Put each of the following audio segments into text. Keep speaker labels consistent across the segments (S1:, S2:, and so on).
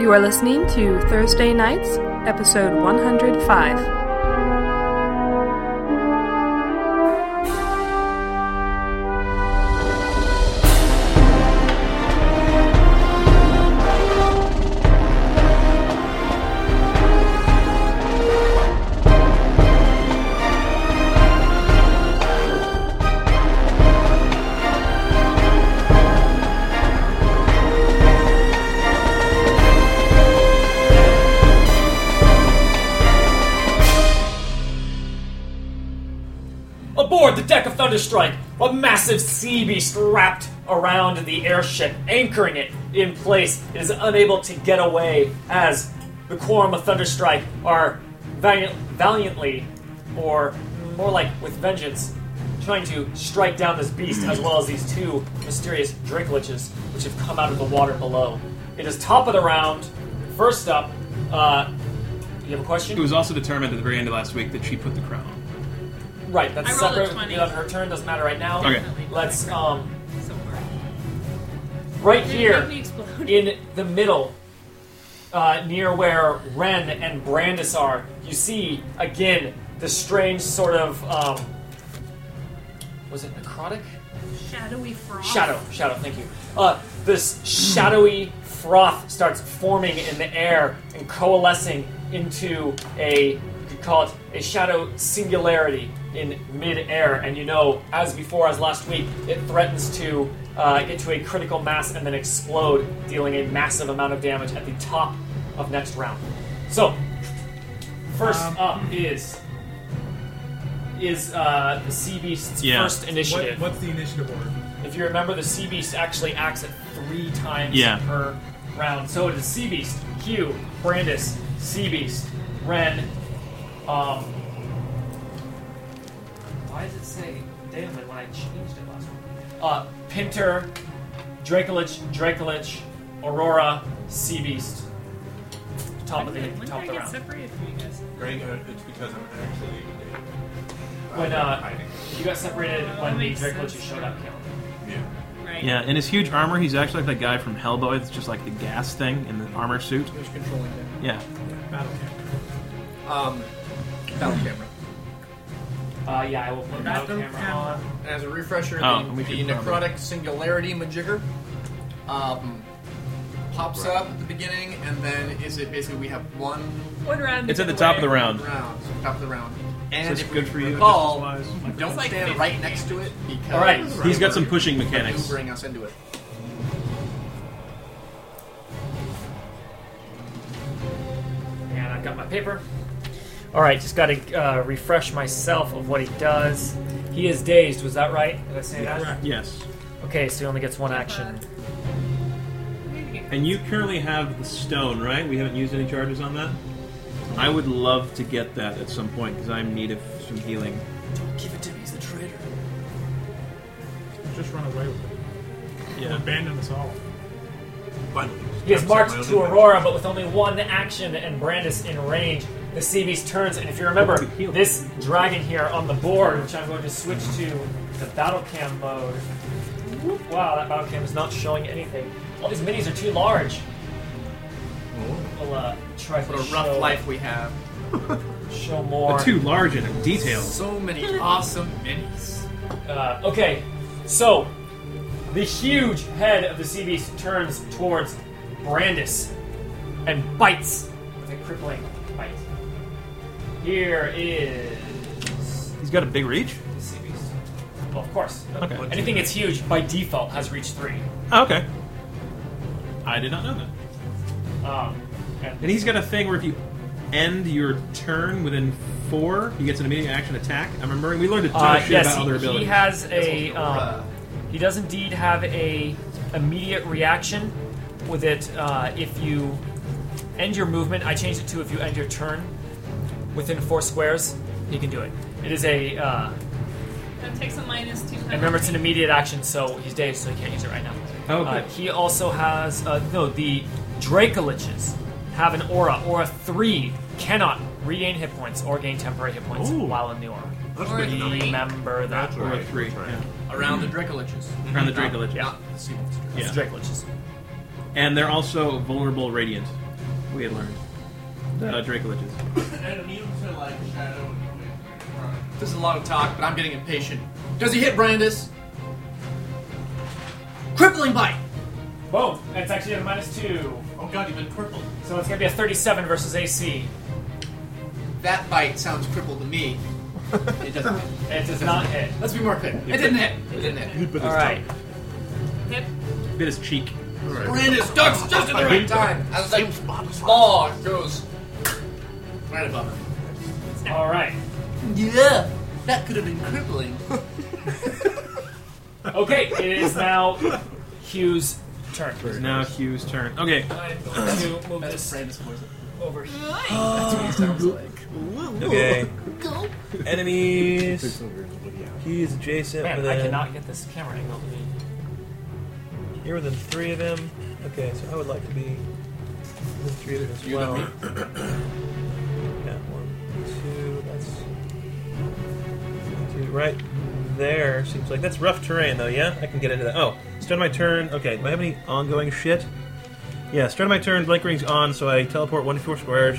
S1: You are listening to Thursday Nights, episode 105.
S2: Aboard the deck of Thunderstrike, a massive sea beast wrapped around the airship, anchoring it in place. It is unable to get away as the Quorum of Thunderstrike are valiant, valiantly, or more like with vengeance, trying to strike down this beast as well as these two mysterious drake liches which have come out of the water below. It is top of the round. First up, uh, you have a
S3: It
S2: question?
S3: was also determined at the very end of last week that she put the crown on.
S2: Right, that's
S4: I rolled a
S2: separate.
S4: 20.
S2: You have her turn, doesn't matter right now.
S3: Okay.
S2: Let's um
S4: somewhere.
S2: right
S4: Did it
S2: here
S4: make me explode?
S2: in the middle, uh, near where Ren and Brandis are, you see again the strange sort of um was it necrotic?
S4: Shadowy frost.
S2: Shadow, shadow, thank you. Uh, this shadowy froth starts forming in the air and coalescing into a, you could call it a shadow singularity in mid-air. And you know, as before, as last week, it threatens to uh, get to a critical mass and then explode, dealing a massive amount of damage at the top of next round. So, first
S5: Um,
S2: up is is uh, the sea beast's
S3: Yeah.
S2: first initiative.
S5: What, what's the initiative order?
S2: If you remember, the sea beast actually acts at three times
S3: Yeah.
S2: per round. So it is sea beast, Q, Brandis, sea beast, Ren. Um, why does it say Damon when I changed it last one? Uh, Pinter, Dracolich, Dracolich, Aurora, sea beast. Top of the
S4: When did
S2: top
S4: I
S2: of the
S4: get
S2: round.
S4: separated from you guys?
S5: Greg, it's because I'm actually.
S2: When uh, you got separated
S4: Oh,
S2: when the
S4: makes
S2: Dracolich
S4: sense.
S2: showed up, Caleb.
S5: Yeah.
S4: Right.
S3: Yeah, in his huge armor, he's actually like that guy from Hellboy. It's just like the gas thing in the armor suit.
S5: Who's controlling that?
S3: Yeah.
S5: Battle camera.
S6: Um, battle camera.
S2: Uh, yeah, I will put that
S5: Battle
S2: camera
S5: camera.
S2: on.
S6: And as a refresher,
S3: Oh,
S6: the,
S3: we should
S6: the necrotic
S3: probably-
S6: singularity majigger um, pops up at the beginning, and then is it basically we have one
S4: One round.
S3: It's at the
S4: giveaway.
S3: top of the round.
S6: round, so top of the round. And
S3: it's
S6: if
S3: good
S6: we
S3: for you,
S6: recall,
S3: distance-wise?
S6: don't
S4: It's like
S6: stand
S4: 50
S6: right next to it because
S2: All right.
S3: He's got some pushing mechanics.
S6: maneuvering us into it.
S2: And I've got my paper. All right, just got to uh, refresh myself of what he does. He is dazed. Was that right? Did I say that?
S3: Yes.
S2: Okay, so he only gets one action.
S4: We need to get-
S3: And you currently have the stone, right? We haven't used any charges on that. I would love to get that at some point because I'm in need of some healing.
S6: Give it to me, he's the traitor.
S5: Just run away with it. He'll abandon us all.
S2: He is marked to Aurora, but with only one action and Brandis in range. The sea beast turns, and if you remember, this dragon here on the board, which I'm going to switch to the battle cam mode. Whoop, Wow, that battle cam is not showing anything. All these minis are too large. We'll uh, try to
S6: What a
S2: show,
S6: rough life we have.
S2: show more.
S3: Too large and detailed.
S6: So many awesome minis.
S2: Uh, okay, so the huge head of the sea beast turns towards Brandis and bites with a crippling bite. Here is
S3: He's got a big reach.
S2: the sea beast. Well, of course.
S3: Okay.
S2: Anything that's huge by default has reach three.
S3: Oh, okay. I did not know that.
S2: Um, and
S3: And he's got a thing where if you end your turn within four, he gets an immediate action attack. I'm remembering we learned a ton
S2: uh,
S3: of shit
S2: yes,
S3: about other
S2: he,
S3: abilities.
S2: he has a. Um,
S6: Aurora.
S2: he does indeed have a immediate reaction with it. Uh, if you end your movement, I changed it to if you end your turn within four squares, you can do it. It is a, uh,
S4: That takes a minus two.
S2: and remember, it's an immediate action, so he's dazed, so he can't use it right now.
S3: Oh, good.
S2: Uh, he also has uh, no. The Dracoliches have an aura. Aura three cannot regain hit points or gain temporary hit points
S3: Ooh.
S2: while in the aura.
S4: That's good enough.
S2: Remember that.
S3: Or a three. yeah.
S6: Around the Dracoliches.
S3: Around the Dracolich.
S6: Not the sea monster.
S2: It's
S3: Yeah.
S2: Dracoliches.
S3: And they're also vulnerable radiant. We had learned. Uh, Draco Liches.
S7: And immune to like shadow and wind.
S6: This is a lot of talk, but I'm getting impatient. Does he hit Brandis? Crippling bite.
S2: Boom! That's actually at a minus two.
S7: Oh god, you've been crippled.
S2: So it's going to be a 37 versus AC.
S6: That bite sounds crippled to me. It doesn't. hit.
S2: It does not hit.
S6: Let's be more clear. It didn't hit. It didn't hit.
S2: All right.
S4: Hit.
S3: Bit his cheek.
S6: Brandis ducks just at the right time. I was like, claw goes right above him.
S2: All right.
S6: Yeah, that could have been crippling.
S2: Okay, it is now Hugh's turn.
S3: It's now Hugh's turn. Okay.
S2: I'm going to move
S6: That's
S2: this
S6: Brandis poison.
S2: over here.
S6: That's what it sounds like.
S8: Okay. Enemies. He's adjacent
S2: Man, I
S8: within.
S2: cannot get this camera angle to be.
S8: You're within three of him. Okay, so I would like to be within three of him as
S6: You
S8: well.
S6: and
S8: Yeah, one, two. That's two right there. Seems like that's rough terrain, though. Yeah, I can get into that. Oh, start my turn. Okay, do I have any ongoing shit? Yeah, start my turn. Blink rings on, so I teleport one to four squares.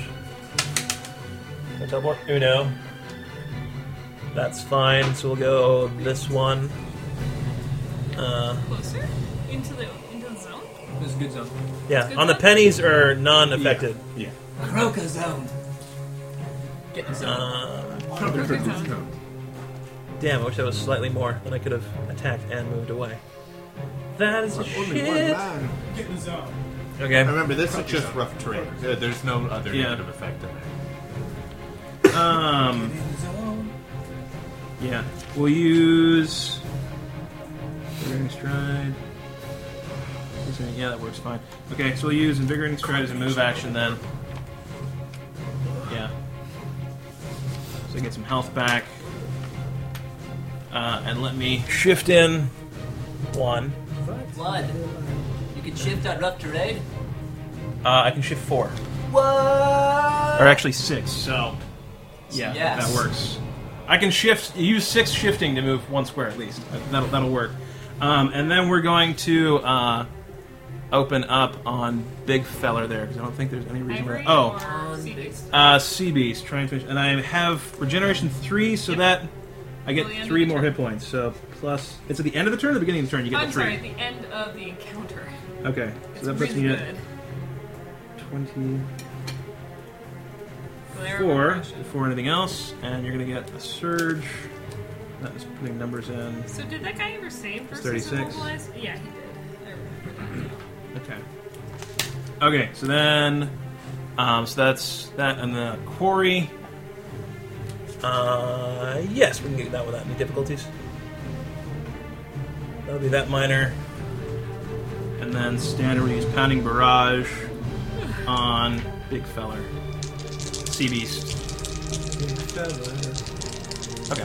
S8: I teleport Uno. That's fine. So we'll go this one. Uh,
S4: Closer? Into the, into the zone?
S3: This is good zone.
S8: yeah,
S4: Good
S8: on the
S4: one.
S8: pennies are none affected.
S3: Yeah.
S6: Croca zone. Get in zone.
S8: Uh,
S4: Perfect zone.
S8: damn, I wish that was slightly more. Then I could have attacked and moved away. That is shit.
S5: Get in the zone.
S8: Okay.
S9: Remember, this is just rough terrain. There- Uh, There's no other
S3: Yeah.
S9: negative effect on it.
S3: Um. Yeah. We'll use. Invigorating stride. Is it- Yeah, that works fine. Okay, so we'll use invigorating stride as a move action then. Yeah. So I get some health back. Uh, and let me.
S8: Shift in one.
S6: Blood. You can shift on rough terrain.
S8: Uh, I can shift four,
S6: What?
S8: or actually six.
S3: So. Yeah,
S6: Yes.
S3: that works. I can shift. Use six shifting to move one square at least. That'll that'll work. Um, and then we're going to uh, open up on big feller there because I don't think there's any reason. Where,
S4: Ivory
S3: oh,
S4: or sea beast?
S3: uh, sea beast trying to, and I have regeneration three, so that I
S4: Till the
S3: get
S4: end
S3: three
S4: of the
S3: more
S4: turn.
S3: hit points. So plus, it's at the end of the turn, or the beginning of the turn. You get
S4: I'm
S3: the three.
S4: sorry, the end of the encounter.
S3: Okay,
S4: It's
S3: so that puts
S4: really
S3: me at
S4: good.
S3: twenty.
S4: Glare of
S3: four
S4: oppression.
S3: for anything else, and you're gonna get a surge. That is putting numbers in.
S4: So did that guy ever save versus
S3: 36.
S4: immobilized? Yeah, he did. I remember that.
S3: Okay. Okay, so then, um, so that's that, and the quarry.
S8: Uh, yes, we can do that without any difficulties. That'll be that minor.
S3: And then standard, we use Pounding Barrage on Big Feller. Sea Beast. Okay.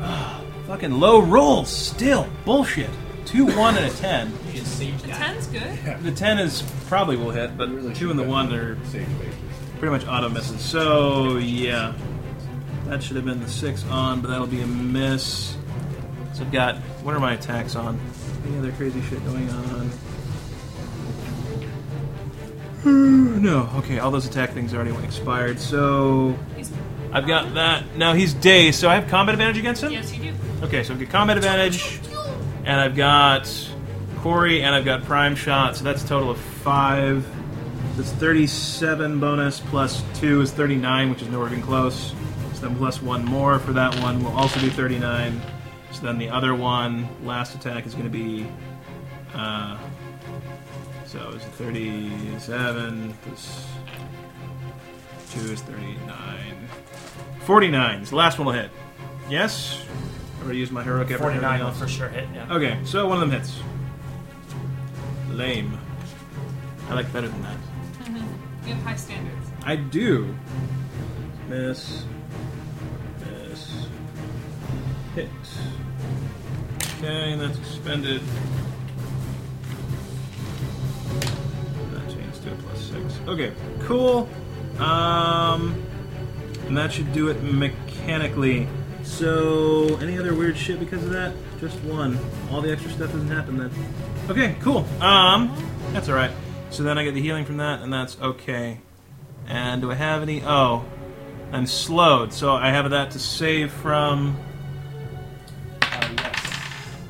S3: Ah, fucking low rolls, still. Bullshit. 2, 1, and a 10.
S4: The ten's good.
S3: The 10 is probably will hit, but 2 and the 1 are pretty much auto misses. So, yeah. That should have been the 6 on, but that'll be a miss. So I've got, what are my attacks on? Any other crazy shit going on? no. Okay, all those attack things already expired. So
S4: He's,
S3: I've got that. Now he's dazed, so I have combat advantage against him?
S4: yes, you do.
S3: Okay, so I've got combat advantage, and I've got Corey, and I've got prime shot, so that's a total of five. That's 37 bonus plus two is 39, which is nowhere even close. So then plus one more for that one will also be 39. So then the other one, last attack, is going to be. Uh, so it's 37 plus two is 39. 49 is the last one will hit. Yes? I already used my heroic effort. and everything
S2: 49 will
S3: else.
S2: for sure hit, yeah.
S3: Okay, so one of them hits. Lame. I like better than that.
S4: You have high standards.
S3: I do. Miss. Miss. Hit. Okay, and that's expended. That changed to a plus six. Okay, cool. Um, and that should do it mechanically. So, any other weird shit because of that? Just one. All the extra stuff doesn't happen then. Okay, cool. Um, that's all right. So then I get the healing from that, and that's okay. And do I have any? Oh, I'm slowed, so I have that to save from.
S2: Uh, yes.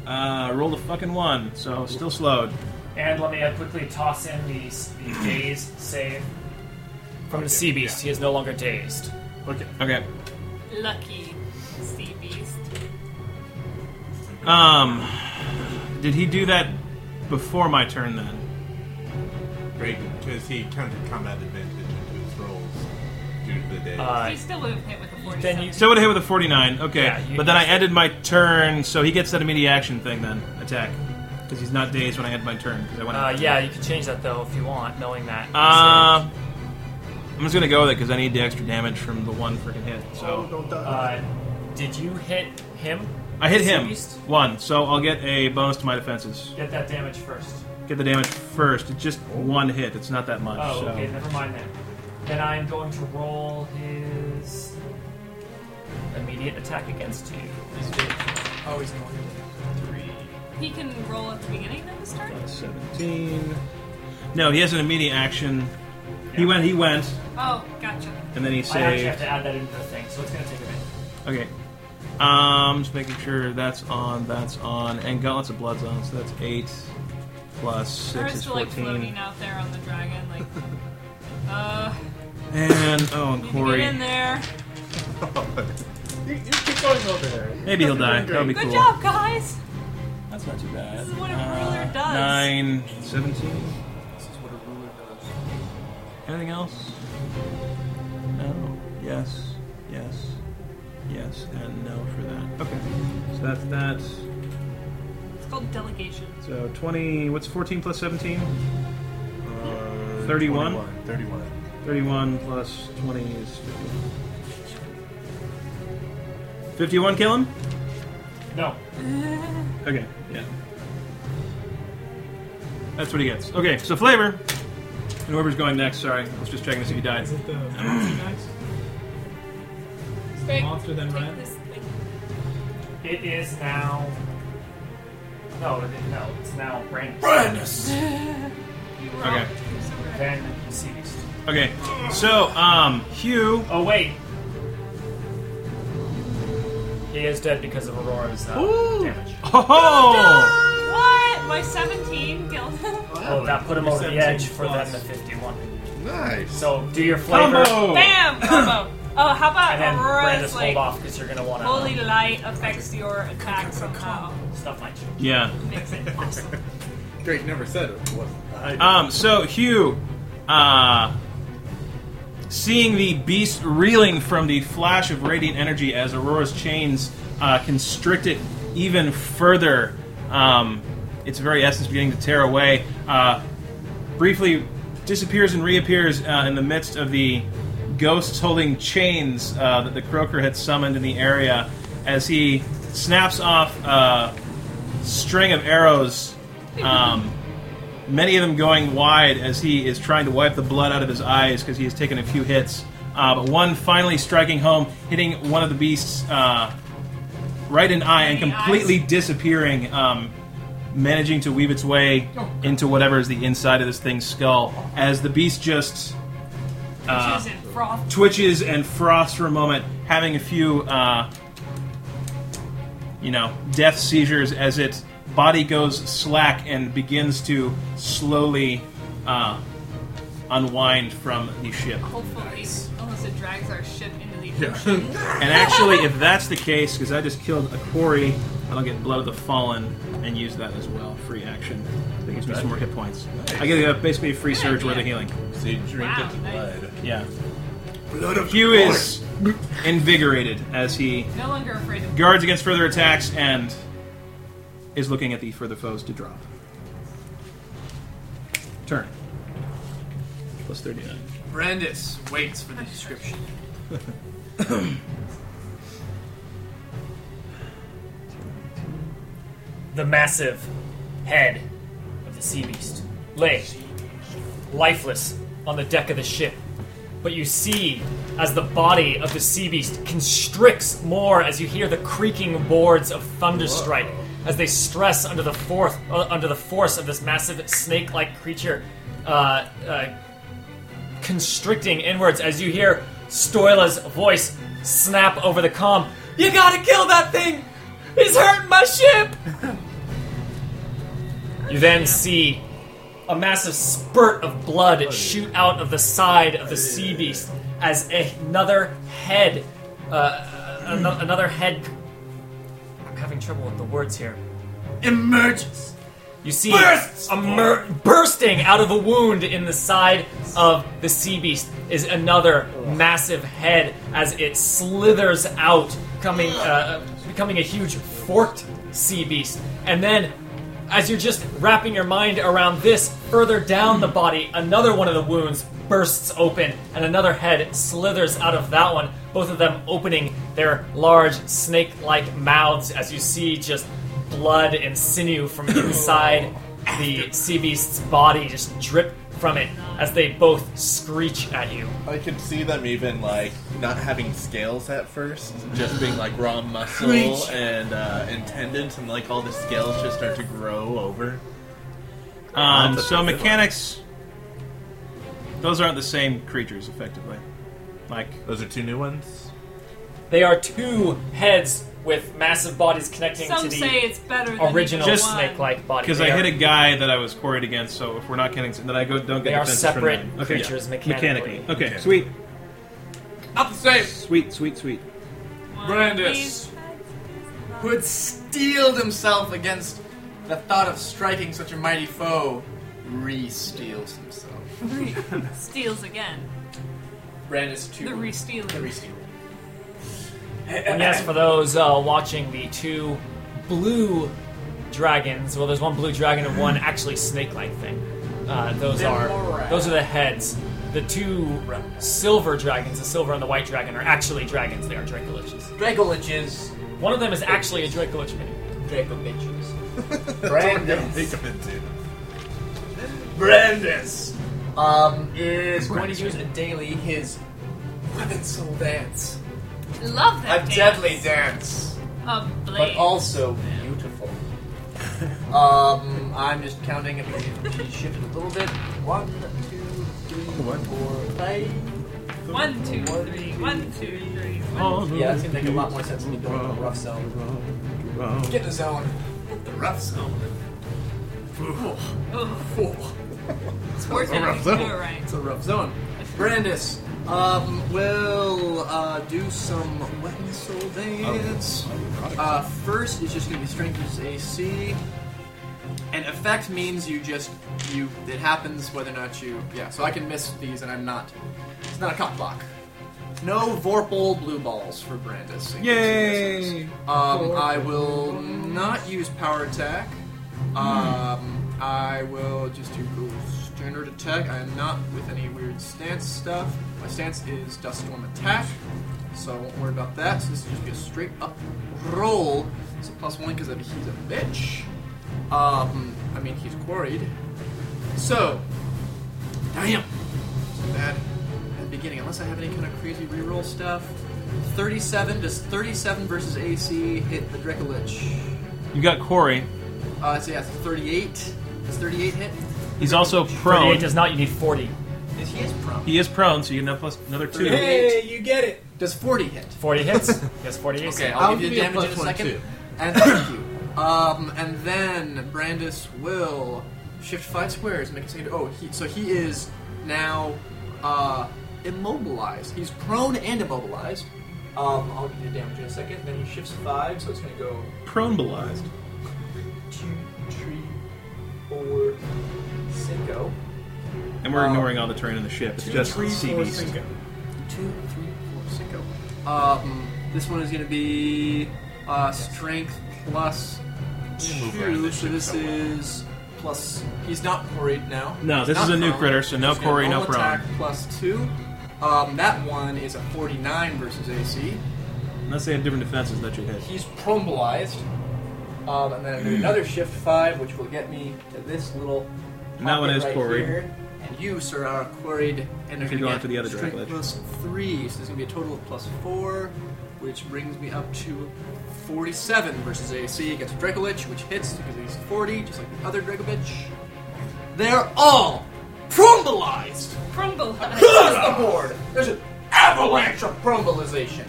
S3: Uh, roll the fucking one, so still slowed.
S2: And let me uh, quickly toss in the, s- the dazed save from the sea beast. He is no longer dazed.
S3: Okay. Okay.
S4: Lucky sea beast.
S3: Um, did he do that before my turn then?
S9: Great, because he counted combat advantage into his rolls due to the day.
S2: Uh,
S4: He still would have hit with a 47.
S2: Then you-
S3: So I would have hit with a 49. Okay.
S2: Yeah, you-
S3: but then I ended my turn, so he gets that immediate action thing then. Attack. Because he's not dazed when I end my turn. 'cause I went
S2: uh, yeah, you can change that though if you want, knowing that. Um,
S3: Uh, I'm just going to go with it because I need the extra damage from the one freaking hit. So
S9: don't die.
S2: Uh, did you hit him?
S3: I hit
S2: Sea
S3: him.
S2: beast?
S3: One. So I'll get a bonus to my defenses.
S2: Get that damage first.
S3: Get the damage first. It's just one hit. It's not that much.
S2: Oh,
S3: so.
S2: okay, never mind then. Then I'm going to roll his immediate attack against you.
S6: Oh, he's going to three.
S4: He can roll at the beginning of his turn?
S3: 17. No, he has an immediate action. He went. He went,
S4: Oh, gotcha.
S3: and then he
S2: I actually have
S3: saved.
S2: to add that into the thing, so it's going to take a minute.
S3: Okay. Um, just making sure that's on, that's on, and Gauntlets of Blood's on, so that's 8 plus 6
S4: Heart's
S3: is
S4: still like
S3: 14.
S4: floating out there on the dragon, like, uh,
S3: And, oh, and
S4: need to get in
S3: Corey.
S4: there.
S9: you, you keep going over there.
S3: Maybe he'll die. That would be
S4: Good
S3: cool.
S4: job, guys!
S3: That's not too bad. Uh,
S4: This is what a ruler does.
S3: 9, 17.
S6: This is what a ruler does.
S3: Anything else? No. Yes. Yes. Yes. And no for that. Okay. So that's that.
S4: It's called delegation.
S3: So 20, what's 14 plus 17?
S9: Uh,
S3: 31?
S9: 21, 31.
S3: 31 plus 20 is 51. 51 kill him?
S2: No.
S3: Okay, yeah. That's what he gets. Okay, so flavor. And whoever's going next, sorry. I was just checking to see if he died.
S5: Is it the monster guys? Is the
S4: Greg,
S5: monster then
S4: Take
S5: Ryan?
S4: this thing.
S2: It is now. No, it, no, it's now Brandon.
S4: You were
S3: Okay.
S4: all- you're so right.
S2: Then Sea Beast.
S3: Okay, so, um, Hugh.
S2: Oh wait. He is dead because of Aurora's uh, damage.
S3: Ho ho!
S4: What? My 17 killed him.
S2: Oh, that put him over the
S5: 17
S2: edge for
S5: plus.
S2: then the 51.
S9: Nice.
S2: So do your flavor,
S3: Combo!
S4: Bam! Combo. Oh, how
S2: and then
S4: about
S2: Oh. Brandis
S4: Aurora's
S2: hold
S4: like
S2: off because you're gonna want to
S4: holy light affects your attack somehow?
S2: stuff my children.
S3: Yeah.
S4: Makes it awesome.
S9: Drake never said it. was
S3: Um, so, Hugh, uh, seeing the beast reeling from the flash of radiant energy as Aurora's chains uh, constrict it even further, um, its very essence beginning to tear away, uh, briefly disappears and reappears uh, in the midst of the ghosts holding chains uh, that the croaker had summoned in the area as he snaps off uh, a string of arrows. Um, many of them going wide as he is trying to wipe the blood out of his eyes because he has taken a few hits. Uh, but one finally striking home, hitting one of the beasts uh, right in eye and
S4: In the eyes.
S3: completely disappearing, um, managing to weave its way
S4: Oh,
S3: into whatever is the inside of this thing's skull as the beast just
S2: Uh,
S4: Which is in froth.
S3: twitches and froths for a moment, having a few, uh, you know, death seizures as its body goes slack and begins to slowly uh, unwind from the ship.
S4: Hopefully, unless it drags our ship into the ocean.
S3: And actually, if that's the case, because I just killed a quarry, I'll get Blood of the Fallen and use that as well, free action. That gives me some more hit points. I get uh, basically a free
S4: Good
S3: surge worth of
S4: idea.
S3: healing.
S9: So you drink
S4: Wow,
S9: its
S4: nice.
S9: blood.
S3: Yeah.
S9: Blood of
S3: Hugh is invigorated as he
S4: No longer afraid of.
S3: guards against further attacks and is looking at the further foes to drop. Turn. Plus 39.
S6: Brandis waits for the description.
S2: The massive head of the sea beast lay lifeless on the deck of the ship. But you see, as the body of the sea beast constricts more, as you hear the creaking boards of thunderstrike, as they stress under the, forth, uh, under the force of this massive snake-like creature, uh, uh, constricting inwards as you hear Stoila's voice snap over the comm. You gotta kill that thing! He's hurting my ship! you then see a massive spurt of blood shoot out of the side of the sea beast as another head, uh, ano- another head. I'm having trouble with the words here.
S6: Emerges.
S2: You see a mer- bursting out of a wound in the side of the sea beast is another massive head as it slithers out, coming uh, becoming a huge forked sea beast. And then, as you're just wrapping your mind around this, further down the body, another one of the wounds bursts open, and another head slithers out of that one. Both of them opening their large snake-like mouths as you see just blood and sinew from inside the sea beast's body just drip from it as they both screech at you.
S9: I could see them even like not having scales at first, just being like raw muscle
S6: Preach.
S9: and uh, and tendons, and like all the scales just start to grow over.
S3: Um, so mechanics. Those aren't the same creatures, effectively. Like
S9: Those are two new ones.
S2: They are two heads with massive bodies connecting to
S4: Some
S2: the
S4: say it's better than
S2: original
S4: even one.
S2: snake-like body.
S3: because
S2: They
S3: I
S2: are-
S3: hit a guy that I was quarried against, so if we're not getting that I go don't get
S2: They are
S3: defenses
S2: separate
S3: from nine.
S2: creatures
S3: yeah.
S2: mechanically.
S3: Okay, sweet,
S6: Not the same.
S3: sweet, sweet, sweet.
S4: One
S6: Brandis. Who had steeled himself against the thought of striking such a mighty foe, re-steals himself.
S4: piece Steals again.
S6: Brandis two.
S4: The re-stealing.
S6: The re-steal.
S2: And yes, for those uh, watching, the two blue dragons. Well, there's one blue dragon and one actually snake-like thing. Uh, those are those are the heads. The two silver dragons, the silver and the white dragon, are actually dragons. They are dracoliches.
S6: Draco liches.
S2: One of them is actually a dracolich mini.
S6: Draco bitches.
S9: Think
S6: Brandis.
S9: of it, dude.
S6: Brandis. Um, is going to use a daily his weapon soul dance.
S4: Love
S6: A
S4: that. dance.
S6: deadly dance.
S4: A blade.
S6: but also beautiful. um, I'm just counting. If we shift it a little bit. One, two, three, four, five.
S4: One, two, three. One, two, three. One,
S6: Yeah, that's gonna make a lot more sense than me going to the rough zone. Get the zone. The rough zone.
S4: Oh,
S6: Four.
S4: it's worth it.
S9: rough
S4: if you
S9: zone.
S4: do it right.
S6: It's a rough zone. Brandis um, will uh, do some weapon soul dance. Uh, first is just going to be strength versus AC. And effect means you just you it happens whether or not you yeah. So I can miss these and I'm not. It's not a cock block. No Vorpal blue balls for Brandis. in case he misses.
S3: Yay!
S6: Um, I will not use power attack. Um, I will just do standard attack. I am not with any weird stance stuff. My stance is dust storm attack, so I won't worry about that. So this is just be a straight up roll. So plus one because he's a bitch. Um, I mean he's quarried. So, damn. So bad at the beginning, unless I have any kind of crazy reroll stuff. 37, does 37 versus AC hit the Dracolich?
S3: You got Corey.
S6: Uh, so yeah, it's 38. Does 38 hit?
S3: He's also
S2: Thirty-eight
S3: prone.
S2: does not. You need forty.
S6: Is he is prone.
S3: He is prone, so you get plus another two.
S6: Hey, you get it. Does 40 hit?
S2: Forty hits. yes, forty hits.
S6: Okay,
S9: I'll
S6: I'll give
S9: give
S6: you the
S9: you a
S6: damage in a
S9: plus one,
S6: second.
S9: too.
S6: And thank you. Um, and then Brandis will shift five squares, make a save. Oh, he, so he is now uh, immobilized. He's prone and immobilized. Um, I'll give you the damage in a second. Then he shifts five, so it's going to go
S3: Pronebilized.
S6: two, three, four, oh. cinco.
S3: And we're ignoring all the terrain in the ship. It's just
S6: three,
S3: sea
S6: four,
S3: beast.
S6: cinco. Two, three, four, cinco. Um, this one is going to be uh, strength plus
S9: move around
S6: two.
S9: this
S6: So
S9: ship
S6: this
S9: so well.
S6: is plus. He's not quarried now.
S3: No, this
S6: Not
S3: is a new
S6: prone.
S3: critter, so no
S6: He's gonna
S3: quarry, no
S6: roll attack
S3: prone.
S6: Plus two. Um, that one is a 49 versus AC.
S3: Unless they have different defenses, that should hit.
S6: He's prombolized. Um, and then I'm doing
S3: Hmm.
S6: another shift five, which will get me to this little.
S3: And that one
S6: pocket
S3: is
S6: right
S3: quarried.
S6: here. And you, sir, are quarried, and are
S3: You're
S6: gonna
S3: going
S6: get
S3: for the other
S6: strength
S3: Dracolich.
S6: Plus three, so there's gonna be a total of plus four, which brings me up to 47 versus AC against Dracolich, which hits because he's 40, just like the other Dracolich. They're all Prumbleized
S4: Crumble.
S6: across the board. There's an avalanche of prumbleization.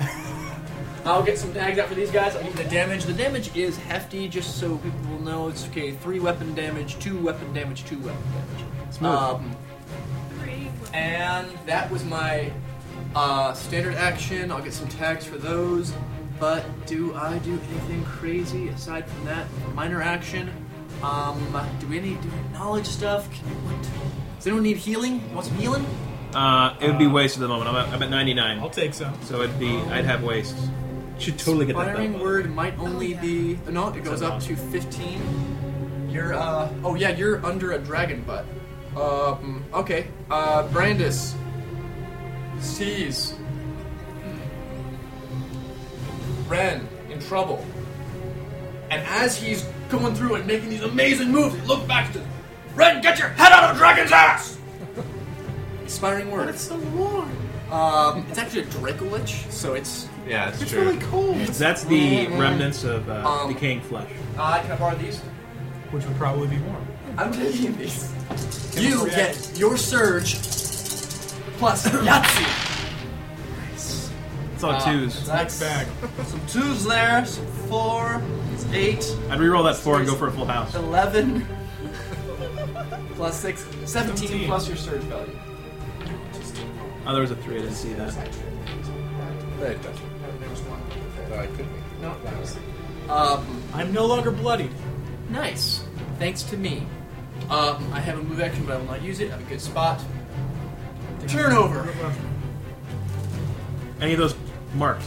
S6: I'll get some dags out for these guys. I'll give you the damage. The damage is hefty, just so people will know. It's okay. Three weapon damage, two weapon damage, two weapon damage. Smooth. Um, and that was my uh, standard action. I'll get some tags for those. But do I do anything crazy aside from that minor action? Um, do we any do any knowledge stuff? Can you, what? Does anyone need healing? Want some healing?
S3: Uh, it would be waste at the moment. I'm at, I'm at 99.
S5: I'll take some.
S3: So it'd be I'd have waste. Should totally get that.
S6: Inspiring
S3: done.
S6: word might only
S4: yeah.
S6: be oh, no. It goes up
S3: amount.
S6: to fifteen. You're uh oh yeah. You're under a dragon butt. Um okay. Uh Brandis sees Ren in trouble, and as he's going through and making these amazing moves, he looks back to Ren. Get your head out of dragon's ass. Inspiring word.
S5: It's so warm.
S6: Um, it's actually a Dracolich, so it's
S9: Yeah, that's
S5: It's
S9: true.
S5: really cold.
S3: That's the remnants of uh,
S6: Um,
S3: decaying flesh.
S6: Uh, can I borrow these?
S5: Which would probably be warm.
S6: I'm taking these. You get your surge plus Yahtzee.
S3: It's
S2: uh,
S3: all twos.
S6: That's
S5: Bag.
S6: Some twos there, some four, it's eight,
S3: I'd reroll that four and go for a full house.
S6: eleven, plus six, 17,
S5: Seventeen.
S6: plus your surge value.
S3: Oh, there was a three. I didn't see that.
S6: Right.
S9: I could be.
S6: No, that was- um,
S5: I'm no longer bloodied.
S6: nice. Thanks to me. Um, I have a move action, but I will not use it. I have a good spot. Turnover.
S3: Any of those marked?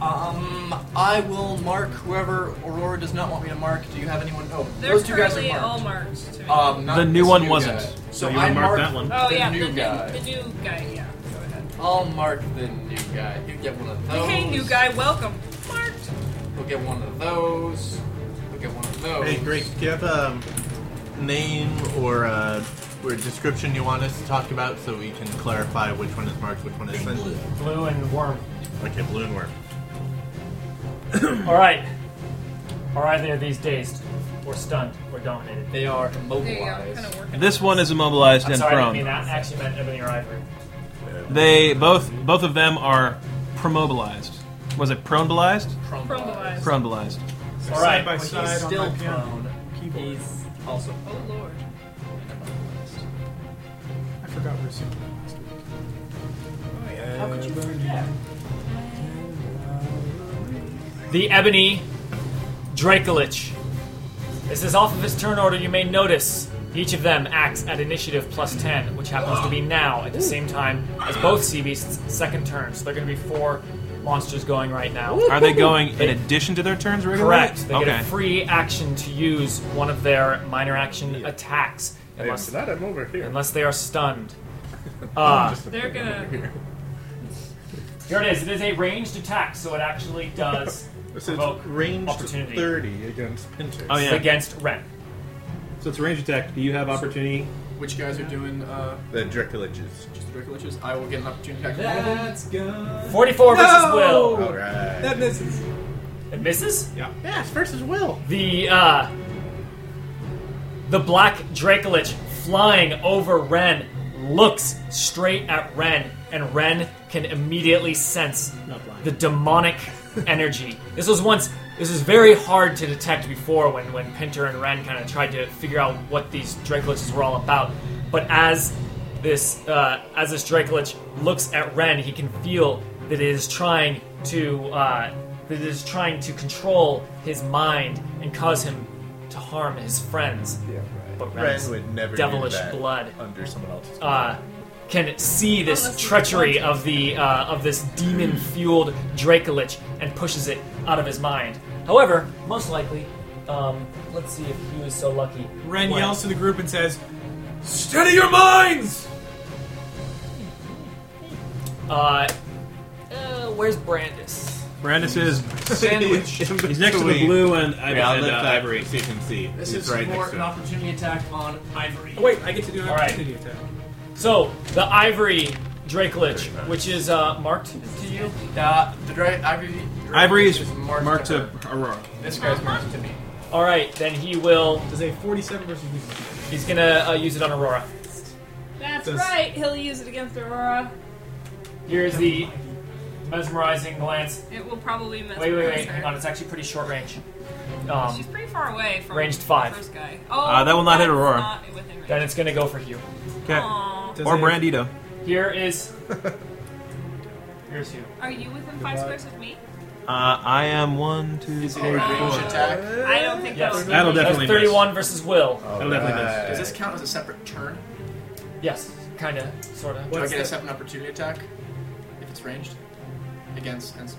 S6: Um, I will mark whoever Aurora does not want me to mark. Do you have anyone? Oh,
S4: They're
S6: those two guys
S4: currently
S6: are
S4: all
S6: marked.
S4: marked to me.
S6: Um, not
S3: The new
S6: this
S3: one wasn't.
S6: guy.
S3: So
S6: So,
S3: you
S6: I
S3: wanna mark
S6: marked
S3: that one.
S4: oh
S6: the
S4: yeah,
S6: new
S4: the,
S6: guy.
S4: New, the new guy. Yeah, go ahead.
S6: I'll mark the new guy. You get one of those.
S4: Hey, new guy, welcome. Marked.
S6: We'll get one of those. We'll get one of those.
S9: Hey, great. Do you have a name or a, or a description you want us to talk about so we can clarify which one is marked, which one isn't?
S2: Blue and worm.
S9: Okay, blue and worm.
S2: All right. Are either of these dazed, or stunned, or dominated?
S6: They are
S4: There you go. Kind
S6: immobilized.
S4: of working.
S3: This one is immobilized
S2: I'm
S3: and
S2: sorry, I didn't
S3: prone.
S2: mean that. I actually meant ebony or ivory.
S3: They both both of them are promobilized. Was it pronebilized?
S4: Crumbleized.
S3: Pronebilized.
S2: All right.
S5: Side by
S6: But
S5: side
S6: he's
S5: on
S6: still
S5: my piano.
S6: prone.
S5: Keyboard.
S6: He's also
S4: Oh lord.
S5: I forgot we were seeing that last week.
S6: How could you forget?
S2: The ebony Dracolich. This is off of his turn order. You may notice each of them acts at initiative plus 10, which happens to be now at the same time as both sea beasts' second turn. So they're going to be four monsters going right now.
S3: Are they going in addition to their turns regularly?
S2: Correct. They get
S3: Okay.
S2: a free action to use one of their minor action attacks, unless,
S9: I'm over here.
S2: unless they are stunned. Uh,
S5: Ah.
S4: They're gonna.
S2: here it is. It is a ranged attack, so it actually does
S9: So
S2: provoke
S9: it's range
S2: opportunity.
S9: 30 against Pinter.
S3: Oh yeah.
S2: against Ren.
S3: So it's range attack. Do you have opportunity?
S6: Which guys are doing uh,
S9: The Draculages.
S6: just the Dracoliches? I will get an opportunity attack. from one of them.
S5: That's good.
S2: 44 versus
S5: No!
S2: Will.
S9: All right.
S5: That misses.
S2: It misses.
S9: yes, versus Will.
S2: The uh, the black Dracolich flying over Ren looks straight at Ren, and Ren can immediately sense
S3: Not blind.
S2: the demonic energy. This was once this was very hard to detect before when when Pinter and Ren kind of tried to figure out what these Dracoliches were all about. But as this uh, as this Dracolich looks at Ren, he can feel that it is trying to uh, that it is trying to control his mind and cause him to harm his friends. But Ren's
S9: Ren would never do
S2: devilish
S9: that
S2: blood
S9: under someone else's.
S2: uh, can see
S4: Oh,
S2: this
S4: that's
S2: treachery of the uh, of this demon fueled Dracolich and pushes it out of his mind. However, most likely, um, let's see if he was so lucky.
S5: Ren
S2: Well,
S5: yells to the group and says, "Steady your minds!"
S2: Uh, uh, where's Brandis?
S3: Brandis is
S6: Sandwich.
S3: he's next to the blue and, I
S9: Yeah, I'll
S3: and,
S9: lift
S3: uh,
S9: that
S3: ivory.
S9: so you can see.
S6: This
S9: He's
S6: is
S9: right
S6: more
S9: next to
S6: an
S9: him.
S6: opportunity attack on Ivory.
S2: Oh,
S5: Wait, I get to do an
S2: All right.
S5: opportunity attack.
S2: So the ivory Dracolich, which is uh, marked to you.
S6: Uh, the dra- Ivory. Dracolich
S3: Ivory is
S6: marked
S3: marked
S6: to
S3: to
S6: her.
S3: Aurora.
S6: This guy's marked to me.
S2: All right, then he will.
S5: Does a 47 versus you?
S2: He's gonna uh, use it on Aurora.
S4: That's
S9: Does-
S4: right. He'll use it against Aurora.
S2: Here's the mesmerizing glance.
S4: It will probably miss.
S2: Wait, wait, wait.
S4: her.
S2: Hang on. It's actually pretty short range. Um,
S4: She's pretty far away from
S2: Ranged five.
S4: the first guy. Oh,
S3: Uh, that will not hit
S4: that's
S3: Aurora.
S4: Not within range.
S2: then it's gonna go for Hugh.
S3: Okay.
S4: Aw.
S5: Does
S3: Or
S5: it-
S3: Brandito.
S2: Here is. Here's Hugh.
S4: Are you within five squares of me?
S3: Uh, I am one, two,
S6: Is it a range attack?
S4: I don't think
S2: Yes.
S4: that
S3: That'll
S4: would be-
S3: definitely
S2: That's 31 versus Will.
S3: That'll definitely miss.
S6: Does this count as a separate turn?
S2: Yes, kind of, sort of.
S6: Do I
S5: What's
S6: get a
S5: the-
S6: separate opportunity attack if it's ranged against? And,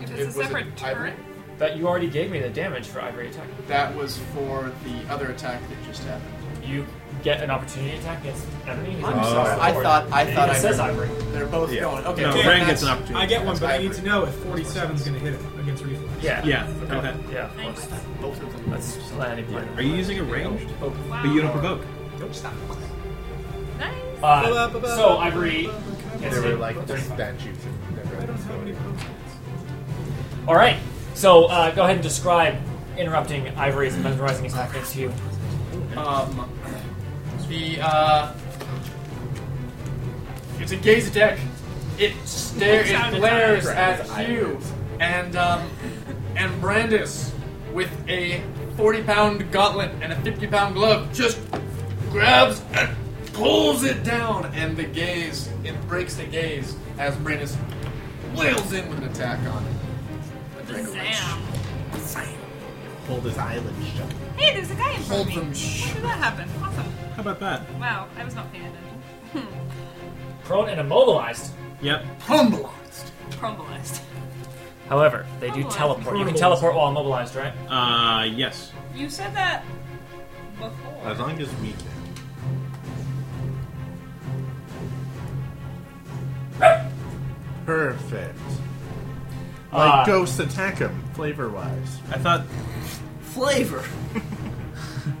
S4: If
S6: it-
S4: it's
S6: was
S4: a
S6: it
S4: separate
S6: ivory?
S4: turn,
S2: That you already gave me the damage for ivory attack.
S6: That was for the other attack that just happened.
S2: You get an opportunity attack against enemy. who's
S6: I'm
S2: moving
S6: sorry. I
S2: forward.
S6: thought I
S2: It
S6: thought I
S2: says ivory.
S6: They're both
S9: Yeah.
S6: going. Okay,
S3: No,
S6: okay,
S3: Ren
S6: that's-
S3: gets an opportunity.
S5: I get one, but I need
S6: Ivory.
S5: to know if 47 is going to hit it against reflex.
S2: Yeah.
S3: Yeah,
S2: Oh,
S3: okay.
S2: Yeah.
S4: I miss.
S6: Both of them.
S2: That's landing.
S3: Are you using a ranged?
S2: Oh.
S4: Wow.
S3: But you don't provoke.
S6: Nope, stop.
S4: Nice.
S2: Uh, so ivory. gets
S9: They were
S2: hit.
S9: like statues. and never
S5: I don't have any
S9: exploded.
S5: potions.
S2: All right. So uh, go ahead and describe interrupting ivory's mesmerizing attack against you.
S6: Um, the uh, it's a gaze attack. It stares, it glares at you and um, and Brandis with a forty-pound gauntlet and a fifty-pound glove just grabs and pulls it down, and the gaze it breaks the gaze as Brandis wails in with an attack on it.
S4: Sam.
S9: Hold his eyelids shut.
S4: Hey, there's a guy in front of
S6: Hold
S4: me.
S6: them.
S4: How
S6: Shh.
S4: did that happen? Awesome.
S3: How about that?
S4: Wow, I was not paying attention.
S2: Prone and immobilized.
S3: Yep.
S6: Humbleized.
S4: Crumbleized.
S2: However, they do
S4: Immobilized.
S2: teleport. You can teleport while immobilized, right?
S3: Uh, yes.
S4: You said that before.
S9: As long as we can. Perfect. Like
S2: Uh,
S9: ghost attack him, flavor wise.
S3: I thought.
S9: Flavor.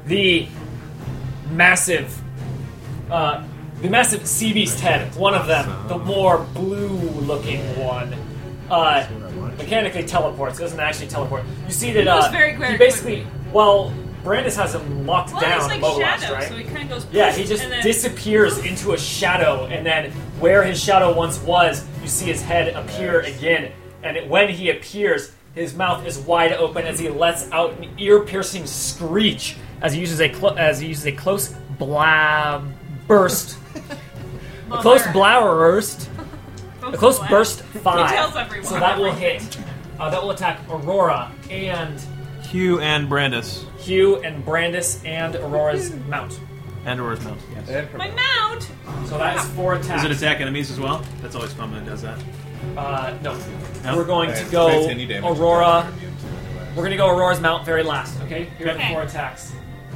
S2: the massive, uh, the massive sea beast head, one of them, the more blue-looking one, uh, mechanically teleports. Doesn't actually teleport. You see that?
S4: moves
S2: Uh,
S4: very,
S2: he
S4: very
S2: basically, well, Brandis has him locked
S4: well,
S2: down,
S4: he's like
S2: immobilized,
S4: shadow,
S2: right?
S4: so he kind of goes.
S2: yeah,
S4: poof,
S2: he just
S4: and then,
S2: disappears into a shadow, and then where his shadow once was, you see his head appear again. And it, when he appears, his mouth is wide open as he lets out an ear-piercing screech as he uses a clo- as he uses a close blab burst, a close blabberst,
S4: Both
S2: a close
S4: blast.
S2: burst five.
S4: He tells everyone.
S2: So that will hit. Uh, that will attack Aurora and
S3: Hugh and Brandis.
S2: Hugh and Brandis and Aurora's mount.
S3: And Aurora's mount. Yes.
S4: My mount.
S2: So that is four attacks.
S3: Does it attack enemies as well? That's always fun when it does that.
S2: Uh, no.
S3: No?
S2: We're going to
S9: Alright,
S2: go
S9: takes any damage.
S2: Aurora. We're going to go Aurora's mount very last, okay? Here are the
S4: Okay.
S2: four attacks.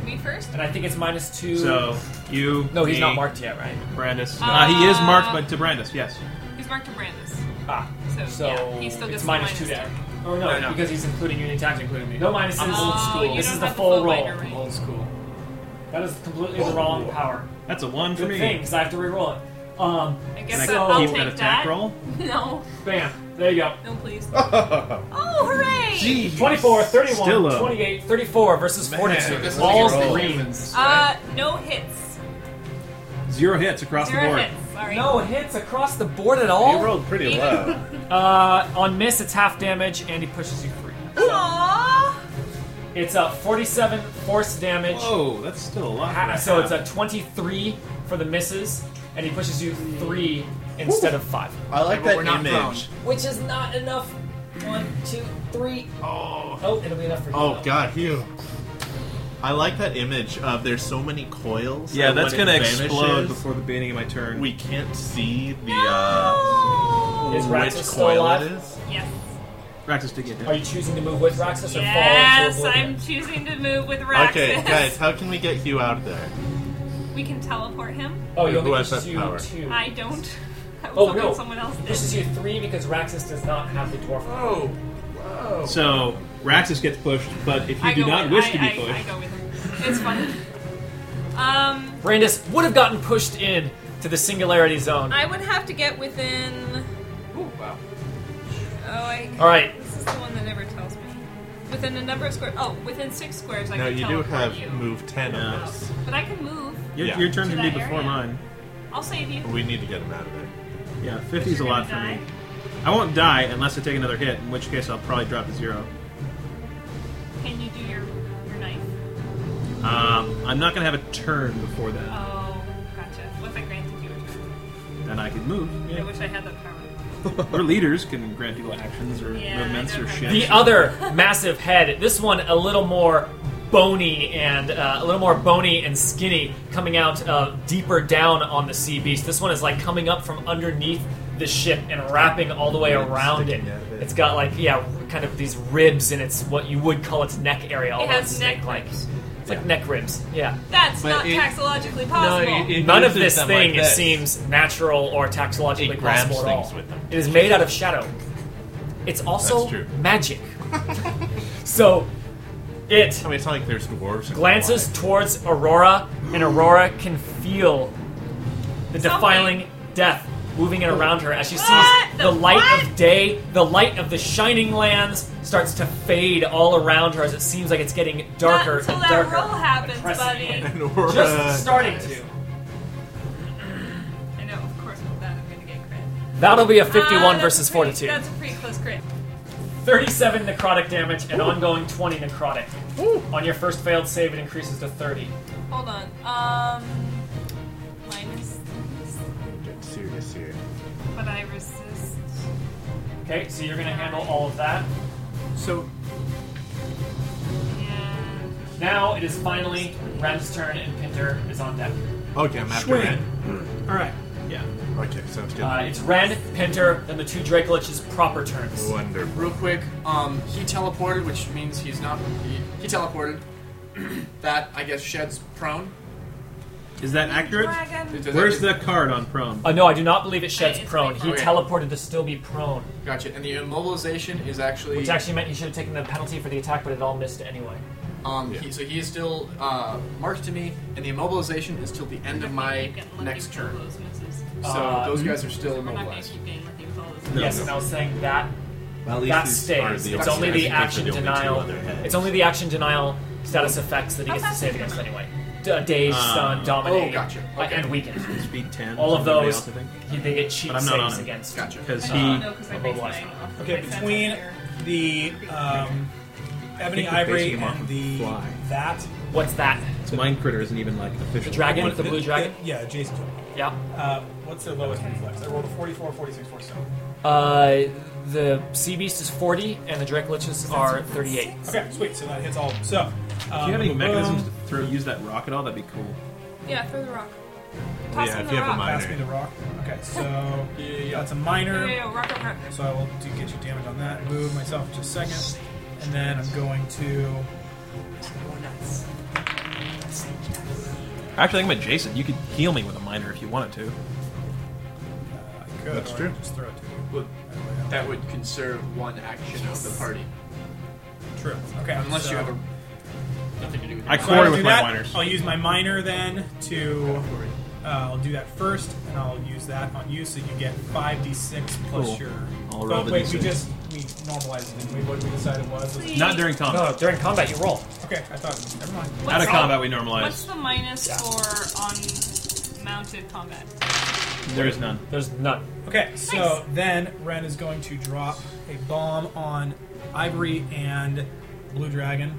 S4: Me first.
S2: And I think it's minus two.
S3: So, you.
S2: no, he's
S3: me,
S2: not marked yet, right?
S3: Brandis. Uh,
S4: Uh,
S3: he is marked by, to Brandis, yes.
S4: He's marked to Brandis.
S2: Ah.
S4: So,
S2: So
S4: yeah, he still gets
S2: it's minus
S4: the minus
S2: two
S4: two.
S2: to Oh, no,
S3: No, no.
S2: because he's including you in the attacks, including me. No minuses.
S4: I'm old school. Oh, you
S2: This
S4: don't
S2: is the
S4: have the
S2: full
S4: full
S2: roll.
S4: binder, right?
S2: old school. That is completely the wrong power.
S3: That's a one for
S2: Good
S3: me.
S2: thing, because I have to re-roll it. Um,
S4: I
S3: Can
S4: guess
S3: I
S2: So-
S4: I'll
S3: keep
S4: take
S3: that attack roll?
S4: No,
S2: bam. There you go.
S4: no, please. oh, hooray!
S9: Jeez.
S2: 24, 31,
S3: Still low.
S2: 28, 34 versus
S9: Man,
S2: 42.
S9: so this is
S2: Walls
S9: like a roll.
S2: green.
S4: Uh, no hits.
S3: Zero hits across the
S4: Zero
S3: board.
S4: hits. Sorry.
S2: No hits across the board at all.
S9: You rolled pretty low.
S2: Uh, on miss, it's half damage, and he pushes you free.
S4: Aww.
S2: It's a 47 force damage,
S9: Oh,
S3: Whoa, that's still a lot.
S2: ha-
S3: for
S2: Ah, so it's
S3: half.
S2: a 23 for the misses, and he pushes you three instead of five,
S9: I like
S6: but
S9: that
S6: we're not
S9: image.
S2: which is not enough. One, two, three.
S9: Oh.
S2: Oh, it'll be enough for you.
S9: Oh God, Hugh. I like that image of there's so many coils.
S3: Yeah,
S9: that
S3: that's
S9: when
S3: gonna
S9: it
S3: explode
S9: vanishes,
S3: before the beginning of my turn.
S9: we can't see the
S4: No.
S2: Is
S9: uh,
S2: Raxus
S9: which
S2: still
S9: coil
S2: alive?
S9: it is.
S4: Yes.
S3: Practice to get hit.
S2: Are you choosing to move with Roxas or
S4: Yes,
S2: fall into
S4: I'm
S2: oblivion?
S4: choosing to move with Raxus.
S9: Okay, guys, how can we get Hugh out of there?
S4: We can teleport him.
S2: Oh, he
S9: Who
S2: only
S9: has
S2: pushes
S9: that
S2: you
S9: power?
S2: two.
S4: I don't. I was
S2: Oh,
S4: hoping
S2: no.
S4: someone else
S2: He
S4: did.
S2: pushes you three because Raxus does not have the dwarf.
S9: Oh.
S6: Whoa,
S2: Oh.
S6: whoa.
S3: So Raxus gets pushed, but if you
S4: I
S3: do
S4: go
S3: not
S4: with,
S3: wish
S4: I,
S3: to be
S4: I, I
S3: pushed,
S4: go with her. It's funny. Um,
S2: Brandis would have gotten pushed in to the singularity zone.
S4: I would have to get within.
S6: Ooh, wow.
S4: Oh, I.
S2: All right.
S4: This is the one that never tells me. Within a number of squares. Oh, within six squares, I
S9: no,
S4: can
S9: you do
S4: teleport
S9: have
S4: you.
S9: move ten
S3: Yeah.
S9: of this.
S4: But I can move.
S3: your,
S9: Yeah.
S3: your turn
S4: To
S3: would be
S4: that
S3: before
S4: area.
S3: mine.
S4: I'll save you.
S9: We need to get him out of there.
S3: Yeah, 50's a
S4: You're
S3: lot for
S4: gonna
S3: me. I won't die unless I take another hit, in which case I'll probably drop to zero.
S4: Can you do your your knife?
S3: Um, I'm not going to have a turn before that.
S4: Oh, gotcha. What if I granted you a turn?
S3: Then I can move.
S4: I wish I had that power.
S3: or leaders can grant people actions or
S4: Yeah,
S3: movements
S4: I
S3: or
S4: don't have
S3: shit.
S2: The other massive head, this one a little more bony and uh, a little more bony and skinny, coming out uh, deeper down on the sea beast. This one is like coming up from underneath the ship and wrapping all the way around it.
S9: sticking out of it.
S2: It's got like yeah, kind of these ribs and it's what you would call its neck area.
S4: It
S2: Almost.
S4: has neck
S2: like
S4: ribs.
S2: it's like neck ribs. Yeah.
S4: That's
S9: But
S4: not
S9: it-
S4: taxologically possible.
S9: it- it-
S2: None of
S9: uses
S2: this
S9: them
S2: thing
S9: like this.
S2: seems natural or taxologically
S9: It grabs
S2: possible at
S9: things
S2: all.
S9: with them.
S2: It is made out of shadow. It's also
S9: That's true.
S2: magic. so it
S9: I mean, it's not like there's dwarves. in
S2: glances
S9: Hawaii.
S2: towards Aurora, and Aurora can feel the
S4: Something.
S2: defiling death moving in around her as she sees
S4: What
S2: the,
S4: the
S2: light of
S4: what?
S2: day, the light of the shining lands starts to fade all around her as it seems like it's getting darker
S4: not until
S2: and
S4: that
S2: darker.
S4: roll happens,
S2: Oppressing
S4: buddy.
S9: And Aurora
S2: Just starting
S9: dies.
S2: to.
S4: I know, of course, with that I'm gonna get crit.
S2: That'll be a 51
S4: Ah,
S2: versus
S4: that's pretty-
S2: 42.
S4: That's a pretty close crit.
S2: 37 necrotic damage and ongoing 20 necrotic. On your first failed save, it increases to 30.
S4: Hold on. Um, minus,
S9: Get serious here.
S4: but I resist.
S2: Okay, so you're going to handle all of that.
S6: So
S4: And
S2: Now it is finally Rem's turn, and Pinter is on deck.
S9: Okay, I'm after
S3: Swing.
S9: Ren.
S3: All right. Yeah.
S9: Okay, sounds good.
S2: Uh, it's Ren, Pinter, then the two Dracolich's proper turns.
S9: Wonderful.
S6: real quick, um, he teleported, which means he's not. He, he teleported. that I guess sheds prone.
S3: Is that accurate?
S4: dragon.
S6: Does that-
S3: Where's the card on prone?
S2: Uh, no, I do not believe it sheds
S4: Wait, it's
S2: prone. He
S4: okay.
S2: teleported to still be prone,
S6: Gotcha. And the immobilization is actually.
S2: which actually meant he should have taken the penalty for the attack, but it all missed anyway.
S6: Um, he, so he is still uh, marked to me, and the immobilization is till the end of my next turn.
S4: Those misses.
S6: So
S2: Uh,
S6: those guys are still
S4: We're not gonna
S6: immobilized.
S4: keep getting lucky with all those.
S9: No,
S2: yes,
S9: no.
S2: and I was saying that
S9: Well, at least
S2: that
S9: these are
S2: stays.
S9: the
S2: it's
S9: options.
S2: only
S9: I
S2: the
S9: think those are
S2: action
S9: the only two
S2: denial.
S9: other heads.
S2: It's only the action denial status effects that he
S4: How
S2: gets to
S4: fast
S2: save
S4: is
S2: against
S4: it?
S2: anyway. D- uh, daze,
S3: Um,
S2: stun, dominate,
S6: oh, gotcha.
S2: uh,
S6: Okay.
S2: and weaken.
S3: Speed ten.
S2: All of
S3: somebody
S2: those,
S3: else, I think.
S2: he, they get cheat
S3: But I'm not on
S2: saves
S3: it.
S2: against.
S6: Gotcha.
S3: Because
S4: I don't
S3: he.
S4: know because I
S2: Although
S4: based
S2: last
S4: mine
S2: time.
S4: off.
S5: Okay,
S4: my sense
S5: between
S4: of
S5: the um, ebony
S9: I think the
S5: ivory
S9: base came off
S5: and
S9: of
S5: the
S9: fly.
S5: that
S2: What's that?
S3: So mine critter isn't even like official.
S2: The dragon with the blue dragon.
S5: yeah, adjacent. to it.
S2: Yeah.
S5: Uh, what's their lowest reflex? I rolled a 44, 46, 47.
S2: Uh, the sea beast is 40, and the dracoliches are 38.
S5: Okay, sweet. So that hits all. So, um,
S3: Do you have any mechanisms to throw, use that rock at all? That'd be cool.
S4: Yeah, throw the rock. Toss
S9: Yeah,
S4: him
S9: if
S4: the
S9: you have a
S4: rock.
S9: mind-
S5: Pass me the rock. Okay, so that's a minor.
S4: Yeah, yeah, yeah, rock on rock.
S5: So I will do get you damage on that. Move myself to second, and then I'm going to.
S3: Actually, I think I'm adjacent. You could heal me with a minor if you wanted to.
S5: Uh, I could,
S9: That's
S5: or I
S9: true.
S5: could Just throw it to you.
S6: Well, that would conserve one action of the party,
S5: True. Okay.
S6: unless
S5: so
S6: you have a, nothing to do with.
S3: I
S6: it.
S5: So I'll
S3: Quarry
S5: do
S3: with my
S5: that. Oh,
S3: minors.
S5: I'll use my minor then to. Uh, I'll do that first, and I'll use that on you, so you get five d6 plus
S3: Cool.
S5: your.
S3: I'll
S5: oh,
S3: roll the
S5: wait, we
S3: D6.
S5: just we normalized it. We what we decided was. was-
S3: Not during combat.
S2: No, during combat you roll.
S5: okay, I thought. Never mind.
S4: What's
S3: Out of
S4: the-
S3: combat, we
S4: What's
S3: normalize.
S4: the minus for on mounted combat?
S3: There is none.
S2: There's none.
S5: Okay, so
S4: Nice.
S5: then Ren is going to drop a bomb on Ivory and Blue Dragon,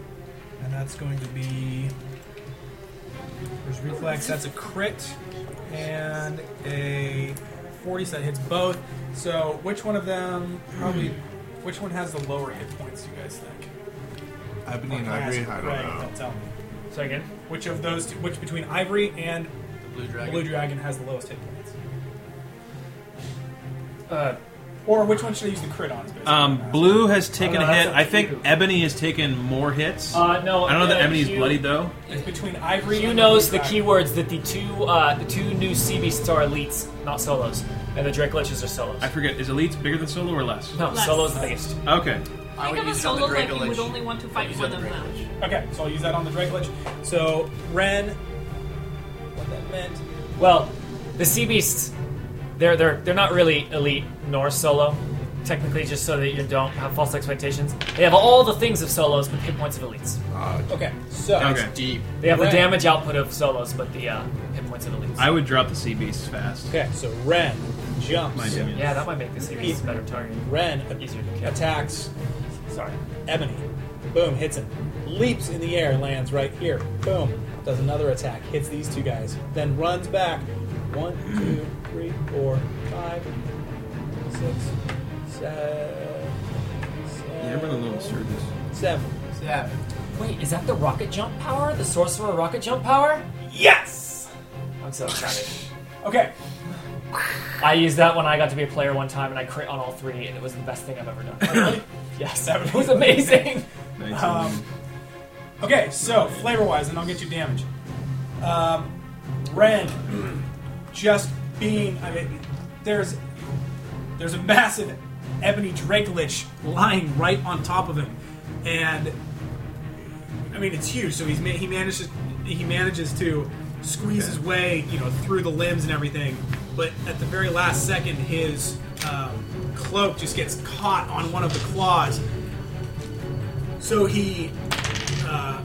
S5: and that's going to be. There's reflex. That's a crit and a 40, so that hits both. So which one of them probably?
S9: Hmm.
S5: Which one has the lower hit points? You guys think?
S9: Ebony and
S5: Or can
S9: Ivory,
S5: ask
S9: I don't
S5: Ray?
S9: know.
S5: Don't tell me.
S2: Say again.
S5: Which of those? Two, which between Ivory and
S6: The blue dragon.
S5: Blue Dragon has the lowest hit points?
S2: Uh,
S5: Or which one should I use the crit on? is basically what
S3: Um,
S5: I'm asking.
S3: blue has taken
S2: Oh, no,
S3: a
S2: that's
S3: hit.
S2: up
S3: I
S2: to
S3: think
S2: you.
S3: Ebony has taken more hits.
S2: uh, no.
S3: I don't know that
S2: uh,
S3: Ebony's
S2: Hugh-
S3: bloodied though.
S5: It's between Ivory.
S2: Hugh
S5: and
S2: knows the
S5: Blue Dragon.
S2: keywords that the two uh, the two new sea beasts are elites, not solos, and the dracoliches are solos.
S3: I forget. Is elites bigger than solo or less?
S2: No,
S4: Less.
S2: solo's the biggest.
S3: Okay.
S6: I
S4: Think
S6: would
S4: of a
S6: use it
S4: solo
S6: on the
S4: like you would
S6: Dracolich.
S4: only want to
S6: I'd
S4: fight
S6: use
S4: for
S6: it on
S4: them
S6: the
S4: now.
S6: Dracolich.
S5: Okay, so I'll use that on the Dracolich. So Ren, what that meant?
S2: Well, the sea beasts, they're they're they're not really elite nor solo. Technically, just so that you don't have false expectations, they have all the things of solos, but hit points of elites.
S6: Uh,
S5: Okay, so
S3: Okay.
S6: It's deep.
S2: They have the
S5: Right.
S2: damage output of solos, but the uh, hit points and elites.
S3: I would drop the sea beast fast.
S5: okay, so Ren
S3: My
S5: jumps.
S3: opinion.
S2: yeah, that might make this even better target.
S5: Ren
S2: Easier to kill.
S5: attacks
S2: Sorry.
S5: Ebony. Boom, hits him. Leaps in the air, lands right here. Boom, does another attack, hits these two guys. Then runs back. One, two, three, four, five, six, seven,
S3: Yeah, run a little surges.
S5: seven.
S6: Seven.
S2: Wait, is that the rocket jump power? The sorcerer rocket jump power? Yes! I'm so excited. okay. I used that when I got to be a player one time, and I crit on all three, and it was the best thing I've ever done. really? Yes, that was amazing.
S3: Nineteen.
S5: Um, Okay, so flavor wise, and I'll get you damage. Um, Ren, just being, I mean, there's there's a massive ebony drake lich lying right on top of him, and I mean it's huge. So he's ma- he manages he manages to squeeze his way, you know, through the limbs and everything. But at the very last second, his um, cloak just gets caught on one of the claws. So he uh,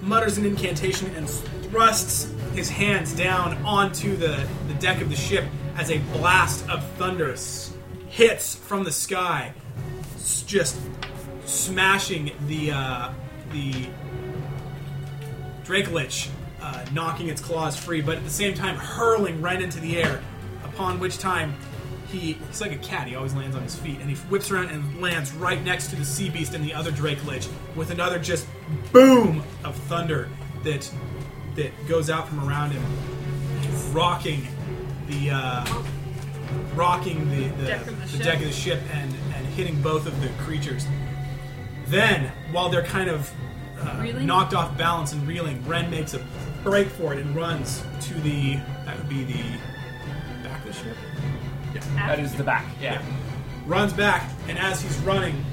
S5: mutters an incantation and thrusts his hands down onto the, the deck of the ship as a blast of thunder s- hits from the sky, s- just smashing the uh, the Drakelich, uh, knocking its claws free, but at the same time hurling Ren into the air. Upon which time he he's like a cat; he always lands on his feet, and he whips around and lands right next to the sea beast and the other Drakelich with another just boom of thunder that that goes out from around him, rocking the uh, rocking the the,
S4: Deck of the
S5: the deck
S4: ship.
S5: of the ship and and hitting both of the creatures. Then, while they're kind of uh,
S4: Reeling?
S5: knocked off balance and reeling, Ren makes a break for it and runs to the. That would be the back of the ship.
S2: That is the back, yeah.
S5: Runs back, and as he's running,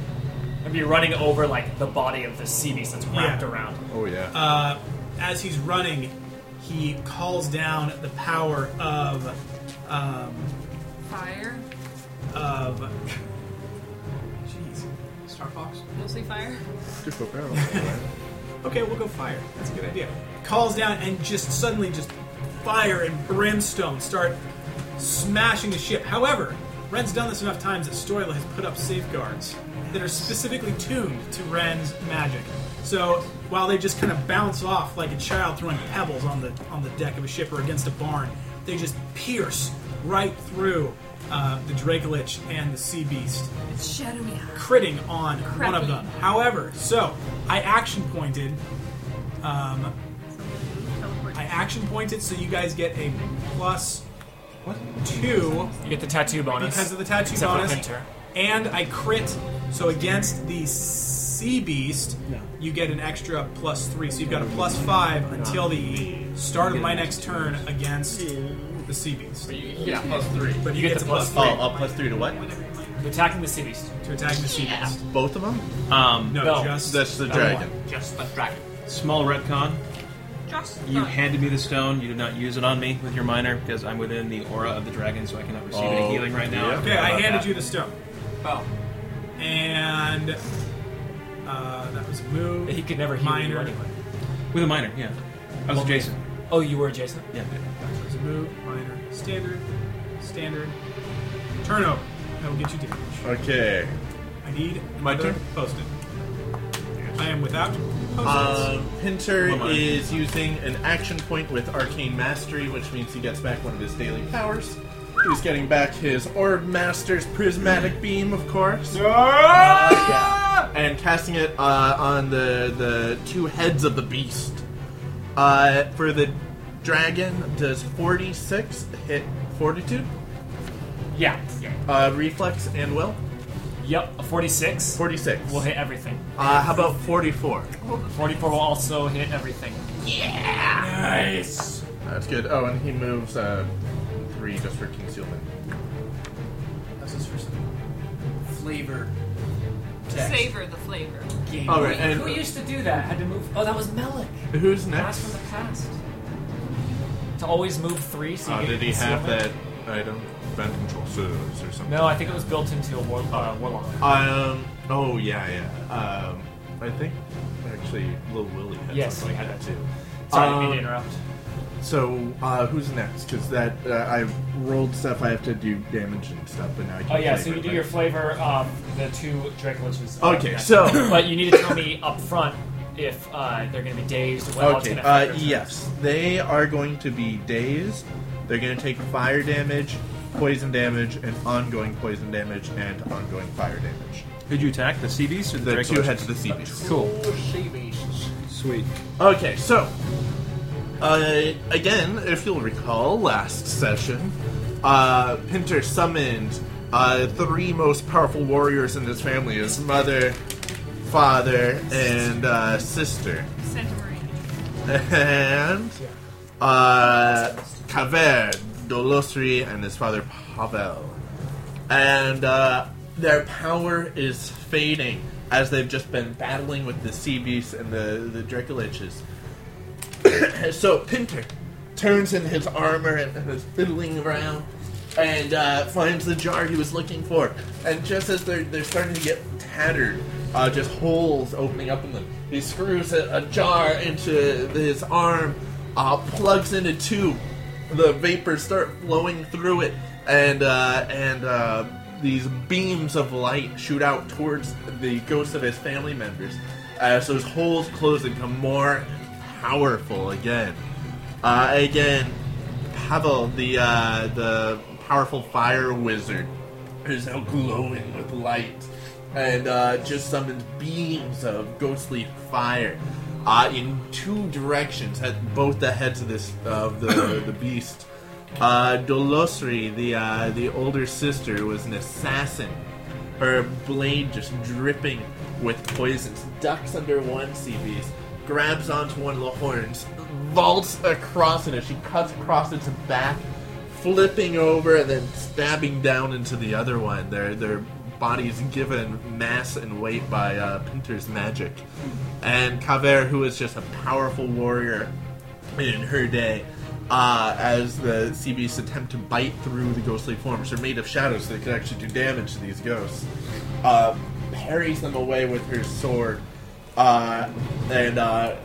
S2: I'd be running over, like, the body of the sea beast that's wrapped
S5: Yeah.
S2: around.
S9: Oh yeah.
S5: uh, as he's running, he calls down the power of um,
S4: Fire.
S5: of. Jeez.
S6: Star Fox.
S4: Mostly fire.
S9: Super barrel.
S5: Okay, we'll go fire. That's a good idea. Calls down and just suddenly just fire and brimstone start smashing the ship. However, Ren's done this enough times that Storyla has put up safeguards that are specifically tuned to Ren's magic. So while they just kind of bounce off like a child throwing pebbles on the on the deck of a ship or against a barn, they just pierce right through uh, the Dracolich and the Sea Beast
S4: It's shadowy.
S5: critting on one
S4: Crappy.
S5: of them. However, so I action pointed. Um,
S4: Teleport.
S5: I action pointed, so you guys get a plus two
S2: You get the tattoo bonus.
S5: because of the tattoo
S2: except for
S5: bonus,
S2: Pinter.
S5: and I crit. So against the sea beast, you get an extra plus three. So you've got a plus five until the start of my next turn against the sea beast.
S9: You get plus three.
S5: But
S2: You
S5: you
S2: get
S5: get
S2: the
S5: to
S2: plus
S5: plus
S9: Oh,
S5: three
S9: uh, plus three to what?
S2: Attacking the sea beast.
S5: to attack the sea beast.
S9: Both of Oh. them?
S3: Um,
S2: No.
S5: No, just
S9: That's the dragon.
S2: Just the dragon.
S3: small retcon.
S4: Just
S3: You
S4: the-
S3: handed me the stone. You did not use it on me with your minor because I'm within the aura of the dragon, so I cannot receive any
S9: Oh,
S3: healing right now.
S9: yeah.
S5: Okay, I
S3: About
S5: handed
S3: that.
S5: you the stone.
S6: Oh.
S5: And uh, that was a move.
S2: He could never heal you
S5: minor.
S2: anyway.
S3: with a minor. Yeah, I was adjacent.
S2: Oh, you were adjacent?
S3: Yeah.
S5: That was a move. Minor. Standard. Standard. Turnover. That will get you damage.
S9: Okay.
S5: I need
S9: My
S5: another
S9: turn?
S5: Post-it. I am without post-its.
S9: Uh, Pinter
S3: Come on.
S9: is using an action point with Arcane Mastery, which means he gets back one of his daily powers. He's getting back his Orb Master's Prismatic Beam, of course. Uh, yeah. And casting it uh, on the, the two heads of the beast. Uh, for the dragon, does 46 hit Fortitude,
S2: Yeah. yeah.
S9: uh, Reflex, and Will?
S2: Yep, a 46
S9: 46.
S2: will hit everything.
S9: Uh, how about 44?
S2: 44 will also hit everything.
S9: That's good. Oh, and he moves uh, three just for concealment.
S6: That's his first flavor. Text.
S4: savor the flavor.
S6: Game.
S9: All right, and
S2: to do that? Had to move. Oh, that was Melik.
S9: who's
S2: Blast
S9: next?
S2: from the past. To always move three. So you
S9: Oh,
S2: get
S9: did he have
S2: concealment.
S9: that item? Band control serves or something?
S2: No, I think it was built into a war, uh, warlock.
S9: Um. Oh yeah, yeah. Um. I think actually Lil Willie had
S2: Yes,
S9: something
S2: we
S9: like
S2: had
S9: that too.
S2: Sorry, I didn't
S9: Um,
S2: mean to interrupt.
S9: So uh, who's next? Because that uh, I rolled stuff. I have to do damage and stuff, but now I can't.
S2: Oh yeah,
S9: play
S2: so you
S9: with
S2: do
S9: it.
S2: your flavor of the two Drake Liches.
S9: Okay, so-
S2: but you need to tell me up front if uh, they're going to be dazed or what.
S9: Okay. Uh, yes, they are going to be dazed. They're going to take fire damage, poison damage, and ongoing poison damage, and ongoing fire damage.
S3: Who'd you attack? The sea beast or the,
S9: The
S3: Drake
S9: two
S3: Lich?
S9: heads of the sea beast.
S3: Cool.
S9: Sweet. Okay, so uh, again, if you'll recall last session, uh, Pinter summoned uh, three most powerful warriors in his family: his mother, father, and uh, sister.
S4: Santa Maria.
S9: And uh, Kaver, Dolosri, and his father Pavel. And uh, their power is fading as they've just been battling with the sea beasts and the, the Dracoliches. so Pinter turns in his armor and, and is fiddling around and uh, finds the jar he was looking for. And just as they're, they're starting to get tattered, uh, just holes opening up in them, he screws a, a jar into his arm, uh, plugs into two. The vapors start flowing through it, and uh, and uh, these beams of light shoot out towards the ghosts of his family members. As those holes close, they become more powerful again. Uh, again, Pavel, the uh, the powerful fire wizard, is now glowing with light, and uh, just summons beams of ghostly fire uh, in two directions at both the heads of this of the the beast. Uh, Dolosri, the uh, the older sister, was an assassin her blade just dripping with poisons, ducks under one sea beast, grabs onto one of the horns, vaults across it as she cuts across its back, flipping over and then stabbing down into the other one. Their their bodies given mass and weight by uh, Pinter's magic. And Kaver, who is just a powerful warrior, in her day uh, as the sea beasts attempt to bite through the ghostly forms. They're made of shadows, so they can actually do damage to these ghosts. Uh, parries them away with her sword, uh, and uh,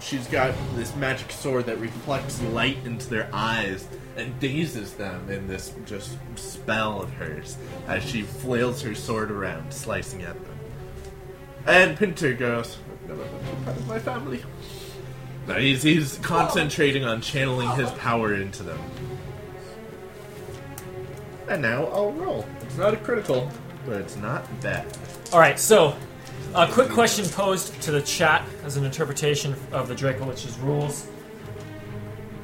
S9: she's got this magic sword that reflects light into their eyes and dazes them in this just spell of hers as she flails her sword around, slicing at them. And Pinter goes, I've never been too proud of my family. No, he's, he's concentrating on channeling his power into them. And now I'll roll. It's not a critical, but it's not bad.
S2: All right, so a quick question posed to the chat as an interpretation of the Draco Lich's rules.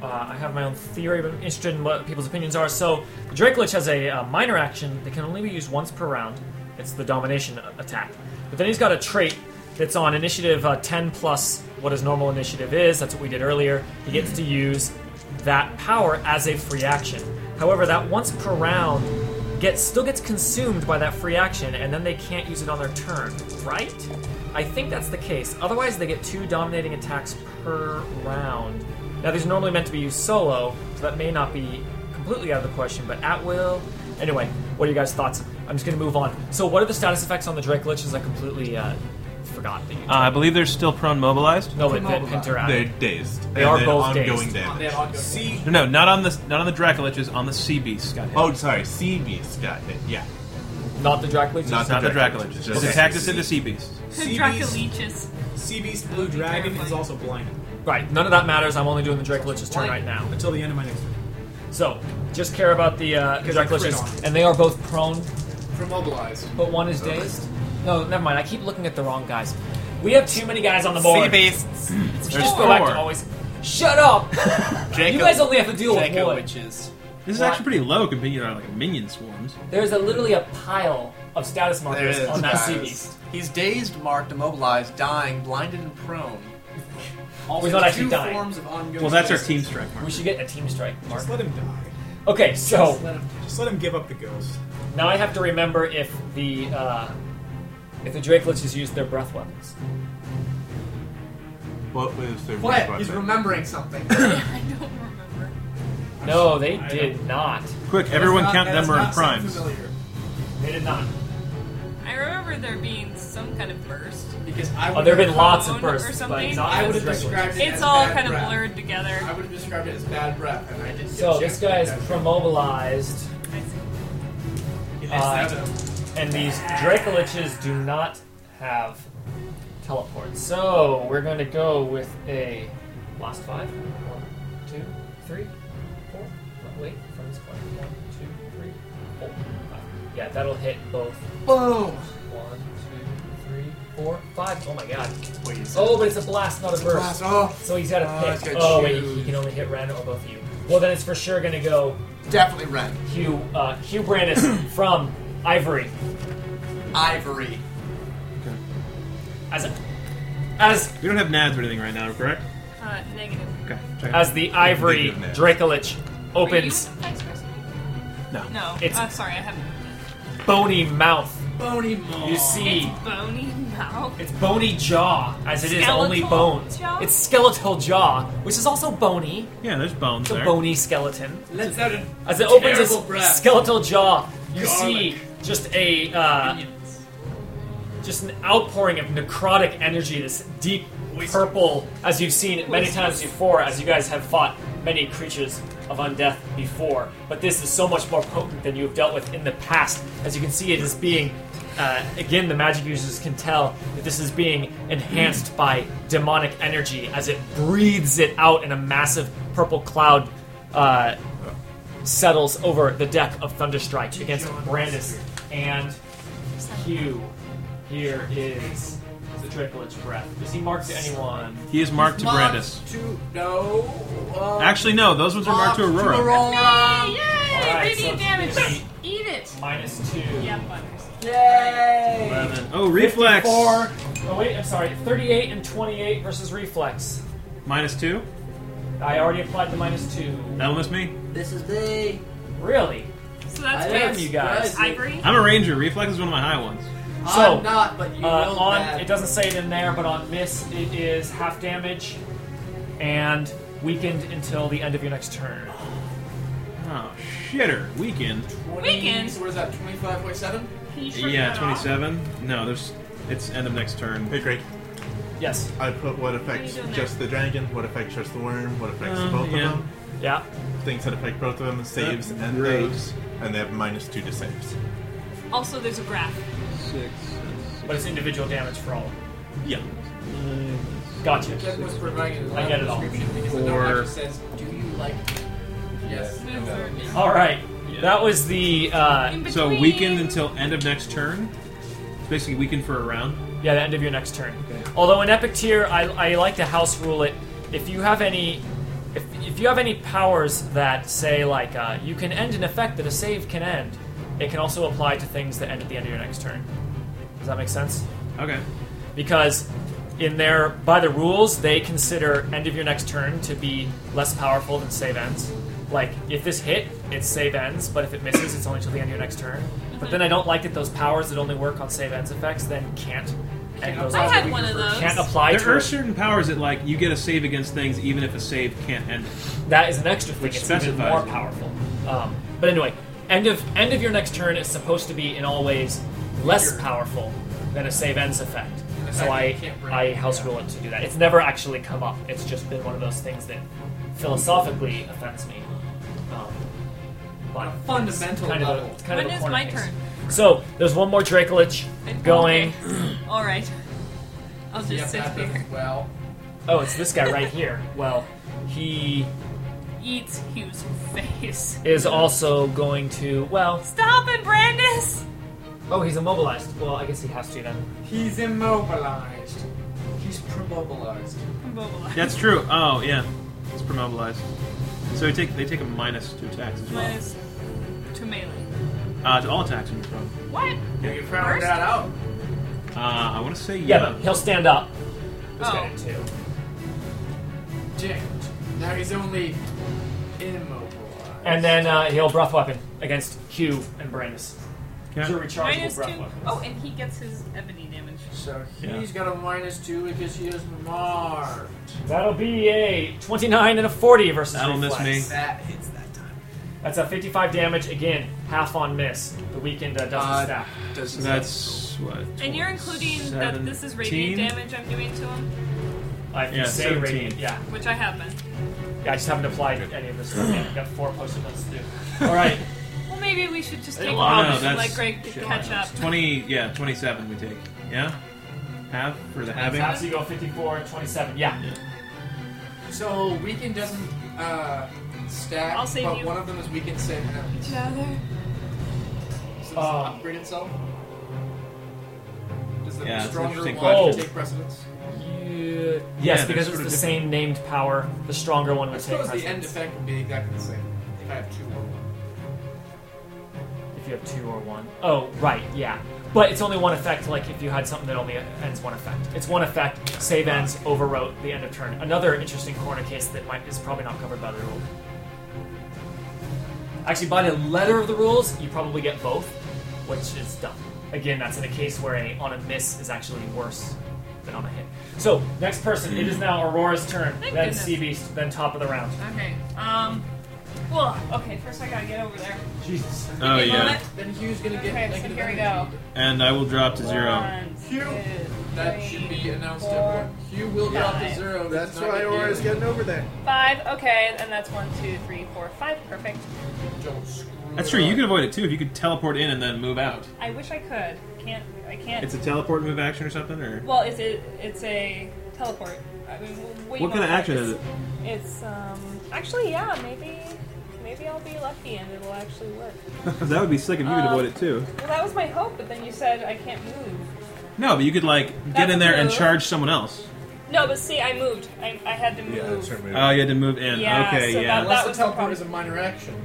S2: Uh, I have my own theory, but I'm interested in what people's opinions are. So, the Draco Lich has a uh, minor action that can only be used once per round. It's the domination a- attack. But then he's got a trait that's on initiative uh, 10 plus what his normal initiative is. That's what we did earlier. He gets to use that power as a free action. However, that once per round gets still gets consumed by that free action, and then they can't use it on their turn, right? I think that's the case. Otherwise, they get two dominating attacks per round. Now, these are normally meant to be used solo, so that may not be completely out of the question, but at will. Anyway, what are you guys' thoughts? I'm just going to move on. So, what are the status effects on the Drake Liches? I completely uh, forgot that you.
S3: Uh, I believe they're still prone mobilized.
S2: no, they didn't interact.
S9: They're dazed.
S2: They are
S9: then
S2: both dazed.
S9: ongoing damage.
S5: See,
S3: No, not on the not on the Dracoliches, on the sea beast. Got hit.
S9: Oh, sorry. Sea beast got hit. Yeah.
S2: Not the Drake Liches.
S9: Not
S3: not the Dracoliches.
S9: Dracoliches,
S3: It's
S9: just-
S3: attacked us into sea beast.
S5: sea
S4: Dracoliches.
S5: beast blue dragon is also blinded
S2: right. None of that matters. I'm only doing the Drake Liches turn right now.
S5: until the end of my next turn.
S2: So, just care about the uh,
S5: Because
S2: Drake
S5: they crit
S2: Liches,
S5: on it.
S2: and they are both prone
S6: For mobilized.
S2: But one is dazed? No, never mind. I keep looking at the wrong guys. We have too many guys on the board.
S10: beasts.
S2: Just go back to always. Shut up!
S10: Draco-
S2: you guys only have to deal with
S10: Draco
S2: one.
S10: witches.
S3: This is
S2: What?
S3: actually pretty low compared to like minion swarms.
S2: There's a, literally a pile of status markers
S6: There is,
S2: on that
S6: guys.
S2: sea beast.
S6: He's dazed, marked, immobilized, dying, blinded, and prone. Also,
S2: He's not actually
S6: two
S2: dying.
S6: forms of ongoing
S3: Well, that's our
S6: dazes.
S3: team strike mark.
S2: We should get a team strike, Mark.
S5: Just let him die.
S2: Okay, so
S5: Just let him, just let him give up the ghost.
S2: now I have to remember if the uh, if the Drakelets has used their breath weapons.
S9: What was their
S6: What?
S9: weapon?
S6: He's remembering something.
S4: I don't remember.
S2: No, they did not.
S3: Quick, everyone
S5: That's
S3: count
S5: not-
S3: number and
S5: that's not sound
S3: primes.
S5: familiar.
S2: They did not.
S4: I remember there being some kind of burst.
S6: Because I
S2: Oh, there have
S6: would've-
S2: been lots of
S4: Cone or
S2: bursts, but
S4: something?
S2: not
S6: I would have
S2: as regular.
S6: described it
S4: It's
S6: as
S4: all
S6: bad
S4: kind of
S6: breath.
S4: blurred together.
S6: I would have described it as bad breath, and I didn't.
S2: So this guy is promobilized,
S4: I see.
S6: Uh,
S2: and these Dracoliches do not have teleport. So we're going to go with a last five. One, two, three, four. Oh, Wait, from this point. One, two, three, four, five. Yeah, that'll hit both.
S6: boom.
S2: One, two, three, four, five. Oh my god.
S6: Wait. so-
S2: Oh, but it's a blast, not a burst.
S6: Blast. Oh,
S2: So he's got
S6: Oh,
S2: a
S6: it's
S2: pick.
S6: got
S2: Oh, wait,
S6: you.
S2: he can only hit Ren or both of you. Well, then it's for sure going to go
S6: definitely red.
S2: Hugh, uh, Hugh Brandis from Ivory.
S6: Ivory.
S2: As, as,
S3: We don't have nads or anything right now, correct?
S4: Uh, negative.
S3: Okay. Check it out.
S2: as the Ivory
S9: Negative net.
S2: Dracolich
S4: Are you
S2: opens
S4: vice versa?
S3: No.
S4: No.
S2: It's-
S4: uh, sorry, I haven't moved
S2: bony mouth,
S6: Bony maw.
S2: you
S4: it.
S2: see
S4: It's bony mouth.
S2: E. its bony jaw, as it is only
S4: Skeletal
S2: bones.
S4: jaw?
S2: It's skeletal jaw, which is also bony.
S3: Yeah, there's bones
S2: It's a
S3: there.
S2: bony skeleton.
S6: Let's out a
S2: As it opens its
S6: Terrible breath.
S2: skeletal jaw, you
S6: Garlic.
S2: see just a uh, just an outpouring of necrotic energy, this deep purple, as you've seen many times before, as you guys have fought many creatures of undeath before. But this is so much more potent than you have dealt with in the past. As you can see, it is being, uh, again, the magic users can tell that this is being enhanced by demonic energy as it breathes it out in a massive purple cloud. Uh, settles over the deck of Thunderstrike against Brandis and Hugh. Here is the Dracolich Breath. Is he marked to anyone?
S3: He is marked to Brandis.
S6: To no. Uh,
S3: Actually, no. Those ones are marked to Aurora.
S4: Oh, Yay!
S2: Alright,
S4: radiant
S2: so-
S4: damage. Eat it.
S2: Minus two.
S4: Yeah, butters.
S6: Yay!
S9: Eleven.
S3: Oh, reflex.
S2: Four. Oh wait, I'm sorry. Thirty-eight and twenty-eight versus reflex.
S3: Minus two.
S2: I already applied the minus two.
S3: That'll miss me.
S6: This is me.
S2: Really?
S4: So that's
S6: I
S2: Damn
S6: am
S4: good.
S2: you guys.
S6: surprised.
S4: Ivory.
S3: I'm a ranger. Reflex is one of my high ones.
S2: So,
S6: I'm not, but you
S2: Uh,
S6: know
S2: on
S6: that.
S2: it doesn't say it in there, but on miss it is half damage and weakened until the end of your next turn.
S3: Oh shitter. Weekend.
S6: 20,
S4: Weekend.
S6: So what is that? Twenty-five point seven.
S4: Can you shrink
S3: Yeah,
S4: that off?
S3: twenty-seven. No, there's. It's end of next turn.
S9: Hey, Greg.
S2: Yes.
S9: I put what affects
S4: What are you doing
S9: just the dragon, what affects just the worm, what affects
S4: Oh,
S3: Um,
S9: both
S3: yeah.
S9: of them,
S2: Yeah.
S9: things that affect both of them, saves and
S3: great.
S9: those, and they have minus two to saves.
S4: Also, there's a graph.
S3: Six.
S2: But it's individual damage for all.
S3: Yeah.
S2: Gotcha.
S6: That was provided.
S2: I get it all.
S6: Description because the
S3: Four.
S6: doctor says, "Do you like?" Yes.
S4: Moves are in-
S2: All right. That was the uh,
S4: in between.
S3: So weakened until end of next turn. It's basically weakened for a round.
S2: yeah the end of your next turn. Although in Epic Tier, I, I like to house rule it. If you have any, if, if you have any powers that say like uh, you can end an effect that a save can end, it can also apply to things that end at the end of your next turn. Does that make sense?
S3: Okay.
S2: because in their by the rules they consider end of your next turn to be less powerful than save ends. Like if this hit, it's save ends, but if it misses, it's only till the end of your next turn. But then I don't like that those powers that only work on save ends effects then can't end those
S4: I
S2: off.
S4: had one of those.
S2: can't apply
S3: There
S2: to
S3: are
S2: it.
S3: certain powers that like you get a save against things even if a save can't end it.
S2: That is an extra thing.
S3: Which
S2: It's even
S3: specifies
S2: more
S3: it.
S2: powerful. Um, but anyway, end of end of your next turn is supposed to be in all ways less powerful than a save ends effect. So
S6: fact,
S2: I
S6: you can't bring
S2: I
S6: it,
S2: house
S6: yeah.
S2: rule it to do that. It's never actually come up. It's just been one of those things that philosophically offends me. Um, but
S6: On a
S2: it's
S6: fundamental
S2: kind of a-
S6: level.
S2: it's kind of
S4: When
S2: a
S4: is
S2: corner
S4: my
S2: case.
S4: turn?
S2: So there's one more Dracolich
S4: And-
S2: going.
S4: All right. I'll just
S6: Yep,
S4: sit
S6: that
S4: here.
S6: does well.
S2: Oh, it's this guy right here. Well, he
S4: Eats Hugh's face.
S2: is also going to. Well,
S4: Stop it, Brandis.
S2: oh, he's immobilized. Well, I guess he has to then.
S6: He's immobilized. He's promobilized.
S4: Blah, blah, blah.
S3: That's true. Oh yeah, it's promobilized. So they take they take a minus two attacks as well.
S4: Minus to melee.
S3: Uh, to all attacks in your phone.
S4: What?
S6: You found
S4: First?
S6: that out.
S3: Uh, I want to say
S2: Yeah,
S3: yeah.
S2: but he'll stand up. This
S4: Oh.
S2: guy too.
S6: Dick. Now he's only immobilized.
S2: And then uh, he'll breath weapon against Hugh and Brandis.
S3: Okay.
S2: These are rechargeable
S4: Minus
S2: breath
S4: two.
S2: weapons.
S4: Oh, and he gets his ebony damage.
S6: So
S3: Yeah.
S6: he's got a minus two because he is marked.
S2: That'll be a 29 and a 40 versus
S3: That'll miss
S2: reflex.
S3: me.
S6: That hits that time.
S2: That's a 55 damage again, half on miss. The weakened uh, doesn't
S6: Uh,
S2: stack.
S6: Does
S3: That's what?
S4: And you're including that this is radiant
S3: 17?
S4: damage I'm doing to him,
S2: I have to
S3: Yeah,
S2: say
S3: 17.
S2: radiant. Yeah.
S4: which I haven't.
S2: yeah, I just haven't applied any of this. stuff yet. I've got four post-it notes to do. All right.
S4: Well, maybe we should just take a
S3: Wow,
S4: moment and
S3: that's-
S4: let Greg catch up.
S3: Twenty, yeah, twenty-seven. We take, yeah, half for the halving.
S2: So you go 54, 27. Yeah.
S6: So weaken doesn't uh, stack,
S4: I'll save
S6: but
S4: you.
S6: one of them is weaken save now.
S4: Each other.
S6: So does
S3: Um,
S2: Uh,
S6: it upgrade itself? Does the
S3: Yeah, that's an
S6: stronger one
S3: interesting Oh.
S2: question.
S6: take precedence?
S2: Yes,
S3: Yeah,
S2: because
S3: there's
S2: it's
S3: sort
S2: the
S3: of
S2: same named power, the stronger one
S6: I
S2: would take
S6: suppose the end
S2: precedence.
S6: effect would be exactly the same if I have two or one.
S2: If you have two or one. Oh, right, yeah. But it's only one effect, like if you had something that only ends one effect. It's one effect, save ends, overwrote, the end of turn. Another interesting corner case that might is probably not covered by the rule. Actually, by the letter of the rules, you probably get both, which is dumb. Again, that's in a case where a on a miss is actually worse than on a hit. So, next person, it is now Aurora's turn,
S4: Thank
S2: then
S4: goodness.
S2: Sea Beast, then top of the round.
S4: Okay. Um. Well, okay. First, I gotta get over there.
S2: Jesus.
S3: Oh
S4: Give me a
S3: yeah,
S4: moment.
S6: Then Hugh's gonna get
S4: Okay, so
S6: negative
S4: here we
S6: energy.
S3: and I will drop to zero.
S4: One,
S6: Phew.
S4: two,
S6: That
S4: three,
S6: should be announced at
S4: four,
S6: one. Hugh will drop to
S4: five.
S6: zero. if
S9: That's
S6: it's not
S9: why
S6: good
S9: Aura's
S6: news.
S9: getting over there.
S4: Five. Okay, and that's one, two, three, four, five. Perfect.
S6: Don't screw
S3: That's
S6: it
S3: true. You
S6: up.
S3: could avoid it too if you could teleport in and then move out.
S4: I wish I could. Can't. I can't.
S3: It's a teleport move action or something, or
S4: well, it's a. It's a teleport. I mean, what, do you
S3: what kind of
S4: want?
S3: action is
S4: It's-
S3: it?
S4: It's um. Actually, yeah. Maybe. Maybe I'll be lucky and it'll actually work.
S3: that would be sick if you could
S4: Um,
S3: avoid it too.
S4: Well, that was my hope, but then you said I can't move.
S3: No, but you could like get
S4: That's
S3: in there and
S4: true.
S3: charge someone else.
S4: No, but see, I moved. I, I had to move. Uh,
S3: Oh, you had to move in.
S4: Yeah,
S3: okay,
S4: so
S3: yeah.
S4: that-
S6: Unless the
S4: was the
S6: teleport
S4: problem.
S6: is a minor action.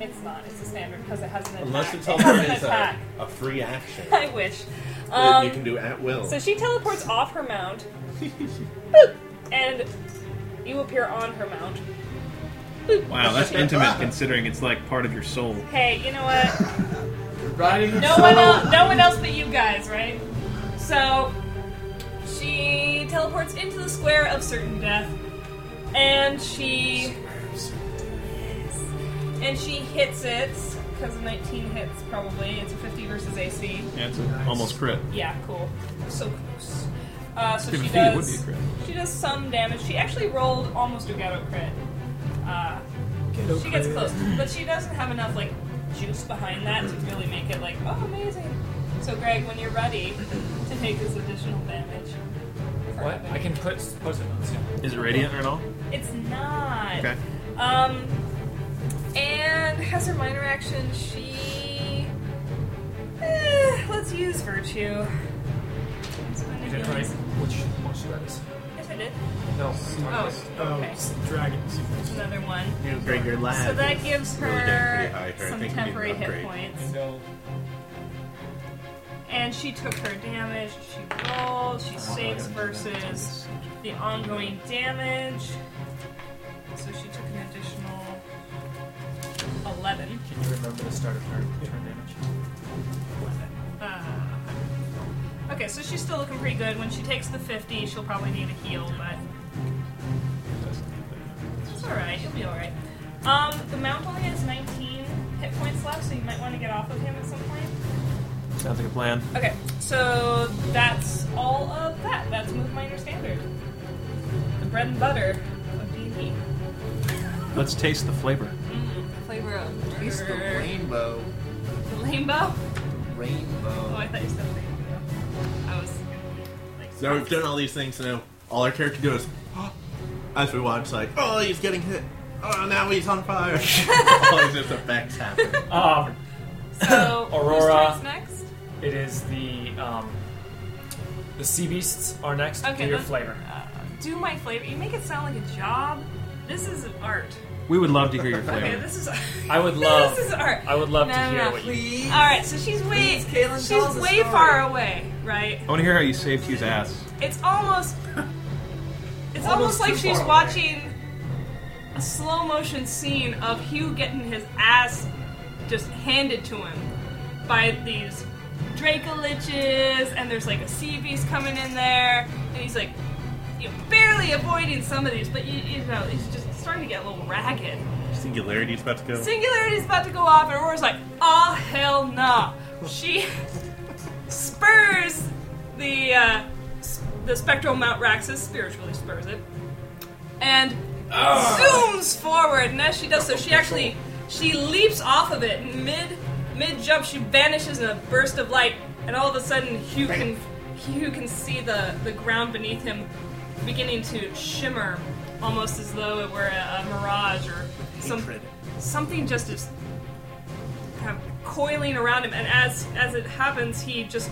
S4: It's not. It's a standard because it has an attack.
S9: Unless the
S4: It
S9: teleport
S4: has an
S9: is a,
S4: attack.
S9: a free action
S4: I wish.
S9: that you
S4: Um,
S9: can do at will.
S4: so she teleports off her mount, and you appear on her mount.
S3: Wow, that's intimate considering it's like part of your soul.
S4: Hey, you know what?
S6: Riding
S4: No one else. No one else but you guys, right? So she teleports into the square of certain death, and she and she hits it because 19 hits probably. It's a 50 versus AC.
S3: Yeah, it's a, almost crit.
S4: Yeah, cool. So close. Uh, so
S3: Given
S4: she
S3: feet, it would
S4: does.
S3: be a crit.
S4: She does some damage. She actually rolled almost a ghetto crit. Uh, she gets close, but she doesn't have enough like juice behind that to really make it like oh amazing. So Greg, when you're ready to take this additional damage, for
S2: What?
S4: having-
S2: I can put post-it notes down.
S3: Is it radiant at all?
S4: It's not.
S3: Okay.
S4: Um, and has her minor action. She. Eh, let's use virtue. It's gonna
S2: You did
S4: be-
S2: right. Which one should that is?
S4: Yes, I did.
S2: No.
S4: Oh,
S5: Oh,
S4: okay.
S5: s- dragons.
S4: That's another one.
S9: Greg, you're last.
S4: So that gives
S9: really getting
S4: her
S9: pretty high here. I
S4: some
S9: think we need an
S4: temporary hit
S9: upgrade.
S4: points. And she took her damage. She rolled. She saves versus the ongoing damage. So she took an additional 11.
S2: Can you remember the start of her turn damage?
S4: Uh, okay, so she's still looking pretty good. When she takes the 50, she'll probably need a heal, but it's alright. You'll be alright. Um, the mount only has 19 hit points left, so you might want to get off of him at some point.
S3: Sounds like a plan.
S4: Okay, so that's all of that. That's Move Minor Standard. The bread and butter of D&D.
S3: Let's taste the flavor.
S4: Flavor of
S6: Taste the rainbow.
S4: The rainbow? Oh,
S6: Rainbow.
S4: I thought you said rainbow. I was like,
S9: So we've done all these things, and now all our character goes, as we watch, like, oh, he's getting hit. Oh, now he's on fire. all these just effects happen.
S2: Um,
S4: so
S2: Aurora.
S4: whose turn's next?
S2: it is the um, the sea beasts are next.
S4: Okay,
S2: Do your
S4: let's-
S2: flavor.
S4: Uh, do my flavor. You make it sound like a job. This is art.
S3: We would love to hear your
S4: Okay,
S3: flavor.
S4: this is
S2: I would love.
S4: this is art.
S2: I would love
S4: no,
S2: to
S4: no,
S2: hear
S4: no.
S2: what you.
S6: Please.
S4: All right, so she's way
S6: Please, Caitlin, tell us
S4: she's
S6: a
S4: way
S6: story.
S4: far away, right?
S3: I want to hear how you saved Hugh's ass.
S4: It's almost. It's almost,
S6: Almost
S4: like
S6: too
S4: she's
S6: far away.
S4: watching a slow motion scene of Hugh getting his ass just handed to him by these Draco Liches, and there's like a sea beast coming in there, and he's like you know, barely avoiding some of these, but you, you know, he's just starting to get a little ragged.
S9: Singularity's about to go.
S4: Singularity's about to go off, and Aurora's like, ah, hell no. She spurs the uh, s- the spectral Mount Raxus, spiritually spurs it, and zooms forward. And as she does so, she actually she leaps off of it and mid mid jump. She vanishes in a burst of light, and all of a sudden, Hugh can Hugh can see the the ground beneath him beginning to shimmer, almost as though it were a, a mirage or some, something just as kind of coiling around him, and as as it happens, he just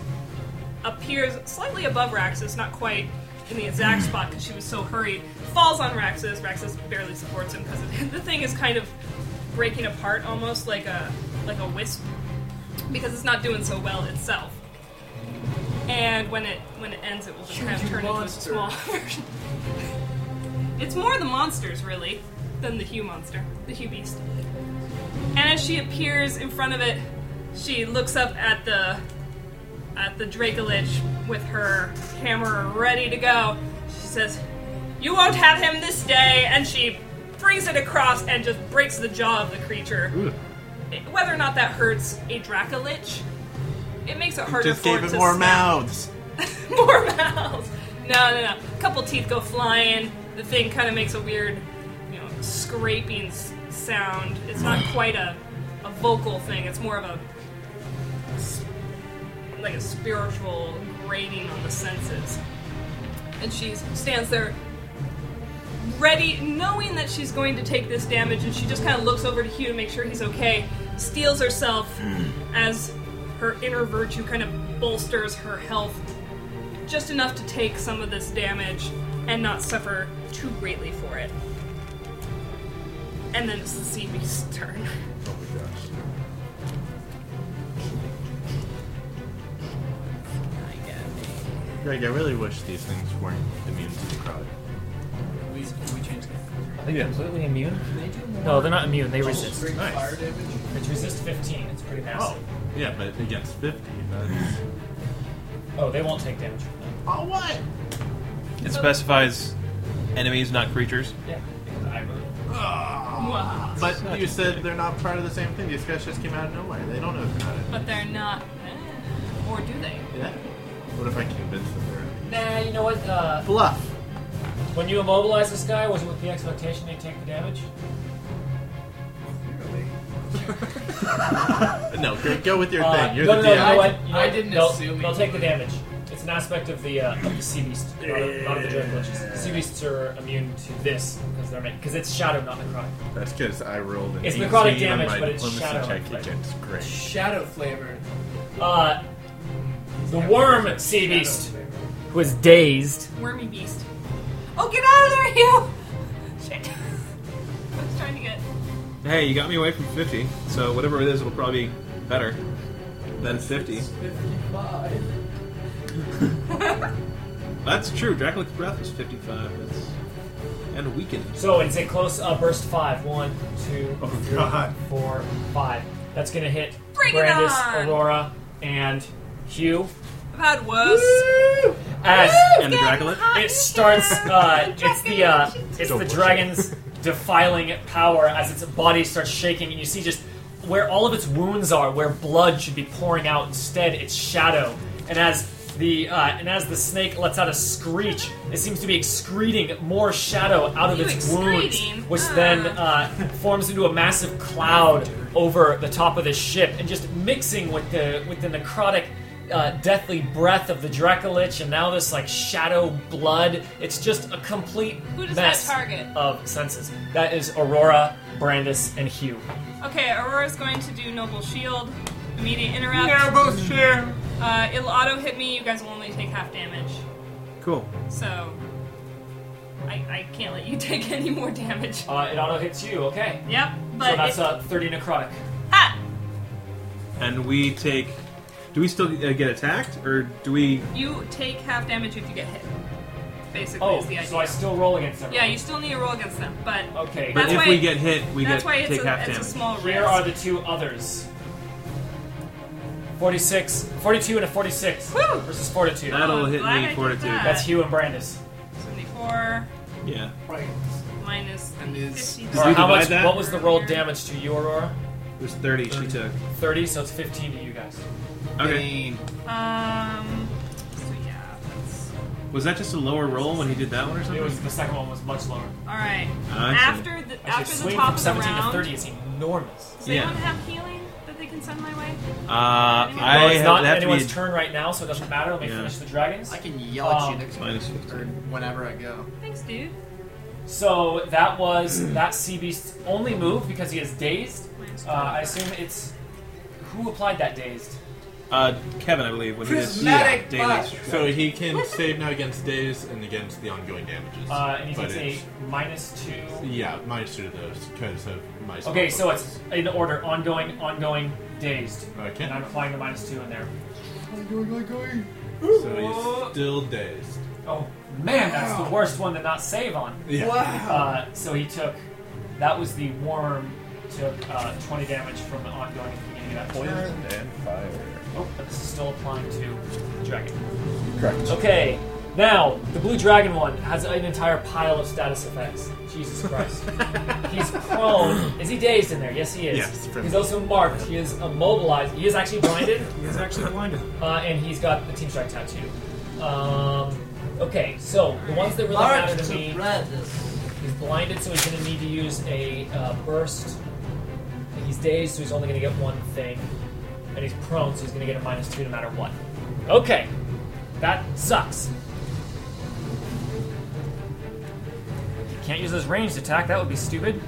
S4: appears slightly above Raxus, not quite in the exact spot because she was so hurried. Falls on Raxus. Raxus barely supports him because the thing is kind of breaking apart, almost like a like a wisp, because it's not doing so well itself. And when it when it ends, it will just kind of turn
S6: monster.
S4: into a small version. it's more the monsters really than the Hue monster, the Hue beast. And as she appears in front of it, she looks up at the at the Dracolich with her hammer ready to go. She says, "You won't have him this day," and she brings it across and just breaks the jaw of the creature. Whether or not that hurts a Dracolich, it makes it harder
S9: Just
S4: for
S9: gave
S4: it
S9: it
S4: to
S9: more
S4: snap
S9: mouths.
S4: more mouths. No, no, no. A couple teeth go flying. The thing kind of makes a weird, you know, scraping s- sound. It's not quite a, a vocal thing. It's more of a s- like a spiritual grating on the senses. And she stands there ready, knowing that she's going to take this damage, and she just kind of looks over to Hugh to make sure he's okay, steals herself as her inner virtue kind of bolsters her health just enough to take some of this damage and not suffer too greatly for it. And then it's the sea beast's turn.
S9: Greg, I really wish these things weren't immune to the crowd.
S6: We, we changed that.
S2: Are they
S9: Yeah.
S2: completely immune?
S6: They do more
S2: No, they're not immune. They resist.
S6: straight
S9: Nice. Oh,
S6: fire damage.
S2: It's resist 15. It's pretty massive.
S9: Yeah, but against 50, that's...
S2: Oh, they won't take damage.
S9: Oh, what?
S3: It specifies enemies, not creatures.
S2: Yeah. I wrote it.
S9: Ah.
S4: Wow.
S9: But you said they're not part of the same thing. These guys just came out of nowhere. They don't know if they're not.
S4: But they're not. eh, Or do they?
S9: Yeah. What if I convince them they're
S2: Nah, you know what? Uh,
S9: bluff?
S2: when you immobilize this guy, was it with the expectation he'd take the damage?
S9: no, Greg, go with your
S2: Uh,
S9: thing. You're
S2: no,
S9: the
S2: no, no, you
S9: DM.
S2: know what? You know
S6: I
S2: what?
S6: didn't
S2: they'll,
S6: assume he
S2: They'll take the
S6: would.
S2: damage. It's an aspect of the uh, of the sea beast, not, of, not of the dragon liches. Sea beasts are immune to this because they're because it's shadow, not necrotic.
S9: That's because I rolled an
S2: It's
S9: 18
S2: necrotic
S9: on
S2: damage,
S9: my
S2: but it's
S9: diplomacy
S2: shadow
S9: check
S2: effect.
S9: against Greg.
S6: Shadow flavor.
S2: Uh, the worm sea beast, who is dazed,
S4: Wormy beast. Oh, get out of there, you! Shit. I was trying to get.
S3: Hey, you got me away from 50, so whatever it is, it'll probably be better than 50.
S6: 55.
S3: That's true. Dracula's breath is 55. That's and weakened.
S2: So it's a close uh, burst five. One, two,
S9: Oh,
S2: three,
S9: God.
S2: four, five. That's gonna hit
S4: Bring it
S2: Brandis,
S4: on!
S2: Aurora, and Hugh
S4: I've had woes.
S2: as
S3: And the Draculet?
S2: it starts. Uh, it's the uh, it's the
S9: Don't
S2: dragon's defiling power as its body starts shaking, and you see just where all of its wounds are, where blood should be pouring out. Instead, it's shadow, and as the uh, and as the snake lets out a screech, it seems to be excreting more shadow out of
S4: You
S2: its
S4: excreting?
S2: wounds, which
S4: Ah.
S2: then uh, forms into a massive cloud over the top of the ship, and just mixing with the with the necrotic uh, deathly breath of the Dracolich, and now this like shadow blood. It's just a complete
S4: Who does that
S2: mess
S4: target?
S2: of senses. That is Aurora, Brandis, and Hugh.
S4: Okay, Aurora's going to do Noble Shield. Immediate interrupt.
S6: both share.
S4: Uh, it'll auto hit me. You guys will only take half damage.
S3: Cool.
S4: So I, I can't let you take any more damage.
S2: Uh, it auto hits you. Okay,
S4: Yep, but
S2: so that's
S4: it,
S2: uh, thirty necrotic.
S4: ah,
S3: And we take. Do we still uh, get attacked, or do we?
S4: you take half damage if you get hit. Basically,
S2: Oh,
S4: is the idea.
S2: so Oh, I still roll against everyone.
S4: yeah, you still need to roll against them, but
S2: Okay.
S4: That's
S3: if
S4: why-
S3: we get hit, we
S4: that's
S3: get
S4: why
S3: take
S4: it's, a,
S3: half
S4: it's a
S3: damage.
S4: small
S2: Here
S4: risk.
S2: are the two others. 46, 42 and a 46
S4: Woo!
S2: versus fortitude.
S3: That'll
S4: Oh,
S3: hit
S4: glad I
S3: me
S4: did
S3: fortitude.
S4: that.
S2: That's Hugh and Brandis.
S4: 74
S3: Yeah.
S6: Right.
S4: minus
S6: And is-
S4: 50.
S3: Did
S2: Or
S3: you
S2: how
S3: divide
S2: much?
S3: that?
S2: What was the rolled damage to you, Aurora?
S3: There's 30, she took.
S2: 30, so it's 15 to you guys.
S3: Okay.
S9: Dang.
S4: Um. So yeah, that's
S3: Was that just a lower roll when he did that one or
S2: It
S3: something?
S2: was the second one was much lower.
S4: all right.
S3: I see.
S4: after the
S2: Actually,
S4: after the
S2: swing
S4: top
S2: from
S4: of the
S2: 17 to
S4: round,
S2: 30 is enormous.
S4: does anyone
S3: Yeah.
S4: have healing that they can send my way?
S3: Uh, I
S2: Well, it's not
S3: have to
S2: anyone's
S3: be
S2: turn right now, so it doesn't matter. Let me
S3: Yeah.
S2: finish the dragons.
S6: I can yell at you
S2: Um,
S6: next
S3: minus
S6: time,
S3: 15.
S6: or whenever I go.
S4: Thanks, dude.
S2: So that was that sea beast's only move because he is dazed.
S4: Minus
S2: Uh, I assume it's who applied that dazed.
S3: uh, Kevin, I believe, when he did
S6: Prismatic
S3: daily
S6: butt.
S3: strike.
S9: So he can save now against days and against the ongoing damages.
S2: Uh, and he
S9: But
S2: takes a
S9: it's-
S2: minus two.
S9: Yeah, minus two to those because of my.
S2: Okay,
S9: spell
S2: so
S9: focus.
S2: it's in order: ongoing, ongoing, dazed.
S9: Okay.
S2: And I'm applying the minus two in there.
S9: So he's still dazed.
S2: Oh man, that's the worst one to not save on.
S9: Yeah.
S2: Uh, so he took. That was the worm. Took uh, 20 damage from the ongoing at the beginning of that poison.
S7: And fire.
S2: Oh, but this is still applying to the dragon.
S7: Correct.
S2: Okay, now the blue dragon one has an entire pile of status effects. Jesus Christ. He's prone. Is he dazed in there? Yes, he is.
S9: Yes, from-
S2: he's also marked. He is immobilized. He is actually blinded,
S5: He's actually blinded.
S2: uh, and he's got the team strike tattoo. Um, okay, so the ones that really matter to me. He's blinded, so he's going to need to use a uh, burst. And he's dazed, so he's only going to get one thing. And he's prone, so he's going to get a minus two no matter what. Okay, that sucks. He can't use his ranged attack, that would be stupid.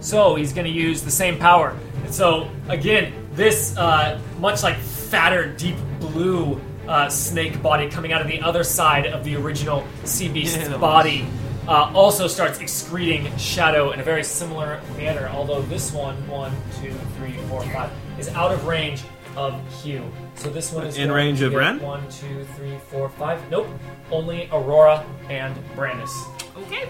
S2: So he's going to use the same power. And so, again, this uh, much like fatter, deep blue uh, snake body coming out of the other side of the original sea beast's
S3: Yeah, that
S2: body uh, also starts excreting shadow in a very similar manner, although this one, one, two, three, four, five, is out of range of Hugh. So this one is
S3: In
S2: going
S3: range
S2: to
S3: of
S2: get
S3: Ren?
S2: One, two, three, four, five. Nope. Only Aurora and Brandis.
S4: Okay.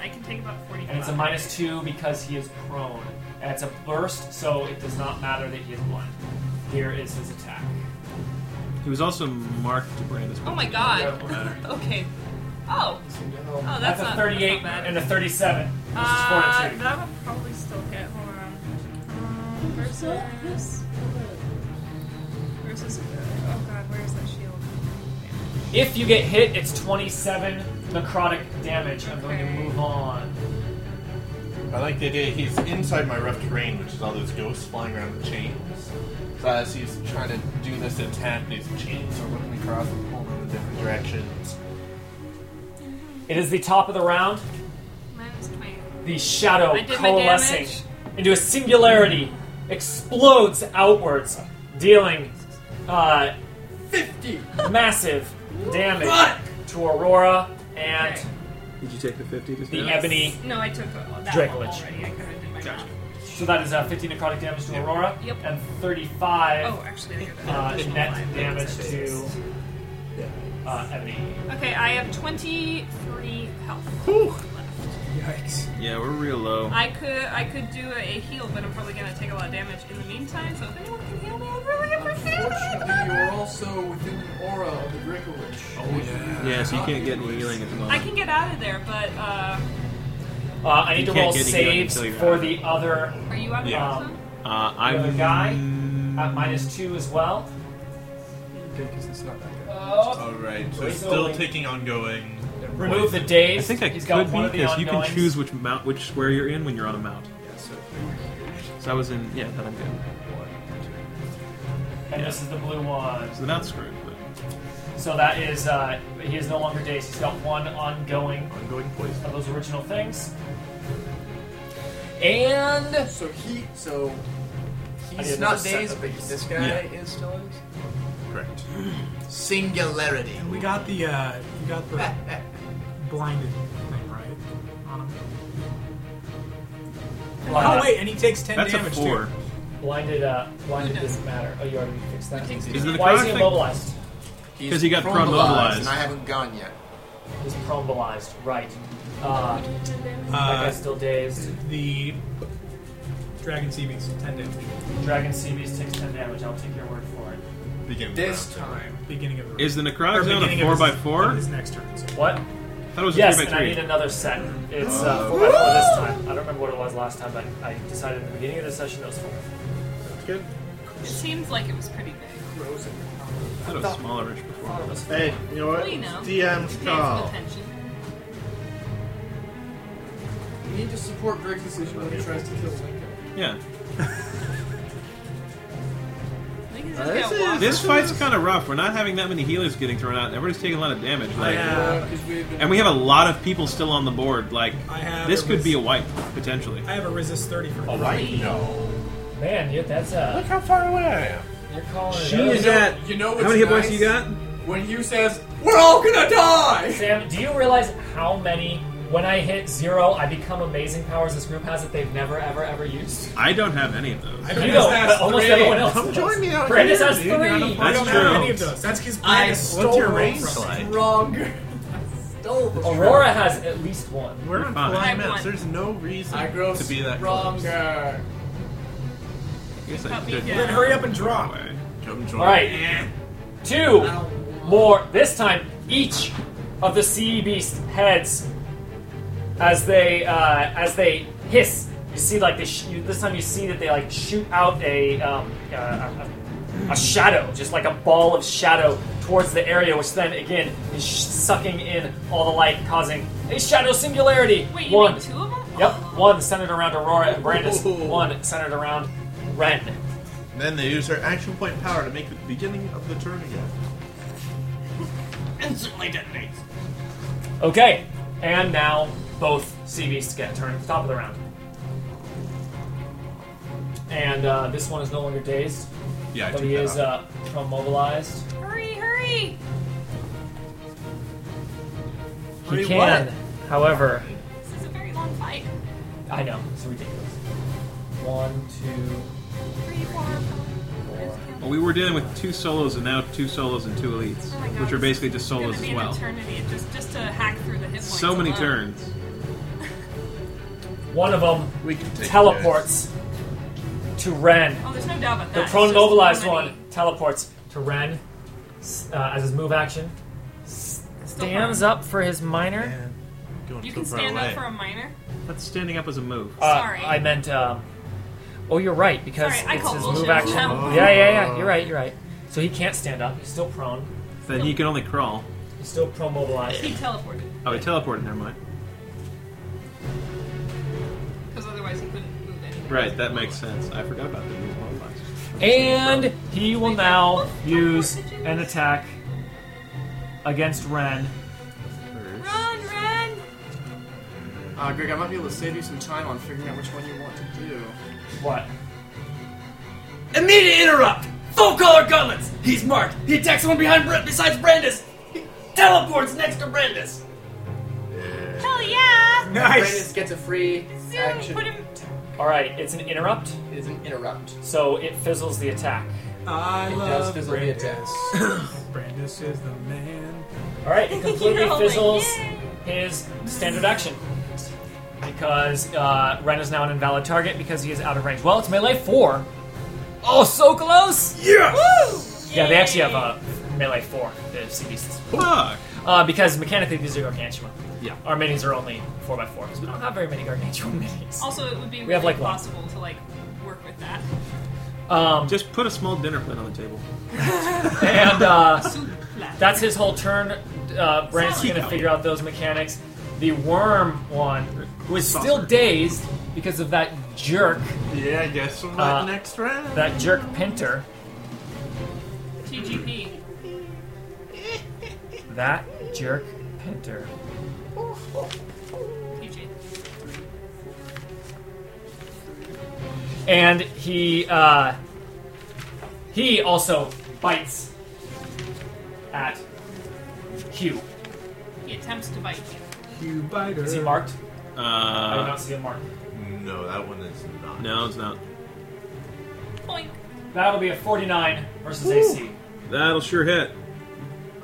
S4: I can take about forty.
S2: And it's a minus two because he is prone. And it's a burst, so it does not matter that he is blind. Here is his attack.
S3: He was also marked to Brandis.
S4: Oh my
S2: That won't
S4: god.
S2: matter.
S4: Okay. Oh. Oh, that's,
S2: That's a
S4: not,
S2: 38
S4: That's not bad.
S2: and a 37. This
S4: Uh,
S2: is fortitude.
S4: that would probably still hit. Hold on. Um, versus. Versus. Oh god, where's that shield?
S2: If you get hit, it's 27 necrotic damage. I'm going to
S4: Okay.
S2: move on.
S9: I like the idea he's inside my rough terrain, which is all those ghosts flying around the chains. So as he's trying to do this attack, these chains are whipping across and pulling in the different directions.
S2: It is the top of the round.
S4: Minus 20.
S2: the shadow
S4: I did my
S2: coalescing
S4: damage.
S2: into a singularity explodes outwards, dealing uh,
S6: 50!
S2: massive damage to Aurora and
S4: Okay.
S3: Did you take the 50 just
S2: the
S3: now?
S2: ebony.
S4: No, I took uh, that one
S2: Dracolich.
S4: already. I could have did my round.
S2: So that is uh, 15 necrotic damage to Aurora
S4: Yep.
S2: and 35
S4: Oh, actually, I got
S2: uh,
S4: additional
S2: net
S4: five.
S2: damage to uh, ebony.
S4: Okay, I have 23 health left.
S5: Yikes.
S3: Yeah, we're real low.
S4: I could I could do a heal, but I'm probably gonna take a lot of damage in the meantime. So if anyone can heal me, I'd really appreciate
S6: Unfortunately,
S4: it.
S6: you're also within the aura of the Draco Witch. Oh, yeah.
S3: Yeah, so you can't get any healing at the
S4: I
S3: moment.
S4: can get out of there, but uh,
S2: Uh, I need
S3: You
S2: to
S3: can't
S2: roll
S3: get it
S2: saves
S3: until you're
S2: for
S3: out.
S2: the other
S4: are you out of
S2: Yeah.
S4: there?
S3: Uh,
S2: the
S3: I'm
S2: other guy at minus two as well.
S6: Okay, because it's not that good.
S2: Oh,
S9: Alright, so
S2: Wait,
S9: still
S2: so-
S9: taking ongoing.
S2: remove the days.
S3: I think I
S2: He's got
S3: could
S2: one
S3: be
S2: of the
S3: because you can
S2: ongoings.
S3: choose which mount, which square you're in when you're on a mount. So I was in, yeah, then I'm good.
S2: And
S3: Yeah.
S2: this is the blue one.
S3: So the mount's screwed. But
S2: So that is, uh, he is no longer dazed. He's got one ongoing
S9: Ongoing poison.
S2: of those original things. And
S6: So he, so
S2: I
S6: he's
S2: did
S6: not
S2: another set
S6: dazed,
S2: of
S6: but
S2: these.
S6: this guy
S3: Yeah.
S6: is still is.
S9: Correct.
S6: Singularity.
S5: We got the uh, you got the blinded thing right on him. Oh
S2: blinded,
S5: wait, and he takes ten
S3: Oh, that's a
S5: damage
S3: four.
S5: too.
S2: blinded, uh, blinded doesn't matter. Oh, you already fixed that.
S3: Is the
S2: Why is he
S3: necrotic-
S2: immobilized?
S6: He's
S3: 'Cause he got
S6: prone-bilized,
S3: prone-bilized.
S6: and I haven't gone yet.
S2: He's prombolized, right? Uh, that
S5: Uh,
S2: guy's still dazed.
S5: the dragon sea beast ten damage.
S2: Dragon Sea Beast takes ten damage. I'll take your word for it.
S9: Begin
S6: This
S9: round.
S6: time.
S5: Beginning of the
S3: Is the
S5: or
S3: necrotic zone
S5: beginning
S3: a
S5: of
S3: four
S5: his-
S3: by
S5: of
S3: four?
S5: His next turn. So
S2: What?
S3: thought it was a
S2: Yes,
S3: three by
S2: and I
S3: three. Oh.
S2: need another set. It's uh, four by four this time. I don't remember what it was last time, but I decided at the beginning of the session it was four.
S9: That's good.
S4: It seems like it was pretty big.
S3: I thought it was smaller before.
S2: Four of us.
S9: Hey, you know what?
S4: Well, you know,
S9: DM's
S4: Pay
S3: Oh.
S4: some
S9: call.
S4: attention.
S6: We need to support Greg's decision when he tries to kill Lincoln.
S3: Yeah.
S4: Like, he's
S3: Oh,
S9: Uh,
S4: just
S9: this
S4: gonna walk.
S3: This fight's kind of rough. We're not having that many healers getting thrown out. Everybody's taking a lot of damage. Like,
S5: Yeah.
S6: Because we've been
S3: and we have a lot of people still on the board. Like,
S5: I have
S3: this
S5: a
S3: could be a
S5: res-
S3: wipe potentially.
S5: I have a resist 30
S3: Oh,
S5: for
S9: Alright, no.
S2: Man, you, that's uh,
S9: Look how far away I am.
S2: you're calling it.
S3: She
S2: early.
S3: is at.
S6: You know what's
S3: How many hit points
S6: nice?
S3: you got?
S6: When Hugh says, "We're all gonna die,"
S2: Sam, do you realize how many? When I hit zero, I become amazing powers. This group has that they've never, ever, ever used.
S3: I don't have any of those.
S5: I
S2: You
S5: don't
S2: know,
S5: know,
S2: but almost
S5: three.
S2: everyone else.
S9: Come
S2: does.
S9: join me out
S2: Brandis
S9: here,
S2: has
S9: dude. You're on
S2: three.
S9: a
S5: I
S9: podcast.
S5: don't
S3: That's
S5: have
S3: true.
S5: any of those. That's his
S6: I
S5: plan.
S6: stole
S5: What's your
S6: them
S5: range
S6: from
S5: from?
S9: Like,
S6: wrong. Stole the
S2: Aurora has at least one.
S9: We're on
S3: fine.
S9: flying
S4: I
S9: maps.
S4: won.
S9: There's no reason
S6: I grow
S9: to be that
S6: wrong.
S9: close.
S3: Yes, I
S4: Puppy
S3: did.
S4: down.
S5: Then hurry up and drop.
S3: Anyway.
S9: Come join
S2: All right, two more. This time, each of the sea beast heads, as they uh, as they hiss, you see like they sh- you, this time you see that they like shoot out a, um, uh, a a- a shadow, just like a ball of shadow towards the area, which then again is sh- sucking in all the light, causing a shadow singularity.
S4: Wait, you
S2: One.
S4: made two of them?
S2: Yep, one centered around Aurora and Brandis.
S6: Ooh.
S2: One centered around Ren.
S9: Then they use their action point power to make the beginning of the turn again.
S2: Okay, and now both sea beasts get a turn at the top of the round. And uh, this one is no longer dazed,
S9: Yeah, I
S2: but
S9: took
S2: he
S9: that
S2: is
S9: out.
S2: uh, immobilized.
S4: Hurry, hurry!
S2: He can, however,
S4: This is a very long fight.
S2: I know it's ridiculous. One, two,
S4: Three, four, five. Where's the count?
S3: Well, we were dealing with two solos and now two solos and two elites,
S4: Oh my God,
S3: which are
S4: this
S3: basically just
S4: is gonna
S3: solos
S4: be
S3: as
S4: an
S3: well.
S4: Eternity, just, just to hack through the hit points
S3: So many
S4: alone.
S3: turns.
S2: one of them
S9: We can take
S2: teleports to Ren.
S4: Oh, there's no doubt about that.
S2: The
S4: It's
S2: prone
S4: just
S2: mobilized
S4: so many.
S2: one teleports to Ren s- uh, as his move action.
S4: Still
S2: Stands
S4: fine.
S2: up for his minor.
S9: this. And going
S4: You
S9: so
S4: can
S9: far
S4: stand
S9: away.
S4: up for a minor.
S3: That's standing up as a move.
S2: Uh,
S4: Sorry.
S2: I meant. Um, oh, you're right because
S4: Sorry, I
S2: it's
S4: call
S2: his
S4: bullshit.
S2: move action.
S4: Oh.
S2: Yeah, yeah, yeah. You're right. You're right. So he can't stand up. He's still prone.
S3: Then he can only crawl.
S2: He's still prone mobilized.
S4: He teleported
S3: Oh, he teleported. Never mind.
S4: because otherwise he couldn't move anything.
S3: Right, that makes sense. I forgot about the move mobilized.
S2: And he will now use an attack against Ren.
S4: Run, run!
S6: Uh, Greg, I might be able to save you some time on figuring out which one you want to do.
S2: What? Immediate interrupt! Full color gauntlets! He's marked! He attacks someone behind Ren besides Brandis! He teleports next to Brandis!
S4: Hell yeah!
S5: Nice.
S6: Brandis gets a free
S4: Soon,
S6: action.
S4: put him.
S2: Alright, it's an interrupt,
S6: It is an interrupt.
S2: so it fizzles the attack.
S5: I
S6: It does
S5: love
S6: fizzle the
S5: Brandis.
S6: attack.
S5: Brandis is the man.
S2: Alright, it completely
S4: You're all like,
S2: fizzles
S4: "Yay."
S2: his standard action. Because uh, Ren is now an invalid target because he is out of range. Well, it's melee 4. Oh, so close!
S3: Yeah!
S2: Yeah, they actually have uh, melee 4, the CBCs.
S3: Fuck!
S2: Uh, because mechanically, these are gargantuan.
S3: Yeah.
S2: Our minis are only 4x4, because we don't have very many gargantuan minis.
S4: Also, it would be really
S2: We have, like, one.
S4: possible to like work with that.
S2: Um,
S3: Just put a small dinner plate on the table.
S2: and uh,
S4: Suplex.
S2: that's his whole turn. Uh, Brandon's
S4: Solid.
S2: going to figure out those mechanics. The worm one, who is still
S3: Saucer.
S2: dazed because of that jerk,
S9: Yeah, I guess we'll
S2: Uh,
S9: let next round.
S2: that jerk Pinter.
S4: TGP.
S2: That jerk Pinter.
S4: PG.
S2: And he uh, he also bites at Hugh.
S4: He attempts to bite you.
S5: You biter.
S2: Is he marked? I did
S3: Uh,
S2: not see a mark.
S9: no, that one is not.
S3: no, it's not.
S4: Boink.
S2: That'll be a 49 versus AC.
S3: That'll sure hit.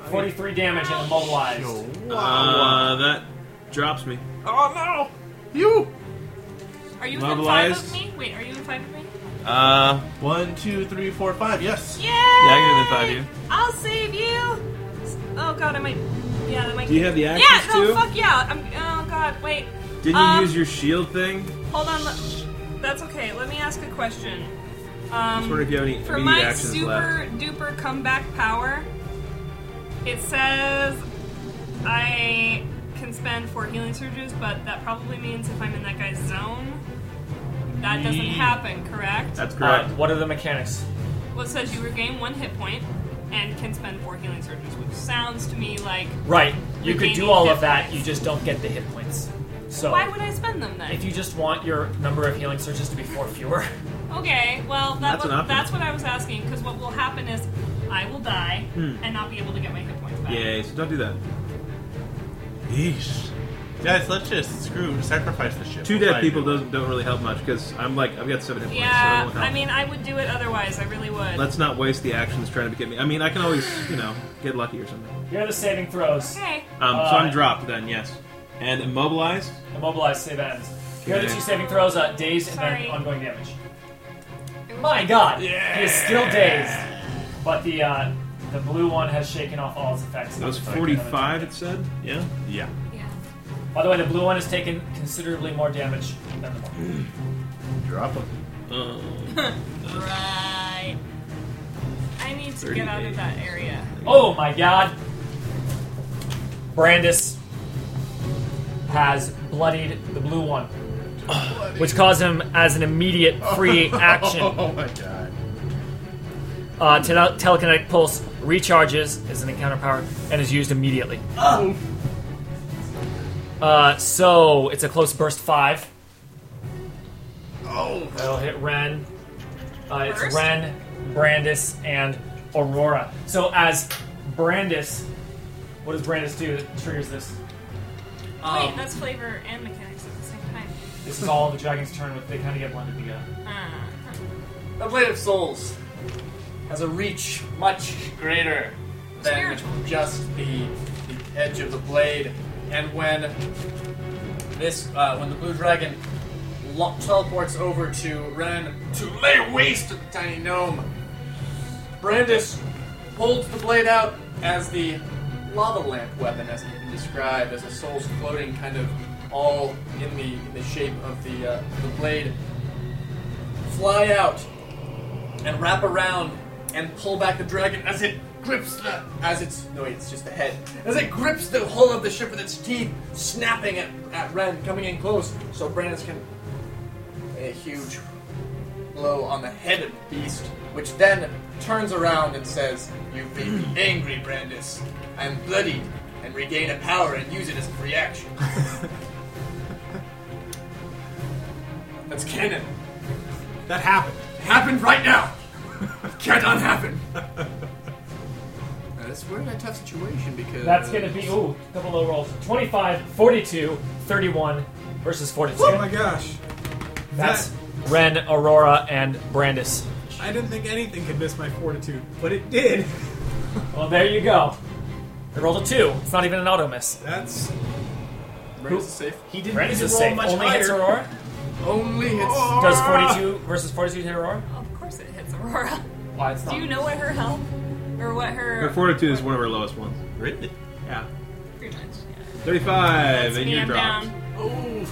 S2: 43 damage and immobilized.
S3: Uh, that drops me.
S9: Oh no! You!
S4: Are you
S3: Mobilized.
S4: in five of me? Wait, are you in five of me?
S3: Uh,
S9: One, two, three, four, five. Yes.
S4: Yeah.
S3: yeah, I can do the five of you.
S4: I'll save you. Oh god, I might. Yeah, that might
S3: Do you have the
S4: Yeah,
S3: actions
S4: no,
S3: too?
S4: fuck yeah. I'm, oh god, wait.
S3: Did you
S4: Um,
S3: use your shield thing?
S4: Hold on. le- That's okay. Let me ask a question.
S3: Just wondering if you have any
S4: For
S3: immediate
S4: my
S3: actions
S4: super
S3: left.
S4: duper comeback power, it says I can spend four healing surges, but that probably means if I'm in that guy's zone, that doesn't happen, correct?
S3: That's
S2: Uh,
S3: correct.
S2: what are the mechanics?
S4: Well, it says you regain one hit point and can spend four healing surges, which sounds to me like
S2: Right. You could
S4: Regaining
S2: do all
S4: hit
S2: of that.
S4: points.
S2: You just don't get the hit points. So
S4: why would I spend them then?
S2: if you just want your number of healing surges to be four fewer,
S4: Okay, well, that
S3: That's an
S4: was,
S3: option.
S4: that's what I was asking, because what will happen is I will die
S3: Hmm.
S4: and not be able to get my hit points back.
S3: Yay, so don't do that.
S9: Yeesh. Guys, let's just screw, sacrifice the ship.
S3: Two
S9: We'll
S3: dead
S9: find
S3: people
S9: it.
S3: doesn't don't really help much because I'm like I've got seven hit points. so
S4: Yeah,
S3: it won't
S4: I
S3: help.
S4: mean, I would do it otherwise, I really would.
S3: let's not waste the actions trying to get me. I mean, I can always you know get lucky or something. Um,
S2: here are the saving throws.
S4: okay.
S3: so
S2: Uh,
S3: I'm dropped then, yes, and immobilized.
S2: Immobilize, save ends. Here are the
S3: Okay.
S2: two saving throws: uh, dazed and
S4: Sorry.
S2: then ongoing damage. My God, he is still dazed, but the uh, the blue one has shaken off all its effects.
S3: That was
S2: So I can-
S3: 45. It said.
S11: Yeah.
S9: Yeah.
S4: Yeah.
S2: By the way, the blue one has taken considerably more damage than the one.
S9: Drop them.
S3: Um,
S4: Right. I need to get out of that area.
S2: Oh my god! Brandis has bloodied the blue one, which caused him, as an immediate free action,
S9: Oh my god.
S2: uh, tele- telekinetic pulse recharges as an encounter power and is used immediately. Uh, so it's a close burst five.
S9: Oh.
S2: It'll hit Ren. Uh, it's
S4: First?
S2: Ren, Brandis, and Aurora. So as Brandis, what does Brandis do that triggers this?
S6: Um,
S4: Wait, that's flavor and mechanics at the same time.
S2: This is all the dragon's turn with they kind of get blended together.
S4: Uh,
S6: The Blade of Souls has a reach much greater than
S4: Spiritual
S6: just the, the edge of the blade. And when this, uh, when the blue dragon lo- teleports over to Ren to lay waste to the tiny gnome, Brandis holds the blade out as the lava lamp weapon, as it's been described, as a soul's floating kind of all in the in the shape of the uh, the blade fly out and wrap around and pull back the dragon as it grips the as it's no wait, it's just the head as it grips the hull of the ship with its teeth snapping at, at Ren coming in close so Brandis can lay a huge blow on the head of the beast which then turns around and says you made me angry Brandis I am bloodied and regain a power and use it as a free action that's canon
S5: That happened.
S6: happened right now. Can't unhappen. Uh,
S12: That's, we're in a tough situation because
S2: That's going to be, ooh, couple low rolls 25, 42, 31 versus 42.
S5: Oh my gosh.
S2: That's
S5: That,
S2: Ren, Aurora, and Brandis.
S5: I didn't think anything could miss my fortitude, but it did.
S2: Well, there you go. They rolled a 2. It's not even an auto miss.
S5: That's
S12: Brandis is safe.
S5: he didn't
S2: Brandis
S5: need
S2: is
S5: to roll
S2: safe.
S5: much
S2: Only hits
S5: higher.
S2: Aurora.
S12: Only hits.
S2: Does 42 versus 42 hit Aurora?
S4: Uh, of course it hits Aurora.
S2: Why, it's not.
S4: Do you know what her health or what her
S3: Her fortitude is one of our lowest ones.
S11: Really?
S3: Yeah.
S4: pretty much? yeah.
S3: Thirty-five,
S4: That's
S3: and
S4: me,
S3: you're
S4: I'm
S3: dropped.
S4: down.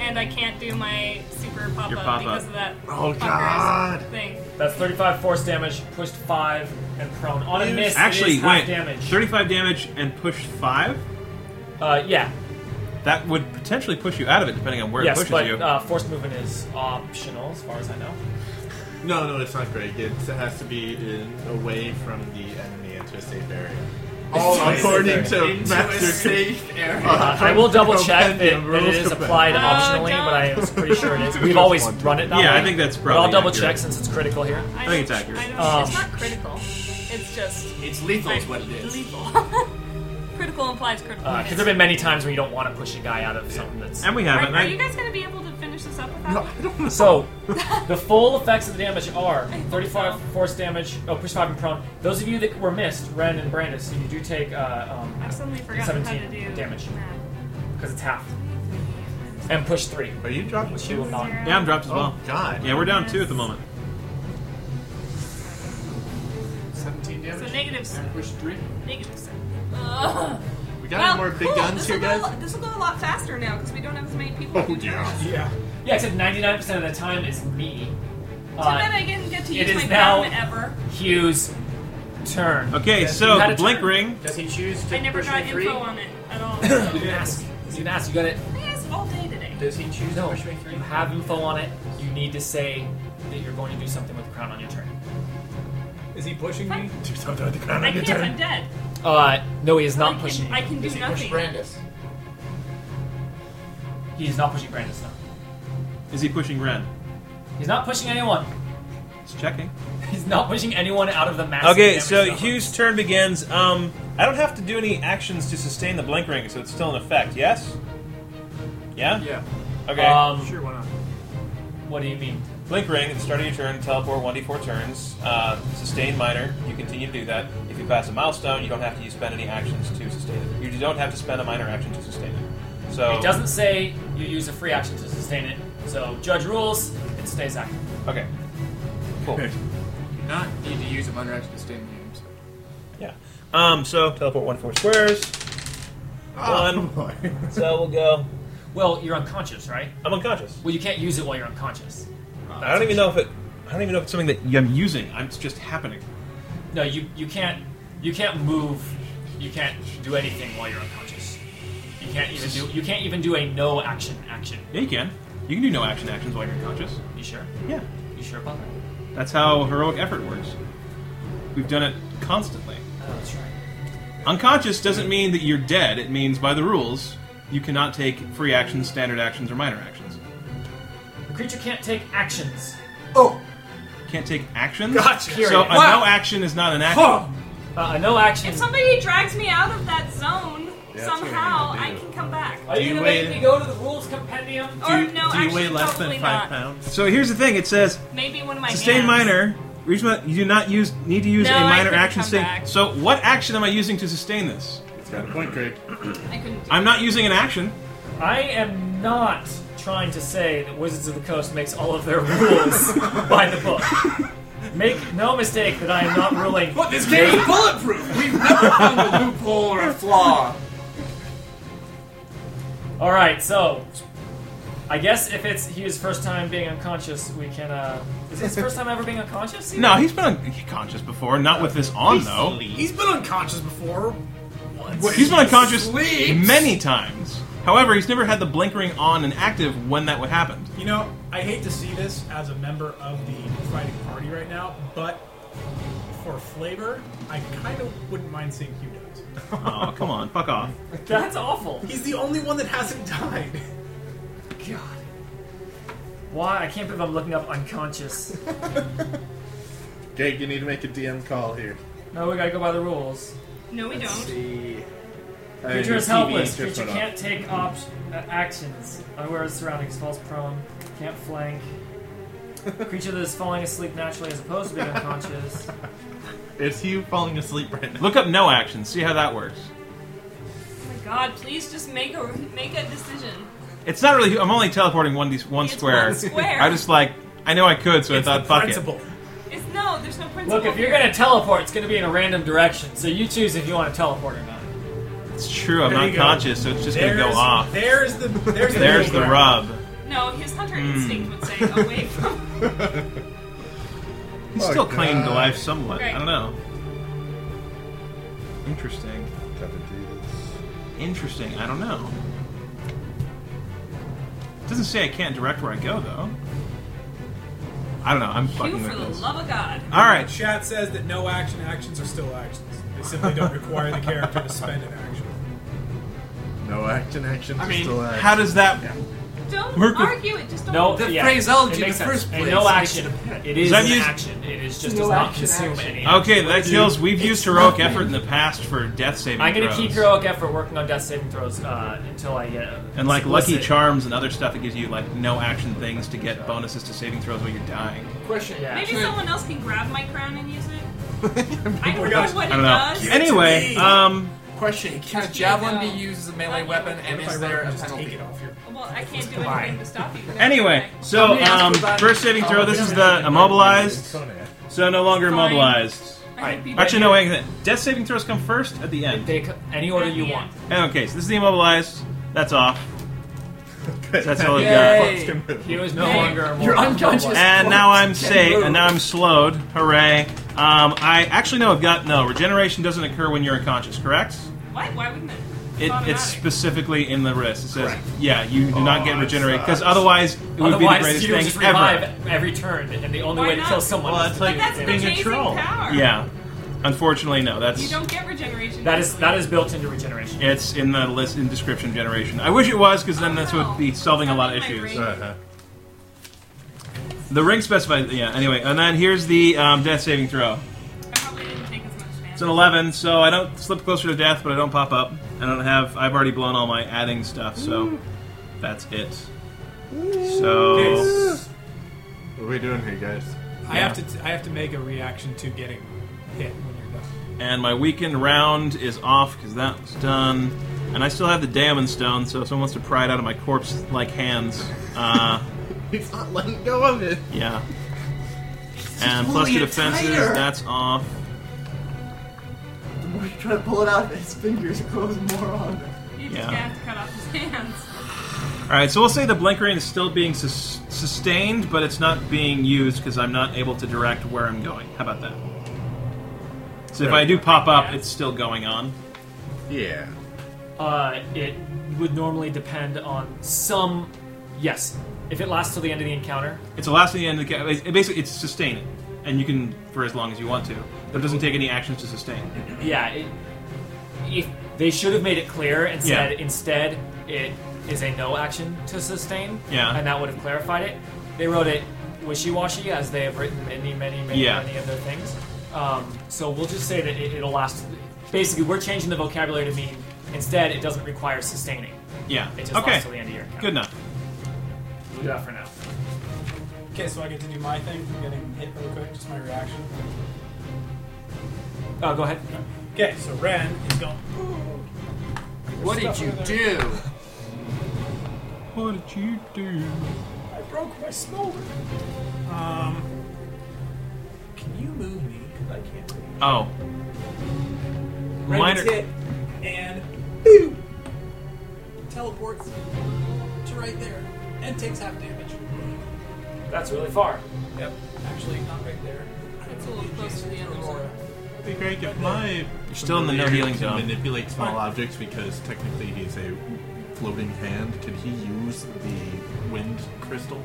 S4: And I can't do my super pop
S3: Your
S4: up
S3: pop-up.
S4: because of that
S9: Oh,
S4: fucker's
S9: God.
S4: thing.
S2: That's 35 force damage, pushed 5, and prone. On a miss, it
S3: Actually,
S2: is half
S3: wait.
S2: damage.
S3: Thirty-five damage and push five.
S2: Uh, yeah,
S3: That would potentially push you out of it, depending on where it
S2: yes,
S3: pushes
S2: but
S3: you.
S2: uh, forced movement is optional as far as I know.
S9: No, no, it's not Greg. It's, it has to be in, away from the enemy into a safe area.
S12: Always
S9: According
S12: safe.
S9: to
S12: Into a
S9: Master
S12: safe area.
S2: Uh, I will double check that
S9: Compendium,
S2: it
S9: rules
S2: is
S9: compendium.
S2: applied
S4: Oh,
S2: optionally, but I am pretty sure it is. We've always run it that
S3: Yeah,
S2: way.
S3: I think that's
S2: But I'll
S3: probably
S2: double
S3: accurate.
S2: check since it's critical here.
S4: I
S3: think
S4: don't-
S3: it's accurate.
S4: I don't,
S2: Um,
S4: it's not critical. It's just
S6: Oh. It's lethal,
S4: I-
S6: is what it is. Uh,
S4: lethal. critical implies critical.
S2: Because Uh, there have been many times where you don't want to push a guy out of something that's.
S3: and we
S4: are,
S3: haven't.
S4: are you guys going to be able to finish this up without me?
S2: So, the full effects of the damage are 35 force damage, oh, push 5 and prone. Those of you that were missed, Ren and Brandis, you do take, uh, um,
S4: I suddenly forgot how to
S2: 17
S4: do
S2: damage.
S4: math.
S2: because it's half. And push 3.
S9: Are you dropping
S2: She will
S9: shoes?
S2: not.
S3: yeah, I'm dropped as well.
S9: Oh, God.
S3: Yeah, we're down two at the moment.
S12: 17 damage.
S4: So negative
S12: And
S4: seven.
S12: push three.
S4: Negative seven. Ugh.
S9: We got any more big guns here, guys?
S4: This will go a lot faster now because we don't have as many people.
S9: Oh, yeah.
S5: Yeah.
S2: Yeah, except 99% of the time it's me.
S4: So then
S2: Uh,
S4: I didn't get to
S2: it
S4: use
S2: is
S4: my
S2: now-
S4: gun ever.
S2: Hughes' turn.
S3: Okay,
S5: Yes,
S2: you had
S3: so
S2: a
S3: blink
S2: turn.
S3: ring.
S10: Does he choose to
S4: I never
S10: push
S4: got
S10: me
S4: info
S10: three?
S4: on it at all. I
S2: You can ask. You can ask. You got it.
S4: asked all day today.
S10: Does he choose
S2: No,
S10: to push me three?
S2: you have info on it. You need to say that you're going to do something with the crown on your turn.
S5: Is he pushing me?
S9: Do something with the crown
S4: I
S9: on your
S4: can't. I'm
S9: turn.
S4: dead.
S2: Uh, no, he is
S4: I
S2: not
S4: can,
S2: pushing
S4: I
S2: you.
S4: can do
S10: Does he push
S4: nothing.
S10: Brandis?
S2: He is not pushing Brandis, no.
S3: Is he pushing Ren?
S2: He's not pushing anyone.
S3: He's checking.
S2: He's not pushing anyone out of the massive
S8: Okay,
S2: damage
S8: so
S2: number.
S8: Hugh's turn begins. Um, I don't have to do any actions to sustain the blink ring, so it's still in effect. Yes. Yeah.
S6: Yeah.
S8: Okay.
S2: Um,
S6: Sure, why not?
S2: What do you mean?
S8: Blink ring at the start of your turn, teleport 1d4 turns, uh, sustain minor. You continue to do that. If you pass a milestone, you don't have to use- spend any actions to sustain it. You don't have to spend a minor action to sustain it. So
S2: It doesn't say you use a free action to sustain it. So judge rules. It stays active.
S8: Okay. Cool.
S6: You do not need to use a minor action to stay in the game. So.
S8: yeah. Um. So teleport one four squares. One.
S9: boy.
S8: so we'll go.
S2: Well, you're unconscious, right?
S8: I'm unconscious.
S2: Well, you can't use it while you're unconscious.
S8: I don't even know if it. I don't even know if it's something that I'm using. I'm, it's just happening.
S2: No, you you can't you can't move. You can't do anything while you're unconscious. You can't even do you can't even do a no action action.
S3: Yeah, you can. You can do no action actions while you're unconscious.
S2: You sure?
S3: Yeah.
S2: You sure about that?
S3: That's how heroic effort works. We've done it constantly.
S2: Oh, that's right.
S3: Unconscious doesn't mean that you're dead. It means by the rules, you cannot take free actions, standard actions, or minor actions.
S2: The creature can't take actions.
S6: Oh,
S3: Can't take actions.
S2: Gotcha.
S3: So a
S2: Wow.
S3: no action is not an action.
S6: huh.
S2: Uh, a no action.
S4: If somebody drags me out of that zone
S9: That's what
S4: somehow,
S9: I
S4: I
S9: do.
S4: can come back.
S2: Are you
S9: Do
S2: gonna
S9: you
S2: make
S9: weigh-
S2: me go to the rules compendium?
S4: or no,
S9: do, do
S4: actually,
S9: you weigh less than
S4: probably not.
S9: five pounds?
S3: So here's the thing. It says
S4: Maybe one of my
S3: sustain
S4: hands.
S3: minor. Reach my, you do not use need to use
S4: No,
S3: a
S4: I
S3: minor
S4: couldn't
S3: action.
S4: come
S3: sustain-
S4: back.
S3: So what action am I using to sustain this?
S9: It's got a point, Greg.
S4: I couldn't. Do
S3: I'm not using an action.
S2: I am not trying to say that Wizards of the Coast makes all of their rules by the book. Make no mistake that I am not ruling.
S6: But this game is bulletproof. We've never found a loophole or a flaw.
S2: All right, so I guess if it's his first time being unconscious, we can. uh... Is it his first time ever being unconscious?
S3: No, he's been unconscious before. Not with this on though.
S6: He's been unconscious before. Once.
S3: He's been unconscious
S6: Sleeps.
S3: many times. However, he's never had the blink ring on and active when that would happen.
S5: You know, I hate to see this as a member of the fighting party right now, but for flavor, I kind of wouldn't mind seeing Hugh die.
S3: Oh, come on, fuck off.
S2: that's awful.
S5: He's the only one that hasn't died.
S2: God, why? I can't believe I'm looking up unconscious.
S9: Greg, you need to make a DM call here.
S2: No, we gotta go by the rules.
S4: No, we don't.
S9: see.
S2: Creature is helpless. Creature can't take op- uh, actions. Unaware of surroundings. Falls prone. Can't flank. Creature that is falling asleep naturally as opposed to being unconscious.
S9: Is he falling asleep right now?
S3: Look up no action, see how that works.
S4: Oh my God! Please just make a make a decision.
S3: It's not really. I'm only teleporting one d one
S4: It's
S3: square.
S4: one square.
S3: I just like. I know I could, so
S5: It's
S3: I
S5: the
S3: thought, fuck
S5: principle.
S4: It's no. There's no principle.
S2: Look, if you're
S4: here.
S2: gonna teleport, it's gonna be in a random direction. So you choose if you want to teleport or not.
S3: it. It's true. I'm
S5: There
S3: not
S5: you go.
S3: conscious, so it's just going to go
S5: There's-
S3: off.
S5: There's the there's the,
S3: There's the
S5: middle
S3: rub.
S4: No, his hunter
S3: Hmm.
S4: instinct would say away from.
S3: He's
S9: Oh,
S3: still clinging to
S9: God.
S3: life somewhat.
S4: Right.
S3: I don't know. Interesting. Interesting. I don't know. doesn't say I can't direct where I go though. I don't know. I'm
S4: You
S3: fucking
S4: for
S3: with
S4: the
S3: this.
S4: love of God.
S3: All right.
S5: ground. Chat says that no action actions are still actions. They simply don't require the character to spend an action.
S9: No action, action.
S6: I mean,
S9: still action.
S3: How does that?
S4: Don't
S3: Merc-
S4: argue it. Just don't.
S2: No,
S6: The
S2: yeah,
S6: phraseology
S2: it
S6: in
S2: makes
S6: the
S2: sense.
S6: first
S2: And
S6: place
S2: no
S6: makes
S2: action.
S6: it apparent.
S2: It is
S3: I've
S2: an
S3: used-
S2: action. It is just
S6: No
S2: does not
S6: action,
S2: consume
S6: action.
S2: any.
S3: Okay, that kills. We've used heroic
S6: nothing.
S3: effort in the past for death saving.
S2: I'm gonna
S3: throws.
S2: keep heroic effort working on death saving throws uh, until I get. A
S3: And like lucky
S2: explicit-
S3: charms and other stuff, it gives you like no action things to get bonuses to saving throws while you're dying.
S6: Question.
S2: Yeah.
S4: Maybe someone else can grab my crown and use it. I don't know
S5: gosh,
S4: what
S3: I
S4: it
S3: don't
S4: does.
S3: know. Anyway,
S6: me.
S3: um,
S6: Question. Can a
S4: Just
S6: javelin
S4: you know.
S6: be used as a melee weapon, and
S5: If I
S6: is
S5: run,
S6: there a
S5: just take
S6: penalty?
S5: it off your
S4: Well, I can't do
S2: Why?
S4: anything to stop you.
S3: anyway,
S2: Oh,
S3: so um, first saving throw. This is the immobilized, so no longer
S4: Fine.
S3: immobilized.
S2: Alright.
S4: think people-
S3: Actually, no, wait. Death saving throws come first at the end.
S2: They, c- any order you
S4: Yeah.
S2: want.
S3: Okay, so this is the immobilized. That's off.
S9: Good.
S3: That's all I've
S2: Yay.
S3: got.
S9: Let's get moving.
S2: He was no
S4: Hey,
S2: longer a
S10: You're
S2: mortal.
S10: unconscious.
S3: And now I'm safe. And now I'm slowed. Hooray! Um, I actually no, I've got no regeneration doesn't occur when you're unconscious, correct?
S4: Why? Why wouldn't it?
S3: It,
S4: automatic.
S3: it's specifically in the wrist. It says, "Yeah, you do not get
S9: Oh,
S3: regenerate because
S9: sucks.
S3: otherwise it would
S2: Otherwise,
S3: be the
S2: you would
S3: greatest
S2: just
S3: thing ever."
S2: revive every turn, and the only
S4: Why
S2: way to
S4: not?
S2: kill someone
S8: Well,
S2: is
S8: it's
S2: to
S8: like
S4: But
S2: do
S4: that's an
S8: being a
S2: damage.
S4: amazing
S8: troll.
S4: power.
S3: Yeah, unfortunately, no. That's
S4: You don't get regeneration.
S2: That is
S4: easily.
S2: that is built into regeneration.
S3: it's in the list in description generation. I wish it was because then
S4: Oh,
S3: this
S4: no.
S3: would be solving a lot of
S4: Something like
S3: issues.
S4: ring.
S9: Uh-huh.
S3: The ring specifies, yeah. Anyway, and then here's the um, death saving throw.
S4: I probably didn't take as much damage.
S3: It's an 11, so I don't slip closer to death, but I don't pop up. I don't have. I've already blown all my adding stuff, so that's it. So
S9: What are we doing here, guys?
S5: I have to. T- I have to make a reaction to getting hit when you're done.
S3: and my weekend round is off because that was done, and I still have the diamond stone. So if someone wants to pry it out of my corpse like hands, uh,
S9: He's not letting go of it.
S3: yeah. And plus two defenses, that's off.
S6: The more you try to pull it out, his fingers close more on.
S4: You just
S3: yeah.
S4: have to cut off his hands.
S3: All right, so we'll say the blinkering is still being sus- sustained, but it's not being used because I'm not able to direct where I'm going. How about that? So if I do pop up, it's still going on.
S9: Yeah.
S2: Uh, it would normally depend on some. Yes, if it lasts till the end of the encounter,
S3: It's the last thing at the end of the ca- it Basically, it's sustaining, and you can for as long as you want to. But it doesn't take any actions to sustain.
S2: yeah. It, if they should have made it clear and said
S3: Yeah.
S2: instead it is a no action to sustain,
S3: Yeah.
S2: and that would have clarified it. They wrote it wishy-washy as they have written many, many, many,
S3: Yeah.
S2: many other things. Um, so we'll just say that it, it'll last. Basically, we're changing the vocabulary to mean instead it doesn't require sustaining.
S3: Yeah.
S2: It just
S3: Okay.
S2: lasts till the end of your encounter.
S3: Good enough.
S2: We'll do that for now.
S5: Okay, so I get to do my thing from getting hit really quick. Just my reaction.
S2: Oh, go ahead.
S5: Okay, so Ren is going.
S6: What did you do?
S3: What did you do?
S5: I broke my smoker. Um, can you move me? 'Cause I can't. move.
S3: Oh.
S5: Ren
S3: Minor.
S5: gets hit and boom, teleports to right there and takes half damage.
S2: That's really far.
S5: Yep. Actually, not right there.
S4: It's a little close to the other side.
S9: It'd be great if my
S3: You're still in the no healing
S9: can
S3: zone.
S9: manipulate small objects because technically he's a floating hand. Could he use the wind crystal?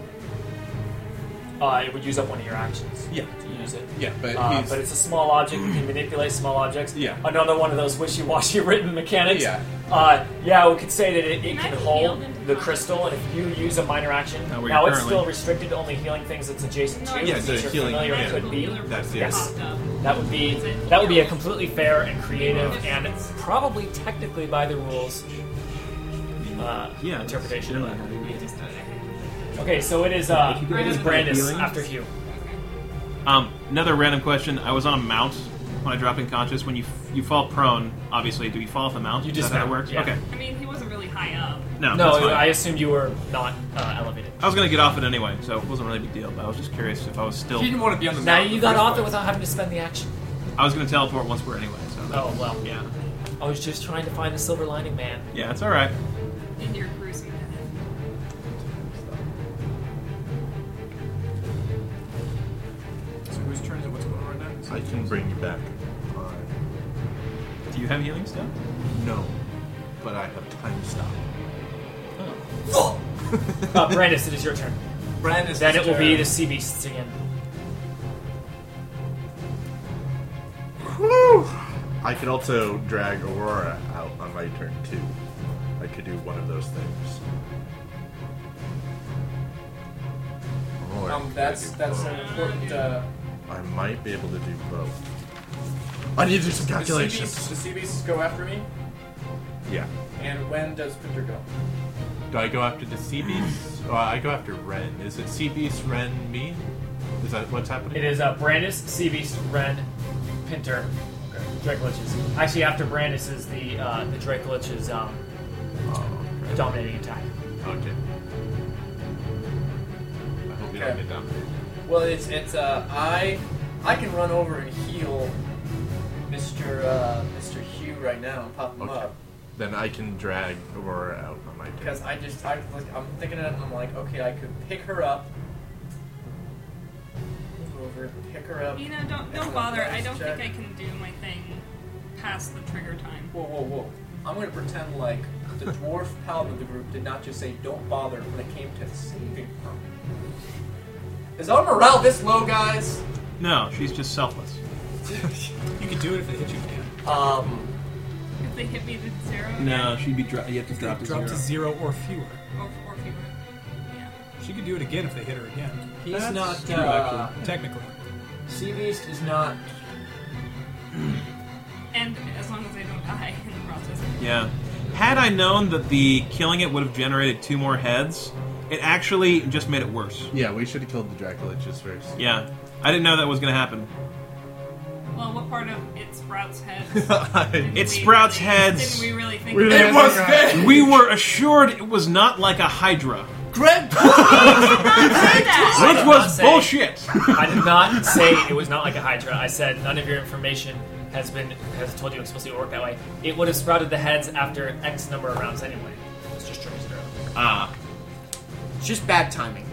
S2: Uh, it would use up one of your actions. Yeah. To use it.
S9: Yeah, but
S2: Uh,
S9: he's
S2: but it's a small object. You can manipulate small objects.
S9: Yeah.
S2: Another one of those wishy-washy written mechanics.
S9: Yeah.
S2: Uh, yeah, we could say that it, it
S4: Can I
S2: can
S4: be
S2: hold
S4: healed into
S2: the
S4: combat?
S2: crystal, and if you use a minor action,
S3: Not where
S2: now
S3: you're
S2: it's still
S3: currently.
S2: restricted to only healing things that's adjacent
S4: No,
S2: to.
S4: I
S2: you,
S4: just-
S9: Yeah,
S2: since
S9: the
S2: you're
S9: healing-
S2: familiar
S9: yeah.
S2: could be.
S9: That's-
S2: yes.
S4: Popped up.
S2: That would be
S4: Is it-
S2: that would be a completely fair and creative
S4: Yeah.
S2: and probably technically by the rules. Uh,
S3: Yeah, that's
S2: interpretation.
S3: generally how
S4: I just thought I had
S2: Okay, so it is uh,
S3: If you could
S2: it is
S3: get
S2: Brandis
S3: healing.
S2: after Hugh.
S3: Um, another random question. I was on a mount when I dropped unconscious. When you you fall prone, obviously, do you fall off a mount?
S2: You
S3: Is that how
S2: dismount,
S3: it works?
S2: yeah.
S3: Okay.
S4: I mean, he wasn't really high up.
S3: No,
S2: No,
S3: that's fine.
S2: I assumed you were not uh, elevated.
S3: I was gonna get off it anyway, so it wasn't really a big deal. But I was just curious if I was still.
S10: He didn't want to be on the
S2: Now
S10: mountain in
S2: you
S10: the
S2: got
S10: first
S2: off it
S10: place.
S2: without having to spend the action.
S3: I was gonna teleport once we're anyway. So that-
S2: Oh well,
S3: yeah,
S2: I was just trying to find the silver lining, man.
S3: yeah, it's all right.
S4: In your cruising.
S6: So whose turn is it? What's going on right now?
S9: I can bring you back.
S3: Do you have healing stuff?
S9: No, but I have time stop.
S2: Uh, Brandis, it is your turn.
S10: Brandis.
S2: Then it will be the
S10: this.
S2: sea beasts again.
S9: Whew. I could also drag Aurora out on my turn too. I could do one of those things. Or
S10: Um, that's
S9: I could do
S10: that's
S9: both.
S10: an important. Uh,
S9: I might be able to do both. I need to do some
S10: the sea beasts-
S9: calculations.
S10: The sea beasts go after me,
S9: Yeah.
S10: and when does Pinter go?
S9: Do I go after the sea beast? Oh, I go after Ren. Is it sea beast, Ren, me? Is that what's happening?
S2: It is uh, Brandis, sea beast, Ren, Pinter, Drake Liches. Actually, after Brandis is the uh, the Drake Lich's um,
S9: Oh, right.
S2: dominating attack.
S9: Okay. I hope you
S10: Okay.
S9: don't get down.
S10: Well, it's it's uh, I I can run over and heal Mr. Uh, Mr. Hugh right now and pop him
S9: Okay.
S10: up
S9: Then I can drag Aurora out on my dick.
S10: because I just I, like, I'm thinking of it. and I'm like, okay, I could pick her up. Move Over, pick her up.
S4: You know, don't don't bother. I don't think I can do my thing past the trigger time.
S10: Whoa, whoa, whoa! I'm gonna pretend like the dwarf paladin of the group did not just say "don't bother" when it came to saving her. Is our morale this low, guys?
S3: No, she's just selfless.
S5: You can do it if they hit you, man.
S10: Um,
S4: If they hit me to zero,
S3: No, she'd be. Dro- you have to drop to
S5: Drop
S3: zero.
S5: to zero or fewer.
S4: or, or fewer. Yeah.
S5: She could do it again if they hit her again.
S10: he's
S3: That's
S10: not.
S3: true,
S10: uh,
S5: Technically.
S10: Sea Beast is not.
S4: And as long as I don't die in the process.
S3: Yeah. Had I known that the killing it would have generated two more heads, it actually just made it worse.
S9: Yeah, we should have killed the Dracoliches first.
S3: Yeah. I didn't know that was going to happen.
S4: Well, what part of it sprouts heads?
S9: I-
S3: It sprouts heads.
S4: Didn't we really think
S9: Really?
S4: about
S9: It was
S10: there.
S3: We were assured it was not like a Hydra,
S10: Greg.
S4: that?
S3: which was
S2: say-
S3: bullshit.
S2: I did not say it was not like a Hydra. I said none of your information has been has told you it's supposed to work that way. It would have sprouted the heads after X number of rounds anyway. It's just trigger zero.
S3: Ah.
S10: Just bad timing.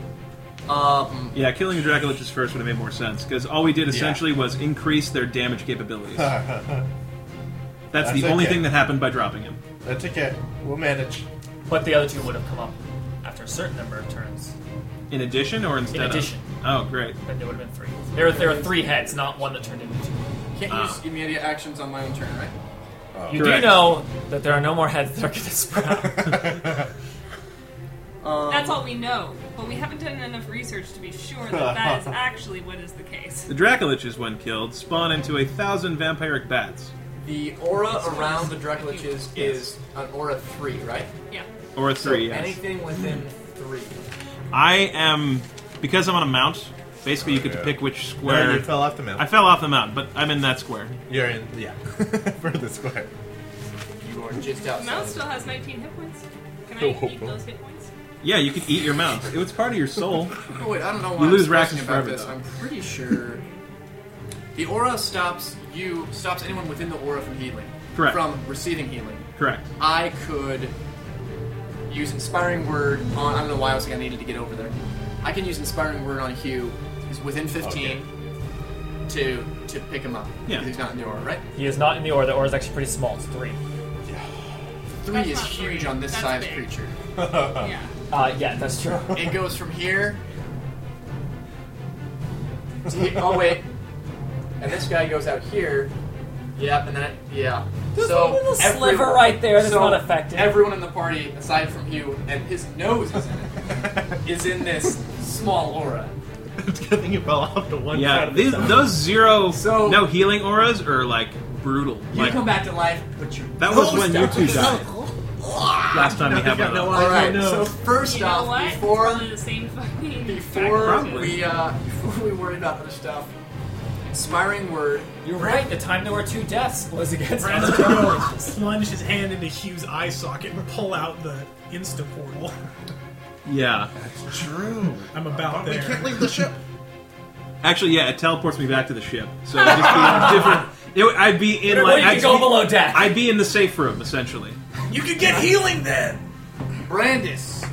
S10: Um,
S3: Yeah, killing the Dracoliches first would have made more sense because all we did essentially was increase their damage capabilities. That's, the
S9: That's
S3: only
S9: okay.
S3: thing that happened by dropping him.
S9: That's okay. We'll manage.
S2: But the other two would have come up after a certain number of turns.
S3: In addition or instead of?
S2: addition.
S3: Oh, great.
S2: Then there would have been three. There were there were three heads, not one that turned into two.
S6: Can't
S10: Ah.
S6: use immediate actions on my own turn, right? Oh.
S2: You
S3: Correct.
S2: do know that there are no more heads that are going to sprout.
S4: That's all we know, but we haven't done enough research to be sure that that is actually what is the case.
S3: The Dracoliches, when killed, spawn into a thousand vampiric bats.
S10: the aura around the Dracoliches is an aura three, right?
S4: Yeah.
S3: Or three,
S10: So
S3: yes.
S10: Anything within three.
S3: I am because I'm on a mount. Basically, you could
S9: Okay.
S3: pick which
S9: Where
S3: square.
S9: you fell off the mountain.
S3: I fell off the mount, but I'm in that square.
S9: You're in, yeah, for the square.
S10: You are just
S4: The mount
S10: outside.
S4: still has 19 hit points. Can I
S9: Oh.
S4: eat those hit points?
S3: Yeah, you could eat your mount. It was part of your soul.
S6: Oh, wait, I don't know why
S3: You
S6: I'm
S3: lose
S6: stressing
S3: rations
S6: about
S3: forever,
S6: this.
S3: though.
S6: I'm pretty sure the aura stops you stops anyone within the aura from healing.
S3: Correct.
S6: From receiving healing.
S3: Correct.
S6: I could use inspiring word on. I don't know why I was thinking I needed to get over there. I can use inspiring word on Hugh. He's within 15 to to pick him up.
S3: Yeah.
S6: he's not in the aura, right?
S2: he is not in the aura. The aura is actually pretty small. It's three.
S6: Three
S4: That's
S6: is
S4: not
S6: huge
S4: three.
S6: on this
S4: That's
S6: size
S4: big.
S6: creature.
S4: Yeah.
S2: Uh, yeah, that's true.
S6: It goes from here. to he- oh wait,
S10: And this guy goes out here.
S6: yep, and then yeah.
S2: There's a
S6: so
S2: little
S6: everyone-
S2: sliver right there that's
S6: so
S2: not affected.
S6: Everyone in the party, aside from Hugh, and his nose is in it, is in this small aura.
S9: It's good thing you fell off the one side
S3: Yeah,
S9: of the
S3: these,
S9: mountain.
S3: those zero
S6: So-
S3: no healing auras are like brutal.
S6: You
S3: Like
S6: come back to life, but you
S3: that was when you two died last time we had one of
S9: no,
S3: those.
S6: All right.
S9: no.
S6: So first
S4: you know
S6: off,
S4: what? It's
S6: before
S4: probably the same fucking
S6: before
S4: factors.
S6: we uh, before we worry about other stuff, inspiring word.
S2: You're right. The time there were two deaths was against us.
S5: Brandon plunge his hand into Hugh's eye socket and pull out the insta portal.
S3: Yeah,
S9: True.
S5: I'm about
S9: We
S5: there.
S9: can't leave the ship.
S3: actually, yeah, it teleports me back to the ship, so it'd just be different. It, would- I'd be in like
S2: you
S3: I'd
S2: could go
S3: be-
S2: below deck.
S3: I'd be in the safe room essentially.
S5: You could get healing then!
S6: Brandis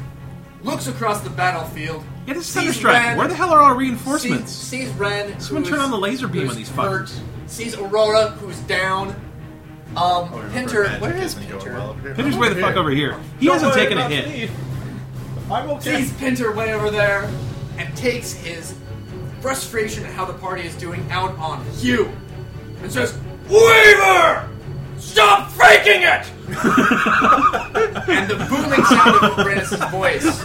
S6: looks across the battlefield.
S3: Yeah, this is
S6: Sees
S3: Thunderstrike.
S6: Ren-
S3: Where the hell are our
S6: Sees,
S3: reinforcements?
S6: sees Ren.
S3: Someone
S6: who's-
S3: turn on the laser beam
S6: who's
S3: on these
S6: hurt,
S3: fuckers.
S6: Sees Aurora, who's down. Um,
S9: Oh, Remember,
S6: Pinter,
S9: magic
S6: where is
S9: isn't going
S6: Pinter?
S9: well over here.
S3: Pinter's way the fuck over here. He
S9: Don't
S3: hasn't
S9: worry
S3: taken a
S9: about
S3: hit.
S9: me. I'm okay.
S6: Sees Pinter way over there, and takes his frustration at how the party is doing out on Hugh, and says, "Weaver, stop faking it!" and the booming sound of Brandis' voice.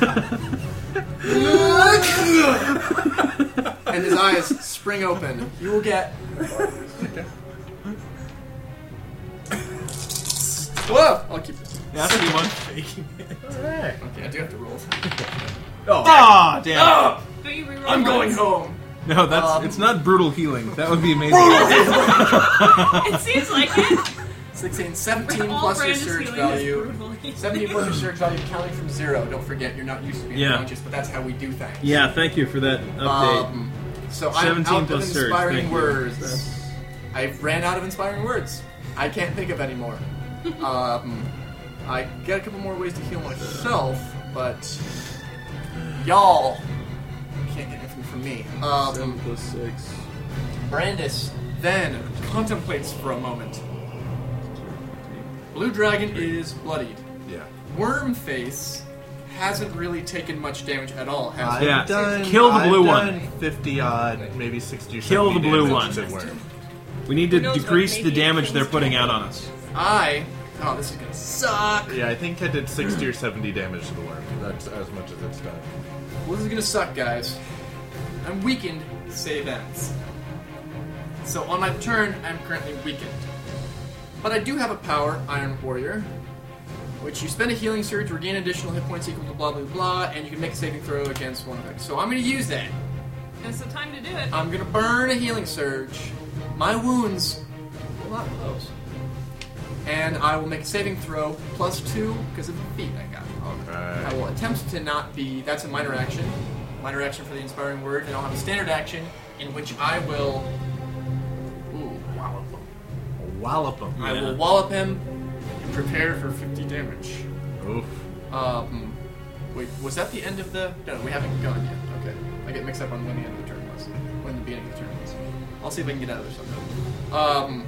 S6: and his eyes spring open. You will get. Whoa! I'll keep it.
S3: That's a good one.
S6: Okay, I do have to roll.
S3: Ah, damn.
S4: Don't you reroll
S6: I'm going
S4: once?
S6: home.
S3: No, that's
S6: Um,
S3: it's not brutal healing. That would be amazing.
S4: It seems like it.
S6: 16, 17
S4: All
S6: plus your
S4: Brandon's
S6: surge
S4: healing is
S6: value.
S4: brutally-
S6: 17 plus your surge value, counting from zero. Don't forget, you're not used to being
S3: Yeah.
S6: conscious, but that's how we do things.
S3: yeah, thank you for that update.
S6: Um, so I'm
S3: 17
S6: out
S3: plus
S6: of
S3: surge.
S6: inspiring
S3: Thank you.
S6: words.
S3: That's-
S6: I ran out of inspiring words. I can't think of any more. um, I got a couple more ways to heal myself, but y'all can't get anything from me. Um,
S9: plus six.
S6: Brandis then contemplates for a moment. Blue Dragon is bloodied.
S9: Yeah.
S6: Wormface hasn't really taken much damage at all, has
S9: Uh,
S6: he?
S3: Yeah. Kill the blue one.
S9: Fifty odd, maybe sixty. or
S3: Kill
S9: 70
S3: the blue
S9: damage
S3: one.
S9: to worm.
S3: We need to
S4: knows what
S3: decrease the
S4: maybe
S3: damage
S4: things
S3: they're putting
S4: can
S3: out
S4: be.
S3: on us.
S6: I. Oh, this is gonna suck.
S9: Yeah, I think I did sixty or seventy damage to the worm. That's as much as it's done.
S6: Well, this is gonna suck, guys. I'm weakened, save ends. So on my turn, I'm currently weakened. But I do have a power, Iron Warrior, which you spend a healing surge, regain additional hit points equal to blah blah blah, and you can make a saving throw against one effect. So I'm gonna use that.
S4: It's the time to do it.
S6: I'm gonna burn a healing surge. My wounds will not close. And I will make a saving throw plus two because of the feat I got. I will attempt to not be. That's a minor action. Minor action for the inspiring word, and I'll have a standard action in which I will. Ooh, wallop him.
S9: Wallop them.
S6: I will wallop him and prepare for 50 damage.
S9: Oof.
S6: Um, wait, was that the end of the? No, we haven't gone yet. Okay, I get mixed up on when the end of the turn was, when the beginning of the turn was. I'll see if I can get out of there somehow. Um,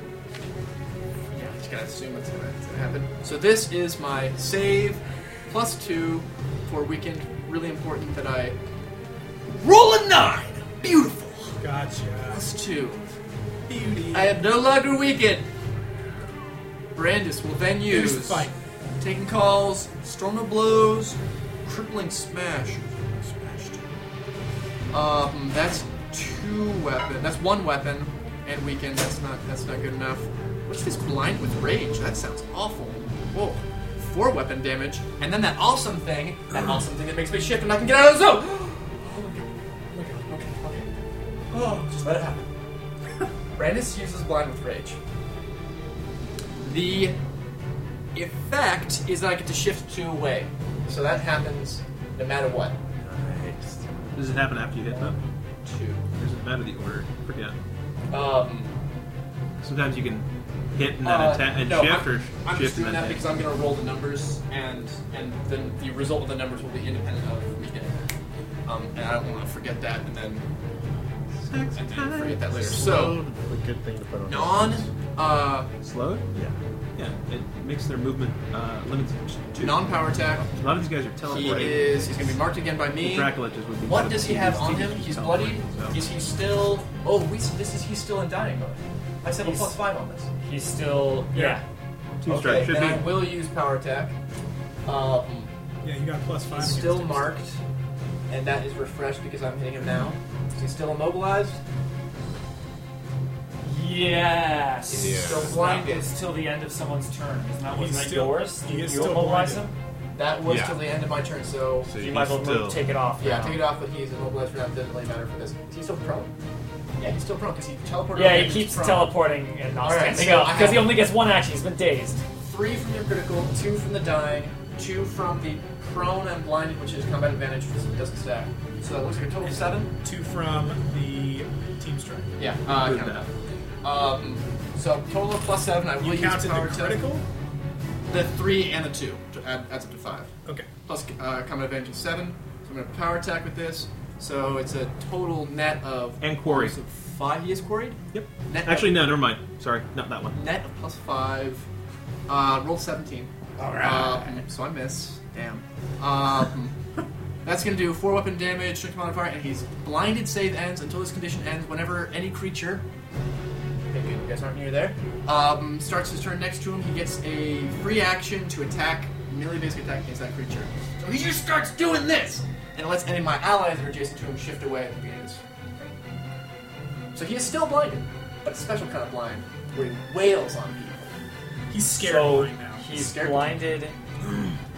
S6: yeah, I just gotta assume that's gonna, it's gonna happen. So this is my save plus two for weekend. Really important that I roll a nine. Beautiful.
S5: Gotcha.
S6: Plus two. Beauty. I am no longer weakened. Brandis will then use
S5: Here's the fight.
S6: Taking calls, storm of blows, crippling smash. Smashed. Um, that's two weapon. That's one weapon, and weekend. That's not. That's not good enough. What's this blind with rage? That sounds awful. Whoa. Four weapon damage, and then that awesome thing. That awesome thing that makes me shift, and I can get out of the zone. Oh my god. Oh my god. Okay. Okay. Oh, just let it happen. Brandis uses blind with rage. The effect is that I get to shift two away. So that happens no matter what.
S3: Does it happen after you hit them?
S6: Two.
S3: Or does it matter the order? Forget.
S6: Um,
S3: Sometimes you can hit and then
S6: uh,
S3: attack and
S6: no,
S3: shift
S6: I'm,
S3: or
S6: I'm just
S3: shift
S6: doing
S3: and
S6: that
S3: then
S6: because I'm going to roll the numbers, and and then the result of the numbers will be independent of me getting it. Um, and I don't want to forget that, and then, and then forget that later. So
S9: Oh, a good thing to put on.
S6: non uh,
S3: slowed.
S9: Yeah.
S3: Yeah, it makes their movement uh, limits to two.
S6: non power attack.
S3: A lot of these guys are
S6: He
S3: teleporting.
S6: is he's going to be marked again by me.
S3: Dracoliches would be.
S6: What does he have on him? He's bloodied.
S3: teleporting, so.
S6: Is he still? Oh, we, this is he's still in dying mode. I said a
S2: He's-
S6: plus five on this.
S2: He's still yeah.
S3: Two
S6: okay,
S3: strikes. Should
S6: then I
S3: be.
S6: will use power attack. Um,
S5: Yeah, you got plus five.
S6: he's
S5: against
S6: still
S5: it.
S6: marked, and that is refreshed because I'm hitting him now. He's still immobilized.
S2: Yes.
S6: Is he
S9: Yeah.
S6: still
S2: That
S6: blinded?
S2: was till the end of someone's turn. Isn't that
S5: He's
S2: wasn't that
S5: still-
S2: yours?
S5: he
S2: You,
S5: is
S2: you
S5: still
S2: immobilize him.
S5: blinded.
S6: That was
S9: Yeah.
S6: till the end of my turn, so
S9: So
S2: You
S9: he's
S2: might as well
S9: still,
S2: move, take it off.
S6: yeah,
S2: now.
S6: take it off. But he's immobilized for now. Doesn't really matter for this. Is he still prone? Yeah, he's still prone because he teleported.
S2: Yeah,
S6: over
S2: he
S6: and
S2: keeps
S6: he's prone.
S2: teleporting and not
S6: All right,
S2: standing
S6: so
S2: up
S6: I
S2: because he
S6: have-
S2: only gets one action. He's been dazed.
S6: Three from your critical, two from the dying, two from the prone and blinded, which is combat advantage because it doesn't stack. So that looks like a total of seven.
S5: Two from the team strike.
S6: Yeah, uh, I
S3: Good
S6: counted that. Um, so total of plus seven. I will
S5: You
S6: use
S5: counted the
S6: power attack.
S5: critical.
S6: The three and the two. To add, adds up to five.
S5: Okay.
S6: Plus uh, combat advantage is seven. So I'm going to power attack with this. So it's a total net of
S3: And quarry.
S6: so five. He is quarried.
S3: Yep.
S6: Net
S3: Actually,
S6: of,
S3: no. Never mind. Sorry, not that one.
S6: Net of plus five. Uh, roll seventeen.
S5: All
S6: Um, so I miss. Damn. Um, that's going to do four weapon damage, strength modifier, and he's blinded. Save ends until his condition ends. Whenever any creature, okay, good, you guys aren't near there, um, starts his turn next to him, he gets a free action to attack melee basic attack against that creature. So he just starts doing this, and it lets any of my allies that are adjacent to him shift away at the beginning of this. So he is still blinded, but a special kind of blind where he wails on people.
S5: He's scared
S2: So
S5: right now.
S2: he's
S6: Scared.
S2: blinded.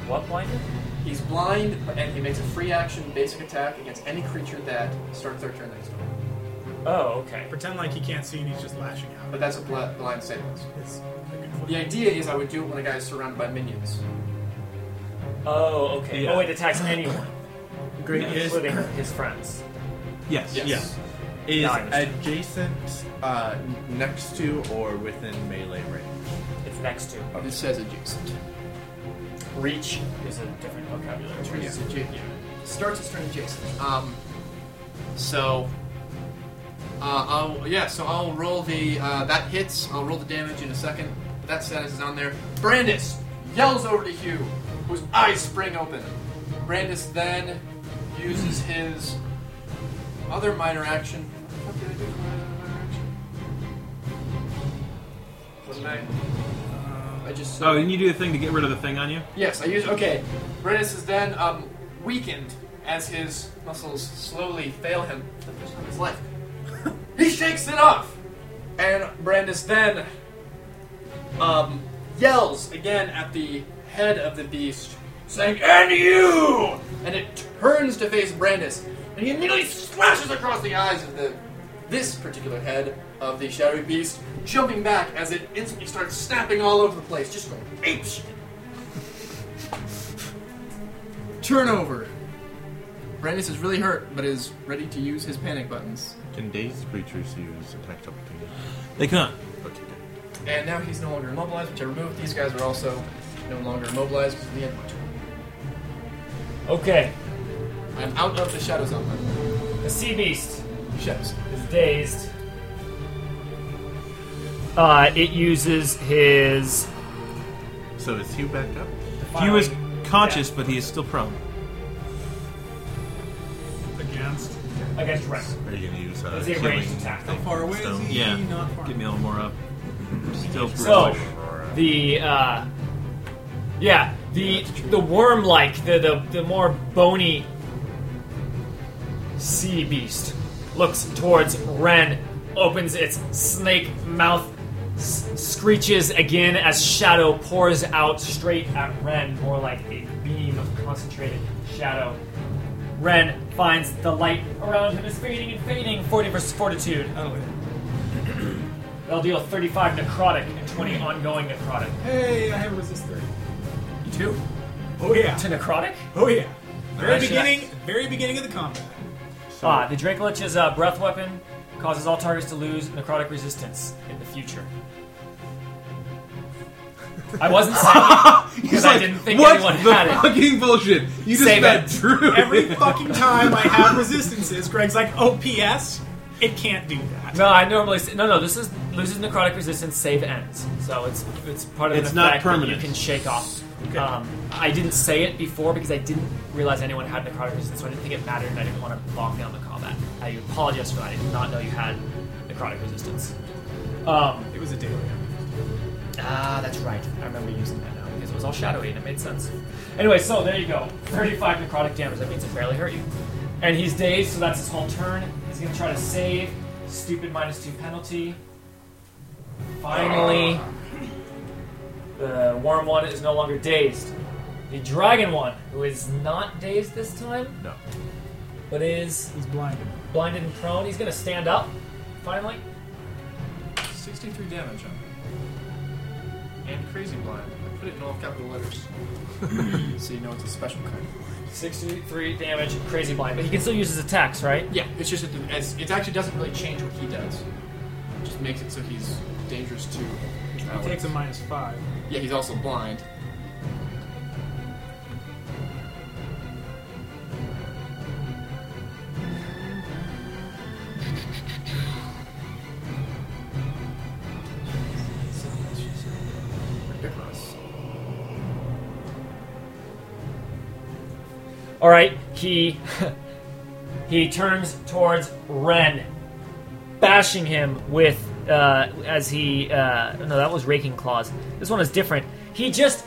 S2: what blinded?
S6: He's blind, and he makes a free action basic attack against any creature that starts their turn next to him.
S2: Oh, okay.
S5: Pretend like he can't see and he's just lashing out.
S6: But that's a bl- blind savings.
S5: It's a good
S6: The
S5: point.
S6: idea is I would do it when a guy is surrounded by minions.
S2: Oh, okay.
S3: Yeah.
S2: Oh, it attacks anyone,
S5: Great
S2: including his friends.
S3: Yes.
S6: Yes.
S3: Yeah.
S9: Is
S2: No, I understand.
S9: adjacent, uh, n- next to, or within melee range?
S2: It's next to.
S9: Okay.
S6: It says adjacent.
S2: Reach is a different vocabulary. word.
S6: Yeah. Starts its turn adjacent. Um, so, uh, I'll, yeah, so I'll roll the, uh, that hits, I'll roll the damage in a second, but that status is on there. Brandis yells over to Hugh, whose eyes spring open. Brandis then uses his other minor action. What did I do for my other minor action? Wasn't I? I just.
S3: Oh, didn't you do the thing to get rid of the thing on you?
S6: Yes, I use. Okay, Renus is then um, weakened as his muscles slowly fail him for the first time in his life. he shakes it off, and Brandis then um, yells again at the head of the beast, saying, "And you!" And it turns to face Brandis, and he immediately slashes across the eyes of the this particular head of the shadowy beast, jumping back as it instantly starts snapping all over the place, just going ape shit. Turnover. Brandis is really hurt, but is ready to use his panic buttons.
S9: Can dazed creatures use attack opportunity?
S3: They can't.
S9: Okay, good.
S6: And now he's no longer immobilized, which I removed. These guys are also no longer immobilized because of the end of my turn.
S2: Okay,
S6: I'm out of the shadow zone. by
S2: the sea beast
S6: the way. Shadows.
S2: is dazed. Uh, it uses his.
S9: So is Hugh back up?
S3: He was conscious, but he is still prone.
S5: Against.
S2: against Rex.
S9: Are you going to use uh,
S2: Is he a
S9: healing
S2: ranged attack?
S9: thing?
S5: How far away
S9: Stone?
S5: is he?
S3: Yeah.
S5: Not far.
S3: Get me a little more up. Still
S2: So
S3: prone.
S2: the uh, yeah the the worm like the, the the more bony sea beast looks towards Ren, opens its snake mouth, s- screeches again as shadow pours out straight at Ren, more like a beam of concentrated shadow. Ren finds the light around him is fading and fading. Forty versus fortitude.
S5: Oh,
S2: They'll deal 35 necrotic and 20 ongoing necrotic.
S5: yeah. Hey, I have resist thirty.
S6: You too?
S5: Oh yeah.
S2: To necrotic?
S5: Oh yeah. Very
S2: Nice
S5: beginning. Very beginning of the combat.
S2: Ah, the Drake Lich's uh, breath weapon causes all targets to lose necrotic resistance in the future. I wasn't saying it because I didn't think
S3: what
S2: anyone
S3: the
S2: had it.
S3: fucking bullshit? You just
S2: Save
S3: met
S2: it.
S3: Drew.
S5: Every fucking time I have resistances, Greg's like, "Oh, P.S. It can't do that."
S2: No, I normally say, no no. This is loses necrotic resistance save ends, so it's it's part of
S3: It's
S2: an
S3: not
S2: effect that
S3: permanent.
S2: you can shake off. Um, I didn't say it before because I didn't realize anyone had necrotic resistance, so I didn't think it mattered, and I didn't want to bog down the combat. I apologize for that. I did not know you had necrotic resistance. Um,
S5: It was a daily.
S2: Ah, that's right. I remember using that now because it was all shadowy and it made sense. Anyway, so there you go. 35 necrotic damage. That means it barely hurt you. And he's dazed, so that's his whole turn. He's going to try to save. Stupid minus two penalty. Finally, the worm one is no longer dazed. The dragon one, who is not dazed this time,
S9: No.
S2: but is
S5: He's blinded.
S2: blinded and prone, he's going to stand up. Finally,
S6: 63 damage on him. And crazy blind. I put it in all capital letters. so you know it's a special kind.
S2: 63 damage, crazy blind, but he can still use his attacks, right?
S6: Yeah, it's just that the, as, it actually doesn't really change what he does. It just makes it so he's dangerous to.
S5: He takes a minus five.
S6: Yeah, he's also blind. Ridiculous.
S2: All right, he he turns towards Ren, bashing him with uh, as he uh, no, that was raking claws. This one is different. He just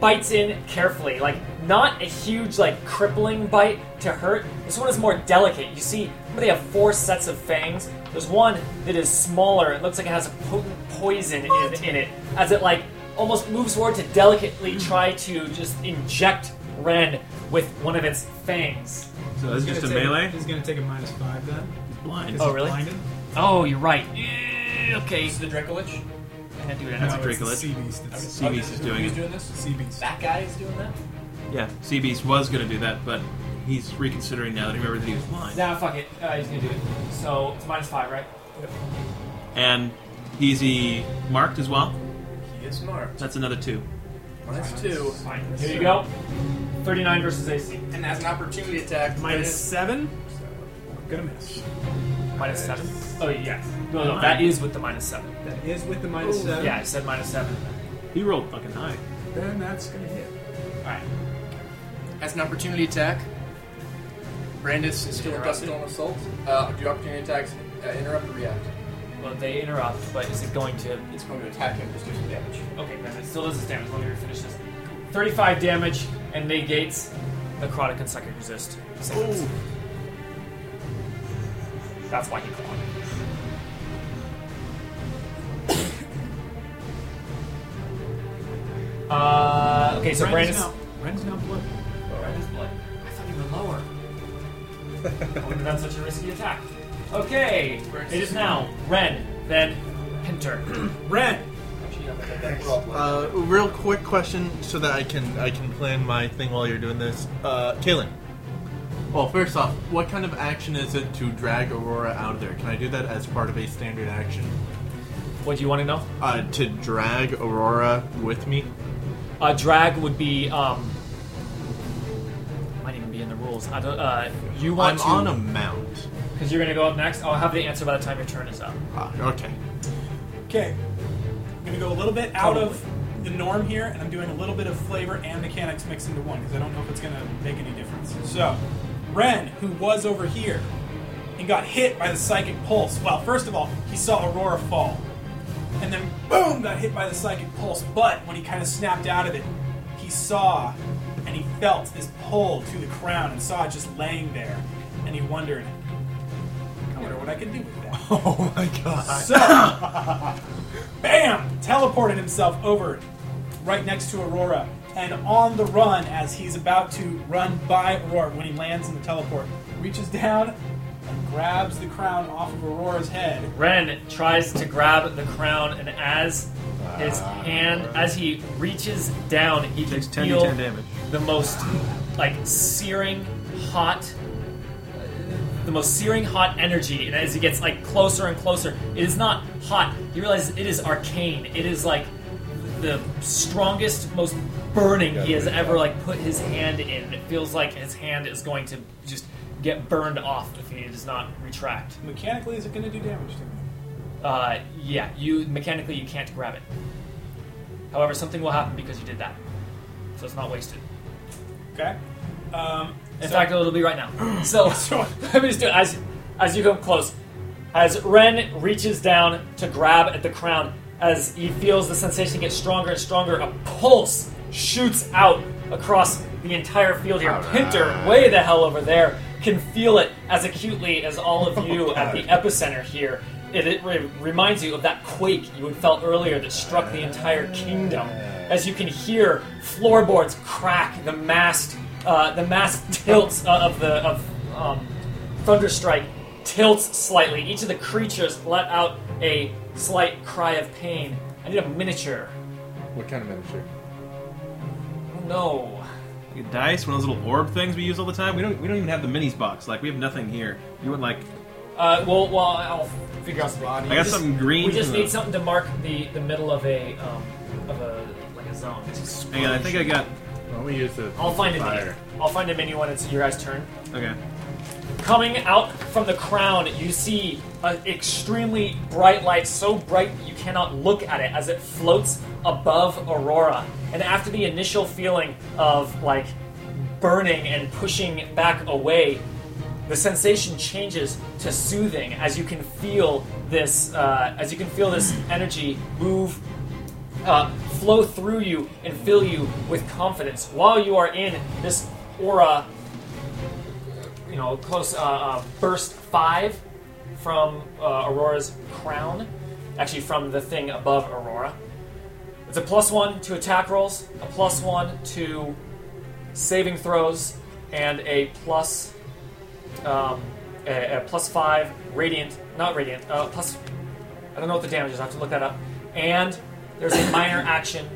S2: bites in carefully, like not a huge like crippling bite to hurt. This one is more delicate. You see, remember they have four sets of fangs. There's one that is smaller. It looks like it has a potent poison in, in it as it like almost moves forward to delicately
S5: Hmm.
S2: try to just inject Ren with one of its fangs.
S3: So it's
S5: He's
S3: just a
S5: gonna take-
S3: melee.
S5: He's gonna take a minus five then.
S3: He's blind.
S5: Is
S2: Oh,
S5: he
S2: really?
S5: Blinded?
S2: Oh, you're right. Yeah, okay.
S10: Is the Dracolich?
S2: I can't do it.
S3: That's
S5: no,
S3: a
S5: it's the
S3: Dracolich.
S5: Sea beast. It's
S3: Sea Beast is doing
S10: Who's
S3: it.
S10: doing this?
S5: sea beast.
S10: That guy is doing that?
S3: Yeah, Sea Beast was gonna do that, but He's reconsidering now that he remembered that he was blind.
S2: Nah, fuck it. Uh, he's gonna do it. So it's minus five, right?
S3: And he's he marked as well.
S10: He is marked.
S3: That's another two.
S10: That's two.
S2: Here you go. 39 versus AC.
S10: And that's an opportunity attack.
S5: Minus seven. Gonna miss.
S2: Minus seven. Oh, yeah. No, no, that is with the minus seven.
S6: That is with the minus seven.
S2: Yeah, I said minus seven.
S3: He rolled fucking high.
S6: Then that's gonna hit.
S2: Alright.
S10: As an opportunity attack, Brandis is still
S2: Interrupted.
S10: adjusted on assault. Uh, do opportunity attacks uh, interrupt or react?
S2: Well, they interrupt, but is it going to.
S10: It's going to attack him, just do some damage.
S2: Okay, then it still does its damage. Let me refinish this. 35 damage and negates necrotic and psychic resist. Savings. That's why he clawed. Uh, okay, so Brandis.
S5: now, Brandon's now blood.
S2: Brandis blood. I thought you were lower. I wouldn't have done such a risky attack. Okay, it is now Ren, then Pinter.
S5: Red.
S9: Uh, real quick question, so that I can I can plan my thing while you're doing this. Uh, Kaylin. Well, first off, what kind of action is it to drag Aurora out of there? Can I do that as part of a standard action?
S2: what do you want to know?
S9: Uh, to drag Aurora with me?
S2: Uh, drag would be um, might even be in the rules. I don't. Uh, you
S9: I'm
S2: want
S9: on
S2: to
S9: a mount.
S2: because you're gonna go up next. I'll have the answer by the time your turn is up.
S9: Ah, okay.
S5: Okay. I'm gonna go a little bit out of the norm here, and I'm doing a little bit of flavor and mechanics mixed into one because I don't know if it's gonna make any difference. So, Ren, who was over here and got hit by the psychic pulse. Well, first of all, he saw Aurora fall, and then boom, got hit by the psychic pulse. But when he kind of snapped out of it, he saw and he felt this pull to the crown and saw it just laying there, and he wondered, I wonder what I could do with that.
S9: Oh my god.
S5: So, bam! Teleported himself over right next to Aurora. And on the run, as he's about to run by Aurora, when he lands in the teleport, reaches down and grabs the crown off of Aurora's head.
S2: Ren tries to grab the crown, and as his hand, as he reaches down, he
S3: Takes
S2: can
S3: ten to
S2: feel
S3: ten damage.
S2: the most like searing hot the most searing hot energy and as it gets like closer and closer it is not hot you realize it is arcane it is like the strongest most burning he has ever like put his hand in it feels like his hand is going to just get burned off if he does not retract
S5: Mechanically, is it going to do damage to me?
S2: uh, yeah you mechanically you can't grab it however something will happen because you did that so it's not wasted
S5: Okay. Um,
S2: In
S5: so-
S2: fact, it'll be right now. So, let me just do it. As, as you come close, as Ren reaches down to grab at the crown, as he feels the sensation get stronger and stronger, a pulse shoots out across the entire field here. Pinter, way the hell over there, can feel it as acutely as all of you at the epicenter here. It, it re- reminds you of that quake you had felt earlier that struck the entire kingdom. As you can hear floorboards crack, the mast, uh, the mast tilts uh, of the of um, Thunderstrike tilts slightly. Each of the creatures let out a slight cry of pain. I need a miniature. Oh,
S9: What kind of miniature?
S2: No.
S3: Like a dice, one of those little orb things we use all the time. We don't we don't even have the minis box. Like we have nothing here. You want like
S2: Uh, well, well, I'll figure out something.
S3: I got something green.
S2: We just
S3: and a-
S2: need something to mark the, the middle of a um, of a like a zone.
S3: Hang on, I think I got.
S9: Let me use the
S2: I'll find a menu.
S9: fire.
S2: I'll find a menu when it's your guys' turn.
S3: Okay.
S2: Coming out from the crown, you see an extremely bright light, so bright that you cannot look at it as it floats above Aurora. And after the initial feeling of like burning and pushing back away, the sensation changes to soothing as you can feel this uh, as you can feel this energy move uh, flow through you and fill you with confidence while you are in this aura you know close uh, uh, burst five from uh, aurora's crown actually from the thing above aurora it's a plus one to attack rolls a plus one to saving throws and a plus um, a, a plus five radiant, not radiant, uh, plus. I don't know what the damage is. I have to look that up. And there's a minor action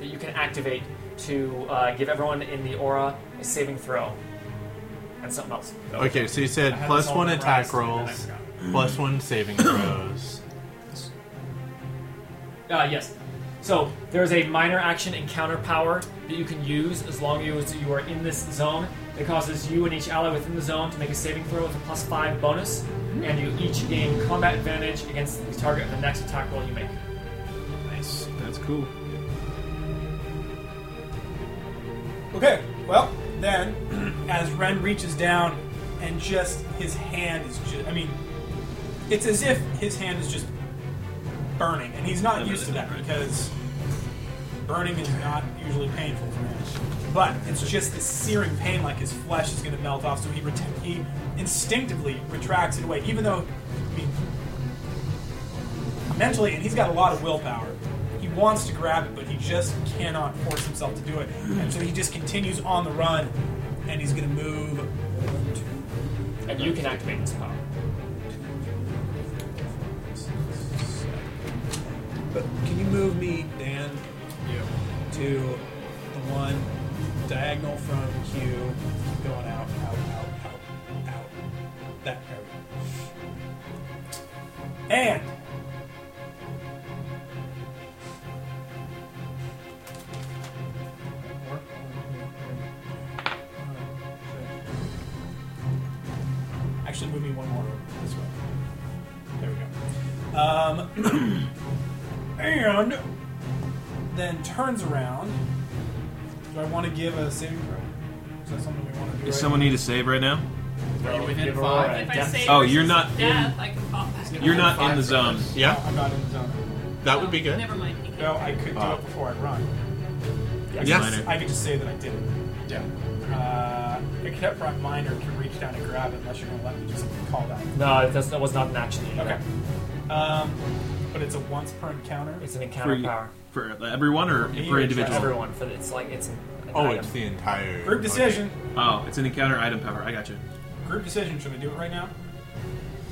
S2: that you can activate to uh, give everyone in the aura a saving throw. and something else.
S9: Okay, so you said
S5: had
S9: plus
S5: this all
S9: one attack
S5: memorized, and then I
S9: rolls,
S5: forgot.
S9: plus one saving throws.
S2: Uh, yes. So there is a minor action encounter power that you can use as long as you are in this zone. It causes you and each ally within the zone to make a saving throw with a plus five bonus, and you each gain combat advantage against the target of the next attack roll you make.
S3: Nice. That's cool.
S5: Okay, well, then, as Ren reaches down and just his hand is just. I mean, it's as if his hand is just burning, and he's not used to that because burning is not usually painful for him. But it's just this searing pain, like his flesh is going to melt off, so he, ret- he instinctively retracts it away, even though, I mean, mentally, and he's got a lot of willpower. He wants to grab it, but he just cannot force himself to do it. And so he just continues on the run, and he's going to move. one, two,
S2: And you can activate this power.
S5: But can you move me, Dan, to the one diagonal from Q, keep going out, out, out, out, out, that area. And actually move me one more this way. There we go. Um, and then turns around. Do I want to give a saving throw? Is that something we want to do?
S3: Does
S5: right
S3: someone need a save right now?
S10: Are you within
S2: give her
S10: five?
S2: a
S4: If I
S2: death
S4: say
S3: Oh, you're
S4: versus
S3: not
S4: death, I can pop back.
S3: You're
S4: up.
S3: not in the zone.
S5: now?
S9: Yeah,
S5: I'm not in the zone.
S9: that would be good.
S4: Never mind. you
S5: No,
S4: can't.
S5: I could do it before I run.
S9: Uh,
S5: I
S9: Yes.
S5: could just- I could just say that I did it.
S6: Yeah.
S5: Uh, except for minor can reach down and grab it unless you're going to let me just call that.
S2: No, it does, that was not an action. either.
S5: Okay. Um, but it's a once per encounter.
S2: It's an
S3: For,
S2: encounter
S3: you-
S2: power.
S3: for everyone or
S2: For
S3: for
S5: Me or Visual.
S3: individual?
S2: everyone, for the, it's like it's. An, an
S9: Oh,
S2: item.
S9: it's the entire
S5: Group decision.
S3: Oh, it's an encounter item power. I got you.
S5: Group decision. Should we do it right now?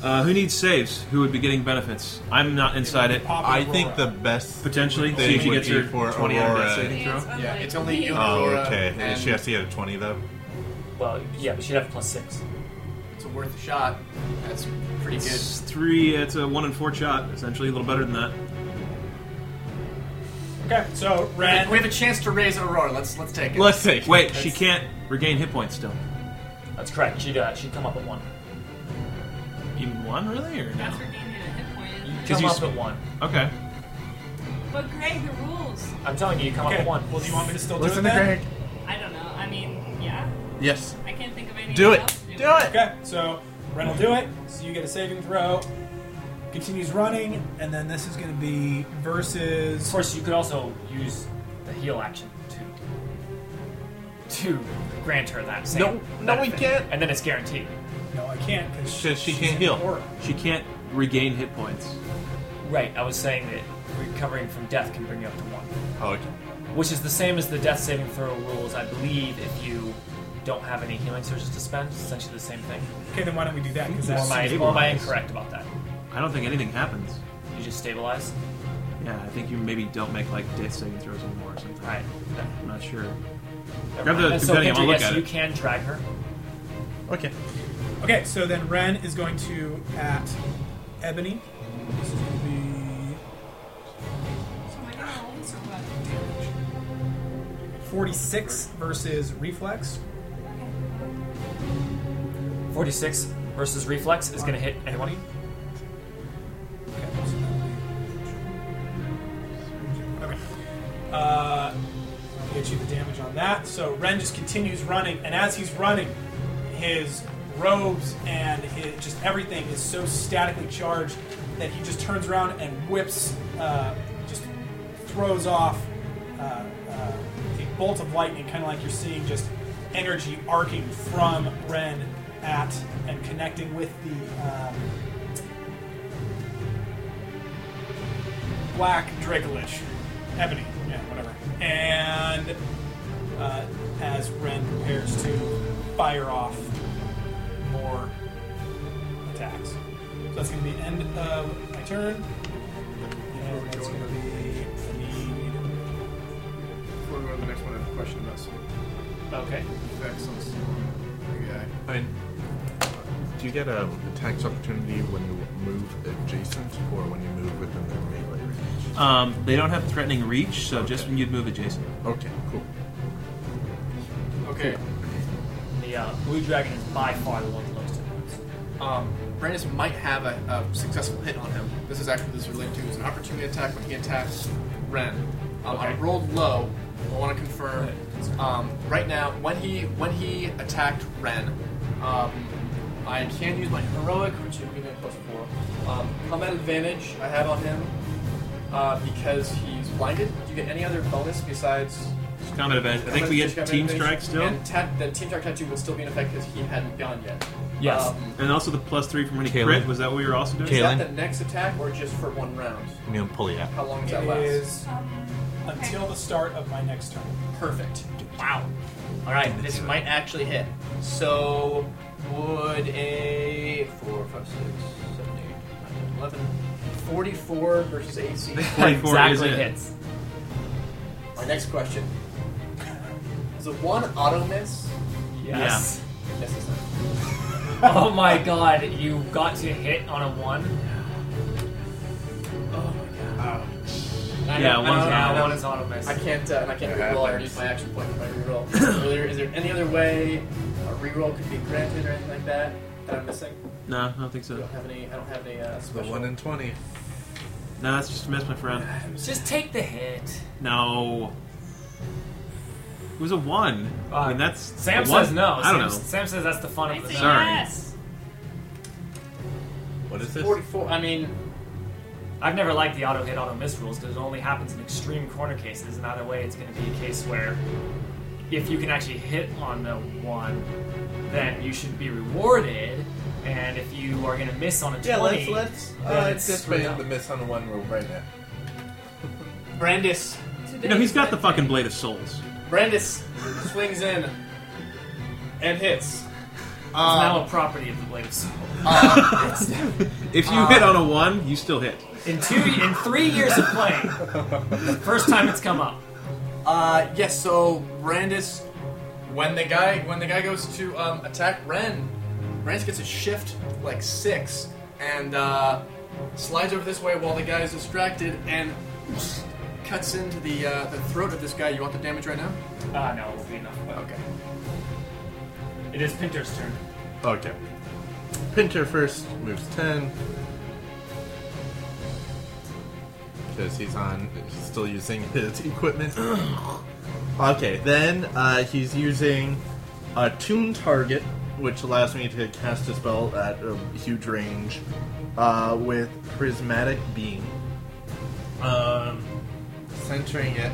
S3: Uh, who needs saves? Who would be getting benefits? I'm not inside it.
S5: Pop
S9: I
S5: and
S9: think the
S5: roll.
S9: best
S3: Potentially.
S9: They
S3: See if she
S9: would
S3: gets
S9: be
S3: her
S9: for
S3: 20 on
S9: Aurora.
S3: that saving
S4: It's
S3: throw.
S6: Yeah,
S4: unlike
S6: it's only
S4: me.
S6: you.
S9: uh, Oh,
S6: Aurora
S9: okay. And
S6: and-
S9: she has to get a twenty though.
S2: Well, yeah, but she'd have plus six.
S6: It's a worth a shot. That's pretty good.
S3: It's three. It's a one in four shot, essentially. A little better than that.
S5: Okay, so Ren.
S6: we have a chance to raise Aurora. Let's let's take it.
S9: Let's see.
S3: Wait, she can't regain hit points still.
S2: That's correct. She'd uh, she'd come up at one.
S3: Even one, really, or no?
S4: That's regaining a hit point. isn't it?
S2: Come
S3: you
S2: up
S3: sp-
S2: at one.
S3: Okay.
S4: But Greg, the rules.
S2: I'm telling you, you come up
S5: Okay.
S2: at one.
S5: Well, do you want me to still
S9: Listen
S5: do
S9: to
S5: it then?
S9: Greg.
S4: I don't know. I mean, yeah.
S9: Yes.
S4: I can't think of anything
S9: Do it.
S4: else. to
S9: Do it.
S5: Okay, so Ren will do it. So you get a saving throw. Continues running, and then this is going to be
S2: Of
S5: versus.
S2: course, you could also use the heal action to to grant her that. Same
S9: No- no, we
S2: benefit.
S9: can't.
S2: And then it's guaranteed.
S5: No, I can't because
S9: She, she can't heal.
S5: Aura.
S3: She can't regain hit points.
S2: Right. I was saying that recovering from death can bring you up to one,
S9: Oh, okay.
S2: which is the same as the death saving throw rules, I believe. If you don't have any healing surges to spend, it's essentially the same thing.
S5: Okay, then why don't we do that? Because
S2: Or
S5: that's
S2: am I, or am I incorrect about that?
S3: I don't think anything happens.
S2: You just stabilize.
S3: Yeah, I think you maybe don't make like death saving throws anymore or something.
S2: All right.
S3: I'm not sure.
S2: Never
S3: Grab
S2: mind.
S3: the
S2: And so,
S3: compendium,
S2: Kendra,
S3: I'll look
S2: yes,
S3: at
S2: you
S3: it.
S2: can drag her.
S9: Okay.
S5: Okay, so then Ren is going to at Ebony. This is going to be
S4: So am I gonna roll this or what?
S5: 46 versus Reflex.
S2: 46 versus reflex is going to hit anyone.
S5: Okay. so that'll be- Okay. Uh, I'll get you the damage on that. So Ren just continues running, and as he's running, his robes and his, just everything is so statically charged that he just turns around and whips, uh, just throws off uh, uh, a bolt of lightning, kind of like you're seeing just energy arcing from Ren at and connecting with the. Um, black Dracolich. Ebony, yeah, whatever. And uh, as Ren prepares to fire off more attacks. So that's going to be the end of my turn. And that's going to be me.
S6: Before we go to the next one, I have a question about some
S2: Okay.
S6: effects on some Okay.
S9: I mean, do you get um, a tax opportunity when you move adjacent or when you move within their melee range?
S3: Um, they don't have threatening reach, so just
S9: Okay.
S3: when you'd move adjacent.
S9: Okay, cool.
S10: Okay.
S2: The uh, blue dragon is by far the one that looks to
S6: Um, Brandis might have a, a successful hit on him. This is actually this is related to is an opportunity attack when he attacks Ren. Um, I
S2: Okay.
S6: rolled low. I want to confirm. Um, right now, when he when he attacked Ren, um, I can use my heroic, which would give me a plus four. Um, combat advantage I have on him uh, because he's blinded. Do you get any other bonus besides?
S3: It's combat advantage. I think we get
S6: Combat
S3: team
S6: advantage?
S3: strike still,
S6: And ta- the team strike tattoo would still be in effect because he hadn't gone yet.
S2: Yes.
S6: Um,
S3: and also the plus three from any
S8: Kalen.
S3: crit. Was that what we were also doing?
S8: Kalen.
S6: is that the next attack or just for one round?
S8: I'm gonna pull you out.
S6: How long does that
S5: It
S6: last?
S5: is until the start of my next turn.
S10: Perfect. Wow. All right, this might actually hit. So would a four, five, six, seven, eight, nine, 10, 11, 44 versus AC.
S3: Forty-four is
S2: exactly
S3: it.
S2: hits.
S10: My next question.
S6: Is it one auto miss?
S2: Yes.
S6: Misses it.
S2: oh my god, you got to hit on a one.
S3: Oh Yeah, one's
S6: an
S2: yeah,
S6: auto.
S2: one is auto miss.
S6: I can't. Uh, and I can't
S9: Yeah,
S6: reroll. I
S9: thanks.
S6: already used my action point for my reroll earlier. Is there any other way a reroll could be granted or anything like that that I'm missing?
S3: No, I don't think
S6: I
S3: so.
S6: don't have any. I don't have any uh,
S9: The
S6: special.
S9: one in twenty.
S3: No, that's just a miss, my friend.
S2: Just take the hit.
S3: No. It was a one. I mean, that's
S2: Uh, Sam
S3: a one.
S2: says no.
S3: I don't know.
S2: Sam, Sam says that's the fun of the
S3: Sorry.
S4: Yes.
S9: What is this?
S6: 44. I mean,
S2: I've never liked the auto hit auto miss rules because it only happens in extreme corner cases, and either way, it's going to be a case where if you can actually hit on the one, then you should be rewarded, and if you are going to miss on a
S9: Yeah,
S2: twenty,
S9: let's let's
S2: then
S9: uh,
S2: it's screwed
S9: disband
S2: up.
S9: the miss on one rule right now.
S10: Brandis.
S3: You know, he's got the fucking blade of souls.
S10: Brandis swings in and hits.
S2: It's
S6: um,
S2: now a property of the Blade of Soul.
S3: If you hit on a one, you still hit.
S2: In two, in three years of playing, first time it's come up.
S6: uh, yes. So Brandis, when the guy when the guy goes to um, attack Ren, Brandis gets a shift like six and uh, slides over this way while the guy is distracted and cuts into the uh, the throat of this guy. You want the damage right now?
S2: Ah, no, it will be enough. But
S6: Okay.
S2: it is Pinter's turn.
S9: Okay. Pinter first moves 10. Because he's on, he's still using his equipment. okay, then uh, he's using a tune target, which allows me to cast a spell at a huge range uh, with prismatic beam,
S8: Um,
S9: centering it.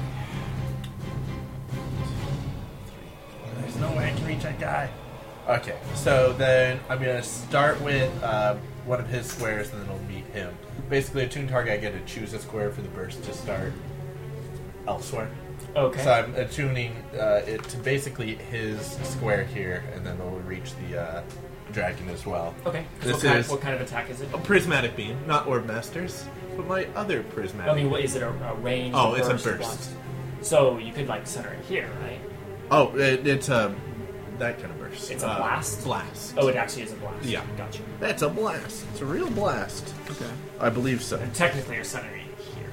S8: there's no way I can reach that guy.
S9: Okay, so then I'm gonna start with uh, one of his squares, and then I'll meet him. Basically, a tune target, I get to choose a square for the burst to start elsewhere.
S2: Okay.
S9: So I'm attuning uh, it to basically his square here, and then it'll reach the uh, dragon as well.
S2: okay.
S9: This
S2: what, kind,
S9: is-
S2: what kind of attack is it?
S9: A prismatic beam, not orb masters, but my other prismatic.
S2: I mean, what, is it a, a range?
S9: Oh, it's a burst.
S2: blast? So you could like center it here, right?
S9: oh, it, it's a that kind of burst.
S2: It's a
S9: Uh,
S2: blast?
S9: Blast.
S2: Oh, it actually is a blast.
S9: Yeah.
S2: Gotcha.
S9: that's a blast. It's a real blast.
S3: Okay.
S9: I believe so.
S2: Technically, you're centering it here.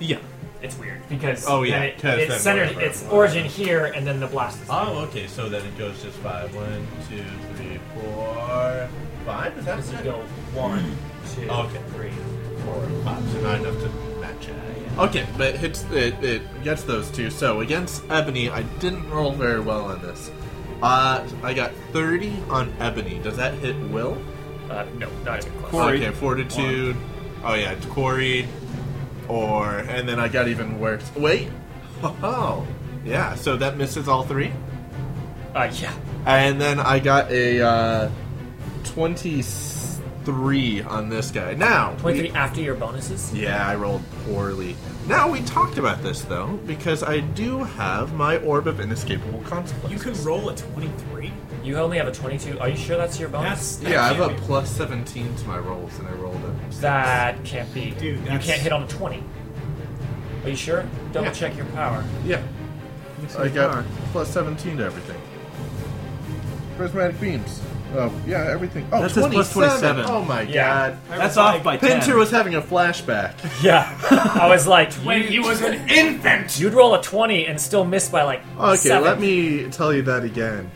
S9: Yeah.
S2: It's weird because
S9: Oh, yeah,
S2: then it,
S9: 'cause
S2: it's
S9: then
S2: centered.
S9: whatever.
S2: Its origin here, and then the blast is.
S9: Oh, okay. So then it goes just five. One, two, three, four, five. Is that
S2: So you go one, two,
S9: Oh, Okay.
S2: three.
S9: four, five? So not enough to match it. Okay, but it hits it. It gets those two. So against Ebony, I didn't roll very well on this. Uh, I got thirty on Ebony. Does that hit Will?
S2: Uh, no, not even close.
S3: Quarried.
S9: Okay, Fortitude. Oh yeah, quarried. Or and then I got even worse. Wait. Oh, yeah. So that misses all three.
S2: Uh, yeah.
S9: And then I got a uh, 23 on this guy. Now, we-
S2: Twenty-three after your bonuses.
S9: yeah, I rolled poorly. Now, we talked about this, though, because I do have my Orb of Inescapable
S5: You
S9: Consequence.
S5: could roll a 23.
S2: You only have a twenty-two. Are you sure that's your bonus?
S5: That's
S9: Yeah, I have
S5: can't
S9: a
S5: be-
S9: plus 17 to my rolls, and I rolled a.
S2: That can't be. you
S5: Dude, that's-
S2: can't hit on a twenty. Are you sure? Double
S9: Yeah.
S2: check your power.
S9: Yeah, I got plus 17 to everything. Prismatic beams. Oh, yeah, everything. Oh,
S3: That says plus 27.
S9: Oh my god.
S3: That's off by ten.
S9: Pinter was having a flashback.
S2: Yeah. I was like,
S10: When he
S2: you,
S10: was an infant!
S2: would roll a 20 and still miss by like
S9: Okay,
S2: seven.
S9: let me tell you that again.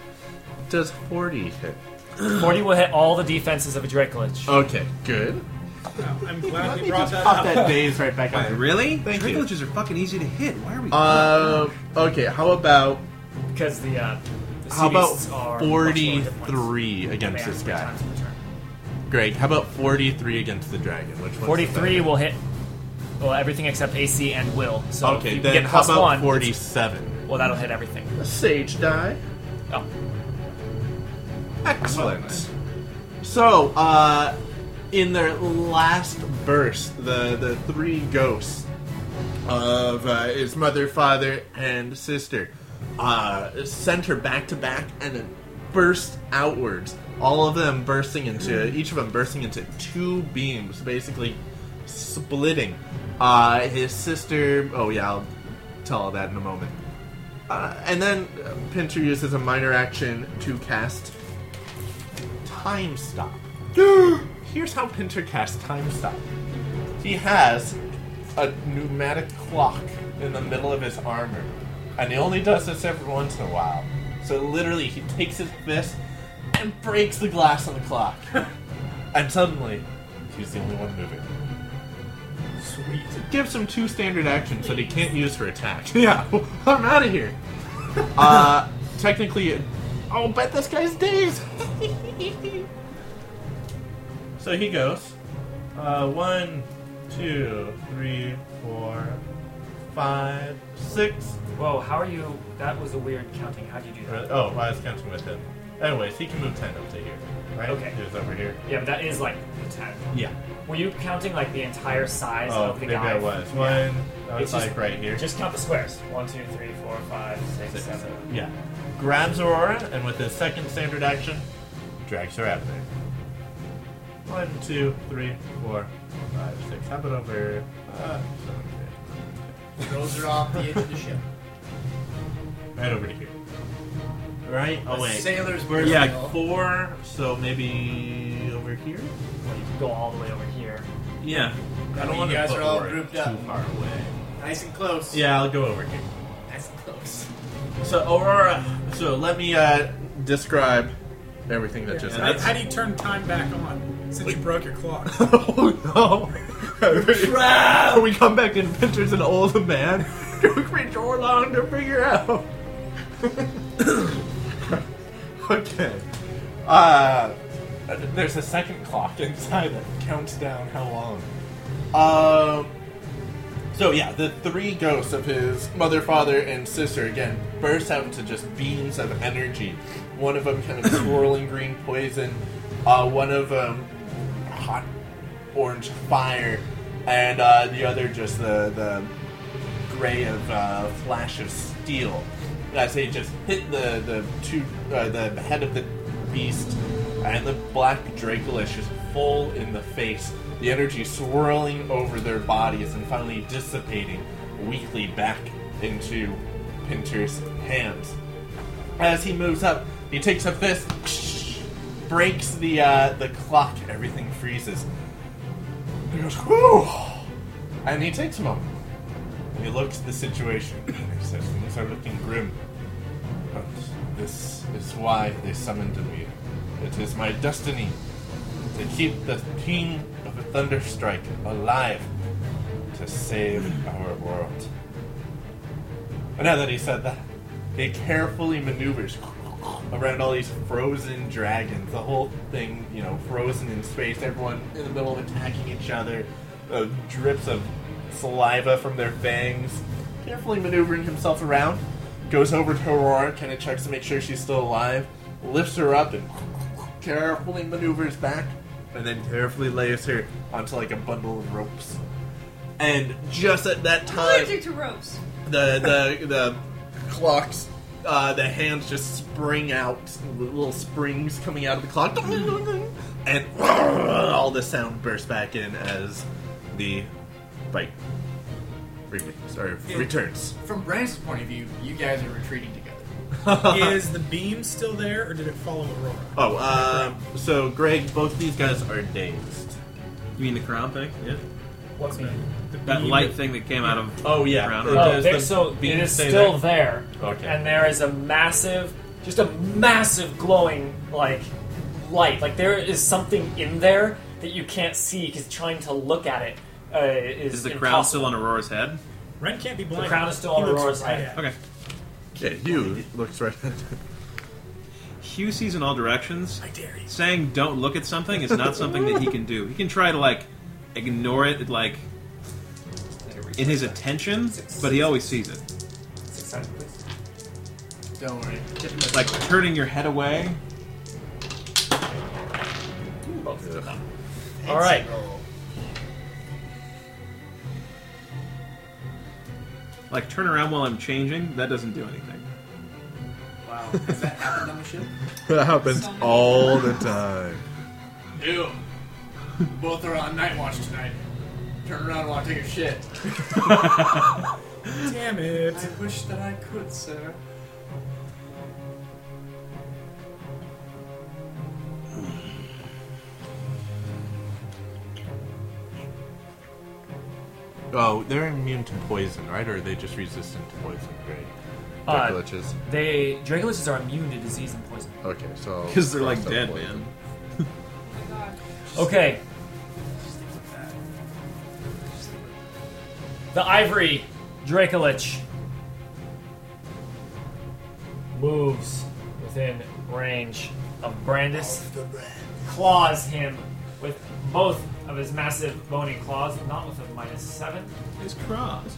S9: Does 40 hit?
S2: 40 will hit all the defenses of a Dracolich.
S9: Okay, good.
S5: I'm glad
S9: Let
S5: we
S9: me
S5: brought
S9: just
S5: that
S9: pop
S5: up.
S9: that daze right back up.
S3: Really?
S9: Thank you.
S3: Dracoliches are fucking easy to hit. Why are we?
S9: Uh, okay, how about
S2: Because the, uh, the sea
S9: how about
S2: beasts are much lower hit points.
S9: 43 against
S2: Command
S9: this
S2: three
S9: guy?
S2: times per turn.
S9: Great. How about 43 against the dragon? Which one's the
S2: 43
S9: better?
S2: will hit well everything except AC and will. So if
S9: Okay,
S2: you
S9: then
S2: get
S9: how
S2: plus
S9: about
S2: one.
S9: 47?
S2: Well, that'll hit everything.
S9: Sage die.
S2: Oh,
S9: Excellent. So, uh, in their last burst, the, the three ghosts of uh, his mother, father, and sister uh, center back to back and then burst outwards. All of them bursting into, each of them bursting into two beams, basically splitting. Uh, his sister, oh yeah, I'll tell all that in a moment. Uh, and then uh, Pinter uses a minor action to cast Time Stop. Here's how Pinter casts Time Stop. He has a pneumatic clock in the middle of his armor, and he only does this every once in a while. So literally, he takes his fist and breaks the glass on the clock, and suddenly, he's the only one moving.
S5: Sweet.
S9: Gives him two standard actions that he can't use for attack. Yeah, I'm out of here. uh, technically, I'll bet this guy's dazed.
S8: So he goes. Uh, one, two, three, four, five, six.
S2: whoa! How are you? That was a weird counting. How'd you do that?
S8: Really? Oh, I was counting with him. Anyways, he can move ten up to here. Right?
S2: Okay.
S8: He was over here.
S2: Yeah, but that is like the ten.
S8: Yeah.
S2: Were you counting like the entire size
S8: Oh,
S2: of the
S8: maybe
S2: guy?
S8: I was. One. I was
S2: It's just-
S8: like right here.
S2: Just count the squares. One, two, three, four, five, six,
S8: Six,
S2: seven.
S8: seven. Yeah. Grabs Aurora and with his second standard action, drags her out of there. One, two, three, four, five, six. How about over? Uh, seven, eight.
S10: Throws her off the edge of the ship.
S8: Right over to here. Right? Oh, wait.
S10: Sailor's
S8: We're
S10: yeah.
S8: like four, so maybe over here?
S2: Well, you go all the way over here.
S8: Yeah. I
S10: You
S8: don't want
S10: guys
S8: to put
S10: are all
S8: Aurora
S10: grouped
S8: too
S10: up.
S8: far away.
S10: Nice and close.
S8: Yeah, I'll go over here.
S10: Nice and close.
S8: So, Aurora, so let me, uh,
S9: describe everything that just
S5: How,
S9: happened.
S5: how do you turn time back on since you broke your clock?
S9: oh no! we come back and Pinter's an old man. Took me so long to figure out. okay. Uh, there's a second clock inside that counts down how long. Um. So yeah, the three ghosts of his mother, father, and sister again burst out into just beams of energy. One of them kind of swirling green poison. Uh, one of them hot orange fire, and uh, the other just the the gray of uh, flash of steel. As they just hit the the two uh, the head of the beast, and the black Draculish is full in the face. The energy swirling over their bodies and finally dissipating weakly back into Pinter's hands. As he moves up, he takes a fist, breaks the uh, the clock. Everything freezes. He goes, "Whew!" And he takes a moment. And he looks at the situation. he says, "Things are looking grim, but this is why they summoned me. It is my destiny to keep the king of a thunderstrike alive to save our world." And now that he said that, he carefully maneuvers around all these frozen dragons. The whole thing, you know, frozen in space. Everyone in the middle of attacking each other. Uh, drips of saliva from their fangs. Carefully maneuvering himself around, goes over to Aurora, kind of checks to make sure she's still alive, lifts her up, and carefully maneuvers back, and then carefully lays her onto like a bundle of ropes. And just at that time,
S4: Allergic to ropes.
S9: the the the clocks uh, the hands just spring out little springs coming out of the clock and all the sound bursts back in as the bike re- sorry, returns
S10: From Brance's point of view, you guys are retreating together.
S5: Is the beam still there, or did it follow Aurora?
S9: Oh, uh, so Greg, both these guys are dazed.
S3: You mean the crown thing? Yeah.
S2: What's me?
S5: The
S3: That
S5: beam-
S3: light thing that came out of.
S9: Oh, yeah.
S3: Crown.
S9: It
S2: Oh,
S9: does
S2: there,
S9: the
S2: so it
S9: beam
S2: is
S9: stay
S2: still there,
S9: Okay.
S2: and there is a massive, just a massive glowing like light. Like there is something in there that you can't see because trying to look at it uh, is,
S3: Is the crown
S2: impossible.
S3: still on Aurora's head?
S5: Ren can't be blind.
S2: crown is still
S5: He
S2: on
S5: looks
S2: Aurora's
S5: right
S2: head.
S5: at it.
S3: Okay.
S9: Yeah, you looks right.
S3: Hugh sees in all directions.
S5: I dare you.
S3: Saying don't look at something is not something that he can do. He can try to like ignore it, like in his attention, but he always sees it.
S6: Don't worry. Get
S3: It's like turning your head away.
S2: All right.
S3: Like turn around while I'm changing. That doesn't do anything.
S6: Wow. Has that happened on the ship?
S9: that happens all the time.
S10: Ew. Both are on night watch tonight.
S6: Turn around while I take a shit.
S5: Damn it.
S6: I wish that I could, sir.
S9: Oh, they're immune to poison, right? Or are they just resistant to poison? Greg?
S2: Uh,
S9: Their glitches.
S2: They dragoliches are immune to disease and poison.
S9: Okay, so
S3: Because they're like
S9: so
S3: dead,
S9: poison.
S3: man.
S2: Okay. The ivory Dracolich moves within range of Brandis. Claws him with both of his massive bony claws, not with a minus seven.
S3: His cross.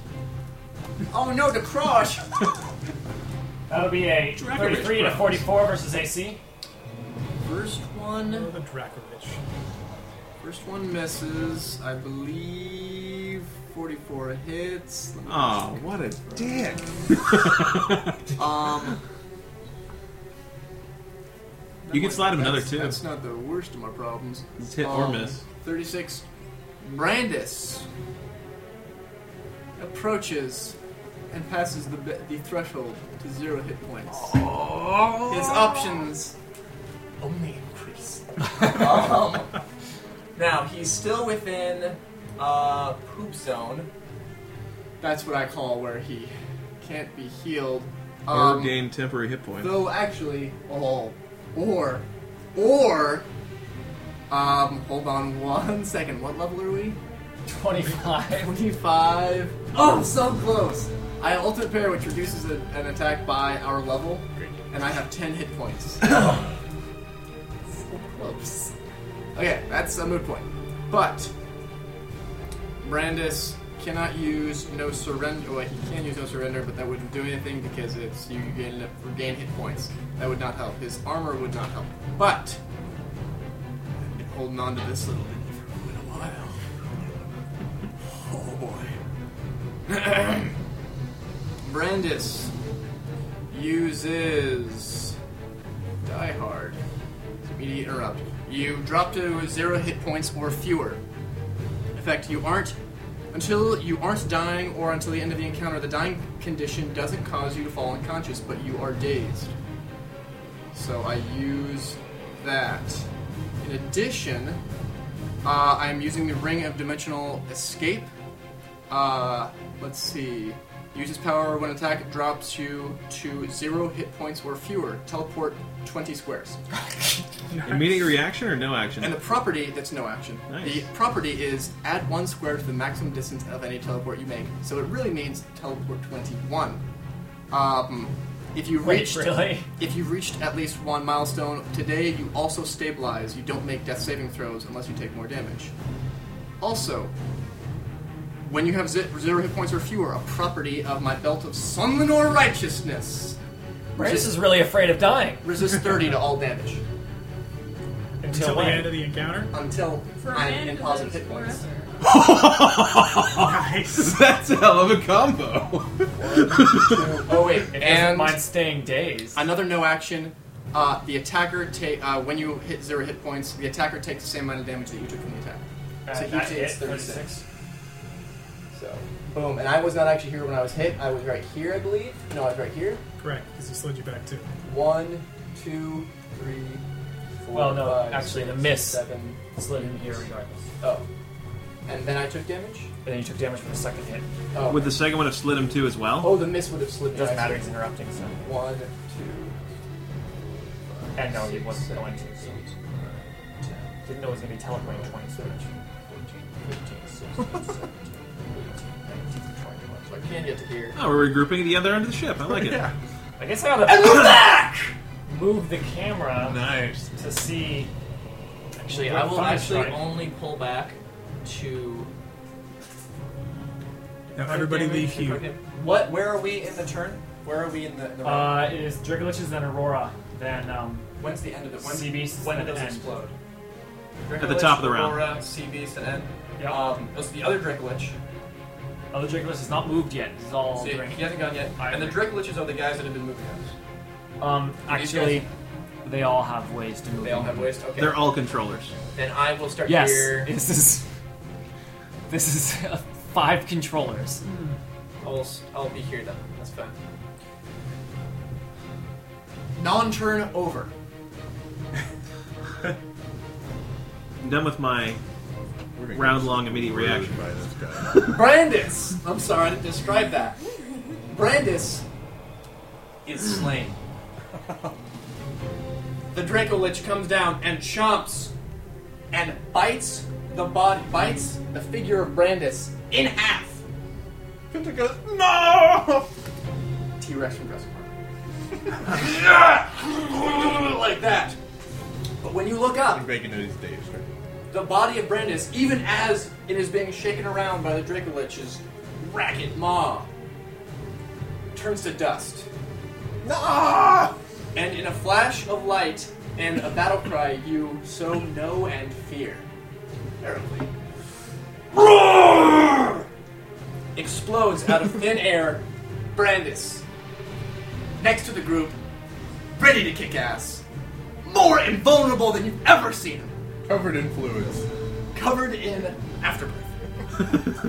S6: Oh no, the crush!
S2: That'll be a 33 and a 44 versus AC.
S6: First
S5: Oh,
S6: one.
S5: the Dracolich.
S6: First one misses. I believe 44 hits. Let me-
S3: Oh, what a dick.
S6: Um.
S3: You can slide him another
S6: That's-
S3: two.
S6: That's not the worst of my problems.
S3: It's hit or miss.
S6: 36. Brandis approaches and passes the, be- the threshold to zero hit points. His options
S10: Oh. Only increase.
S6: um,
S10: Now he's still within uh poop zone.
S6: That's what I call where he can't be healed.
S3: Or
S6: Um,
S3: gain temporary hit points.
S6: Though actually, oh, or, or, um, hold on one second. What level are we?
S2: 25.
S6: Twenty-five. Oh, so close. I have ultimate pair, which reduces a, an attack by our level, and I have ten hit points. so close. Okay, that's a moot point. But Brandis cannot use no surrender. Well, he can use no surrender, but that wouldn't do anything because it's you gain regain hit points. That would not help. His armor would not help. But I've been holding on to this little bit for quite a while. Oh boy. Brandis uses Die Hard. It's Immediate interrupt. You drop to zero hit points or fewer. In fact, you aren't until you aren't dying or until the end of the encounter. The dying condition doesn't cause you to fall unconscious, but you are dazed. So I use that. In addition, uh, I'm using the Ring of Dimensional Escape. Uh, let's see. Uses power when attack drops you to zero hit points or fewer. Teleport 20 squares.
S3: Immediate reaction or no action?
S6: And the property that's no action.
S3: Nice.
S6: The property is add one square to the maximum distance of any teleport you make. So it really means teleport twenty-one. Um, if you
S2: Wait,
S6: reached
S2: really?
S6: if you reached at least one milestone today, you also stabilize. You don't make death saving throws unless you take more damage. Also, when you have zi- zero hit points or fewer, a property of my belt of Sunlinor righteousness
S2: Brandis is really afraid of dying.
S6: resists thirty to all damage
S5: Till
S2: Until
S5: the end
S2: when?
S5: of the encounter.
S6: until
S4: For
S6: I'm
S4: men,
S6: in
S4: it
S6: positive
S4: lives
S6: hit points.
S4: forever.
S5: Nice.
S3: That's a hell of a combo.
S6: Oh wait,
S2: It doesn't
S6: and
S2: mind staying dazed.
S6: Another no action. Uh, the attacker take uh, when you hit zero hit points, the attacker takes the same amount of damage that you took from the attack.
S2: Uh,
S6: so he
S2: that
S6: takes
S2: hit,
S6: 36.
S10: So, boom. And I was not actually here when I was hit. I was right here, I believe. No, I was right here.
S5: Correct, because he slid you back too.
S10: One, two, three, four.
S2: Well, no,
S10: five,
S2: actually, the
S10: six,
S2: miss.
S10: Seven.
S2: Slid in here regardless.
S10: Oh. And then I took damage?
S2: And then you took damage from the second hit.
S10: Oh.
S3: Would the second one have slid him too as well?
S10: oh, the miss would have slid
S2: It
S10: me.
S2: doesn't matter, he's
S10: actually.
S2: interrupting, so.
S10: One, two. five,
S2: And no, he
S10: six,
S2: wasn't
S10: seven,
S2: going to, so.
S10: eight, nine, ten.
S2: Didn't know it was going to be teleporting 20 so much.
S10: So I can get to here.
S3: Oh, we're regrouping at the other end of the ship. I like it.
S9: Yeah.
S2: I guess I gotta move the camera
S9: Nice.
S2: to see.
S6: Actually,
S2: We're
S6: I will
S2: fine,
S6: actually
S2: right?
S6: only pull back to.
S5: Now everybody leave Hugh.
S6: What? Where are we in the turn? Where are we in the? the round?
S2: Uh, it is Drigolich's, then Aurora, then um,
S6: when's the end of it? When,
S2: Sea Beast.
S6: when
S2: then
S6: did those
S2: end.
S6: explode?
S3: At the top of the round.
S6: Aurora, Sea Beast, and end.
S2: Yep.
S6: Um, those are the other Dracolich.
S2: Oh, the Dracolich is not moved yet. He's all
S6: See, he
S2: drink.
S6: hasn't gone yet.
S2: I
S6: and the
S2: agree.
S6: Dracoliches are the guys that have been moving us.
S2: Um,
S6: these
S2: actually, they all have ways to move.
S6: They all
S2: in.
S6: have waste. Okay.
S3: They're all controllers.
S6: then I will start
S2: Yes,
S6: here.
S2: this is this is uh, five controllers.
S6: I'll, s- I'll be here then. That's fine.
S10: Non-turn over.
S3: I'm done with my
S9: We're gonna
S3: round
S9: get
S3: long immediate
S9: screwed
S3: reaction.
S9: by this guy.
S10: Brandis. I'm sorry, I didn't describe that. Brandis
S6: Is slain.
S10: The Draco Lich comes down and chomps and bites the body, bites the figure of Brandis in half.
S9: Pinter goes, no!
S10: T Rex from Jurassic Park. like that. But when you look
S9: I'm
S10: up,
S9: breaking these days, right?
S10: the body of Brandis, even as it is being shaken around by the Draco Lich's racket maw, turns to dust.
S9: No!
S10: And in a flash of light and a battle cry, you so know and fear. Terribly. Roar! Explodes out of thin air, Brandis. Next to the group, ready to kick ass. More invulnerable than you've ever seen him.
S9: Covered in fluids.
S10: Covered in afterbirth.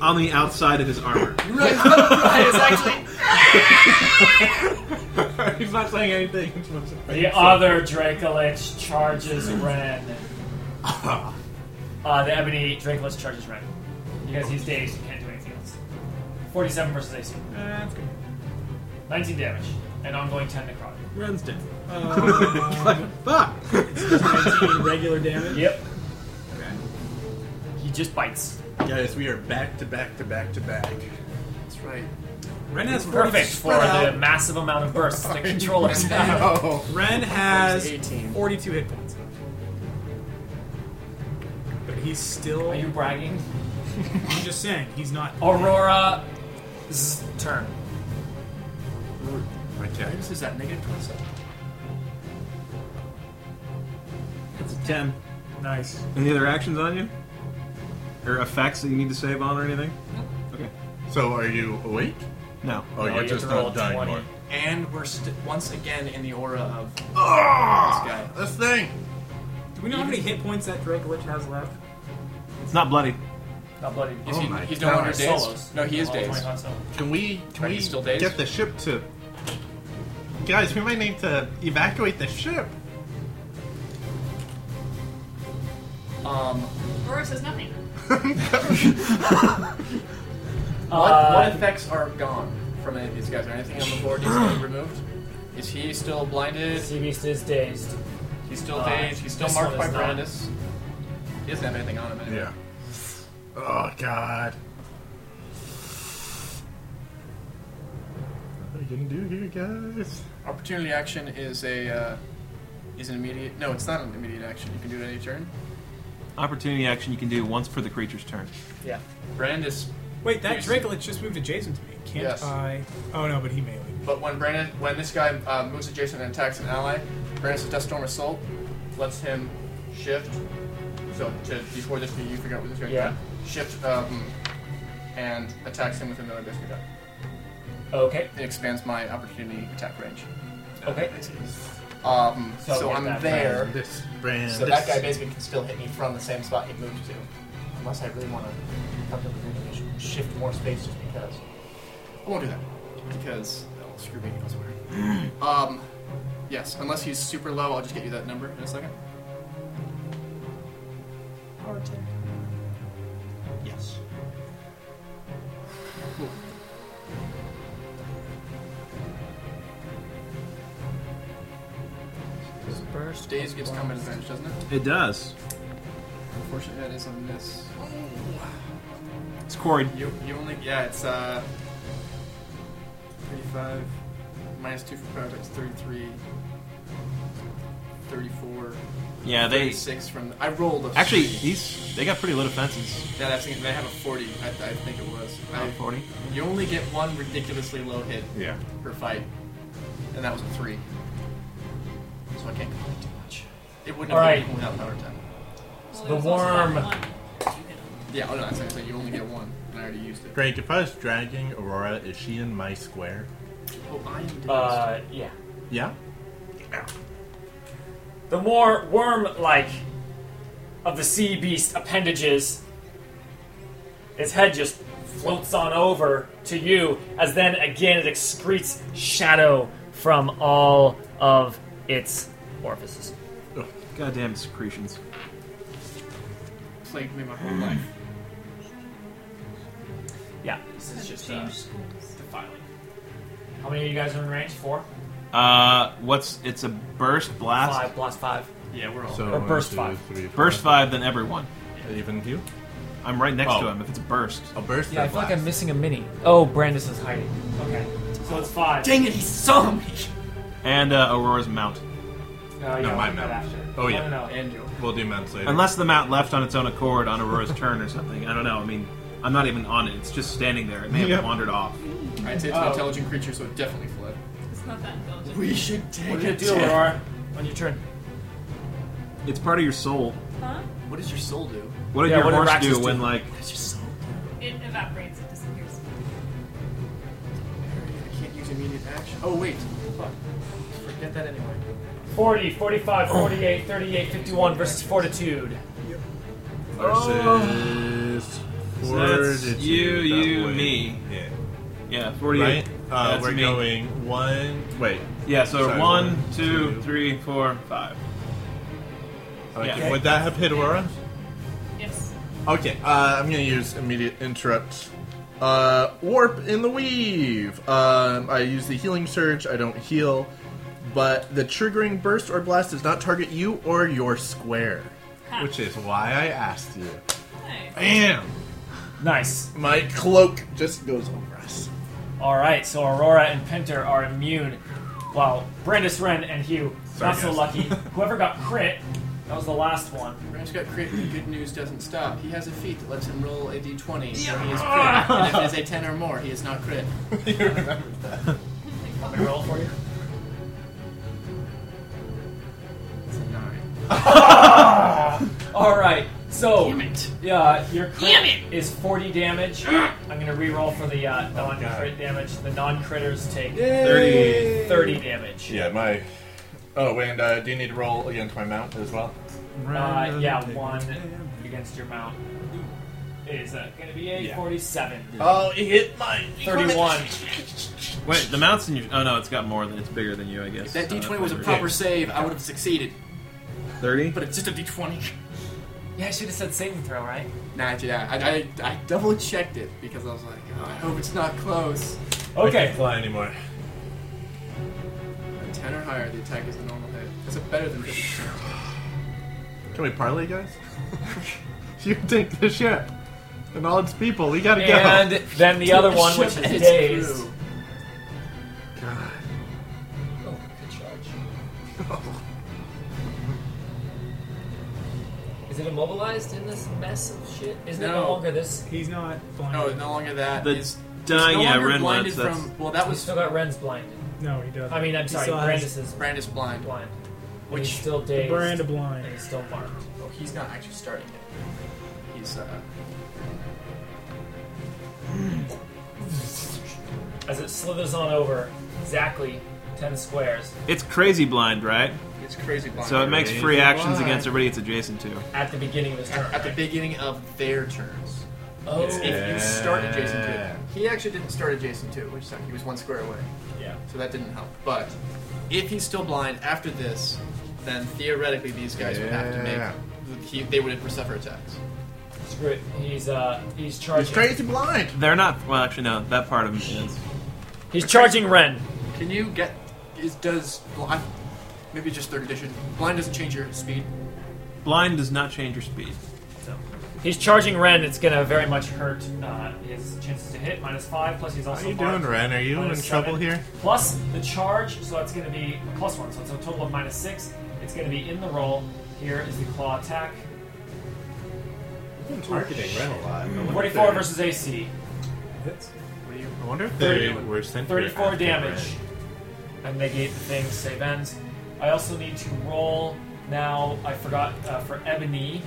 S3: On the outside of his armor.
S10: You realize that is actually.
S9: He's not saying anything. It's what's-
S2: The other Dracolich charges Ren. uh, the Ebony Dracolich charges Ren because he's dazed. He can't do anything else. Forty-seven versus AC.
S3: Uh,
S5: That's good.
S2: Nineteen damage and ongoing ten necrotic.
S3: Ren's dead.
S9: Um,
S3: Like,
S5: Uh,
S3: fuck!
S5: 19 regular damage.
S2: Yep.
S5: Okay.
S2: He just bites.
S9: Guys, we are back to back to back to back.
S10: That's right.
S5: Ren has 40
S2: Perfect for
S5: spread
S2: the
S5: out.
S2: massive amount of bursts the controllers have.
S9: Oh.
S5: Ren has
S10: 18.
S5: 42 hit points. But he's still.
S2: Are you bragging?
S5: I'm just saying, he's not.
S2: Oh. Aurora, z- turn.
S10: Brandis is at negative 27.
S3: It's a 10.
S5: Nice.
S3: Any other actions on you? Or effects that you need to save on or anything? Okay.
S9: So are you awake?
S3: No.
S9: Oh,
S2: No,
S9: you're
S2: you have
S9: just
S2: to roll
S9: not
S2: a
S9: dying
S2: 20.
S9: more.
S6: And we're st- once again in the aura of.
S9: Ah,
S6: This
S9: this thing!
S5: Do we know how many hit points that Drake Lich has left?
S3: It's not bloody.
S2: Not bloody.
S6: Is
S9: Oh
S6: he,
S9: my Oh
S6: he's no longer
S9: God.
S6: dazed.
S2: Solos.
S6: No, he is
S2: All
S6: dazed.
S2: 25 solos.
S9: Can we,
S6: Are
S9: can
S6: you
S9: we
S6: still dazed?
S9: get the ship to... Guys, we might need to evacuate the ship.
S6: Um,
S4: Aurora says nothing.
S10: What, what
S2: Uh,
S10: effects are gone from any of these guys? Are anything on the board needs to be removed? Is he still blinded?
S2: Sea Beast is dazed.
S10: He's still
S2: Uh,
S10: dazed. He's still
S2: this
S10: marked
S2: one
S10: by
S2: is not.
S10: Brandis. He doesn't have anything on him anyway.
S9: Yeah. Oh, God. What are you gonna do here, guys?
S10: Opportunity action is a uh, is an immediate. No, it's not an immediate action. You can do it any turn.
S3: Opportunity action you can do once per the creature's turn.
S2: Yeah.
S10: Brandis.
S5: Wait, that
S10: Yes.
S5: Drake Lich just moved adjacent to me. Can't
S10: Yes.
S5: I? Oh no, but he melee.
S10: But when Brandon, when this guy uh, moves adjacent and attacks an ally, Brandis' Death Storm Assault lets him shift. So to, before this, you figure out what this guy's
S2: Yeah.
S10: done. Shift um, and attacks him with another basic attack.
S2: Okay.
S10: It expands my opportunity attack range.
S2: Okay.
S10: Um,
S2: So
S10: so
S2: get
S10: I'm
S2: that
S10: there.
S9: This brand.
S10: So that guy basically can still hit me from the same spot he moved to. unless I really want to come to the conclusion and shift more space just because.
S6: I won't do that because that'll screw me elsewhere. um, yes, unless he's super low, I'll just get you that number in a second.
S4: Or two.
S6: Yes. Cool.
S10: First
S6: Days gets come in advantage, doesn't it?
S3: It does.
S6: Unfortunately, that is a miss.
S3: It's quarried.
S6: You, you only yeah, it's uh, thirty-five minus two for power. That's 33, 34,
S3: Yeah, they
S6: 36 from. I rolled a
S3: actually these they got pretty low defenses.
S6: Yeah, that's they have a forty. I, I think it was. I,
S3: About Forty.
S6: you only get one ridiculously low hit
S3: Yeah.
S6: per fight, and that was a three. So I can't complain too much. It wouldn't have
S2: All
S6: been without power attack.
S4: Well,
S2: The
S4: there was also that
S2: worm.
S4: one.
S6: Yeah, oh no, that's actually you only get one, and I already used it.
S9: Greg, if I was dragging Aurora, is she in my square?
S6: Oh, I am doing
S2: Uh, yeah.
S9: Yeah?
S2: The more worm like of the sea beast appendages, its head just floats on over to you, as then again it excretes shadow from all of its orifices.
S3: Goddamn secretions.
S6: this. plagued me my whole life.
S2: Yeah, this is just uh,
S4: Change schools.
S2: defiling. How many of you guys are in range? Four?
S3: Uh, what's it's a burst blast?
S2: Five plus five.
S6: Yeah, we're all.
S9: So
S2: Or burst
S9: one, two,
S2: five.
S9: three, four,
S3: Burst five, then everyone.
S9: five. Even you?
S3: I'm right next to
S9: Oh.
S3: him. If it's a burst,
S9: A burst
S10: Yeah,
S9: or
S10: I feel like
S9: blast?
S10: I'm missing a mini. Oh, Brandis is hiding.
S2: Okay, so it's five.
S6: Dang it, he saw me.
S3: and uh, Aurora's mount.
S2: No,
S9: No, my mount. Oh, yeah.
S2: No, no, no.
S10: And you.
S9: We'll do mounts later.
S3: Unless the mount left on its own accord on Aurora's turn or something. I don't know. I mean, I'm not even on it. It's just standing there. It may have
S9: Yeah.
S3: wandered off.
S6: I'd say it's an
S2: Oh.
S6: intelligent creature, so it definitely fled.
S4: It's not that intelligent.
S6: We should take
S2: What do you do, Aurora?
S10: On your turn.
S3: It's part of your soul.
S4: Huh?
S6: What does your soul do?
S3: What did
S2: Yeah,
S3: your
S2: what did
S3: horse
S2: Raxus
S3: do
S2: do?
S3: when like?
S6: That's your soul.
S4: It evaporates. It disappears.
S6: I can't use immediate action. Oh wait.
S10: Forget that anyway.
S2: 40, 45, 48, 38, 51 versus fortitude.
S9: Versus.
S3: That's
S9: fortitude,
S3: you,
S9: that
S3: you,
S9: way.
S3: me.
S9: Yeah.
S3: Yeah, forty-eight.
S9: Right? Uh,
S3: That's
S9: we're
S3: me.
S9: going one. Wait.
S3: Yeah, so
S9: Sorry,
S3: one,
S9: one,
S3: two,
S9: two.
S3: three, four, five.
S9: Okay.
S3: Yeah.
S9: Uh, Would that have hit Aurora?
S4: Yes.
S9: Okay, uh, I'm going to use immediate interrupt. Uh, warp in the weave. Um, I use the healing surge. I don't heal, but the triggering burst or blast does not target you or your square,
S4: Ha.
S9: which is why I asked you.
S4: Nice.
S9: Bam!
S2: Nice.
S9: My cloak just goes over us.
S2: All right, so Aurora and Pinter are immune, while Brandis, Wren, and Hugh
S9: Sorry,
S2: not so
S9: guys.
S2: lucky. Whoever got crit, that was the last one.
S6: Rams got crit. The good news doesn't stop. He has a feat that lets him roll a d20 yeah. when he is crit, and if it is a 10 or more, he is not crit.
S9: you remember that?
S2: Let me roll for you.
S6: It's a nine.
S2: All right, so
S6: Damn it.
S2: yeah, your crit
S4: Damn it.
S2: is 40 damage. I'm gonna re-roll for the uh, non-crit damage. The non-critters take
S9: Thirty.
S2: 30 damage.
S9: Yeah, my. Oh, and uh, do you need to roll against my mount as well?
S2: Uh, yeah, one against your mount is uh, gonna be a 47.
S9: Oh, it hit mine.
S2: 31.
S3: Wait, the mount's in your. Oh no, it's got more than it's bigger than you, I guess. Uh,
S6: If that
S3: So
S6: d20
S3: that's
S6: was a
S3: better.
S6: proper save, I would have succeeded.
S3: Thirty.
S6: But it's just a d20.
S2: Yeah, I should have said saving throw, right?
S6: Nah, dude, I, I, I double checked it because I was like, oh, I hope it's not close.
S9: I
S2: Okay.
S9: can't fly anymore.
S6: A 10 or higher, the attack is a normal hit. That's a better than 50.
S9: Can we parlay, guys? you take the ship and all its people. We gotta
S2: And then the other one, which
S6: Ship
S2: is
S6: and
S2: dazed.
S6: crew.
S9: go. God.
S10: Oh, good charge. Is it immobilized in this mess of shit? Isn't it
S6: No.
S10: no longer this?
S5: He's not
S6: No,
S5: blinded.
S6: no longer that.
S3: The
S6: He's- he's
S3: dying-
S6: no
S3: yeah,
S6: longer
S3: Ren
S6: blinded
S3: Lance, that's-
S6: from. Well, that
S10: We
S6: was
S10: still got Ren's blind.
S5: No, he doesn't.
S10: I mean, I'm
S5: He
S10: sorry,
S5: still has
S10: Brandis is
S6: Brand is blind.
S10: blind. Which
S6: Which-
S10: he's still dazed.
S5: brand of blind.
S10: And he's still marked.
S6: Oh, he's not actually starting it. He's uh,
S2: As it slithers on over, exactly ten squares
S3: It's crazy blind, right?
S6: It's crazy. Blind.
S3: So it makes free actions against everybody it's adjacent to.
S2: at the beginning of his turn.
S6: at, at the
S2: right?
S6: beginning of their turns.
S2: oh,
S6: It's if you start adjacent to it.
S9: Yeah.
S6: He actually didn't start adjacent to it, which sucked. He was one square away,
S2: yeah.
S6: so that didn't help. But if he's still blind after this, then theoretically these guys would have to
S9: Yeah.
S6: make. He, they would have suffer attacks.
S2: Screw it. He's uh he's
S9: He's
S2: charging.
S9: crazy blind.
S3: They're not. Well, actually, no. That part of them is.
S2: He's charging Ren.
S6: Can you get? Is does blind? Maybe just third edition. Blind doesn't change your speed.
S3: Blind does not change your speed.
S2: He's charging Ren. It's gonna very much hurt uh, his chances to hit. Minus five. Plus he's also.
S9: How you
S2: marked.
S9: doing, Ren? Are you in
S2: Minus
S9: trouble
S2: seven.
S9: here?
S2: Plus the charge, so that's gonna be a plus one. So it's a total of minus six. It's gonna be in the roll. Here is the claw attack.
S9: Targeting Ren a lot.
S2: Forty-four versus AC.
S5: Hits.
S9: I wonder if they
S2: Thirty-
S9: were sent here
S2: Thirty-four
S9: after
S2: damage. I negate the thing. Save ends. I also need to roll now. I forgot uh, for Ebony.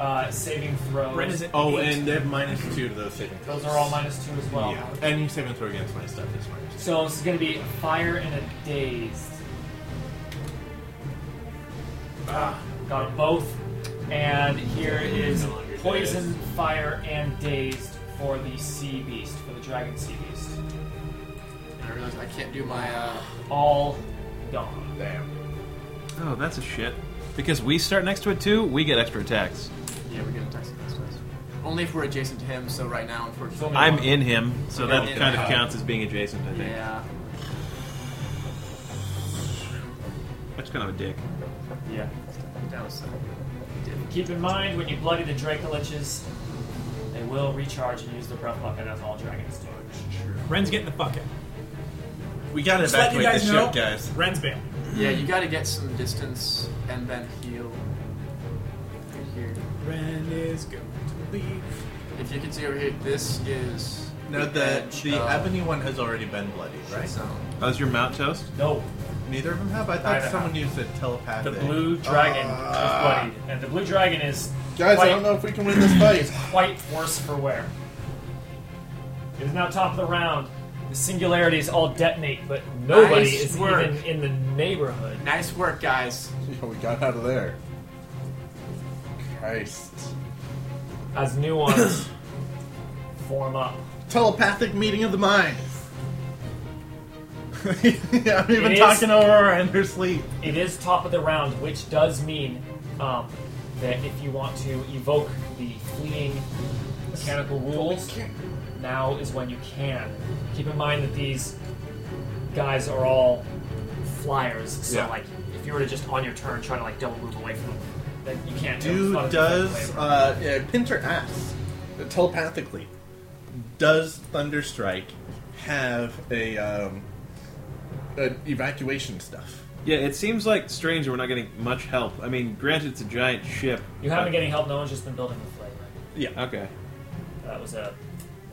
S2: Uh, saving throws.
S5: Ren is at
S9: Ren. Oh,
S5: eight.
S9: and they have minus two to those saving throws.
S2: Those are all minus two as well.
S9: Yeah, and you saving throw against my stuff is minus two.
S2: So this is going to be a fire and a dazed. Ah, got 'em both. And here is poison, fire, and dazed for the sea beast, for the dragon sea beast.
S6: And I realize I can't do my. Uh,
S2: All gone.
S9: Damn.
S3: Oh, that's a shit. Because we start next to it too, we get extra attacks.
S6: yeah, we're gonna text this guys. Only if we're adjacent to him. So right now, unfortunately.
S3: I'm in him, so that
S6: Yeah.
S3: kind of counts as being adjacent, I think.
S6: Yeah.
S3: That's kind of a dick.
S2: Yeah.
S6: That was.
S2: Keep in mind when you bloody the Dracoliches, they will recharge and use their breath weapon as all dragons do.
S5: Ren's getting the bucket.
S9: We gotta
S5: Just let you
S9: evacuate
S5: guys
S9: this
S5: know.
S9: ship, guys.
S5: Ren's bail.
S6: Yeah, you got to get some distance and then heal. Right here.
S5: Ren is going to leave.
S6: If you can see over here, this is
S9: No, the
S6: edge
S9: the
S2: Uh,
S6: of
S9: ebony one has already been bloodied,
S6: the
S9: right?
S6: zone.
S3: Oh, is your mount toast?
S2: No,
S9: Neither of them have. I
S2: Neither
S9: thought
S2: have.
S9: someone used
S2: the
S9: a telepathic.
S2: blue dragon
S9: Ah.
S2: is bloodied, and the blue dragon is
S9: Guys, I
S2: quite-
S9: don't know if we can win this fight.
S2: quite worse for wear. It is now top of the round. The singularities all detonate, but nobody
S6: Nice
S2: is
S6: work.
S2: even in the neighborhood.
S6: Nice work, guys.
S9: Yeah, Oh, we got out of there. Christ.
S2: As new ones form up,
S9: Telepathic meeting of the minds. I'm
S2: It
S9: even
S2: is-
S9: talking over her in her sleep.
S2: it is top of the round, which does mean um, that if you want to evoke the fleeing mechanical rules, now is when you can. Keep in mind that these guys are all flyers, so
S9: Yeah.
S2: like if you were to just on your turn try to like double move away from them, then you can't. do it. It's
S9: Dude
S2: not a
S9: does
S2: defensive waiver.
S9: uh, yeah, pinch her ass uh, telepathically. Does Thunderstrike have a um, an evacuation stuff?
S3: Yeah, it seems like Stranger, we're not getting much help. I mean, granted, it's a giant ship.
S2: You haven't getting help. No one's just been building the flag. Right?
S9: Yeah,
S3: Okay.
S2: That was a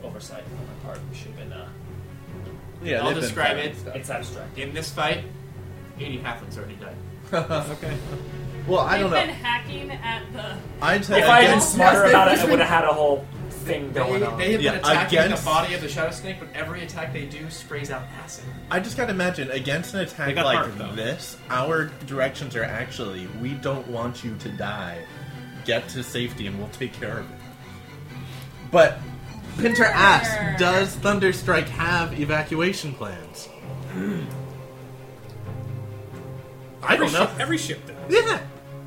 S2: oversight on my part. We should have been. Uh,
S9: yeah.
S6: I'll
S9: they've been
S6: describe
S9: fighting
S6: it.
S9: stuff.
S2: it's abstract.
S6: In this fight, 80 halflings already died.
S9: okay. Well, I
S4: They've
S9: don't
S4: been
S9: know.
S4: hacking at the.
S9: I'd say
S2: If I had been
S9: against-
S2: smarter
S9: Yes,
S2: about it,
S9: they-
S2: I would have had a whole thing
S6: They,
S2: going on.
S6: they have
S9: Yeah,
S6: been attacking
S9: against-
S6: the body of the shadow snake, but every attack they do sprays out acid.
S9: I just gotta imagine against an
S3: They
S9: attack
S3: got
S9: like
S3: heart, though.
S9: this, our directions are actually we don't want you to die. Get to safety and we'll take care of it. But Pinter asks, does Thunderstrike have evacuation plans? I
S5: Every
S9: don't know.
S5: ship, every ship does.
S9: Yeah.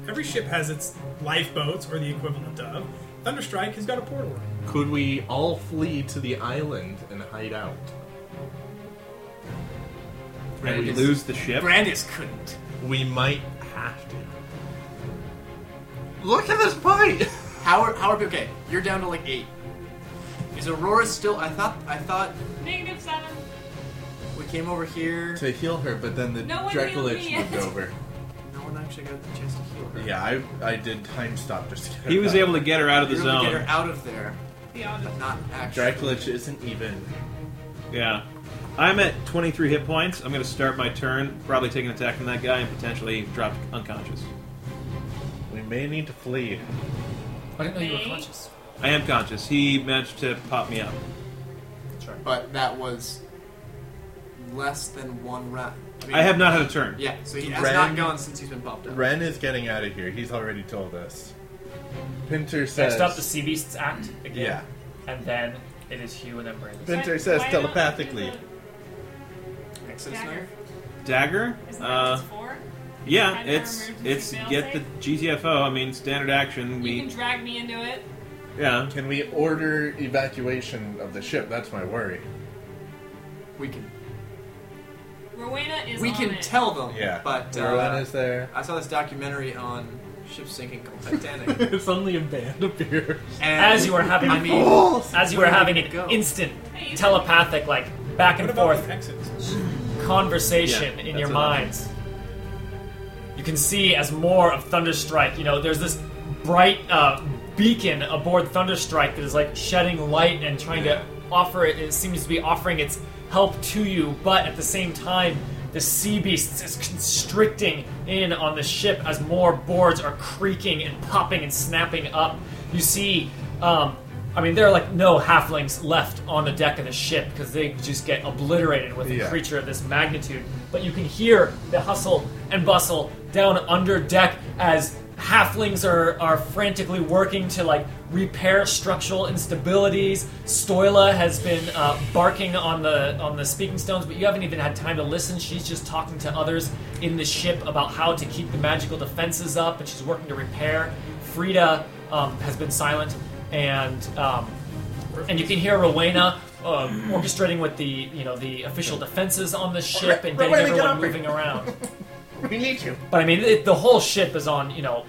S5: Every ship has its lifeboats or the equivalent of. Thunderstrike has got a portal.
S9: Could we all flee to the island and hide out?
S3: And we lose the ship.
S6: Brandis couldn't.
S9: We might have to. Look at this fight!
S6: How are, how are okay? You're down to like eight. Is Aurora still? I thought I thought
S4: Negative seven.
S6: we came over here.
S9: to heal her, but then the
S4: No one healed me
S9: Dracolich
S4: yet.
S9: moved over.
S6: No one actually got the chance to heal her.
S9: Yeah, I I did time stop just.
S3: He was able to get her out of the
S6: You were able to get her
S3: zone.
S6: out of there,
S4: Beyond
S6: but not actually.
S9: Dracolich isn't even.
S3: Yeah. I'm at 23 hit points. I'm going to start my turn, probably take an attack from that guy and potentially drop unconscious.
S9: We may need to flee.
S6: I didn't know you were
S4: Me?
S6: conscious.
S3: I am conscious. He managed to pop me up.
S6: But that was less than one round. mean,
S3: I have not had a turn.
S6: Yeah, so he has
S9: Ren-
S6: not gone since he's been popped up.
S9: Ren is getting out of here. He's already told us. Pinter says.
S2: Next up, the Sea Beasts act
S9: Yeah.
S2: again. And then it is Hugh and then Brandon.
S9: Pinter
S4: Why-
S9: says
S4: why not
S9: telepathically.
S4: do the
S6: Nexus
S4: Dagger.
S6: knife.
S3: Dagger.
S4: Isn't that what
S3: Uh,
S4: it's for?
S3: yeah,
S4: Have your
S3: it's
S4: emergency
S3: it's
S4: fail
S3: get the GTFO. I mean, standard action.
S4: You can
S3: We
S4: drag me into it.
S3: yeah.
S9: Can we order evacuation of the ship? That's my worry.
S6: We can
S4: Rowena is
S6: we
S4: on
S6: can
S4: it.
S6: tell them.
S9: Yeah.
S6: but
S9: Rowan
S6: uh,
S9: is there.
S6: I saw this documentary on ship sinking called Titanic.
S9: Suddenly a band appears.
S6: and
S2: As you are having,
S6: I mean,
S2: as you are
S6: where
S2: having
S6: did
S2: an
S6: it go?
S2: instant
S4: Hey, you-
S2: telepathic, like back and
S5: What about
S2: forth
S5: the exits?
S2: conversation in
S9: Yeah, that's
S2: your
S9: another-
S2: minds. You can see as more of Thunderstrike, you know, there's this bright uh, beacon aboard Thunderstrike that is like shedding light and trying to offer it, it seems to be offering its help to you, but at the same time, the sea beast is constricting in on the ship as more boards are creaking and popping and snapping up. You see, um, I mean, there are like no halflings left on the deck of the ship because they just get obliterated with
S9: Yeah.
S2: a creature of this magnitude, but you can hear the hustle and bustle down under deck as halflings are, are frantically working to like repair structural instabilities. Stoila has been uh, barking on the on the speaking stones, but you haven't even had time to listen. She's just talking to others in the ship about how to keep the magical defenses up, and she's working to repair. Frida um, has been silent, and um, and you can hear Rowena um, orchestrating with the you know the official defenses on the ship and getting
S9: Rowena, get
S2: everyone
S9: up here.
S2: moving around.
S9: We need you.
S2: But I mean, it, the whole ship is on you know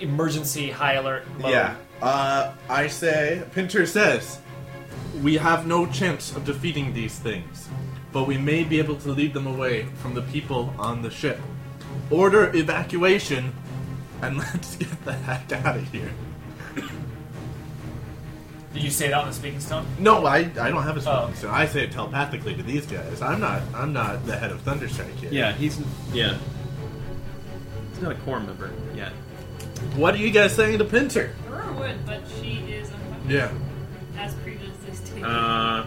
S2: emergency high alert mode.
S9: Yeah. Uh, I say, Pinter says, we have no chance of defeating these things, but we may be able to lead them away from the people on the ship. Order evacuation, and let's get the heck out of here.
S2: Did you say that on the speaking stone?
S9: No, I, I don't have a spell,
S2: Oh.
S9: so I say it telepathically to these guys. I'm not I'm not the head of Thunderstrike here.
S3: Yeah, he's yeah. He's not a core member yet.
S9: What are you guys saying to Pinter?
S4: Aurora would, but she is unconscious.
S9: Yeah.
S4: As previously stated.
S3: Uh,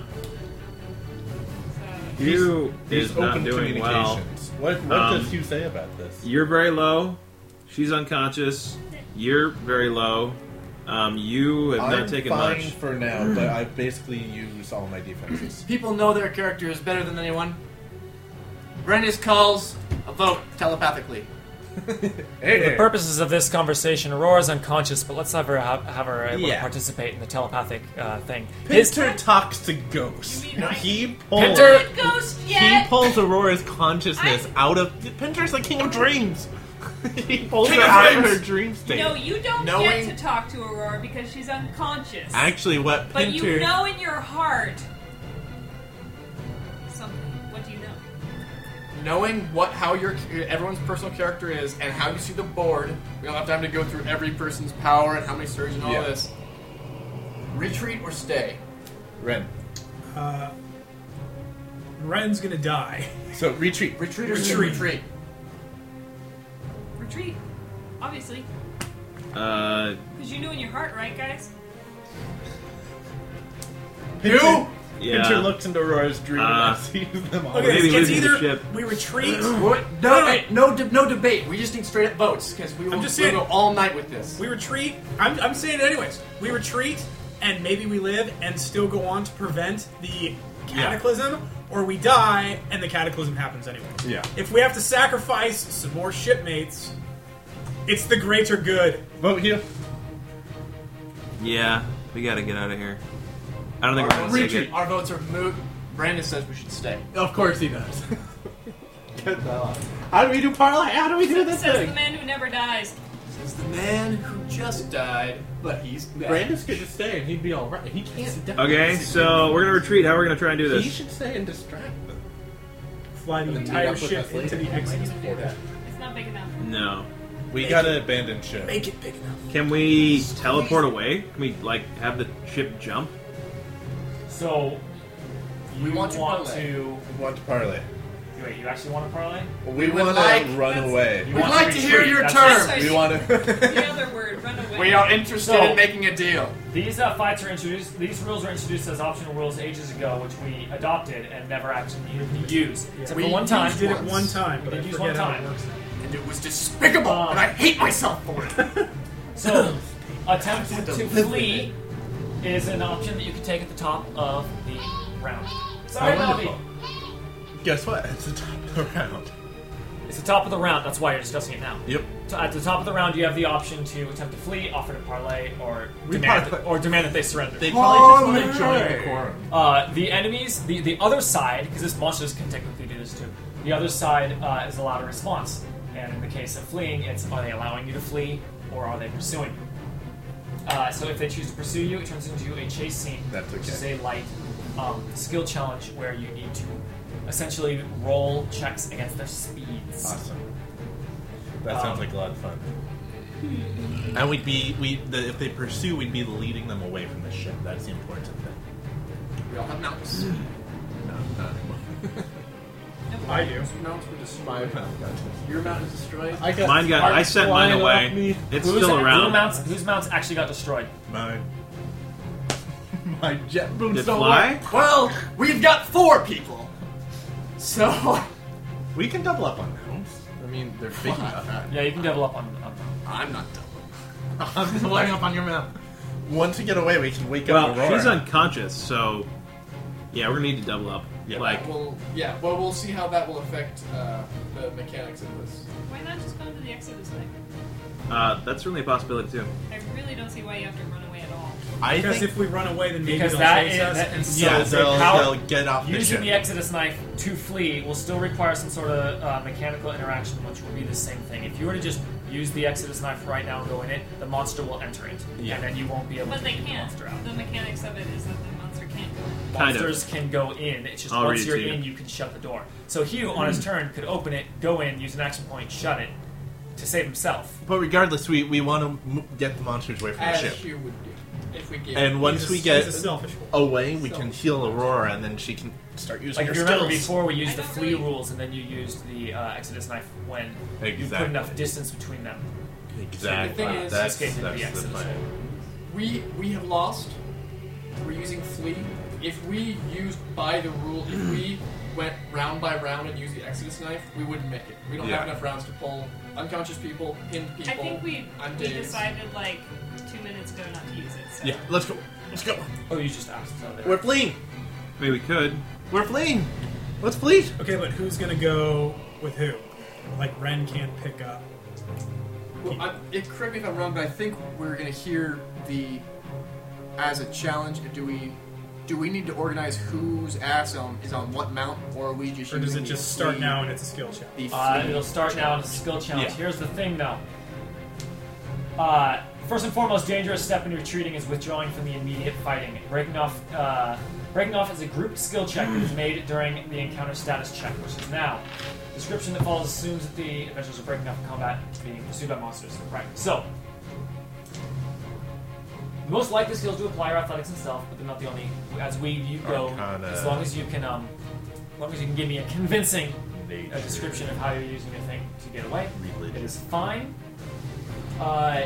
S4: so.
S3: Hugh
S9: He's
S3: is not
S9: open
S3: doing well.
S9: communications. What what
S3: Um,
S9: does Hugh say about this?
S3: You're very low. She's unconscious. You're very low. Um, you have
S9: I'm
S3: not taken
S9: fine
S3: much.
S9: for now, but I basically use all my defenses.
S6: People know their character is better than anyone. Renus calls a vote telepathically.
S9: Hey,
S2: For the purposes of this conversation, Aurora's unconscious, but let's have her have, have her able
S9: Yeah.
S2: to participate in the telepathic uh, thing. His
S9: Pinter talks to ghosts.
S4: You mean I-
S9: He pulls.
S2: Pinter,
S4: Ghost
S9: He
S4: yet!
S9: pulls Aurora's consciousness
S4: I-
S9: out of. Pinter's the king of dreams. he pulls
S6: King
S9: her
S6: of
S9: out of her
S6: dreams.
S9: dream state.
S4: No, you don't
S6: Knowing-
S4: get to talk to Aurora because she's unconscious.
S9: Actually, what
S4: but
S9: Pinter
S4: you know in your heart something. What do you know?
S6: Knowing what how your everyone's personal character is and how you see the board, we don't have time to go through every person's power and how many surges and all
S9: Yeah.
S6: this. Retreat or stay.
S9: Ren.
S5: Uh, Ren's gonna die.
S9: So retreat.
S6: Retreat or stay.
S5: Retreat.
S6: Retreat.
S4: Retreat. Obviously.
S3: Uh,
S4: Because you knew in your heart, right, guys?
S9: Pinter,
S3: yeah.
S9: Pinter looks into Aurora's dream
S3: Uh,
S9: and sees them all.
S5: Okay,
S3: Maybe
S5: it's
S3: losing the
S5: either
S3: ship.
S5: we retreat.
S6: What?
S5: No, no.
S6: No, hey, no, de- no debate. We just need straight up votes because we will
S5: I'm just
S6: we'll
S5: saying-
S6: go all night with this.
S5: We retreat. I'm, I'm saying it anyways. We retreat, and maybe we live and still go on to prevent the cataclysm, or we die and the cataclysm happens anyway.
S9: Yeah.
S5: If we have to sacrifice some more shipmates, it's the greater good.
S9: Vote Hugh.
S3: yeah, we gotta get out of here. I don't think we're gonna take
S6: Retreat.
S3: it.
S6: Our votes are moot. Brandon says we should stay.
S9: Of course he does. Good dialogue. How do we do parlay? How do we do this
S4: Says the
S9: thing?
S4: man who never dies.
S6: He's the man who just died, but he's back.
S9: Brandis could just stay and he'd be all right. He can't.
S3: Okay, so we're gonna retreat. How are we gonna try and do
S9: He
S3: this?
S9: should stay and distract them.
S5: Fly the
S9: meet
S5: entire
S9: up with
S5: ship
S9: us later.
S5: into the exit.
S4: It's not big enough.
S3: No.
S9: We got an abandoned ship.
S5: Make it big enough.
S3: Can we teleport away? Can we like have the ship jump?
S2: so you
S6: want to
S2: want
S6: parlay.
S2: to
S9: We want to parlay.
S2: Wait, you actually want to parlay?
S9: We,
S6: would
S9: want to
S6: like-
S9: run
S4: that's-
S9: away.
S2: You
S6: We'd
S2: want
S6: like
S2: to
S6: to hear
S2: retreat,
S6: your
S2: that's
S6: term.
S4: right.
S9: We want
S4: the
S9: to.
S4: other word, run away.
S6: We are interested
S2: So-
S6: in making a deal.
S2: These uh, fights are introduced. These rules were introduced as optional rules ages ago, which we adopted and never actually used. Except
S6: We
S2: for one time.
S6: used
S5: did it one time, but
S2: We
S5: I
S2: did use
S5: forget
S2: one
S5: how it
S2: time.
S5: works.
S6: And it was despicable,
S2: Um,
S6: and I hate myself for it.
S2: So, attempt to flee is an option that you can take at the top of the round. Sorry,
S9: Oh,
S2: Bobby.
S9: wonderful. Guess what? It's the top of the round.
S2: It's the top of the round. That's why you're discussing it now.
S9: Yep.
S2: T- At the top of the round, you have the option to attempt to flee, offer to parlay, or
S9: We
S2: demand,
S9: parlay.
S2: or demand that they surrender.
S9: They probably
S6: Holy.
S9: just want to join the quorum.
S2: Uh, the enemies, the, the other side, because this monsters can technically do this too. The other side uh, is allowed a response, and in the case of fleeing, it's are they allowing you to flee or are they pursuing you? Uh, so if they choose to pursue you, it turns into a chase scene,
S9: That's
S2: which
S9: okay.
S2: is a light um, skill challenge where you need to essentially roll checks against their speeds.
S9: Awesome. That
S2: Um,
S9: sounds like a lot of fun. And we'd be we the, if they pursue, we'd be leading them away from the ship. That's the important thing.
S6: We all have mounts.
S9: No, not anymore.
S5: I do.
S6: Mounts were destroyed.
S9: Five pound contest.
S6: Your mount is destroyed.
S9: I got
S3: Mine got. I sent mine away. It's still
S2: Whose
S3: around.
S2: mounts, whose mounts actually got destroyed?
S9: Mine. My jet boom's
S3: Did it
S9: don't
S3: fly?
S9: work.
S6: Well, we've got four people. So
S9: We can double up on mounts. I mean, they're big enough.
S2: Yeah, you can double up on. on
S6: I'm not done.
S9: I'm doubling up on your mount. Once we get away, we can wake
S3: Well,
S9: up. Aurora.
S3: she's unconscious, so yeah, we're gonna need to double up.
S9: Yeah.
S3: Like,
S6: Well, yeah, well, we'll see how that will affect uh, the mechanics of this.
S4: Why not just go to the exit this way?
S3: uh, that's certainly a possibility too.
S4: I really don't see why you have to run away at all.
S9: I
S5: Because
S9: think
S5: if we run away, then maybe
S2: Because
S5: they'll
S2: that
S5: chase
S2: is-
S5: us.
S2: that-
S5: and so
S9: yeah,
S2: so
S9: they'll,
S2: the power-
S9: they'll get off the
S2: Using
S9: ship.
S2: the Exodus knife to flee will still require some sort of uh, mechanical interaction, which will be the same thing. If you were to just use the Exodus knife right now and go in it, the monster will enter it,
S9: Yeah.
S2: and then you won't be able
S4: But
S2: to
S4: they
S2: get the
S4: can't.
S2: monster out.
S4: The mechanics of it is that the monster can't go in.
S3: Kind of.
S2: Monsters can go in. It's just
S3: I'll read
S2: once
S3: it
S2: you're
S3: to you. Hmm.
S2: in, you can shut the door. So Hugh, on his turn, could open it, go in, use an action point, shut it to save himself.
S9: But regardless, we, we want to m- get the monsters away from
S6: As
S9: the ship.
S6: you would do if we gave
S9: And once
S5: he's a-
S9: we get
S5: he's a selfish one.
S9: away, we can heal Aurora, and then she can start using
S2: Like
S9: her
S2: if you remember
S9: skills.
S2: before, we used
S4: I
S2: the
S4: don't
S2: flee
S4: really-
S2: rules, and then you used the uh, Exodus knife when you put
S9: Exactly.
S2: enough distance between them.
S9: Exactly.
S6: The thing is,
S9: that's
S2: escape into
S9: that's
S2: the
S9: the
S2: Exodus.
S9: plan.
S6: we we have lost. We're using flee. If we used by the rule, if we went round by round and used the Exodus knife, we wouldn't make it. We don't have
S9: Yeah.
S6: enough rounds to pull unconscious people, pinned people.
S4: I think we,
S6: I'm
S4: we
S6: dazed.
S4: decided like two minutes ago not to use it. So.
S9: Yeah, let's go. Let's go.
S2: Oh, you just asked. so there.
S9: We're fleeing.
S3: I mean, we could.
S9: We're fleeing. Let's flee.
S5: Okay, but who's gonna go with who? Like Ren can't pick up.
S6: Well, I, it, correct me if I'm wrong, but I think we're gonna hear the as a challenge. Do we do we need to organize whose ass on, is on what mount, or are we just?
S5: Or does
S6: using
S5: it
S6: the
S5: just start
S6: flee-
S5: now and it's a skill check?
S6: The
S2: Uh,
S6: flee?
S2: it'll start now in a skill challenge.
S9: Yeah.
S2: Here's the thing, though. Uh, first and foremost, dangerous step in retreating is withdrawing from the immediate fighting. Breaking off, uh, breaking off is a grouped skill check that is made during the encounter status check, which is now. Description that follows assumes that the adventurers are breaking off in combat, being pursued by monsters. Right. So, the most likely skills do apply are athletics and stealth, but they're not the only. As we you go,
S9: Arcana.
S2: as long as you can, um, as long as you can give me a convincing a description of how you're using your thing to get away.
S9: Religion.
S2: It is fine. Uh,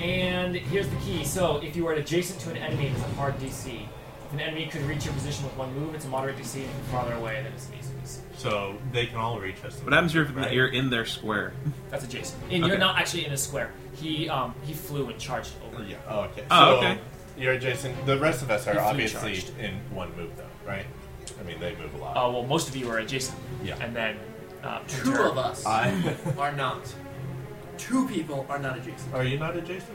S2: and here's the key. So if you are adjacent to an enemy, it's a hard DC. If an enemy could reach your position with one move, it's a moderate DC. And if you're farther away, then it's an easy DC.
S9: So they can all reach us.
S3: What happens if
S9: Right.
S3: you're in their square?
S2: That's adjacent. And you're
S3: Okay.
S2: not actually in a square. He um, he flew and charged over.
S9: Yeah. Oh, okay.
S3: Oh,
S9: so
S3: okay.
S9: You're adjacent. The rest of us are
S2: You're fully
S9: obviously
S2: charged.
S9: in one move, though, right? I mean, they move a lot.
S2: Uh, well, most of you are adjacent.
S9: Yeah.
S2: And then uh,
S6: two
S2: Pinter-
S6: of us
S9: I.
S6: are not. Two people are not adjacent.
S9: Are you not adjacent?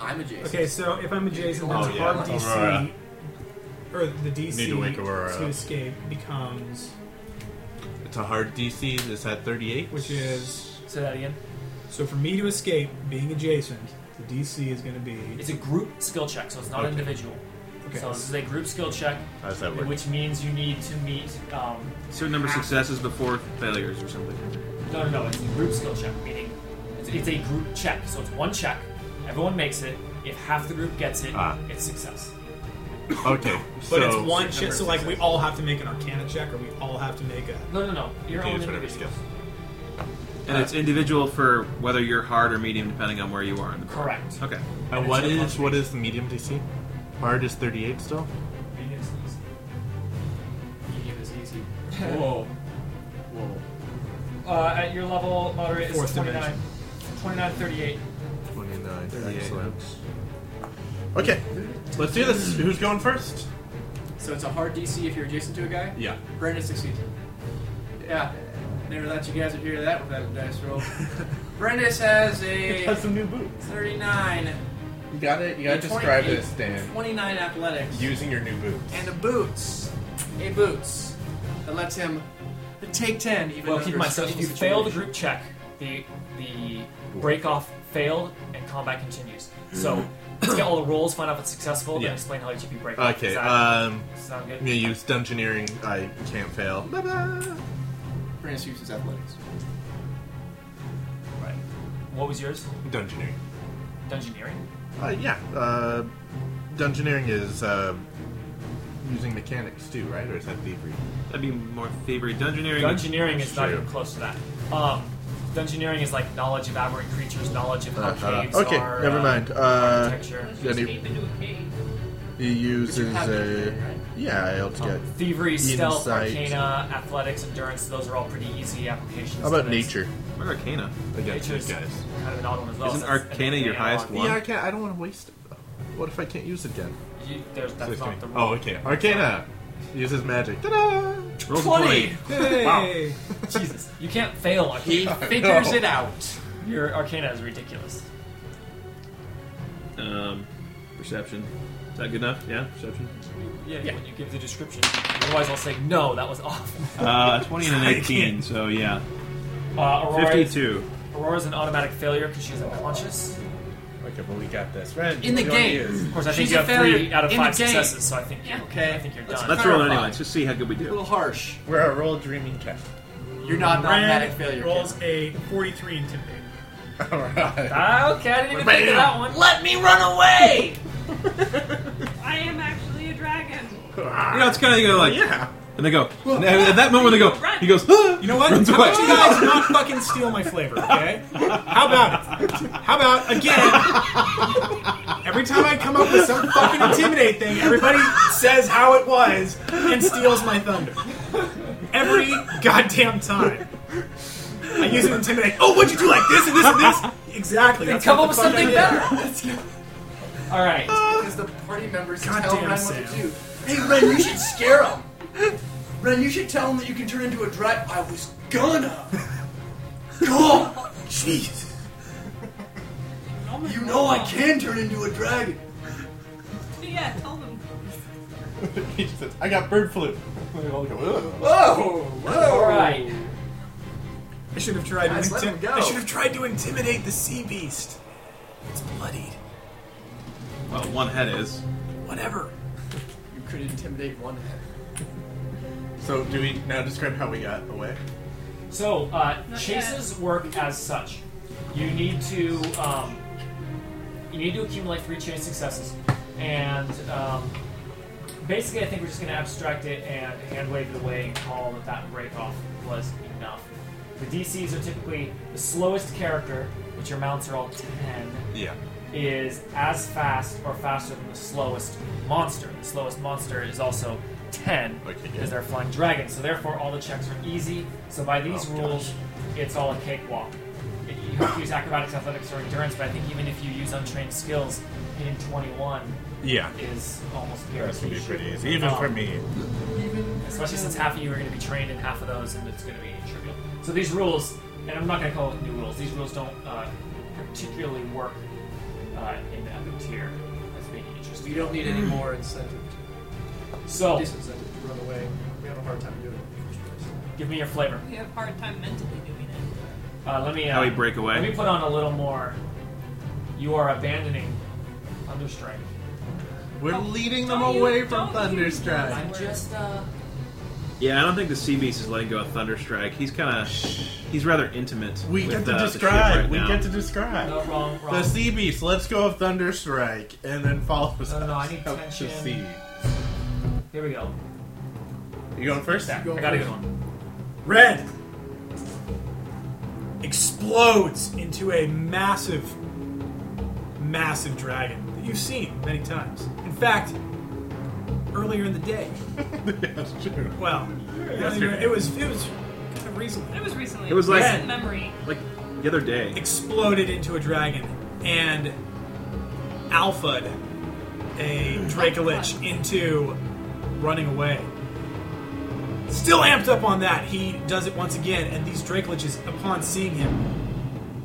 S6: I'm adjacent.
S5: Okay, so if I'm adjacent, then
S6: Oh,
S5: it's
S6: yeah.
S5: hard DC,
S9: Aurora.
S5: or the DC
S9: Need to wake Aurora
S5: to
S9: up.
S5: escape becomes,
S9: It's a hard DC. It's at 38.
S5: which is
S2: Say that again.
S5: so for me to escape being adjacent, the DC is going to be
S2: It's a group skill check, so it's not
S9: Okay.
S2: individual.
S5: okay.
S2: So this is a group skill check,
S9: How does that work?
S2: which means you need to meet um,
S3: Certain number of successes before failures or something.
S2: No, no, no. It's a group skill check, meaning it's, it's a group check. So it's one check. Everyone makes it. If half the group gets it,
S9: Ah.
S2: it's success.
S9: Okay,
S5: But
S9: so
S5: it's one chip, so like we all have to make an Arcana check, or we all have to make a.
S2: No, no, no. Your
S9: can
S2: own
S9: use whatever skill.
S2: individual.
S9: Uh,
S3: And it's individual for whether you're hard or medium, depending on where you are. In the
S2: Correct.
S3: okay.
S9: And what is what is the medium DC? Hard is 38 still.
S2: Medium's easy. Medium is easy.
S10: Whoa.
S2: Uh, at your level, moderate is
S5: Fourth
S2: 29,
S5: dimension.
S2: 29, 38.
S9: 29. Excellent. Okay, let's do this. Who's going first?
S10: So it's a hard DC if you're adjacent to a guy?
S9: Yeah.
S10: Brandon succeeds. Yeah. Never thought you guys would hear that without a dice roll. Brandis has a
S9: some new boots.
S10: 39,
S9: You got it. You got
S10: gotta
S9: to describe
S10: describe
S9: this,
S10: this,
S9: Dan.
S10: 29 athletics,
S9: Using your new boots.
S10: and a boots. A boots that lets him take 10 even
S2: Well,
S10: though
S2: keep in
S10: there's
S2: mind, so if
S10: special
S2: you fail the
S10: situation.
S2: group check, the the break off failed and combat continues. So let's get all the rolls, find out if it's successful, then
S9: Mm-hmm. Yeah.
S2: explain how you should be break off. Does
S9: Okay.
S2: that
S9: Um,
S2: sound
S9: I'm
S2: good?
S9: gonna use dungeoneering. I can't fail. Bye-bye.
S10: Brandis uses athletics.
S2: Right. What was yours?
S9: Dungeoneering.
S2: Dungeoneering.
S9: Uh, yeah. Uh, dungeoneering is uh, using mechanics too, right? Or is that thievery?
S3: That'd be more thievery. Dungeoneering.
S2: Dungeoneering is not
S9: True.
S2: even close to that. Um, dungeoneering is like knowledge of aberrant creatures, knowledge of how
S9: Uh,
S2: caves
S9: okay,
S2: are.
S9: never
S2: uh,
S9: mind. Uh,
S2: architecture.
S9: then he,
S7: Escape into a cave.
S9: he uses
S10: have
S9: a.
S10: dungeoneering, right?
S9: Yeah, I'll get.
S2: Thievery, stealth,
S9: Insight.
S2: arcana, athletics, endurance, those are all pretty easy applications.
S9: How
S2: to
S9: about
S2: this.
S9: nature?
S3: Where Arcana?
S9: I got
S2: Nature's
S9: these guys.
S2: kind of an odd one as well.
S3: Isn't
S2: so that's-
S3: Arcana
S2: that's
S3: your
S2: an
S3: highest
S2: analog.
S3: one?
S9: Yeah, I can't. I don't want to waste it. though. What if I can't use it again?
S2: You, there's, that's not the rule.
S9: Oh, okay. Arcana uses magic. Ta-da!
S3: Rolls a
S2: 20!
S5: Hey!
S2: Jesus. You can't fail
S10: He
S2: Arcana.
S10: figures it out.
S2: Your Arcana is ridiculous.
S3: 20. Um, perception. Is that good enough? Yeah, perception.
S2: Yeah, when you give the description. Otherwise, I'll say, no, that was awful.
S3: Uh, a 20 and an 18, so yeah.
S2: Uh, Aurora,
S3: 52.
S2: Aurora's an automatic failure because she's unconscious.
S9: Okay, but we got this. Right.
S10: In
S9: What do
S10: the
S9: you wanna
S10: game.
S9: use?
S2: Of course, I think
S10: She's
S2: you
S10: a
S2: have three
S10: failure
S2: out of
S10: in the
S2: five
S10: game.
S2: successes, so I think, you,
S4: Yeah.
S10: Okay.
S2: I think you're
S10: Let's
S2: done.
S3: Let's roll it anyway.
S10: Clarify.
S3: Let's just see how good we
S10: A little
S3: do.
S10: harsh.
S9: We're a roll dreaming cat.
S10: You're not an automatic
S5: Brand
S10: failure.
S5: rolls
S10: kid.
S5: a 43 intimidate.
S9: All right.
S2: Ah, okay, I didn't even think of
S9: Bam.
S2: that one.
S10: Let me run away!
S4: I am actually a dragon.
S3: You know, it's kind of you go like,
S9: Yeah.
S3: and they go, and at that moment they go, he goes, ah!
S5: You know what?
S3: Runs
S5: How
S3: away.
S5: about you guys not fucking steal my flavor, okay? How about it? How about again? Every time I come up with some fucking intimidate thing, everybody says how it was and steals my thunder. Every goddamn time. I use an intimidate. Oh, what'd you do like this and this and this? Exactly. They
S2: Come up with something better. All right.
S10: Because the party members tell
S5: Goddamn
S10: Ren what
S5: Sam.
S10: to do. Hey, Ren, you should scare him. Ren, you should tell him that you can turn into a dragon. I was gonna. God, jeez. You know I can turn into a dragon.
S4: Yeah, tell them.
S9: He says, I got bird flu. We all go, "Ugh."
S10: Whoa,
S9: Oh,
S10: whoa.
S2: All right.
S5: I should have tried
S10: Guys,
S5: to
S10: let
S5: intim-
S10: him go.
S5: I should have tried to intimidate the sea beast. It's bloodied.
S3: Well, one head is.
S5: Whatever.
S10: You could intimidate one.
S9: So do we now describe how we got away?
S2: So, uh,
S4: Not
S2: chases work as such. You need to um, you need to accumulate three chase successes, and um, basically, I think we're just going to abstract it and hand wave it away and call that that break off was enough. The DCs are typically the slowest character, which your mounts are all ten,
S9: Yeah.
S2: is as fast or faster than the slowest monster. The slowest monster is also 10
S9: Okay,
S2: because
S9: good.
S2: they're flying dragons. So therefore, all the checks are easy. So by these
S9: Oh,
S2: rules, it's all a cakewalk. It- You have to use acrobatics, athletics, or endurance, but I think even if you use untrained skills, hitting 21
S9: Yeah.
S2: is almost
S9: That's
S2: guaranteed.
S9: gonna be pretty easy, even
S2: Um,
S9: for me.
S2: Especially since half of you are going to be trained in half of those, and it's going to be trivial. So these rules, and I'm not going to call it new rules. These rules don't uh, particularly work uh, in the epic tier as being
S10: We
S2: interesting.
S10: don't need any more incentive,
S2: So
S10: disincentive to run away. We have a hard time doing it in the first place.
S2: give me your flavor.
S4: We have a hard time mentally doing it.
S2: Uh, let me. Uh,
S3: How we break away.
S2: Let me put on a little more. You are abandoning Thunderstrike.
S9: We're leading them
S4: Don't you-
S9: away from
S4: don't you-
S9: Thunderstrike.
S2: I'm just uh.
S3: Yeah, I don't think the sea beast is letting go of Thunderstrike. He's kind of, he's rather intimate.
S9: We
S3: with,
S9: get
S3: uh,
S9: to
S3: the ship
S9: describe.
S3: right
S9: we
S3: now.
S9: get to describe.
S2: No, wrong, wrong.
S9: The sea beast lets go of Thunderstrike and then follows
S2: No, no, no,
S9: us
S2: I need
S9: out to
S2: tension.
S9: sea.
S2: Here we go.
S9: You going first? Yeah.
S2: I got a good one.
S5: Red explodes into a massive, massive dragon that you've seen many times. In fact, earlier in the day.
S9: That's true.
S5: Well, earlier, it was it was kind of recently.
S4: It was recently.
S3: It was like-
S4: recent memory.
S3: Like the other day.
S5: Exploded into a dragon and alphaed a Dracolich into running away. Still amped up on that, he does it once again, and these Dracoliches, upon seeing him,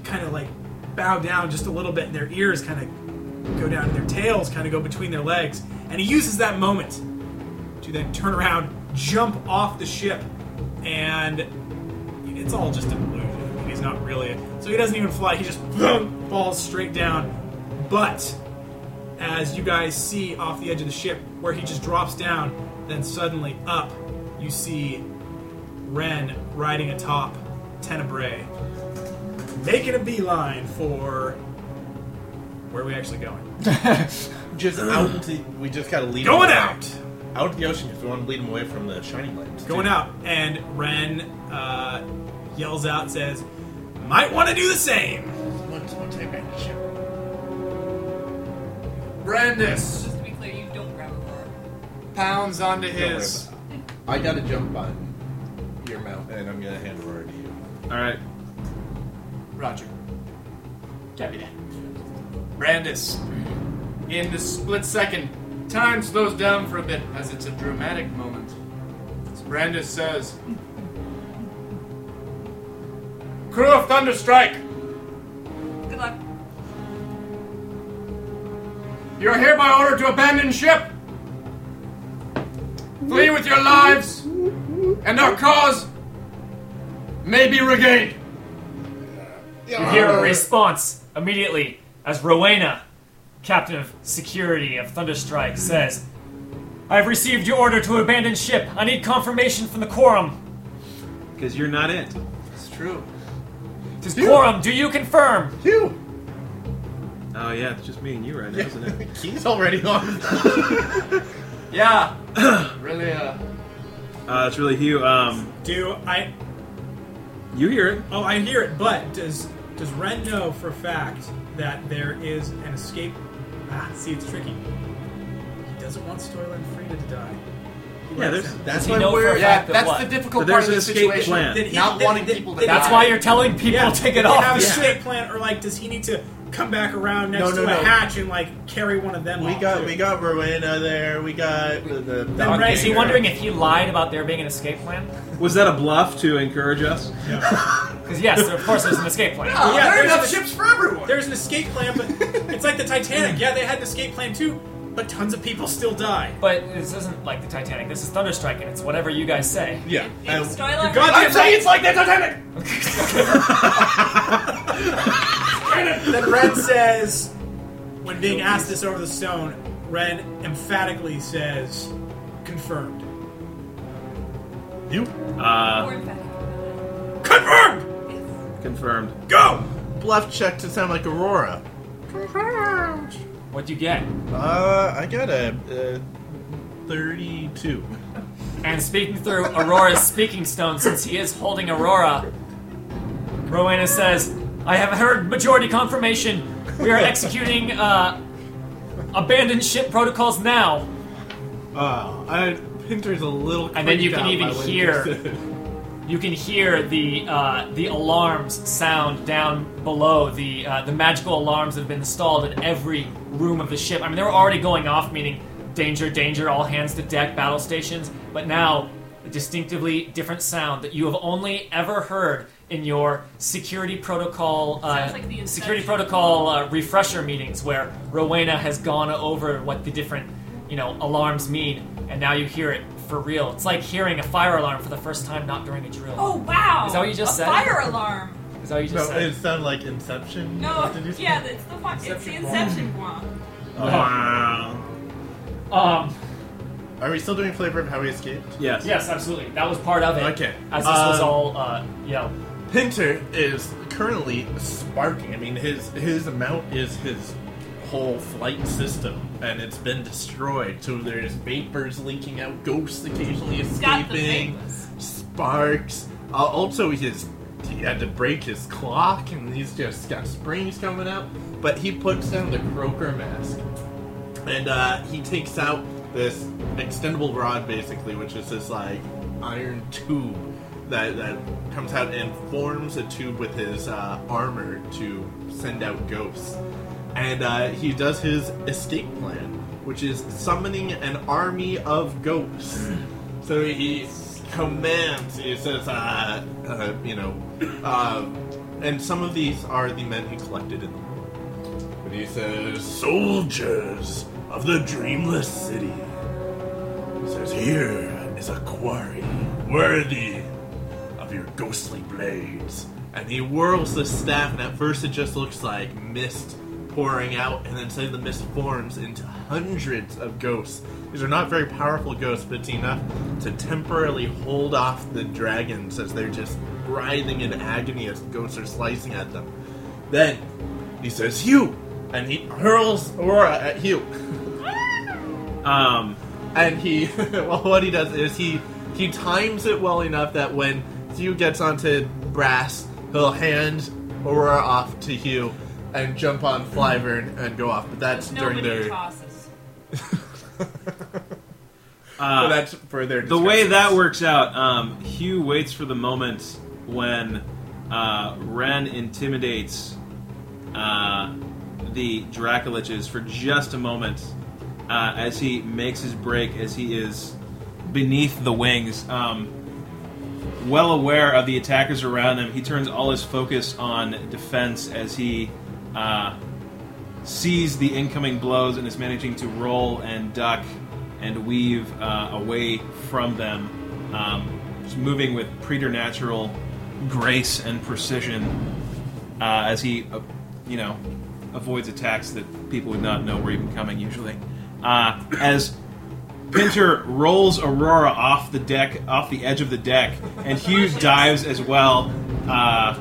S5: kind of like bow down just a little bit, and their ears kind of go down, and their tails kind of go between their legs. And he uses that moment to then turn around, jump off the ship, and it's all just an illusion. He's not really. So he doesn't even fly, he just boom, falls straight down. But as you guys see off the edge of the ship where he just drops down, then suddenly up, you see Ren riding atop Tenebrae, making a beeline for where are we actually going?
S9: Just out into. We just gotta lead
S5: Going
S9: him away.
S5: out!
S9: Out to the ocean because we want to lead him away from the shining light.
S5: Going out, and Ren uh, yells out, says, "Might want to do the same."
S6: Brandis
S4: Just to be clear, you don't grab a
S6: pounds onto
S9: worry
S6: his.
S9: I got a jump on your mount, and I'm gonna hand it over to you.
S3: Alright.
S6: Roger.
S2: Copy that.
S6: Brandis, in the split second, time slows down for a bit as it's a dramatic moment. As Brandis says, Crew of Thunderstrike,
S4: bar. Good luck.
S6: you are hereby ordered to abandon ship, flee with your lives, and our cause may be regained.
S2: You hear a response immediately as Rowena, captain of security of Thunderstrike, says, I have received your order to abandon ship. I need confirmation from the quorum.
S3: Because you're not it.
S6: It's true.
S2: Does quorum, do you confirm?
S9: Phew!
S3: Oh yeah, it's just me and you right now, isn't it?
S9: He's already on.
S6: Yeah. really, uh.
S3: Uh, it's really Hugh. Um,
S5: Do I?
S3: you hear it.
S5: Oh, I hear it. But does does Ren know for a fact that there is an escape? Ah, see, it's tricky. He doesn't want Stoyland Frida to die.
S3: Yeah, there's.
S9: That's
S2: You know
S9: why
S2: for
S9: we're.
S2: a
S6: Yeah,
S2: fact that
S6: that's
S2: what?
S6: the
S3: So
S6: difficult
S3: there's
S6: part of
S3: an
S6: the
S3: escape
S6: situation.
S3: plan.
S5: Did he-
S6: Not
S5: did-
S6: wanting
S5: did-
S6: people to
S5: did-
S6: die.
S2: That's why you're telling people
S5: Yeah,
S2: take it
S5: did he
S2: off.
S5: Have a
S2: Yeah.
S5: straight plan, or like, does he need to come back around next
S9: No,
S5: to
S9: no,
S5: a
S9: no.
S5: hatch and like carry one of them?
S9: We
S5: off,
S9: got
S5: too?
S9: we got Rowena there. We got the, the
S5: Then Ray,
S2: Is he wondering if he lied about there being an escape plan?
S3: Was that a bluff to encourage us?
S2: Because yes, of course there's an escape plan.
S6: Oh,
S5: Yeah,
S6: there are
S5: there's
S6: enough
S5: the-
S6: ships for everyone.
S5: There's an escape plan, but it's like the Titanic. Yeah, they had an escape plan too, but tons of people still died.
S2: But this isn't like the Titanic. This is Thunderstrike, and it's whatever you guys say.
S9: Yeah.
S4: If
S9: I-
S4: Stoylar
S5: goddamn
S6: I'm saying it's like the Titanic.
S5: Then Ren says, when being asked this over the stone, Ren emphatically says, confirmed.
S9: you
S4: more emphatic.
S5: Confirmed!
S3: Confirmed.
S5: Go!
S9: bluff check to sound like Aurora.
S2: What'd you get?
S9: Uh, I got a, uh thirty-two.
S2: And speaking through Aurora's speaking stone, since he is holding Aurora, Rowena says, I have heard majority confirmation. We are executing uh, abandoned ship protocols now.
S9: Wow. Uh, I Pinter's a little.
S2: And then you
S9: creeped
S2: can
S9: out
S2: even
S9: by what he
S2: hear-
S9: just said.
S2: You can hear the uh, the alarms sound down below the uh, the magical alarms that have been installed in every room of the ship. I mean, they were already going off, meaning danger, danger, all hands to deck, battle stations. But now, a distinctively different sound that you have only ever heard in your security protocol uh,
S4: Sounds like the Inception.
S2: security protocol uh, refresher meetings, where Rowena has gone over what the different you know alarms mean, and now you hear it. For real, it's like hearing a fire alarm for the first time, not during a drill.
S4: Oh wow!
S2: Is that what you just
S4: a
S2: said?
S4: Fire alarm.
S2: Is that what you just
S9: No,
S2: said?
S9: it sounded like Inception.
S4: No,
S9: Did you Oh. say?
S4: yeah, it's the fu- it's the Inception one.
S3: Wow.
S2: Um,
S9: Are we still doing flavor of how we escaped?
S3: Yes.
S2: yes, absolutely. That was part of it.
S9: Okay.
S2: As this was
S9: Um,
S2: all, uh, yeah.
S9: Pinter is currently sparking. I mean, his his amount is his whole flight system, and it's been destroyed. So there's vapors leaking out, ghosts occasionally
S4: got the
S9: escaping,
S4: vapors.
S9: sparks. Uh, also, his he had to break his clock, and he's just got springs coming out. But he puts down the croaker mask, and uh, he takes out this extendable rod, basically, which is this like iron tube that that comes out and forms a tube with his uh, armor to send out ghosts. And uh, he does his escape plan, which is summoning an army of ghosts. So he commands. He says, uh, uh, you know, uh, and some of these are the men he collected in the war. But he says, Soldiers of the Dreamless City. He says, Here is a quarry worthy of your ghostly blades. And he whirls the staff, and at first it just looks like mist pouring out, and then suddenly the mist forms into hundreds of ghosts. These are not very powerful ghosts, but it's enough to temporarily hold off the dragons as they're just writhing in agony as ghosts are slicing at them. Then he says, Hugh! And he hurls Aurora at Hugh.
S3: Um,
S9: and he well what he does is he he times it well enough that when Hugh gets onto brass, he'll hand Aurora off to Hugh and jump on Flyvern and go off. But that's during
S4: Nobody
S9: their
S4: tosses.
S9: but
S3: uh,
S9: that's for their
S3: the way that
S9: discussions.
S3: works out, um, Hugh waits for the moment when uh, Ren intimidates uh, the Dracoliches for just a moment uh, as he makes his break, as he is beneath the wings. Um, well aware of the attackers around him, he turns all his focus on defense as he uh, sees the incoming blows and is managing to roll and duck and weave uh, away from them, um, just moving with preternatural grace and precision uh, as he, uh, you know, avoids attacks that people would not know were even coming usually. Uh, as Pinter rolls Aurora off the deck, off the edge of the deck, and Hughes dives as well, uh,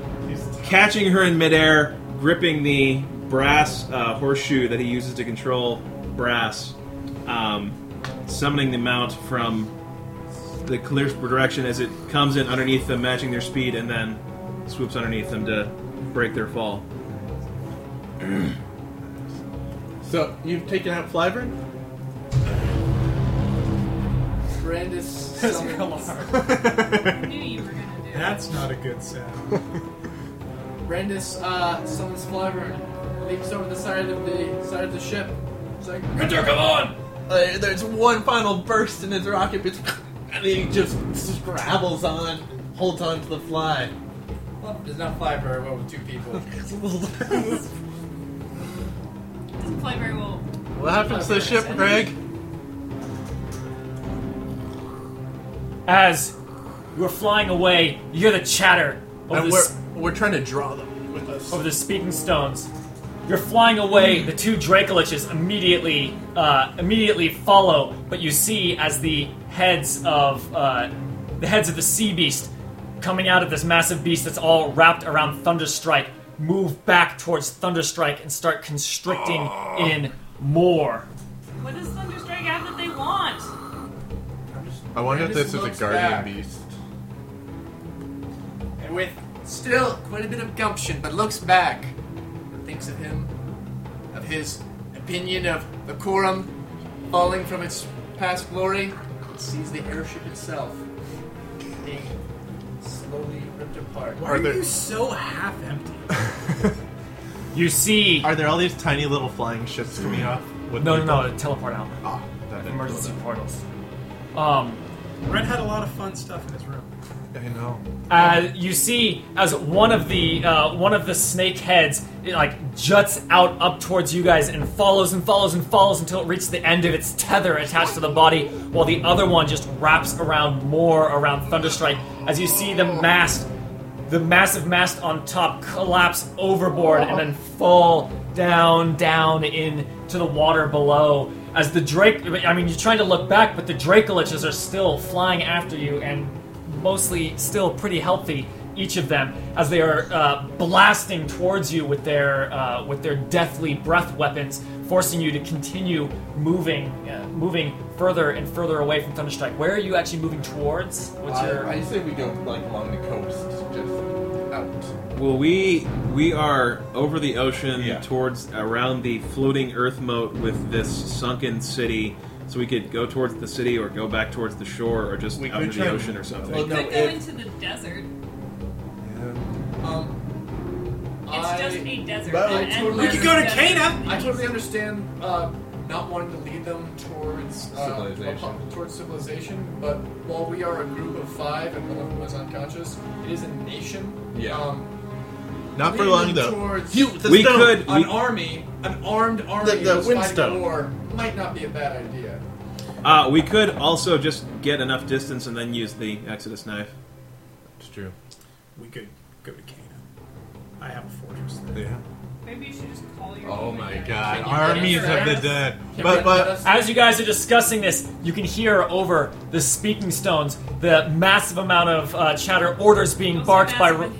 S3: catching her in midair, gripping the brass uh, horseshoe that he uses to control brass, um, summoning the mount from the clear direction as it comes in underneath them, matching their speed, and then swoops underneath them to break their fall.
S9: So you've taken out Flyvern?
S10: Brandis summons,
S4: Knew you were gonna do that.
S5: That's not a good sound.
S10: Brandis uh, summons Flyburn, leaps over the side of the side of the ship. It's like, Hunter, come on!
S9: Uh, there's one final burst in his rocket, but and he just scrabbles on, holds on to the fly.
S10: Well, does not fly very well with two people.
S4: Doesn't play very well.
S9: What happens to the ship, Greg?
S2: As you are flying away, you hear the chatter of
S9: And
S2: the,
S9: we're,
S2: s-
S9: we're trying to draw them with us.
S2: of the speaking stones. You're flying away. The two Dracoliches immediately uh, immediately follow, but you see as the heads of uh, the heads of the sea beast coming out of this massive beast that's all wrapped around Thunderstrike move back towards Thunderstrike and start constricting in more.
S4: What does Thunderstrike have that they want?
S9: I wonder
S10: if this is a guardian beast. And with still quite a bit of gumption, but looks back, and thinks of him, of his opinion of the quorum falling from its past glory, and sees the airship itself being slowly ripped apart.
S5: Why are,
S9: there-
S5: you so half empty?
S2: You see,
S9: Are there all these tiny little flying ships coming off? With
S2: no, no, no, teleport out,
S9: Ah, that didn't
S2: emergency
S9: work.
S2: portals. Um,
S5: Ren had a lot of fun stuff in his room.
S9: I know.
S2: Uh, you see, as one of the uh, one of the snake heads it, like juts out up towards you guys and follows and follows and follows until it reaches the end of its tether attached to the body, while the other one just wraps around more around Thunderstrike. As you see the mast, the massive mast on top collapse overboard and then fall down, down into the water below. As the Drake, I mean, you're trying to look back, but the Dracoliches are still flying after you and mostly still pretty healthy, each of them, as they are uh, blasting towards you with their uh, with their deathly breath weapons, forcing you to continue moving, uh, moving further and further away from Thunderstrike. Where are you actually moving towards? What's your?
S9: I, I say we go like along the coast, just out.
S3: Well, we we are over the ocean
S9: Yeah.
S3: towards around the floating Earth moat with this sunken city, so we could go towards the city or go back towards the shore or just
S9: We
S3: out
S9: could
S3: into
S9: try-
S3: the ocean or something.
S9: Well,
S4: We
S9: no,
S4: could go
S9: if-
S4: into the desert.
S6: Um,
S4: It's
S6: I,
S4: just a desert.
S9: Well,
S4: an
S9: I totally-
S4: endless
S6: We could go to
S4: desert.
S5: Cana!
S6: I totally understand uh, not wanting to lead them towards uh,
S9: Civilization.
S6: apo- towards civilization, but while we are a group of five and one of them is unconscious, it is a nation.
S9: Yeah.
S6: Um,
S9: Not for
S6: leading
S9: long
S6: them
S9: though.
S6: towards-
S9: You, the
S3: We
S9: stone.
S3: could-
S6: an
S3: We-
S6: army, an armed army,
S9: the
S6: that's fighting
S9: windstone.
S6: war might not be a bad idea.
S3: Uh, we could also just get enough distance and then use the Exodus knife.
S9: It's true.
S5: We could go to Cana. I have a fortress there.
S13: Yeah.
S4: Maybe you should just call your.
S9: Oh my
S4: human
S9: god.
S4: down.
S13: Armies of the dead.
S9: But but
S2: As you guys are discussing this, you can hear over the speaking stones the massive amount of uh, chatter, orders being
S4: Also
S2: barked by. Ro-
S4: massive.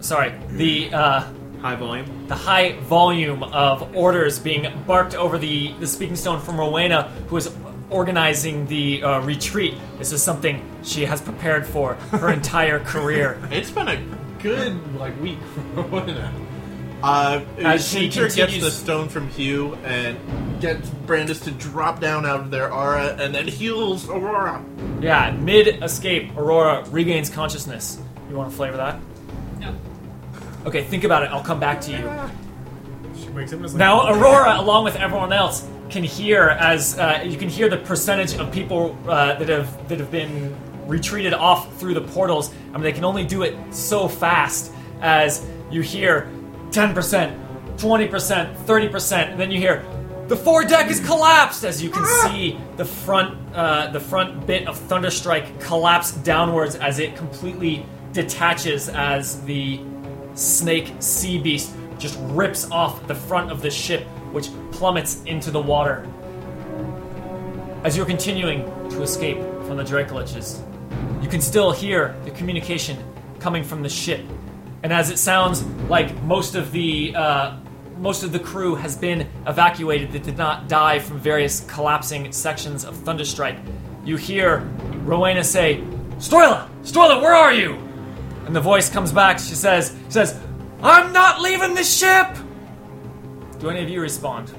S2: Sorry, the uh,
S3: High volume.
S2: the high volume of orders being barked over the, the speaking stone from Rowena, who is organizing the uh, retreat. This is something she has prepared for her entire career.
S9: it's been a good like week for Rowena. Uh,
S2: As she
S9: Hunter gets
S2: continues-
S9: the stone from Hugh and gets Brandis to drop down out of their aura, and then heals Aurora.
S2: Yeah, mid escape, Aurora regains consciousness. You want to flavor that?
S4: No.
S2: Okay, think about it. I'll come back to you.
S5: She wakes up and is like,
S2: Now, uh, Aurora, along with everyone else, can hear as uh, you can hear the percentage of people uh, that have that have been retreated off through the portals. I mean, they can only do it so fast as you hear ten percent, twenty percent, thirty percent, and then you hear the foredeck is collapsed as you can see the front uh, the front bit of Thunderstrike collapse downwards as it completely detaches as the snake sea beast just rips off the front of the ship, which plummets into the water. As you're continuing to escape from the Dracoliches, you can still hear the communication coming from the ship, and as it sounds like most of the uh, most of the crew has been evacuated that did not die from various collapsing sections of Thunderstrike, you hear Rowena say, "Stroila, Stroila, where are you?" And the voice comes back. She says, she "says I'm not leaving the ship." Do any of you respond?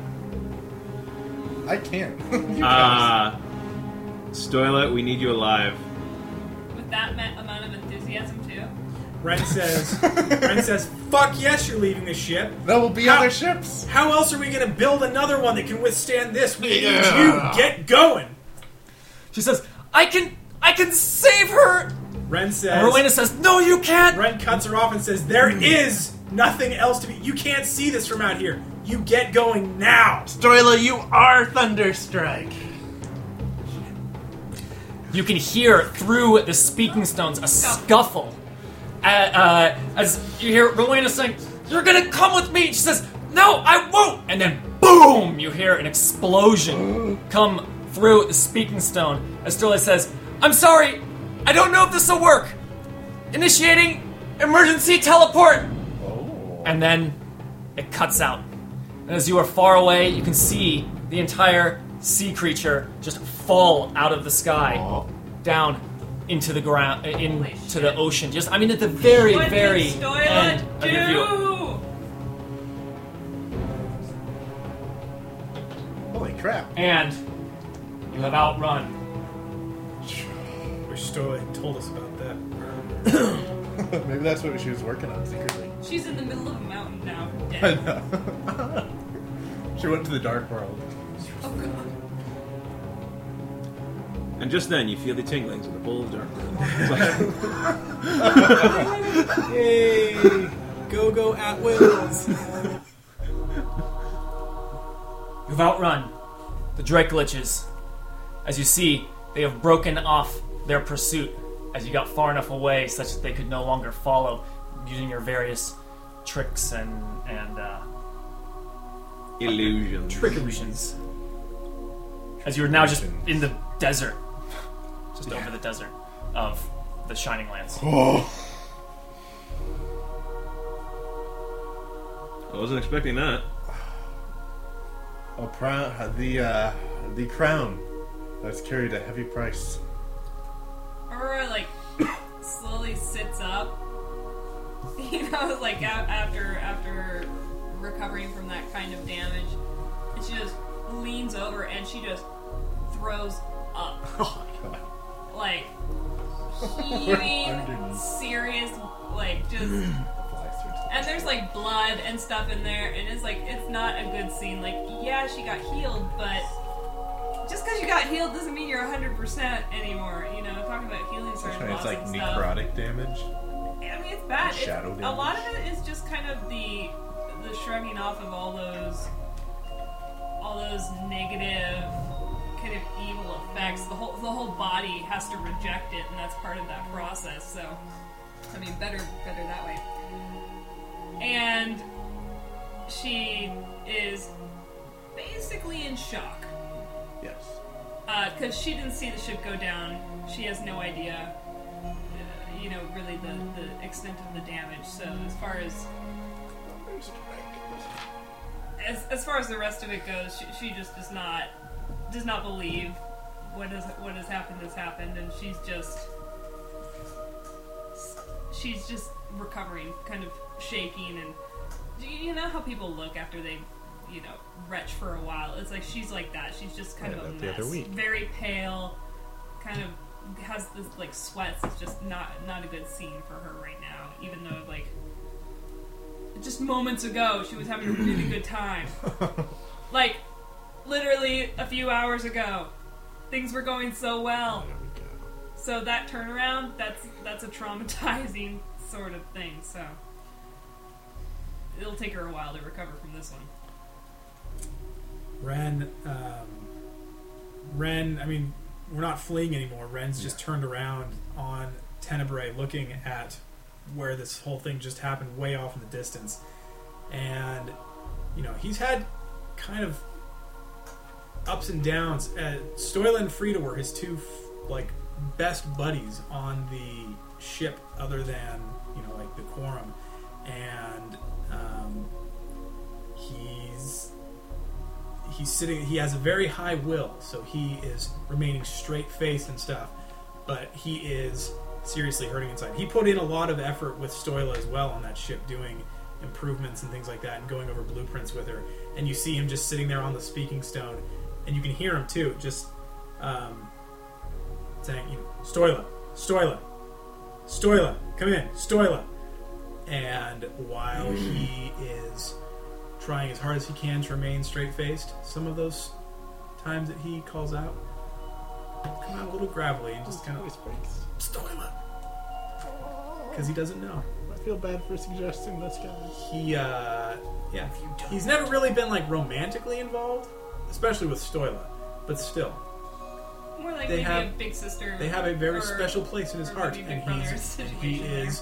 S9: I can't.
S3: Uh, Stoila, we need you alive.
S4: With that ma- amount of enthusiasm, too.
S5: Ren says, Ren says, fuck yes, you're leaving the ship.
S9: there will be
S5: How-
S9: other ships.
S5: How else are we going to build another one that can withstand this? We
S9: Yeah.
S5: need you. Get going.
S2: She says, "I can, I can save her."
S5: Ren says.
S2: And Rowena says, "No, you can't."
S5: Ren cuts her off and says, "There is nothing else to be. You can't see this from out here. You get going now."
S9: Stoila, you are Thunderstrike.
S2: You can hear through the speaking stones a scuffle. Uh, uh, as you hear Rowena saying, You're gonna come with me! She says, No, I won't! And then boom! You hear an explosion come through the speaking stone. As Sterling says, I'm sorry, I don't know if this will work. Initiating emergency teleport! And then it cuts out. And as you are far away, you can see the entire sea creature just fall out of the sky down into the ground, uh, into the ocean. Just, I mean, at the very,
S4: what
S2: very
S4: did
S2: end
S4: Stoyla
S2: of
S4: do?
S2: your view.
S9: Holy crap!
S2: And you have outrun.
S5: Which Stola had told us about that.
S9: Maybe that's what she was working on secretly.
S4: She's in the middle of a mountain now.
S9: I
S4: Dead.
S9: know. she went to the dark world.
S4: oh god.
S3: And just then, you feel the tinglings of the bowl of dark.
S5: Yay! Go go at wills.
S2: You've outrun the Drakeliches. As you see, they have broken off their pursuit as you got far enough away such that they could no longer follow using your various tricks and, and uh,
S3: Illusion.
S2: illusions. As you're now just in the desert. Just over the desert of the Shining Lands.
S3: I wasn't expecting that.
S9: A pro- the uh, the crown that's carried a heavy price.
S4: Aurora like slowly sits up. You know, like a- after after recovering from that kind of damage, and she just leans over and she just throws up like heaving, serious, like just. And there's like blood and stuff in there, and it's like it's not a good scene. Like, yeah, she got healed, but just because you got healed doesn't mean you're 100% anymore. You know, talking about healing certain
S9: It's
S4: loss
S9: like
S4: and stuff.
S9: necrotic damage.
S4: I mean, it's bad. It's-
S9: Shadow
S4: a
S9: damage.
S4: lot of it is just kind of the the shrugging off of all those all those negative kind of evil effects. The whole the whole body has to reject it, and that's part of that process. So, I mean, better better that way. And she is basically in shock
S9: Yes.
S4: because she didn't see the ship go down. She has no idea, uh, you know, really the, the extent of the damage. So as far as as, as far as the rest of it goes, she, she just does not does not believe what has what has happened has happened, and she's just she's just recovering, kind of shaking, and do you know how people look after they you know retch for a while? It's like she's like that. She's just kind
S9: Yeah,
S4: of a
S9: that the
S4: mess,
S9: other week.
S4: very pale, kind of has this like sweats. It's just not not a good scene for her right now, even though like just moments ago she was having a really good time. like literally a few hours ago, things were going so well. So that turnaround, that's that's a traumatizing sort of thing. So it'll take her a while to recover from this one.
S5: Ren, um, Ren. I mean, we're not fleeing anymore. Ren's just turned around on Tenebrae, looking at where this whole thing just happened, way off in the distance. And you know, he's had kind of ups and downs. Uh, Stoyla and Frida were his two f- like best buddies on the ship, other than you know, like the Quorum, and. Um, He's he's sitting he has a very high will so he is remaining straight faced and stuff but he is seriously hurting inside he put in a lot of effort with stoyla as well on that ship doing improvements and things like that and going over blueprints with her and you see him just sitting there on the speaking stone and you can hear him too just um, saying you know, stoyla stoyla stoyla come in stoyla and while he is trying as hard as he can to remain straight faced. Some of those times that he calls out come out a little gravelly and just kind of
S9: Voice breaks.
S5: Stoila, because he doesn't know.
S9: I feel bad for suggesting this, guys.
S5: He, uh, yeah, he's never really been like romantically involved, especially with Stoila, but still,
S4: More like
S5: They
S4: maybe a
S5: have-
S4: big sister.
S5: they have a very
S4: or-
S5: special place in his
S4: or
S5: heart,
S4: maybe
S5: and
S4: Big
S5: he's,
S4: Brother
S5: he
S4: situation there.
S5: is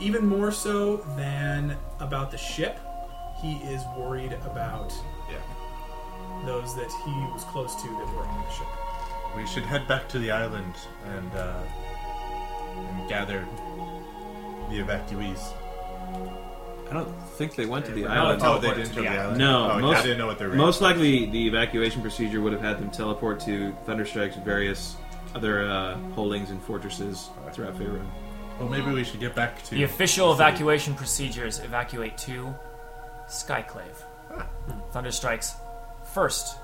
S5: even more so than about the ship. He is worried about
S9: Yeah.
S5: those that he was close to that were on the ship.
S9: We should head back to the island and uh, and gather the evacuees.
S3: I don't think they went to the
S2: We're
S3: island.
S2: not
S9: Oh, they
S2: to
S9: didn't go
S2: the
S9: to the island.
S3: No,
S9: oh,
S3: most-
S9: I didn't know what they were.
S3: Most likely, the evacuation procedure would have had them teleport to Thunderstrike's various other uh, holdings and fortresses throughout Faerun.
S9: Well, maybe we should get back to
S2: The official evacuation procedures evacuate to Skyclave. Thunderstrike's first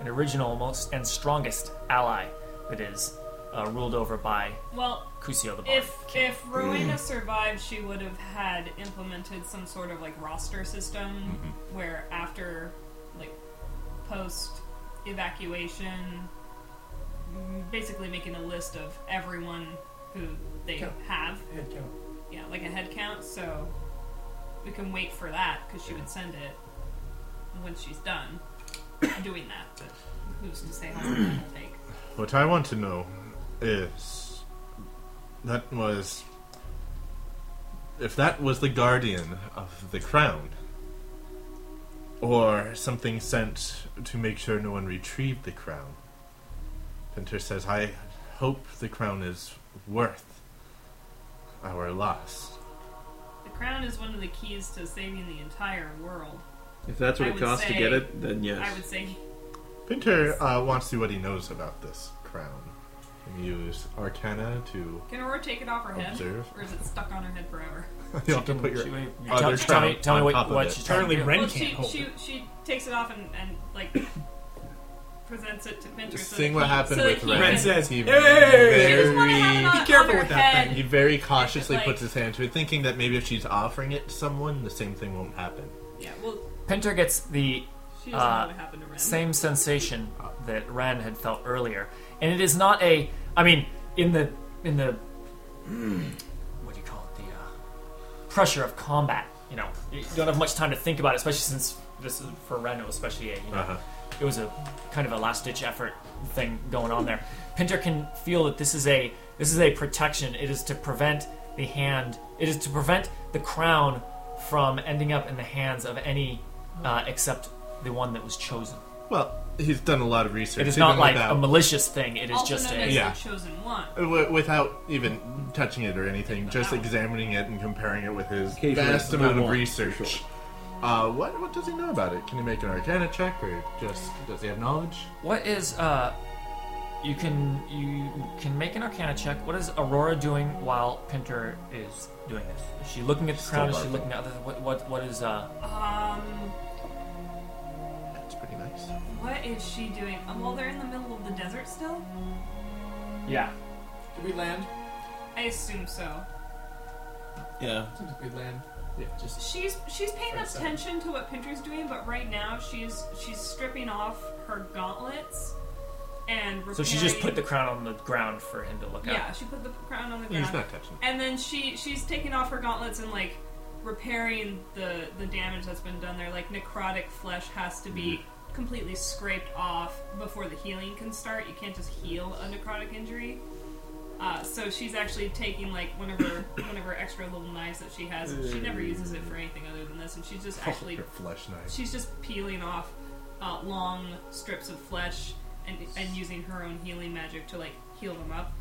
S2: and original most and strongest ally that is uh, ruled over by
S4: Well,
S2: Kusio the Bard.
S4: if if Rowena survived, she would have had implemented some sort of like roster system where after like post evacuation, mm, basically making a list of everyone who they have.
S6: Head count.
S4: Yeah, like a head count. So we can wait for that because she would send it once she's done doing that. But who's to say how long that'll take?
S9: What I want to know is that was if that was the guardian of the crown or something sent to make sure no one retrieved the crown. Pinter says, "I hope the crown is worth our loss."
S4: The crown is one of the keys to saving the entire world.
S3: If that's what
S4: I
S3: it
S4: would
S3: costs to
S4: say-
S3: get it, then
S4: I
S3: yes.
S4: would say
S9: Pinter uh, wants to see what he knows about this crown. Can you use Arcana to.
S4: Can Aurora take it off her head?
S9: Observe.
S4: Or is it stuck on her head forever?
S9: you have to put your
S2: She- you
S9: other
S2: tell, tell me,
S9: crown
S2: tell me
S9: on
S2: what,
S9: top of
S2: what
S9: it.
S2: she's trying to
S5: Apparently,
S2: do.
S5: Ren
S4: well,
S5: can't
S4: she,
S5: hold
S4: she, she takes it off and, and like, presents it to Pinter.
S9: Just
S4: so
S9: seeing
S4: that
S9: what
S4: he-
S9: happened
S4: so
S9: with
S4: that he
S9: Ren.
S5: Ren
S4: can-
S5: says,
S9: He
S4: She just wanna have it
S9: very,
S4: on-
S5: Be
S4: on
S5: careful
S4: her
S5: with that
S4: head.
S5: thing.
S9: he very cautiously
S4: Like-
S9: puts his hand to it, thinking that maybe if she's offering it to someone, the same thing won't happen.
S4: Yeah, well,
S2: Pinter gets the
S4: she doesn't
S2: Uh,
S4: know what happened to Ren.
S2: same sensation that Ren had felt earlier, and it is not a. I mean, in the in the what do you call it? The uh, pressure of combat. You know, you don't have much time to think about it, especially since this is for Ren. It was especially a you know,
S9: Uh-huh.
S2: it was a kind of a last ditch effort thing going on there. Pinter can feel that this is a this is a protection. It is to prevent the hand. It is to prevent the crown from ending up in the hands of any uh, except the one that was chosen.
S9: Well, he's done a lot of research.
S2: It is
S9: even
S2: not like
S9: without-
S2: a malicious thing. It is
S4: also
S2: just
S4: known
S2: a
S4: as
S9: Yeah.
S4: the chosen one.
S9: Wi- without even touching it or anything, just examining it and comparing it with his vast amount of research. Uh, what what does he know about it? Can he make an Arcana check, or just does he have knowledge?
S2: What is uh? You can you can make an Arcana check. What is Aurora doing while Pinter is doing this? Is she looking at the crown? Is she
S9: barking.
S2: looking at other? What what what is uh?
S4: Um,
S9: That's pretty nice.
S4: what is she doing? Um, well, they're in the middle of the desert still?
S2: Yeah.
S6: Did we land?
S4: I assume so.
S3: Yeah.
S6: Seems like we land. Yeah, just
S4: She's she's paying
S6: Right side.
S4: attention to what Pinter's doing, but right now she's she's stripping off her gauntlets and repairing.
S2: So she just put the crown on the ground for him to look
S4: yeah
S2: at.
S4: she put the crown on the ground.
S9: He's not touching.
S4: And then she she's taking off her gauntlets and like repairing the the damage that's been done there. Like necrotic flesh has to be completely scraped off before the healing can start. You can't just heal a necrotic injury. Uh, so she's actually taking like one of her one of her extra little knives that she has. and She never uses it for anything other than this, and she's just actually
S9: Your flesh knife.
S4: she's just peeling off uh, long strips of flesh and, and using her own healing magic to like heal them up.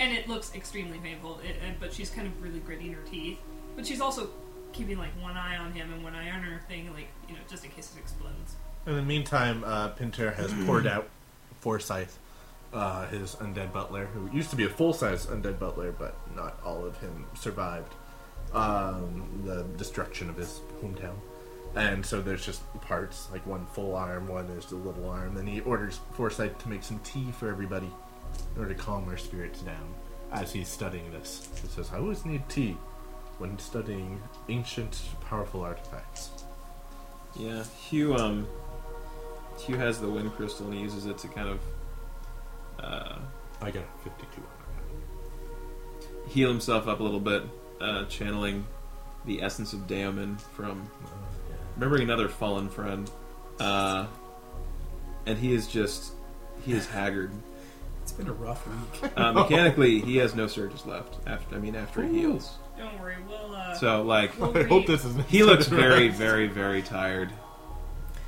S4: And it looks extremely painful, it, and- but she's kind of really gritting her teeth. But she's also keeping like one eye on him and one eye on her thing, like you know, just in case it explodes.
S9: In the meantime, uh, Pinter has poured out Forsyth, uh, his undead butler, who used to be a full-size undead butler, but not all of him survived um, the destruction of his hometown. And so there's just parts, like one full arm, one is a little arm. And he orders Forsyth to make some tea for everybody in order to calm their spirits down as he's studying this. He says, I always need tea when studying ancient, powerful artifacts.
S3: Yeah. Hugh um Hugh has the wind crystal and he uses it to kind of uh,
S9: I got 52 on that.
S3: heal himself up a little bit, uh, channeling the essence of Daemon from remembering another fallen friend. Uh, and he is just he is haggard.
S5: It's been a rough week.
S9: Oh.
S3: Uh, mechanically, he has no surges left. After I mean, after he heals,
S4: Don't worry, we'll. Uh,
S3: so like
S4: we'll
S9: I hope
S4: re-
S9: this is.
S3: he looks very, very, very tired,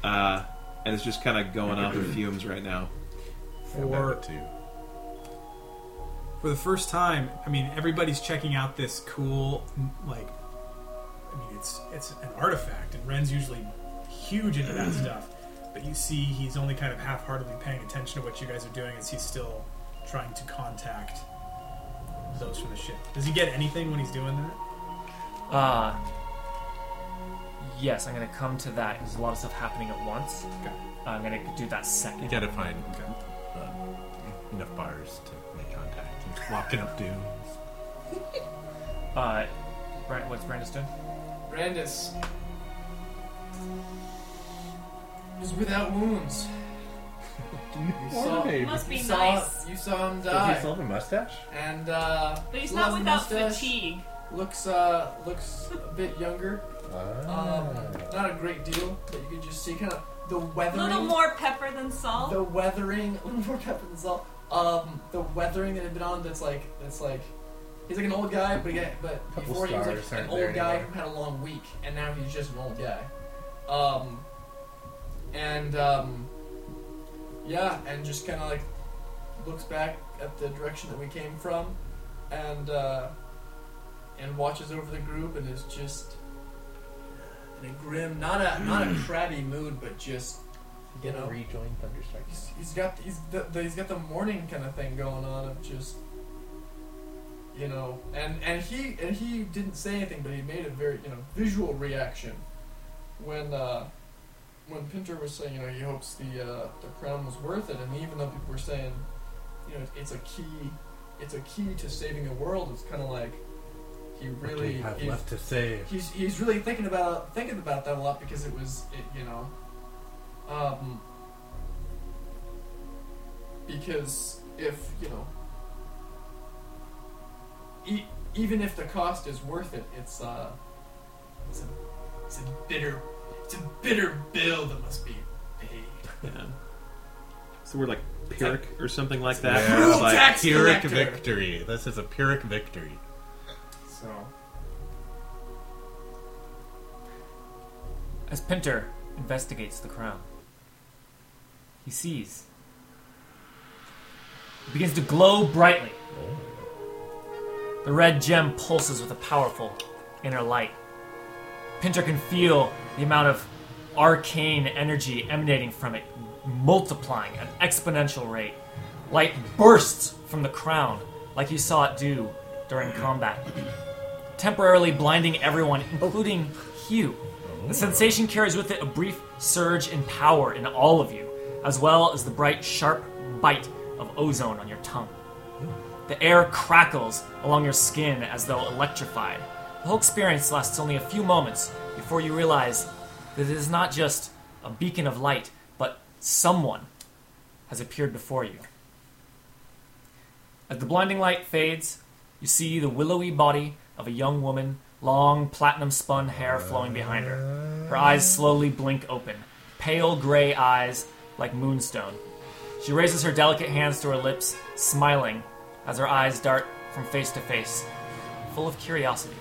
S3: uh, and is just kind of going off in fumes right now.
S5: For for the first time, I mean, everybody's checking out this cool, m- like, I mean, it's it's an artifact, and Ren's usually huge into that stuff. But you see, he's only kind of half-heartedly paying attention to what you guys are doing, as he's still trying to contact those from the ship. Does he get anything when he's doing that?
S2: Uh, yes, I'm gonna come to that. There's a lot of stuff happening at once.
S5: Okay.
S2: I'm gonna do that second.
S9: You gotta find
S5: Okay.
S9: uh, enough bars to make contact. And walking up dunes.
S2: Uh, Brand, what's Brandis doing?
S10: Brandis is without wounds. You saw,
S4: it must be
S10: you
S4: nice,
S10: saw, you saw him die,
S9: have a mustache?
S10: and uh,
S4: but he's
S10: he
S4: not
S10: has a
S4: without
S10: mustache,
S4: fatigue.
S10: Looks uh, looks a bit younger. Um, not a great deal, but you can just see kind of the
S4: A
S10: weathering.
S4: little more pepper than salt.
S10: the weathering, a little more pepper than salt. Um, the weathering that had been on that's like that's like he's like an old guy, but yeah, but
S9: Couple
S10: before he was
S9: stars
S10: like an
S9: aren't
S10: old
S9: there
S10: guy
S9: anymore.
S10: who had a long week, and now he's just an old guy. Um, and um, yeah, and just kind of like looks back at the direction that we came from, and uh, and watches over the group and is just
S6: in a grim, not a not a crabby mood, but just you know,
S9: Rejoin Thunderstrike.
S6: he's, he's got he's the, the he's got the morning kind of thing going on of just you know, and and he and he didn't say anything, but he made a very you know visual reaction when uh, when Pinter was saying you know he hopes the uh, the crown was worth it, and even though people were saying you know it's a key it's a key to saving the world, it's kind of like he really he-
S9: to save?
S6: he's he's really thinking about thinking about that a lot because it was it, you know um because if you know e- even if the cost is worth it it's uh it's a, it's a bitter it's a bitter bill that must be paid
S3: Yeah. It's the word like Pyrrhic or something like that.
S6: Cruel
S3: It's like-
S6: tax
S9: Pyrrhic
S6: collector.
S9: victory. This is a Pyrrhic victory.
S6: so
S2: As Pinter investigates the crown, he sees. It begins to glow brightly. The red gem pulses with a powerful inner light. Pinter can feel the amount of arcane energy emanating from it, multiplying at an exponential rate. Light bursts from the crown like he saw it do during combat, temporarily blinding everyone, including Hugh. The sensation carries with it a brief surge in power in all of you, as well as the bright, sharp bite of ozone on your tongue. The air crackles along your skin as though electrified. The whole experience lasts only a few moments before you realize that it is not just a beacon of light, but someone has appeared before you. As the blinding light fades, you see the willowy body of a young woman, long platinum spun hair flowing behind her. Her eyes slowly blink open, pale gray eyes like moonstone. She raises her delicate hands to her lips, smiling as her eyes dart from face to face, full of curiosity.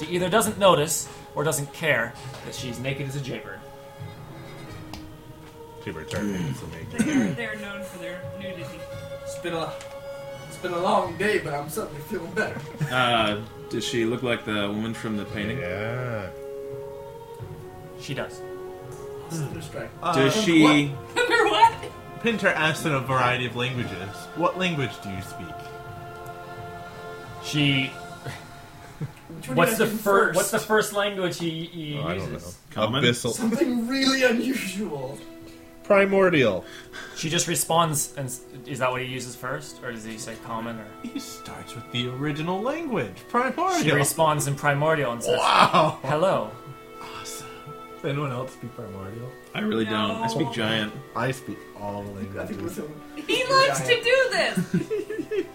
S2: She either doesn't notice or doesn't care that she's naked as a jaybird.
S9: She returns to make.
S4: They're, they're known for their nudity.
S6: it's been a it's been a long day but i'm suddenly feeling better
S3: Uh, does she look like the woman from the painting?
S9: Yeah.
S2: She does.
S6: Strike.
S3: Does she?
S4: Remember what?
S9: Pinter asks in a variety of languages. What language do you speak?
S2: She.
S6: Which one
S2: What's
S6: do
S2: the
S6: you guys do
S2: first? What's the first language he, he
S3: Oh,
S2: uses?
S3: Common?
S9: Abyssal.
S6: something really unusual
S9: Primordial.
S2: She just responds, and s- is that what he uses first, or does he say common? Or
S9: He starts with the original language. Primordial.
S2: she responds in primordial and says,
S9: wow.
S2: "Hello."
S9: Does anyone else speak primordial?
S3: I really don't. I speak
S4: No.
S3: giant.
S9: I speak all the
S6: i think it
S9: languages.
S6: was him
S4: He likes to do this.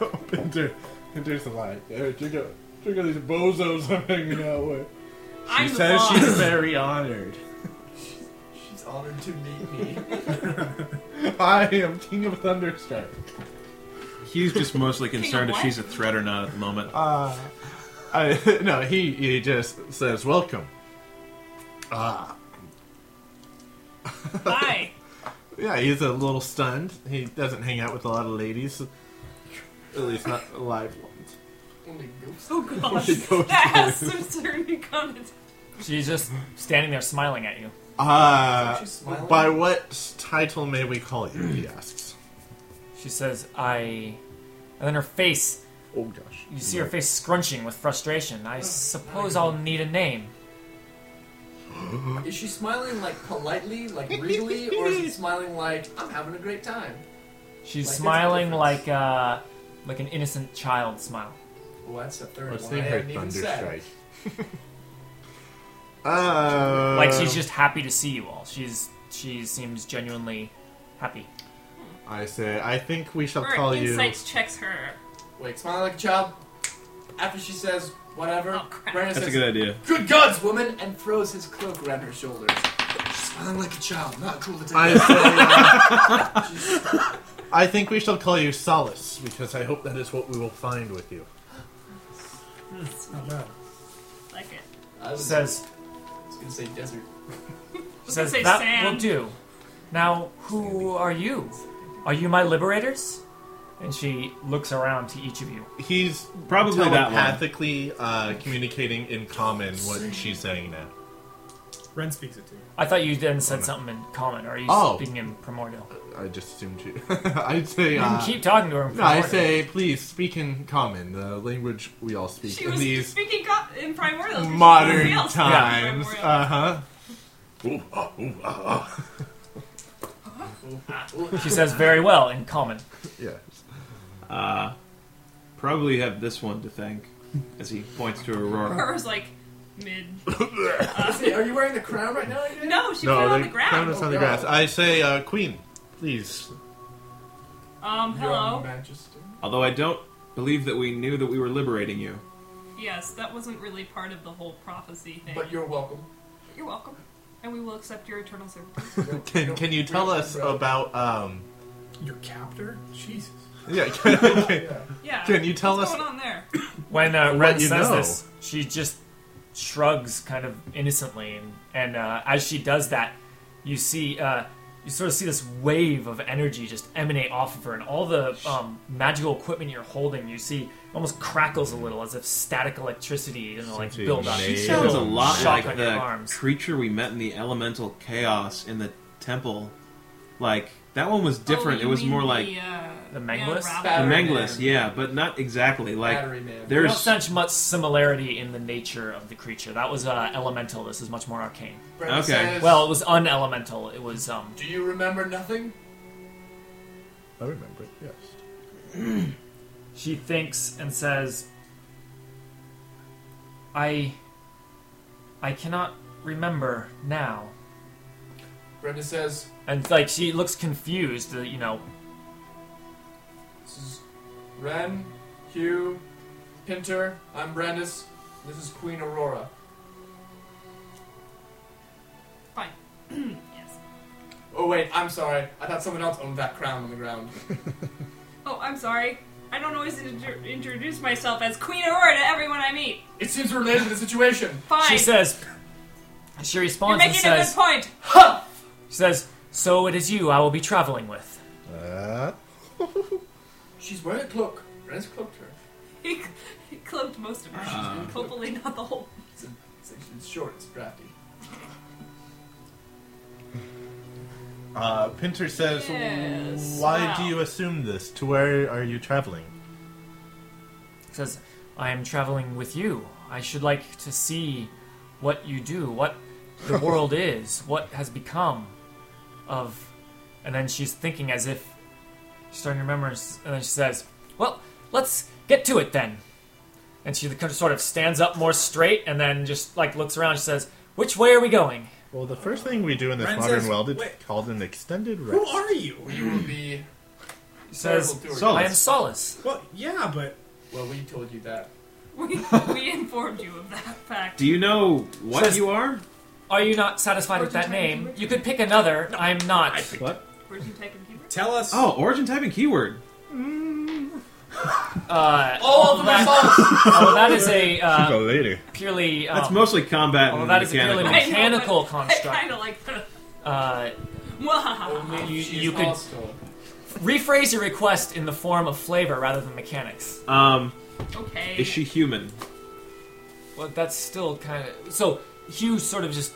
S9: Oh, Pinter. Pinter's alive. There, check out, check out these bozos I'm hanging out with.
S4: I'm
S9: She
S4: the
S9: says
S4: boss.
S9: she's very honored.
S6: she's honored to meet me
S9: I am King of Thunderstruck.
S3: He's just mostly concerned if
S4: what?
S3: she's a threat or not at the moment.
S9: Uh, I, no, he, he just says, Welcome. Ah.
S4: Hi.
S9: Yeah, he's a little stunned. He doesn't hang out with a lot of ladies. At least not alive ones.
S6: Only ghosts.
S4: Oh gosh.
S9: She goes
S4: That has some certain comments.
S2: She's just standing there smiling at you.
S9: Uh,
S6: She's smiling.
S9: by what title may we call you? He asks.
S2: She says, "I," and then her face.
S9: Oh gosh.
S2: You see her face scrunching with frustration.
S6: Oh,
S2: I suppose I'll need a name.
S6: Is she smiling like politely, like regally, or is it smiling like I'm having a great time?
S2: She's
S6: Like, that's a
S2: smiling
S6: difference.
S2: like uh, like an innocent child smile.
S6: Well, that's the third
S9: Let's
S6: one.
S9: name
S6: I
S9: her
S6: haven't even
S9: Thunderstrike.
S6: said.
S9: uh,
S2: Like she's just happy to see you all. She's she seems genuinely happy.
S9: I say, I think we shall
S4: Or
S9: call you.
S4: insights checks her.
S6: Wait, smiling like a child. After she says whatever,
S4: Oh, crap.
S6: Brandon
S3: That's a
S6: says,
S3: good idea.
S6: "Good gods, woman!" and throws his cloak around her shoulders. She's smiling like a child. Not cool to take.
S9: I say, uh, I think we shall call you Solace because I hope that is what we will find with you.
S14: Not bad.
S4: Like it.
S6: I was,
S2: Says
S6: I was gonna say desert.
S2: says
S4: say
S2: that
S4: Sam."
S2: will do. Now, who are you? Are you my liberators? And she looks around to each of you.
S9: He's
S3: Probably that one.
S9: telepathically uh, communicating in common what she's saying now.
S5: Ren speaks it too.
S2: I thought you then said something in common. Or are you
S9: Oh.
S2: speaking in primordial?
S9: I just assumed you. I'd say.
S2: You
S9: Uh,
S2: can keep talking to her. in
S9: no, I
S2: primordial.
S9: say, please speak in common, the language we all speak
S4: She
S9: in
S4: was
S9: these
S4: speaking co- in primordial. because
S9: modern
S4: nobody else speaks in
S9: times.
S4: primordial.
S9: Uh huh. Ooh, ah, ooh, ah, ah.
S2: She says very well in common.
S9: Yes.
S3: Probably have this one to thank. As he points to Aurora.
S4: Hers like mid.
S10: Are you wearing the crown right now? Adrian?
S4: No, she
S9: no,
S4: fell on
S9: the
S4: the ground.
S9: crown is on the
S10: Oh,
S9: grass.
S10: God.
S9: I say, uh, Queen, please.
S4: Um,
S10: Your
S4: hello.
S10: Majesty.
S3: Although I don't believe that we knew that we were liberating you.
S4: Yes, that wasn't really part of the whole prophecy thing.
S10: But you're welcome.
S4: You're welcome, and we will accept your eternal servitude.
S9: Can, can you tell us about um?
S5: Your captor? Jesus.
S9: Yeah. Can, can,
S4: Yeah.
S9: can you tell
S4: What's
S9: us?
S4: going on there?
S2: When uh,
S9: Let
S2: Ren
S9: you
S2: says
S9: know.
S2: this, she just shrugs kind of innocently, and, and uh, as she does that, you see uh, you sort of see this wave of energy just emanate off of her, and all the um, magical equipment you're holding, you see almost crackles a little as if static electricity you know, like
S9: Seems
S2: build up.
S9: amazing.
S2: Build
S3: Sounds a lot
S2: shock
S3: like
S2: on your
S3: the
S2: arms.
S3: creature we met in the elemental chaos in the temple. Like that one was different.
S4: Oh,
S3: it
S4: you
S3: was
S4: mean
S3: more like
S4: the, uh,
S2: The Menglus?
S4: unravel-
S3: the
S10: Battery
S3: Menglus,
S10: Man.
S3: yeah, but not exactly. Like
S10: Battery Man.
S2: There's
S3: there's
S2: not such much similarity in the nature of the creature. That was uh, elemental. This is much more arcane.
S10: Brenda
S3: Okay.
S10: says,
S2: Well, it was unelemental. It was um,
S10: do you remember nothing?
S9: I remember. it, Yes.
S2: She thinks and says, I. I cannot remember now.
S10: Brenda says,
S2: And, like, she looks confused, uh, you know.
S10: This is Ren, Hugh, Pinter. I'm Brandis. This is Queen Aurora.
S4: Fine. yes.
S10: Oh wait, I'm sorry. I thought someone else owned that crown on the ground.
S4: Oh, I'm sorry. I don't always inter- introduce myself as Queen Aurora to everyone I meet.
S10: It seems related to the situation.
S4: Fine.
S2: She says. She
S4: You're
S2: responds and
S4: making a good
S2: says,
S4: point.
S2: she says, So it is you I will be traveling with.
S9: Uh,
S10: She's wearing a cloak. Ren's cloaked her.
S4: He, cl- he cloaked most of her.
S2: Ah.
S4: She's hopefully not the whole.
S10: It's, a, it's, a, it's short. It's drafty.
S9: uh, Pinter says,
S4: Yes,
S9: "Why
S4: wow.
S9: do you assume this? To where are you traveling?"
S2: says, I am traveling with you. I should like to see what you do, what the world is, what has become of. And then she's thinking as if she's starting to remember, and s- and then she says, Well, let's get to it then. And she kind of sort of stands up more straight and then just like looks around and she says, Which way are we going?
S9: Well, the first thing we do in this
S5: Ren
S9: modern
S5: says-
S9: world is
S5: wait.
S9: called an extended rest.
S5: Who are you?
S10: We will be.
S2: She says,
S10: terrible
S9: Sol-
S10: doers.
S2: I am Solace.
S5: Well, yeah, but
S10: Well, we told you that.
S4: We, we informed you of that fact.
S3: do you know what
S2: Says-
S3: you are?
S2: Are you not satisfied with that name? You could pick another. I'm not.
S3: What?
S4: Where'd you type in Hebrew?
S5: tell us.
S3: Oh, origin type and keyword.
S2: Uh,
S10: All the
S2: that-
S10: results.
S2: oh, that is a uh,
S9: Oh, later.
S2: purely. Um,
S3: That's mostly combat
S2: oh,
S3: and
S2: that is a
S3: mechanical.
S2: really- Mechanical construct.
S4: I kind of like that.
S2: uh,
S4: Mwahaha.
S10: Only
S2: you-
S10: she is
S2: you could-
S10: hostile.
S2: rephrase your request in the form of flavor rather than mechanics.
S3: um,
S4: Okay.
S3: is she human?
S2: Well, that's still kind of so. Hugh sort of just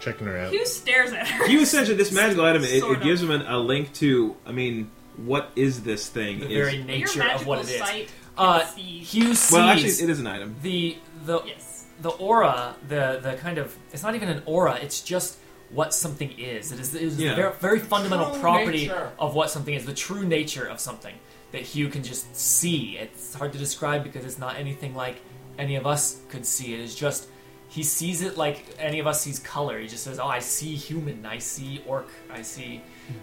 S9: Checking her out.
S4: Hugh stares at her.
S3: You essentially this magical item it,
S4: Sort
S3: it
S4: of.
S3: gives him an, a link to. I mean, what is this thing?
S2: the
S3: Is-
S2: very
S4: Your
S2: nature
S4: magical
S2: of what it is.
S4: sight can
S2: Uh,
S4: see.
S2: Hugh sees
S3: well, actually, it is an item.
S2: the the
S4: Yes.
S2: the aura, the the kind of it's not even an aura. It's just what something is. It is, it is
S3: Yeah.
S2: the very, very fundamental
S10: True
S2: property
S10: nature.
S2: of what something is. The true nature of something that Hugh can just see. It's hard to describe because it's not anything like any of us could see. It is just he sees it like any of us sees color. He just says, "Oh, I see human. I see orc. I see."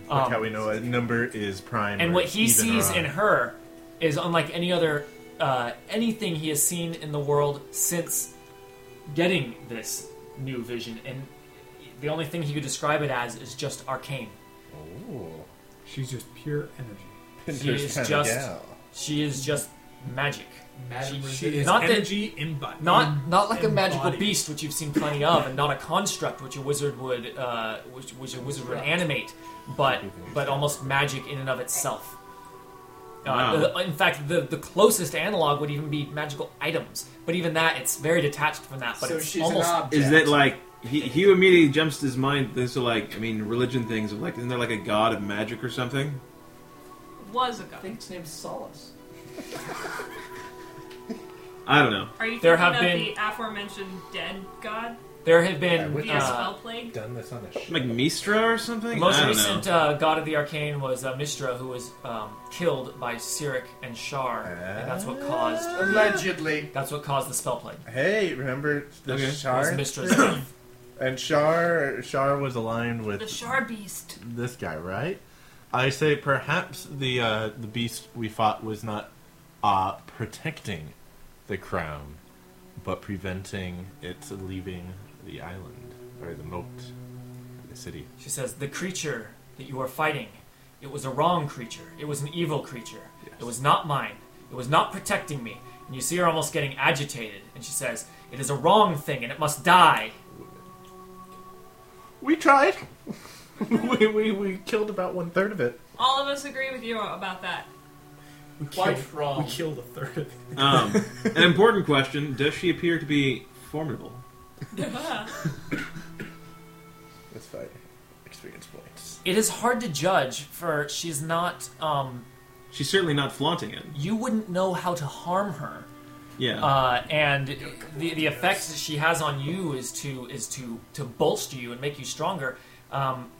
S9: like
S2: um,
S9: how we know a number is prime.
S2: and
S9: or
S2: what he
S9: even
S2: sees
S9: or
S2: in
S9: odd.
S2: her is unlike any other uh, anything he has seen in the world since getting this new vision. And the only thing he could describe it as is just arcane.
S5: She's just pure energy.
S2: She is
S9: kinda
S2: just
S9: gal.
S2: she is just magic.
S5: She
S10: Madam Rosita.
S5: is
S2: Not that-
S5: energy in body.
S2: Not Um, not like a magical
S5: Embodied.
S2: beast, which you've seen plenty of, and not a construct, which a wizard would uh, which, which a wizard would animate, but but almost magic in and of itself. Uh,
S3: Wow.
S2: the- in fact, the, the closest analog would even be magical items, but even that it's very detached from that. But
S10: so
S2: it's
S10: she's
S2: almost
S10: an object.
S3: Is that like He, he immediately jumps to his mind things are like I mean religion things of like isn't there like a god of magic or something?
S4: Was a god.
S10: its name's Solace.
S3: I don't know.
S4: Are you
S2: There have
S4: thinking of
S2: been-
S4: the aforementioned dead god
S2: There have been
S4: via
S2: uh,
S4: spell plague?
S9: Done this on a ship.
S3: Like Mistra or something?
S2: the most
S3: I don't
S2: recent
S3: know.
S2: uh, god of the arcane was uh, Mistra, who was um, killed by Sirik and Shar, and that's what caused
S6: Allegedly.
S2: that's what caused the spell plague.
S9: Hey, remember the
S3: Okay.
S2: Was
S9: Shar?
S2: Mistra's death.
S9: And Shar, Shar was aligned with
S4: The Shar Beast.
S9: this guy, right? I say perhaps the uh, the beast we fought was not uh, protecting the crown, but preventing it leaving the island or the moat, the city.
S2: She says, "The creature that you are fighting, it was a wrong creature. It was an evil creature. It was not mine. It was not protecting me." And you see her almost getting agitated, and she says, "It is a wrong thing, and it must die."
S9: We tried. we, we we killed about one third of it.
S4: All of us agree with you about that.
S10: Quite wrong.
S5: We killed a third of it.
S3: Um, an important question: Does she appear to be formidable?
S9: That's fine. Experience points.
S2: It is hard to judge, for she's not. Um,
S3: She's certainly not flaunting it.
S2: you wouldn't know how to harm her.
S3: Yeah.
S2: uh, and the, the effects that she has on you is to is to to bolster you and make you stronger. Um,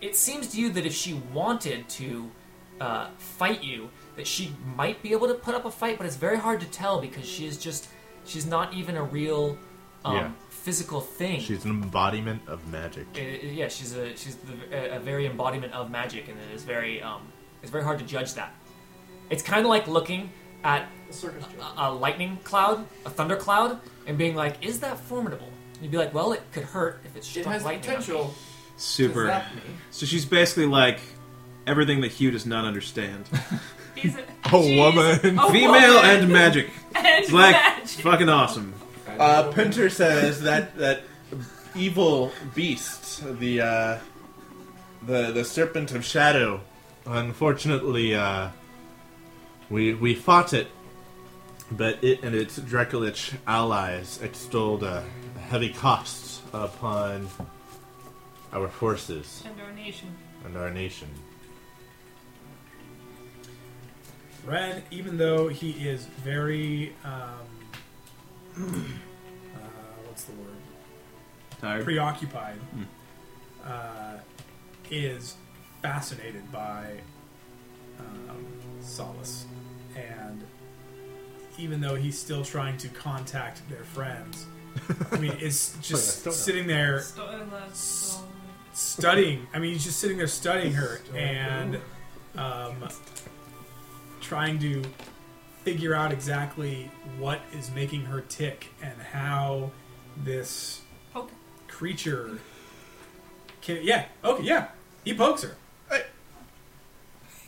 S2: it seems to you that if she wanted to uh, fight you, that she might be able to put up a fight, but it's very hard to tell because she is just she's not even a real um,
S9: Yeah.
S2: physical thing.
S9: She's an embodiment of magic.
S2: Uh, yeah, she's a she's the, a- a very embodiment of magic, and it is very um, it's very hard to judge that. It's kind of like looking at
S10: The circus joke.
S2: a a lightning cloud, a thunder cloud, and being like, "Is that formidable?" And you'd be like, "Well, it could hurt if it's
S10: It
S2: struck
S10: has the
S2: lightning."
S10: potential to
S3: Super.
S10: zap me.
S3: So she's basically like everything that Hugh does not understand:
S4: He's a,
S9: A
S4: she's
S9: woman.
S2: Oh,
S4: a
S3: female
S4: woman
S3: and magic.
S4: and
S3: It's like
S4: magic.
S3: fucking awesome.
S9: Uh, Pinter says that that evil beast, the uh, the the serpent of shadow. Unfortunately, uh, we we fought it, but it and its Drekulich allies extolled a heavy cost upon our forces
S4: And our nation.
S9: and our nation.
S5: Ren, even though he is very, um, uh, what's the word?
S3: Tired.
S5: preoccupied,
S2: Hmm.
S5: uh, is fascinated by um, Solace, and even though he's still trying to contact their friends, I mean,
S2: Oh,
S5: is just
S9: don't know.
S5: sitting there
S4: Stolen.
S5: studying. I mean, he's just sitting there studying her and um, trying to figure out exactly what is making her tick and how this
S4: Poke.
S5: creature can. Yeah, okay, yeah. He pokes her.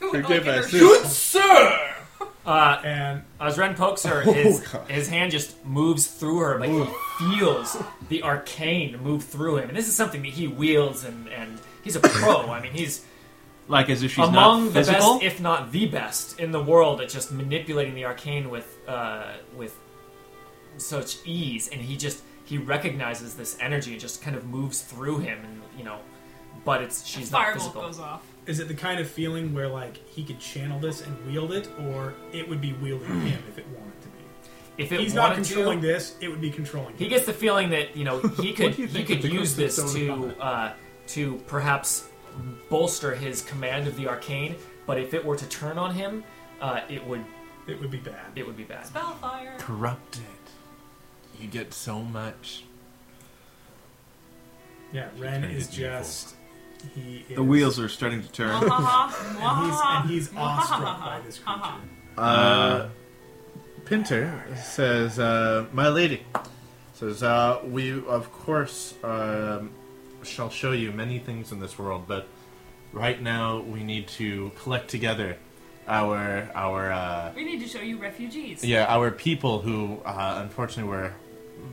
S4: We'll
S9: Forgive
S4: give
S9: us.
S4: her shit.
S2: Uh,
S5: And
S2: as Ren pokes her, his,
S9: God.
S2: his hand just moves through her, like he feels the arcane move through him, and this is something that he wields, and and he's a pro. I mean, he's
S3: Like as if she's
S2: among
S3: not
S2: the
S3: physical.
S2: best, if not the best, in the world at just manipulating the arcane with uh, with such ease, and he just he recognizes this energy and just kind of moves through him, and you know, but it's she's not
S4: Firebolt
S2: physical.
S4: goes off.
S5: is it the kind of feeling where like he could channel this and wield it, or it would be wielding him if it wanted to be?
S2: If it
S5: He's not
S2: wanted
S5: controlling
S2: to,
S5: this; it would be controlling.
S2: he
S5: him.
S2: gets the feeling that you know he could
S9: do you
S2: he
S9: think
S2: could
S9: of the
S2: use this
S9: crystal
S2: to
S9: stone?
S2: uh, to perhaps bolster his command of the arcane, but if it were to turn on him, uh, it would
S5: It would be bad.
S2: it would be bad.
S4: Spellfire.
S9: Corrupted. You get so much.
S5: Yeah, Ren
S9: turns
S5: is
S9: evil.
S5: just he. Is,
S3: The wheels are starting to turn.
S4: Uh-huh.
S5: And he's, and
S4: and
S5: he's awestruck by this creature.
S9: Uh, Pinter says, uh, "My lady says uh, we, of course, um, shall show you many things in this world, but right now we need to collect together our our uh,
S4: We need to show you refugees.
S9: yeah our people who uh, unfortunately were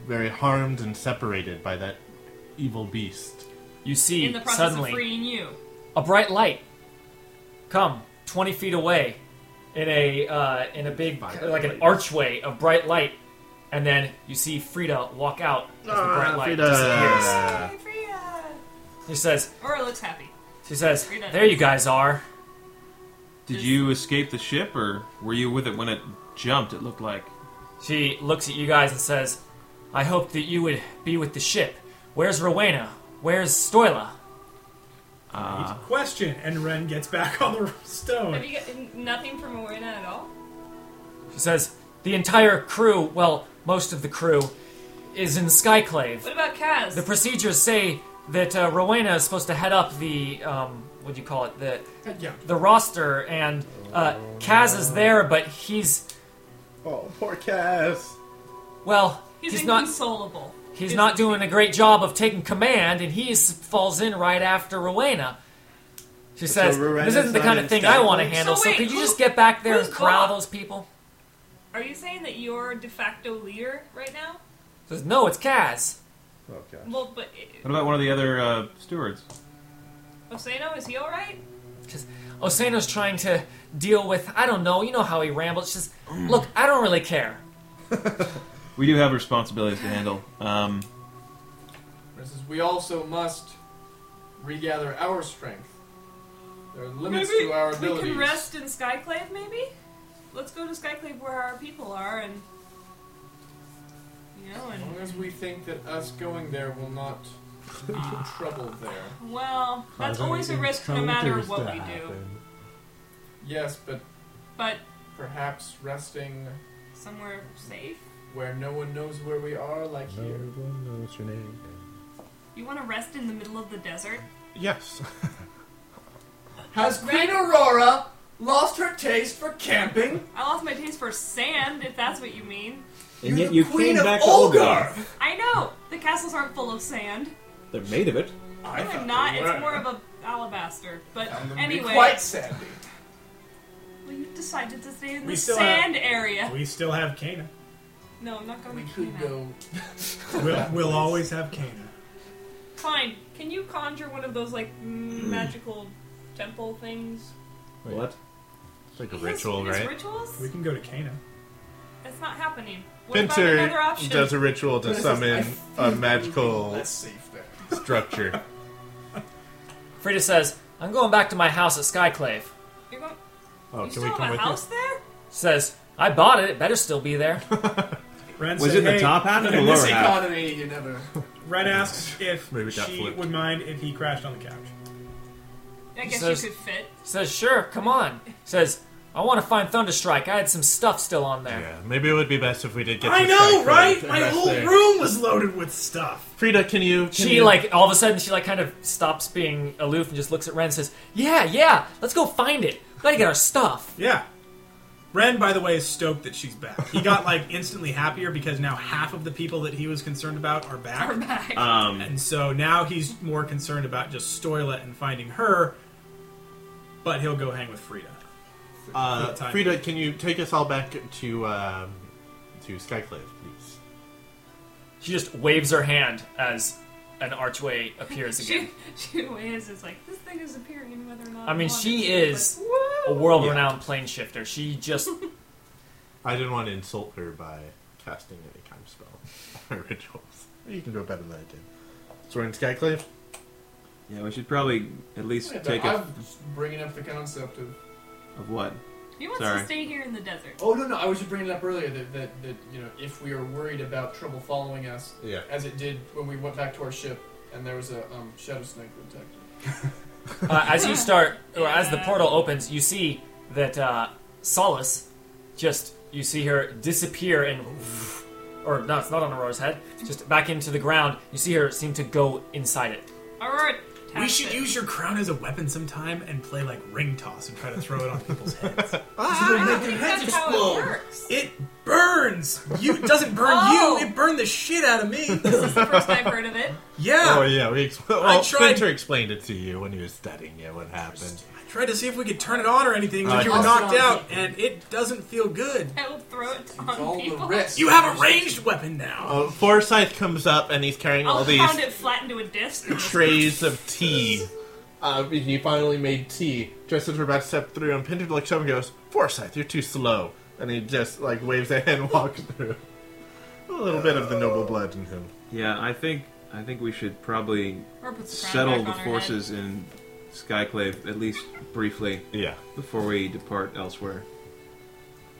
S9: very harmed and separated by that evil beast."
S2: You see
S4: In the process
S2: suddenly
S4: of freeing you.
S2: a bright light come 20 feet away in a uh, in a big like an archway of bright light And then you see Frida walk out as the bright
S3: Ah,
S2: light
S3: Frida.
S2: disappears.
S4: Hey, Frida!
S2: She says,
S4: Aura looks happy.
S2: she says,
S4: Frida.
S2: there you guys are.
S3: Did you escape the ship, or were you with it when it jumped? It looked like.
S2: She looks at you guys and says, I hoped that you would be with the ship. Where's Rowena? Where's Stoila?
S5: Question, and Ren gets back on the
S4: Have
S5: stone.
S4: you got nothing from Morena at all?
S2: She says, the entire crew, well, most of the crew, is in Skyclave.
S4: What about Kaz?
S2: The procedures say that uh, Rowena is supposed to head up the um, what do you call it the
S4: Uh,
S5: Yeah.
S2: the roster, and uh, Kaz is there, but he's
S9: Oh, poor Cass.
S2: well,
S4: he's,
S2: he's, not
S4: inconsolable.
S2: he's not doing a great job of taking command, and he is, falls in right after Rowena. She says,
S9: Rowena's
S2: "This isn't the
S9: not
S2: kind
S9: in
S2: of thing I want to
S9: Skyclave?
S2: handle.
S4: So
S2: So,
S4: wait,
S2: could you
S4: who-
S2: just get back there and
S4: who's
S2: corral
S4: Bob?
S2: those people?"
S4: Are you saying that you're de facto leader right now?
S2: She says, "No, it's Kaz."
S9: Oh, God.
S4: Well, but uh,
S3: What about one of the other uh, stewards?
S4: Osano, is he all right?
S2: Because Osano's oh, trying to deal with I don't know. You know how he rambles. She says, "Look, I don't really care."
S3: We do have responsibilities to handle. Um,
S6: This is- we also must regather our strength. There are limits
S4: Maybe
S6: to our
S4: we
S6: abilities.
S4: can rest in Skyclave, maybe. Let's go to Skyclave where our people are, and you know,
S6: As long
S4: and
S6: as we think that us going there will not be trouble there.
S4: well, that's always a risk, no matter what we do.
S6: Yes, but
S4: But
S6: perhaps resting
S4: somewhere safe.
S6: where no one knows where we are, like here.
S4: You want to rest in the middle of the desert?
S9: Yes.
S6: Has
S4: Right.
S6: Queen Aurora lost her taste for camping?
S4: I lost my taste for sand, if that's what you mean.
S13: And
S6: You're
S13: yet
S6: the
S13: you
S6: Queen
S13: came
S6: of
S13: back
S6: Olgar.
S13: to Olgar.
S4: I know the castles aren't full of sand.
S13: They're made of it.
S6: I
S4: No,
S6: thought
S4: I'm not.
S6: they
S4: It's
S6: were.
S4: more of a alabaster. But
S6: Found them to be
S4: anyway,
S6: quite sandy.
S4: well, you decided to stay in
S5: We
S4: the
S5: still
S4: sand area.
S5: We still have Kana.
S4: No, I'm not going
S6: We
S4: to
S6: could
S4: Kena.
S6: go.
S5: We'll, we'll always have Kana.
S4: Fine. Can you conjure one of those like
S6: Hmm.
S4: m- magical temple things?
S13: What?
S15: It's like a
S4: His-
S15: ritual,
S4: his
S15: right?
S4: Rituals?
S5: We can go to Kana.
S4: That's not happening. What about another
S15: Pinter
S4: option?
S15: does a ritual to summon a magical
S6: That's safe there.
S15: structure.
S2: Frida says, I'm going back to my house at Skyclave.
S4: You're going-
S15: Oh,
S4: you
S15: can
S4: still
S15: we come
S4: have a
S15: with
S4: house
S15: you?
S4: there?
S2: Says, I bought it, it better still be there.
S5: Ren
S13: Was
S5: said,
S13: it the
S5: "Hey,"
S13: top half or the
S5: in
S13: lower
S5: this
S13: half?
S6: Economy, you never.
S5: Ren asks if
S15: Maybe that
S5: she
S15: flipped.
S5: would mind if he crashed on the couch.
S4: I guess
S2: says-
S4: you could fit.
S2: Says, sure, come on. Says, I want to find Thunderstrike. I had some stuff still on there.
S15: Yeah, maybe it would be best if we did get.
S5: I
S15: to
S5: know,
S15: Skyclave
S5: right?
S15: and
S5: My
S15: rest
S5: whole
S15: there.
S5: room was loaded with stuff.
S9: Frida, can you? Can
S2: She,
S9: you-
S2: like, all of a sudden, she, like, kind of stops being aloof and just looks at Ren and says, Yeah, yeah, let's go find it. We gotta get our stuff.
S5: Yeah. Ren, by the way, is stoked that she's back. He got like instantly happier because now half of the people that he was concerned about are back.
S4: We're back.
S3: um,
S15: Uh,
S5: And so now he's more concerned about just Stoila and finding her, but he'll go hang with Frida.
S9: Uh,
S5: Good time.
S9: Frida, can you take us all back to um, to Skyclave, please?
S2: She just waves her hand as an archway appears again.
S4: she, she waves. It's like this thing is appearing, whether or not.
S2: I mean,
S4: want
S2: she
S4: it to,
S2: is
S4: but- Woo!
S2: A world renowned plane shifter. She just.
S9: I didn't want to insult her by casting any kind of spell or rituals. You can do it better than I did. So we're in Skyclave.
S3: yeah, we should probably at least
S6: Yeah,
S3: take
S6: but
S3: a,
S6: I'm just bringing up the concept of.
S3: of what?
S4: He wants
S3: Sorry.
S4: to stay here in the desert.
S6: Oh no, no! I was just bringing it up earlier that, that that you know if we are worried about trouble following us,
S9: Yeah.
S6: as it did when we went back to our ship and there was a um, shadow snake detected.
S2: Uh, as you start, or as the portal opens, you see that uh, Solace just, you see her disappear and, or no, it's not on Aurora's head, just back into the ground. You see her seem to go inside it.
S4: Aurora,
S5: We
S4: taps
S5: should
S4: it.
S5: use your crown as a weapon sometime and play like ring toss and try to throw it on people's heads.
S4: I don't think that's how it works.
S5: It burns. You it doesn't burn
S4: Oh.
S5: you. It burned the shit out of me.
S4: This is the first I've heard of it.
S5: Yeah.
S15: Oh yeah, we ex- well,
S5: tried-
S15: Pinter explained it to you when he was studying you what happened.
S5: I tried to see if we could turn it on or anything, but
S15: Uh,
S5: you were
S6: also
S5: knocked
S6: on
S5: out, and it doesn't feel good.
S4: I will throw it
S6: It's all
S4: on people.
S6: the risk.
S5: You have a ranged weapon now.
S15: Uh, Forsyth comes up and he's carrying all
S4: I'll
S15: these
S4: pound it flat into a disc.
S15: trays of tea.
S9: Uh, he finally made tea. Just as we're about to step through, and Pinter looks up and goes, "Forsyth, you're too slow." And he just like waves a hand and walks through.
S15: A little bit of the noble blood in him.
S3: Yeah, I think I think we should probably
S4: Or put the crown
S3: settle
S4: back
S3: the
S4: on her
S3: forces in Skyclave at least briefly.
S15: Yeah.
S3: Before we depart elsewhere.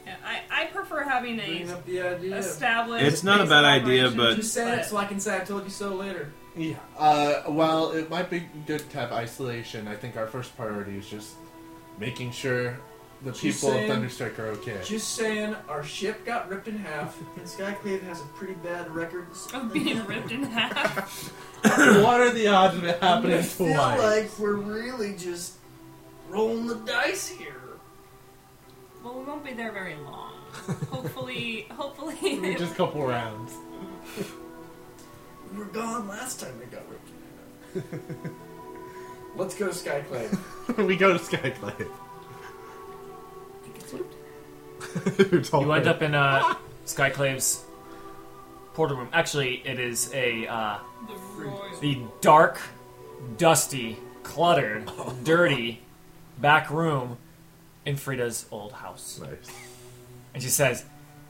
S4: Yeah, I, I prefer having a
S6: Bring up the idea.
S4: established.
S3: It's not a bad idea, but-
S6: Just say it so I can say I told you so later.
S9: Yeah. Uh, while it might be good to have isolation, I think our first priority is just making sure the
S6: She's
S9: people
S6: saying-
S9: of Thunderstrike are okay.
S6: Just saying, our ship got ripped in half, and Skyclave has a pretty bad record.
S4: of being ripped in half.
S9: what are the odds of it
S6: I
S9: happening
S6: feel
S9: twice?
S6: like we're really just rolling the dice here.
S4: well, we won't be there very long. Hopefully, hopefully.
S9: Just a couple rounds.
S6: We were gone last time we got ripped. in half. Let's go, Skyclave.
S15: we go to Skyclave.
S2: You end up in uh, Skyclave's portal room. Actually, it is a uh,
S4: the royal.
S2: the dark, dusty, cluttered, dirty back room in Frida's old house.
S15: Nice.
S2: And she says,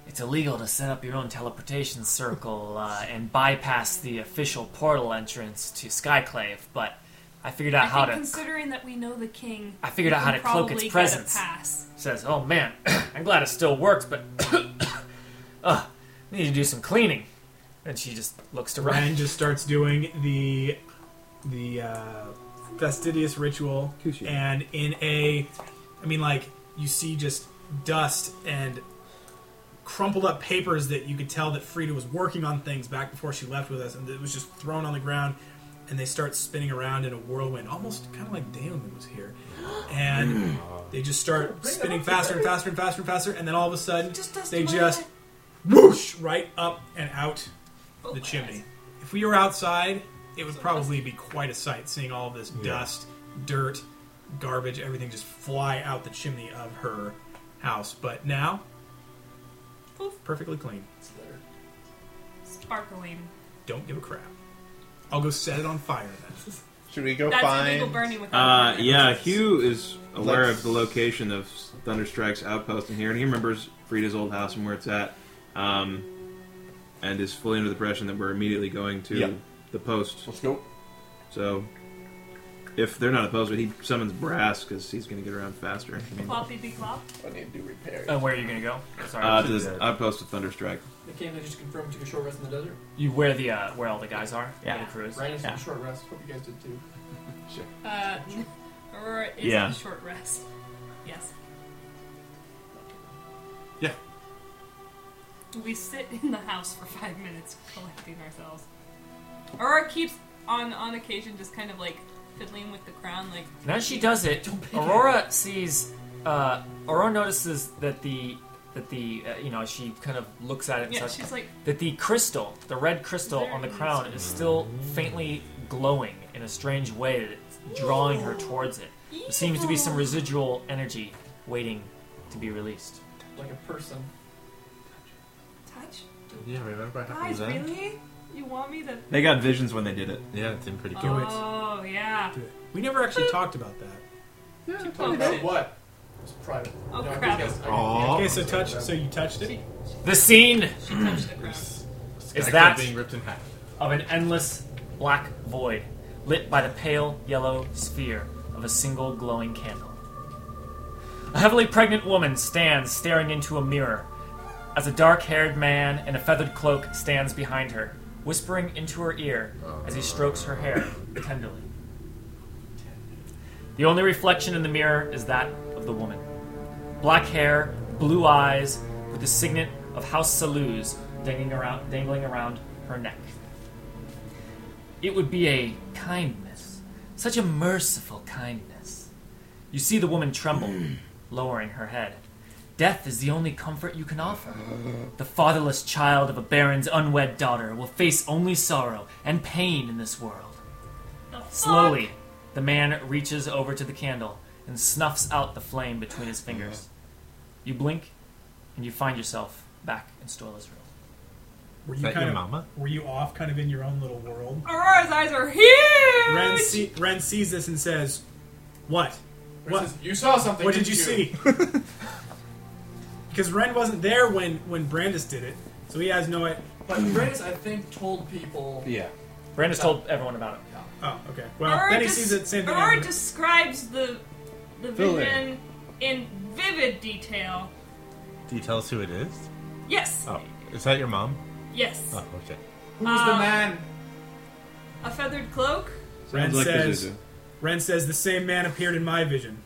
S2: It's illegal to set up your own teleportation circle uh, and bypass the official portal entrance to Skyclave, but I figured out
S4: I
S2: how
S4: think
S2: to.
S4: considering that we know the king,
S2: I figured
S4: we
S2: out how
S4: can
S2: to cloak its
S4: probably get a
S2: presence.
S4: pass.
S2: says, "Oh man, I'm glad it still works, but uh, need to do some cleaning." And she just looks to
S5: Ryan
S2: Ryan.
S5: just starts doing the the uh, fastidious ritual,
S3: Kushi.
S5: and in a, I mean, like you see just dust and crumpled up papers that you could tell that Frida was working on things back before she left with us, and it was just thrown on the ground. And they start spinning around in a whirlwind, almost kind of like Daemon was here. And they just start spinning faster and faster and faster and faster, and then all of a sudden, they just whoosh right up and out the chimney. If we were outside, it would probably be quite a sight seeing all this dust, dirt, garbage, everything just fly out the chimney of her house. But now,
S4: Poof.
S5: perfectly clean.
S4: Sparkling.
S5: Don't give a crap. I'll go set it on fire then.
S15: Should we go
S4: That's illegal
S15: find?
S4: burning without.
S3: Uh, yeah, Hugh is aware
S15: Let's-
S3: of the location of Thunderstrike's outpost in here, and he remembers Frida's old house and where it's at, um, and is fully under the impression that we're immediately going to
S9: Yeah.
S3: the post.
S9: Let's go.
S3: So, if they're not opposed, but he summons Brass because he's going to get around faster. I mean,
S4: Cloppy be clop.
S6: I need to do repairs.
S2: Uh, where are you gonna go? Sorry,
S3: uh, to the outpost of Thunderstrike.
S6: They came to just confirm took a short rest in the desert.
S2: you where the uh, where all the guys are?
S3: Yeah.
S2: the crews.
S6: Ryan is
S3: Yeah.
S6: a short rest. Hope you guys did too.
S4: Uh, Aurora is
S3: Yeah.
S4: on short rest. Yes.
S15: Yeah.
S4: We sit in the house for five minutes collecting ourselves. Aurora keeps on on occasion just kind of like fiddling with the crown, like
S2: And as she does it, Aurora sees. Uh, Aurora notices that the that the uh, you know she kind of looks at it and
S4: yeah,
S2: such
S4: she's like
S2: that the crystal, the red crystal on the crown, is still faintly glowing in a strange way that's drawing her towards it. There seems to be some residual energy waiting to be released.
S6: Like a person.
S4: touch.
S15: Yeah, remember how
S4: Guys, really? You want me to?
S3: They got visions when they did it.
S15: Yeah, it's in pretty cool.
S4: Oh yeah.
S5: We never actually talked about that.
S4: Okay.
S6: What? It's private.
S4: Oh,
S6: No,
S4: crap.
S6: you guys- I-
S15: Aw.
S5: Okay, so touch. So you touched it.
S2: The scene
S4: She touched the crown.
S2: is
S15: Skyclave
S2: that
S15: being ripped in half?
S2: of an endless black void lit by the pale yellow sphere of a single glowing candle. A heavily pregnant woman stands staring into a mirror as a dark haired man in a feathered cloak stands behind her, whispering into her ear as he strokes her hair tenderly. The only reflection in the mirror is that of the woman. Black hair, blue eyes, with the signet of House Salus dangling around, dangling around her neck. It would be a kindness, such a merciful kindness. You see the woman tremble, lowering her head. Death is the only comfort you can offer. The fatherless child of a baron's unwed daughter will face only sorrow and pain in this world.
S4: The fuck?
S2: Slowly, the man reaches over to the candle and snuffs out the flame between his fingers. You blink, and you find yourself back in Stoila's room.
S5: Were
S15: Is
S5: you
S15: that
S5: kind
S15: your
S5: of
S15: mama?
S5: were you off kind of in your own little world?
S4: Aurora's eyes are huge.
S5: Ren, see, Ren sees this and says, "What?
S6: What?
S5: What?
S6: You saw something.
S5: What did you
S6: didn't
S5: see?" Because Ren wasn't there when when Brandis did it, so he has no. i-
S6: But Brandis, I think, told people.
S16: Yeah.
S2: Brandis told everyone about it.
S5: Oh, okay. Well,
S4: Aurora
S5: then he
S4: des-
S5: sees it. Same thing.
S4: Aurora
S5: happened.
S4: describes the the
S16: Fill in.
S4: vision in vivid detail.
S9: Do you tell us who it is?
S4: Yes,
S9: Oh, is that your mom?
S4: yes.
S9: Oh, okay.
S6: Who's the
S4: Uh,
S6: man?
S4: A feathered cloak.
S5: Ren
S16: Sounds like
S5: says.
S16: Pazuzu.
S5: Ren says the same man appeared in my vision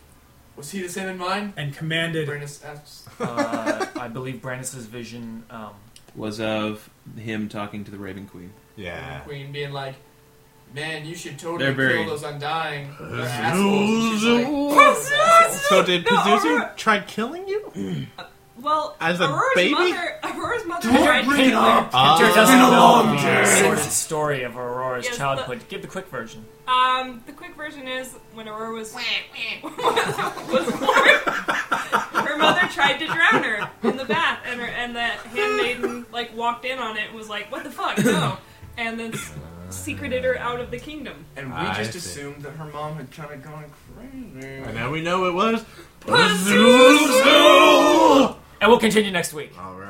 S6: Was he the same in mine?
S5: and commanded.
S6: Brandis asks.
S2: Uh, I believe Brandis's vision. Um,
S3: was of him talking to the Raven Queen.
S9: Yeah.
S6: Queen being like, "Man, you should totally
S3: They're very-
S6: kill those undying they're assholes." And she's like,
S9: So did
S4: No, uh,
S9: Pazuzu
S4: Aurora-
S9: try killing you?
S4: Well,
S9: As a
S4: Aurora's
S9: baby?
S4: mother. Aurora's mother tried to kill her.
S2: Hunter doesn't know the
S9: journey.
S2: secret story of Aurora's
S4: Yes,
S2: childhood. Give the quick version.
S4: Um, the quick version is when Aurora was was born, her mother tried to drown her in the bath, and her and the handmaiden like walked in on it and was like, "What the fuck, no!" and then s- secreted her out of the kingdom.
S6: and we
S9: I
S6: just
S9: see.
S6: assumed that her mom had kind of gone crazy.
S9: And now we know it was.
S2: And we'll continue next week.
S9: All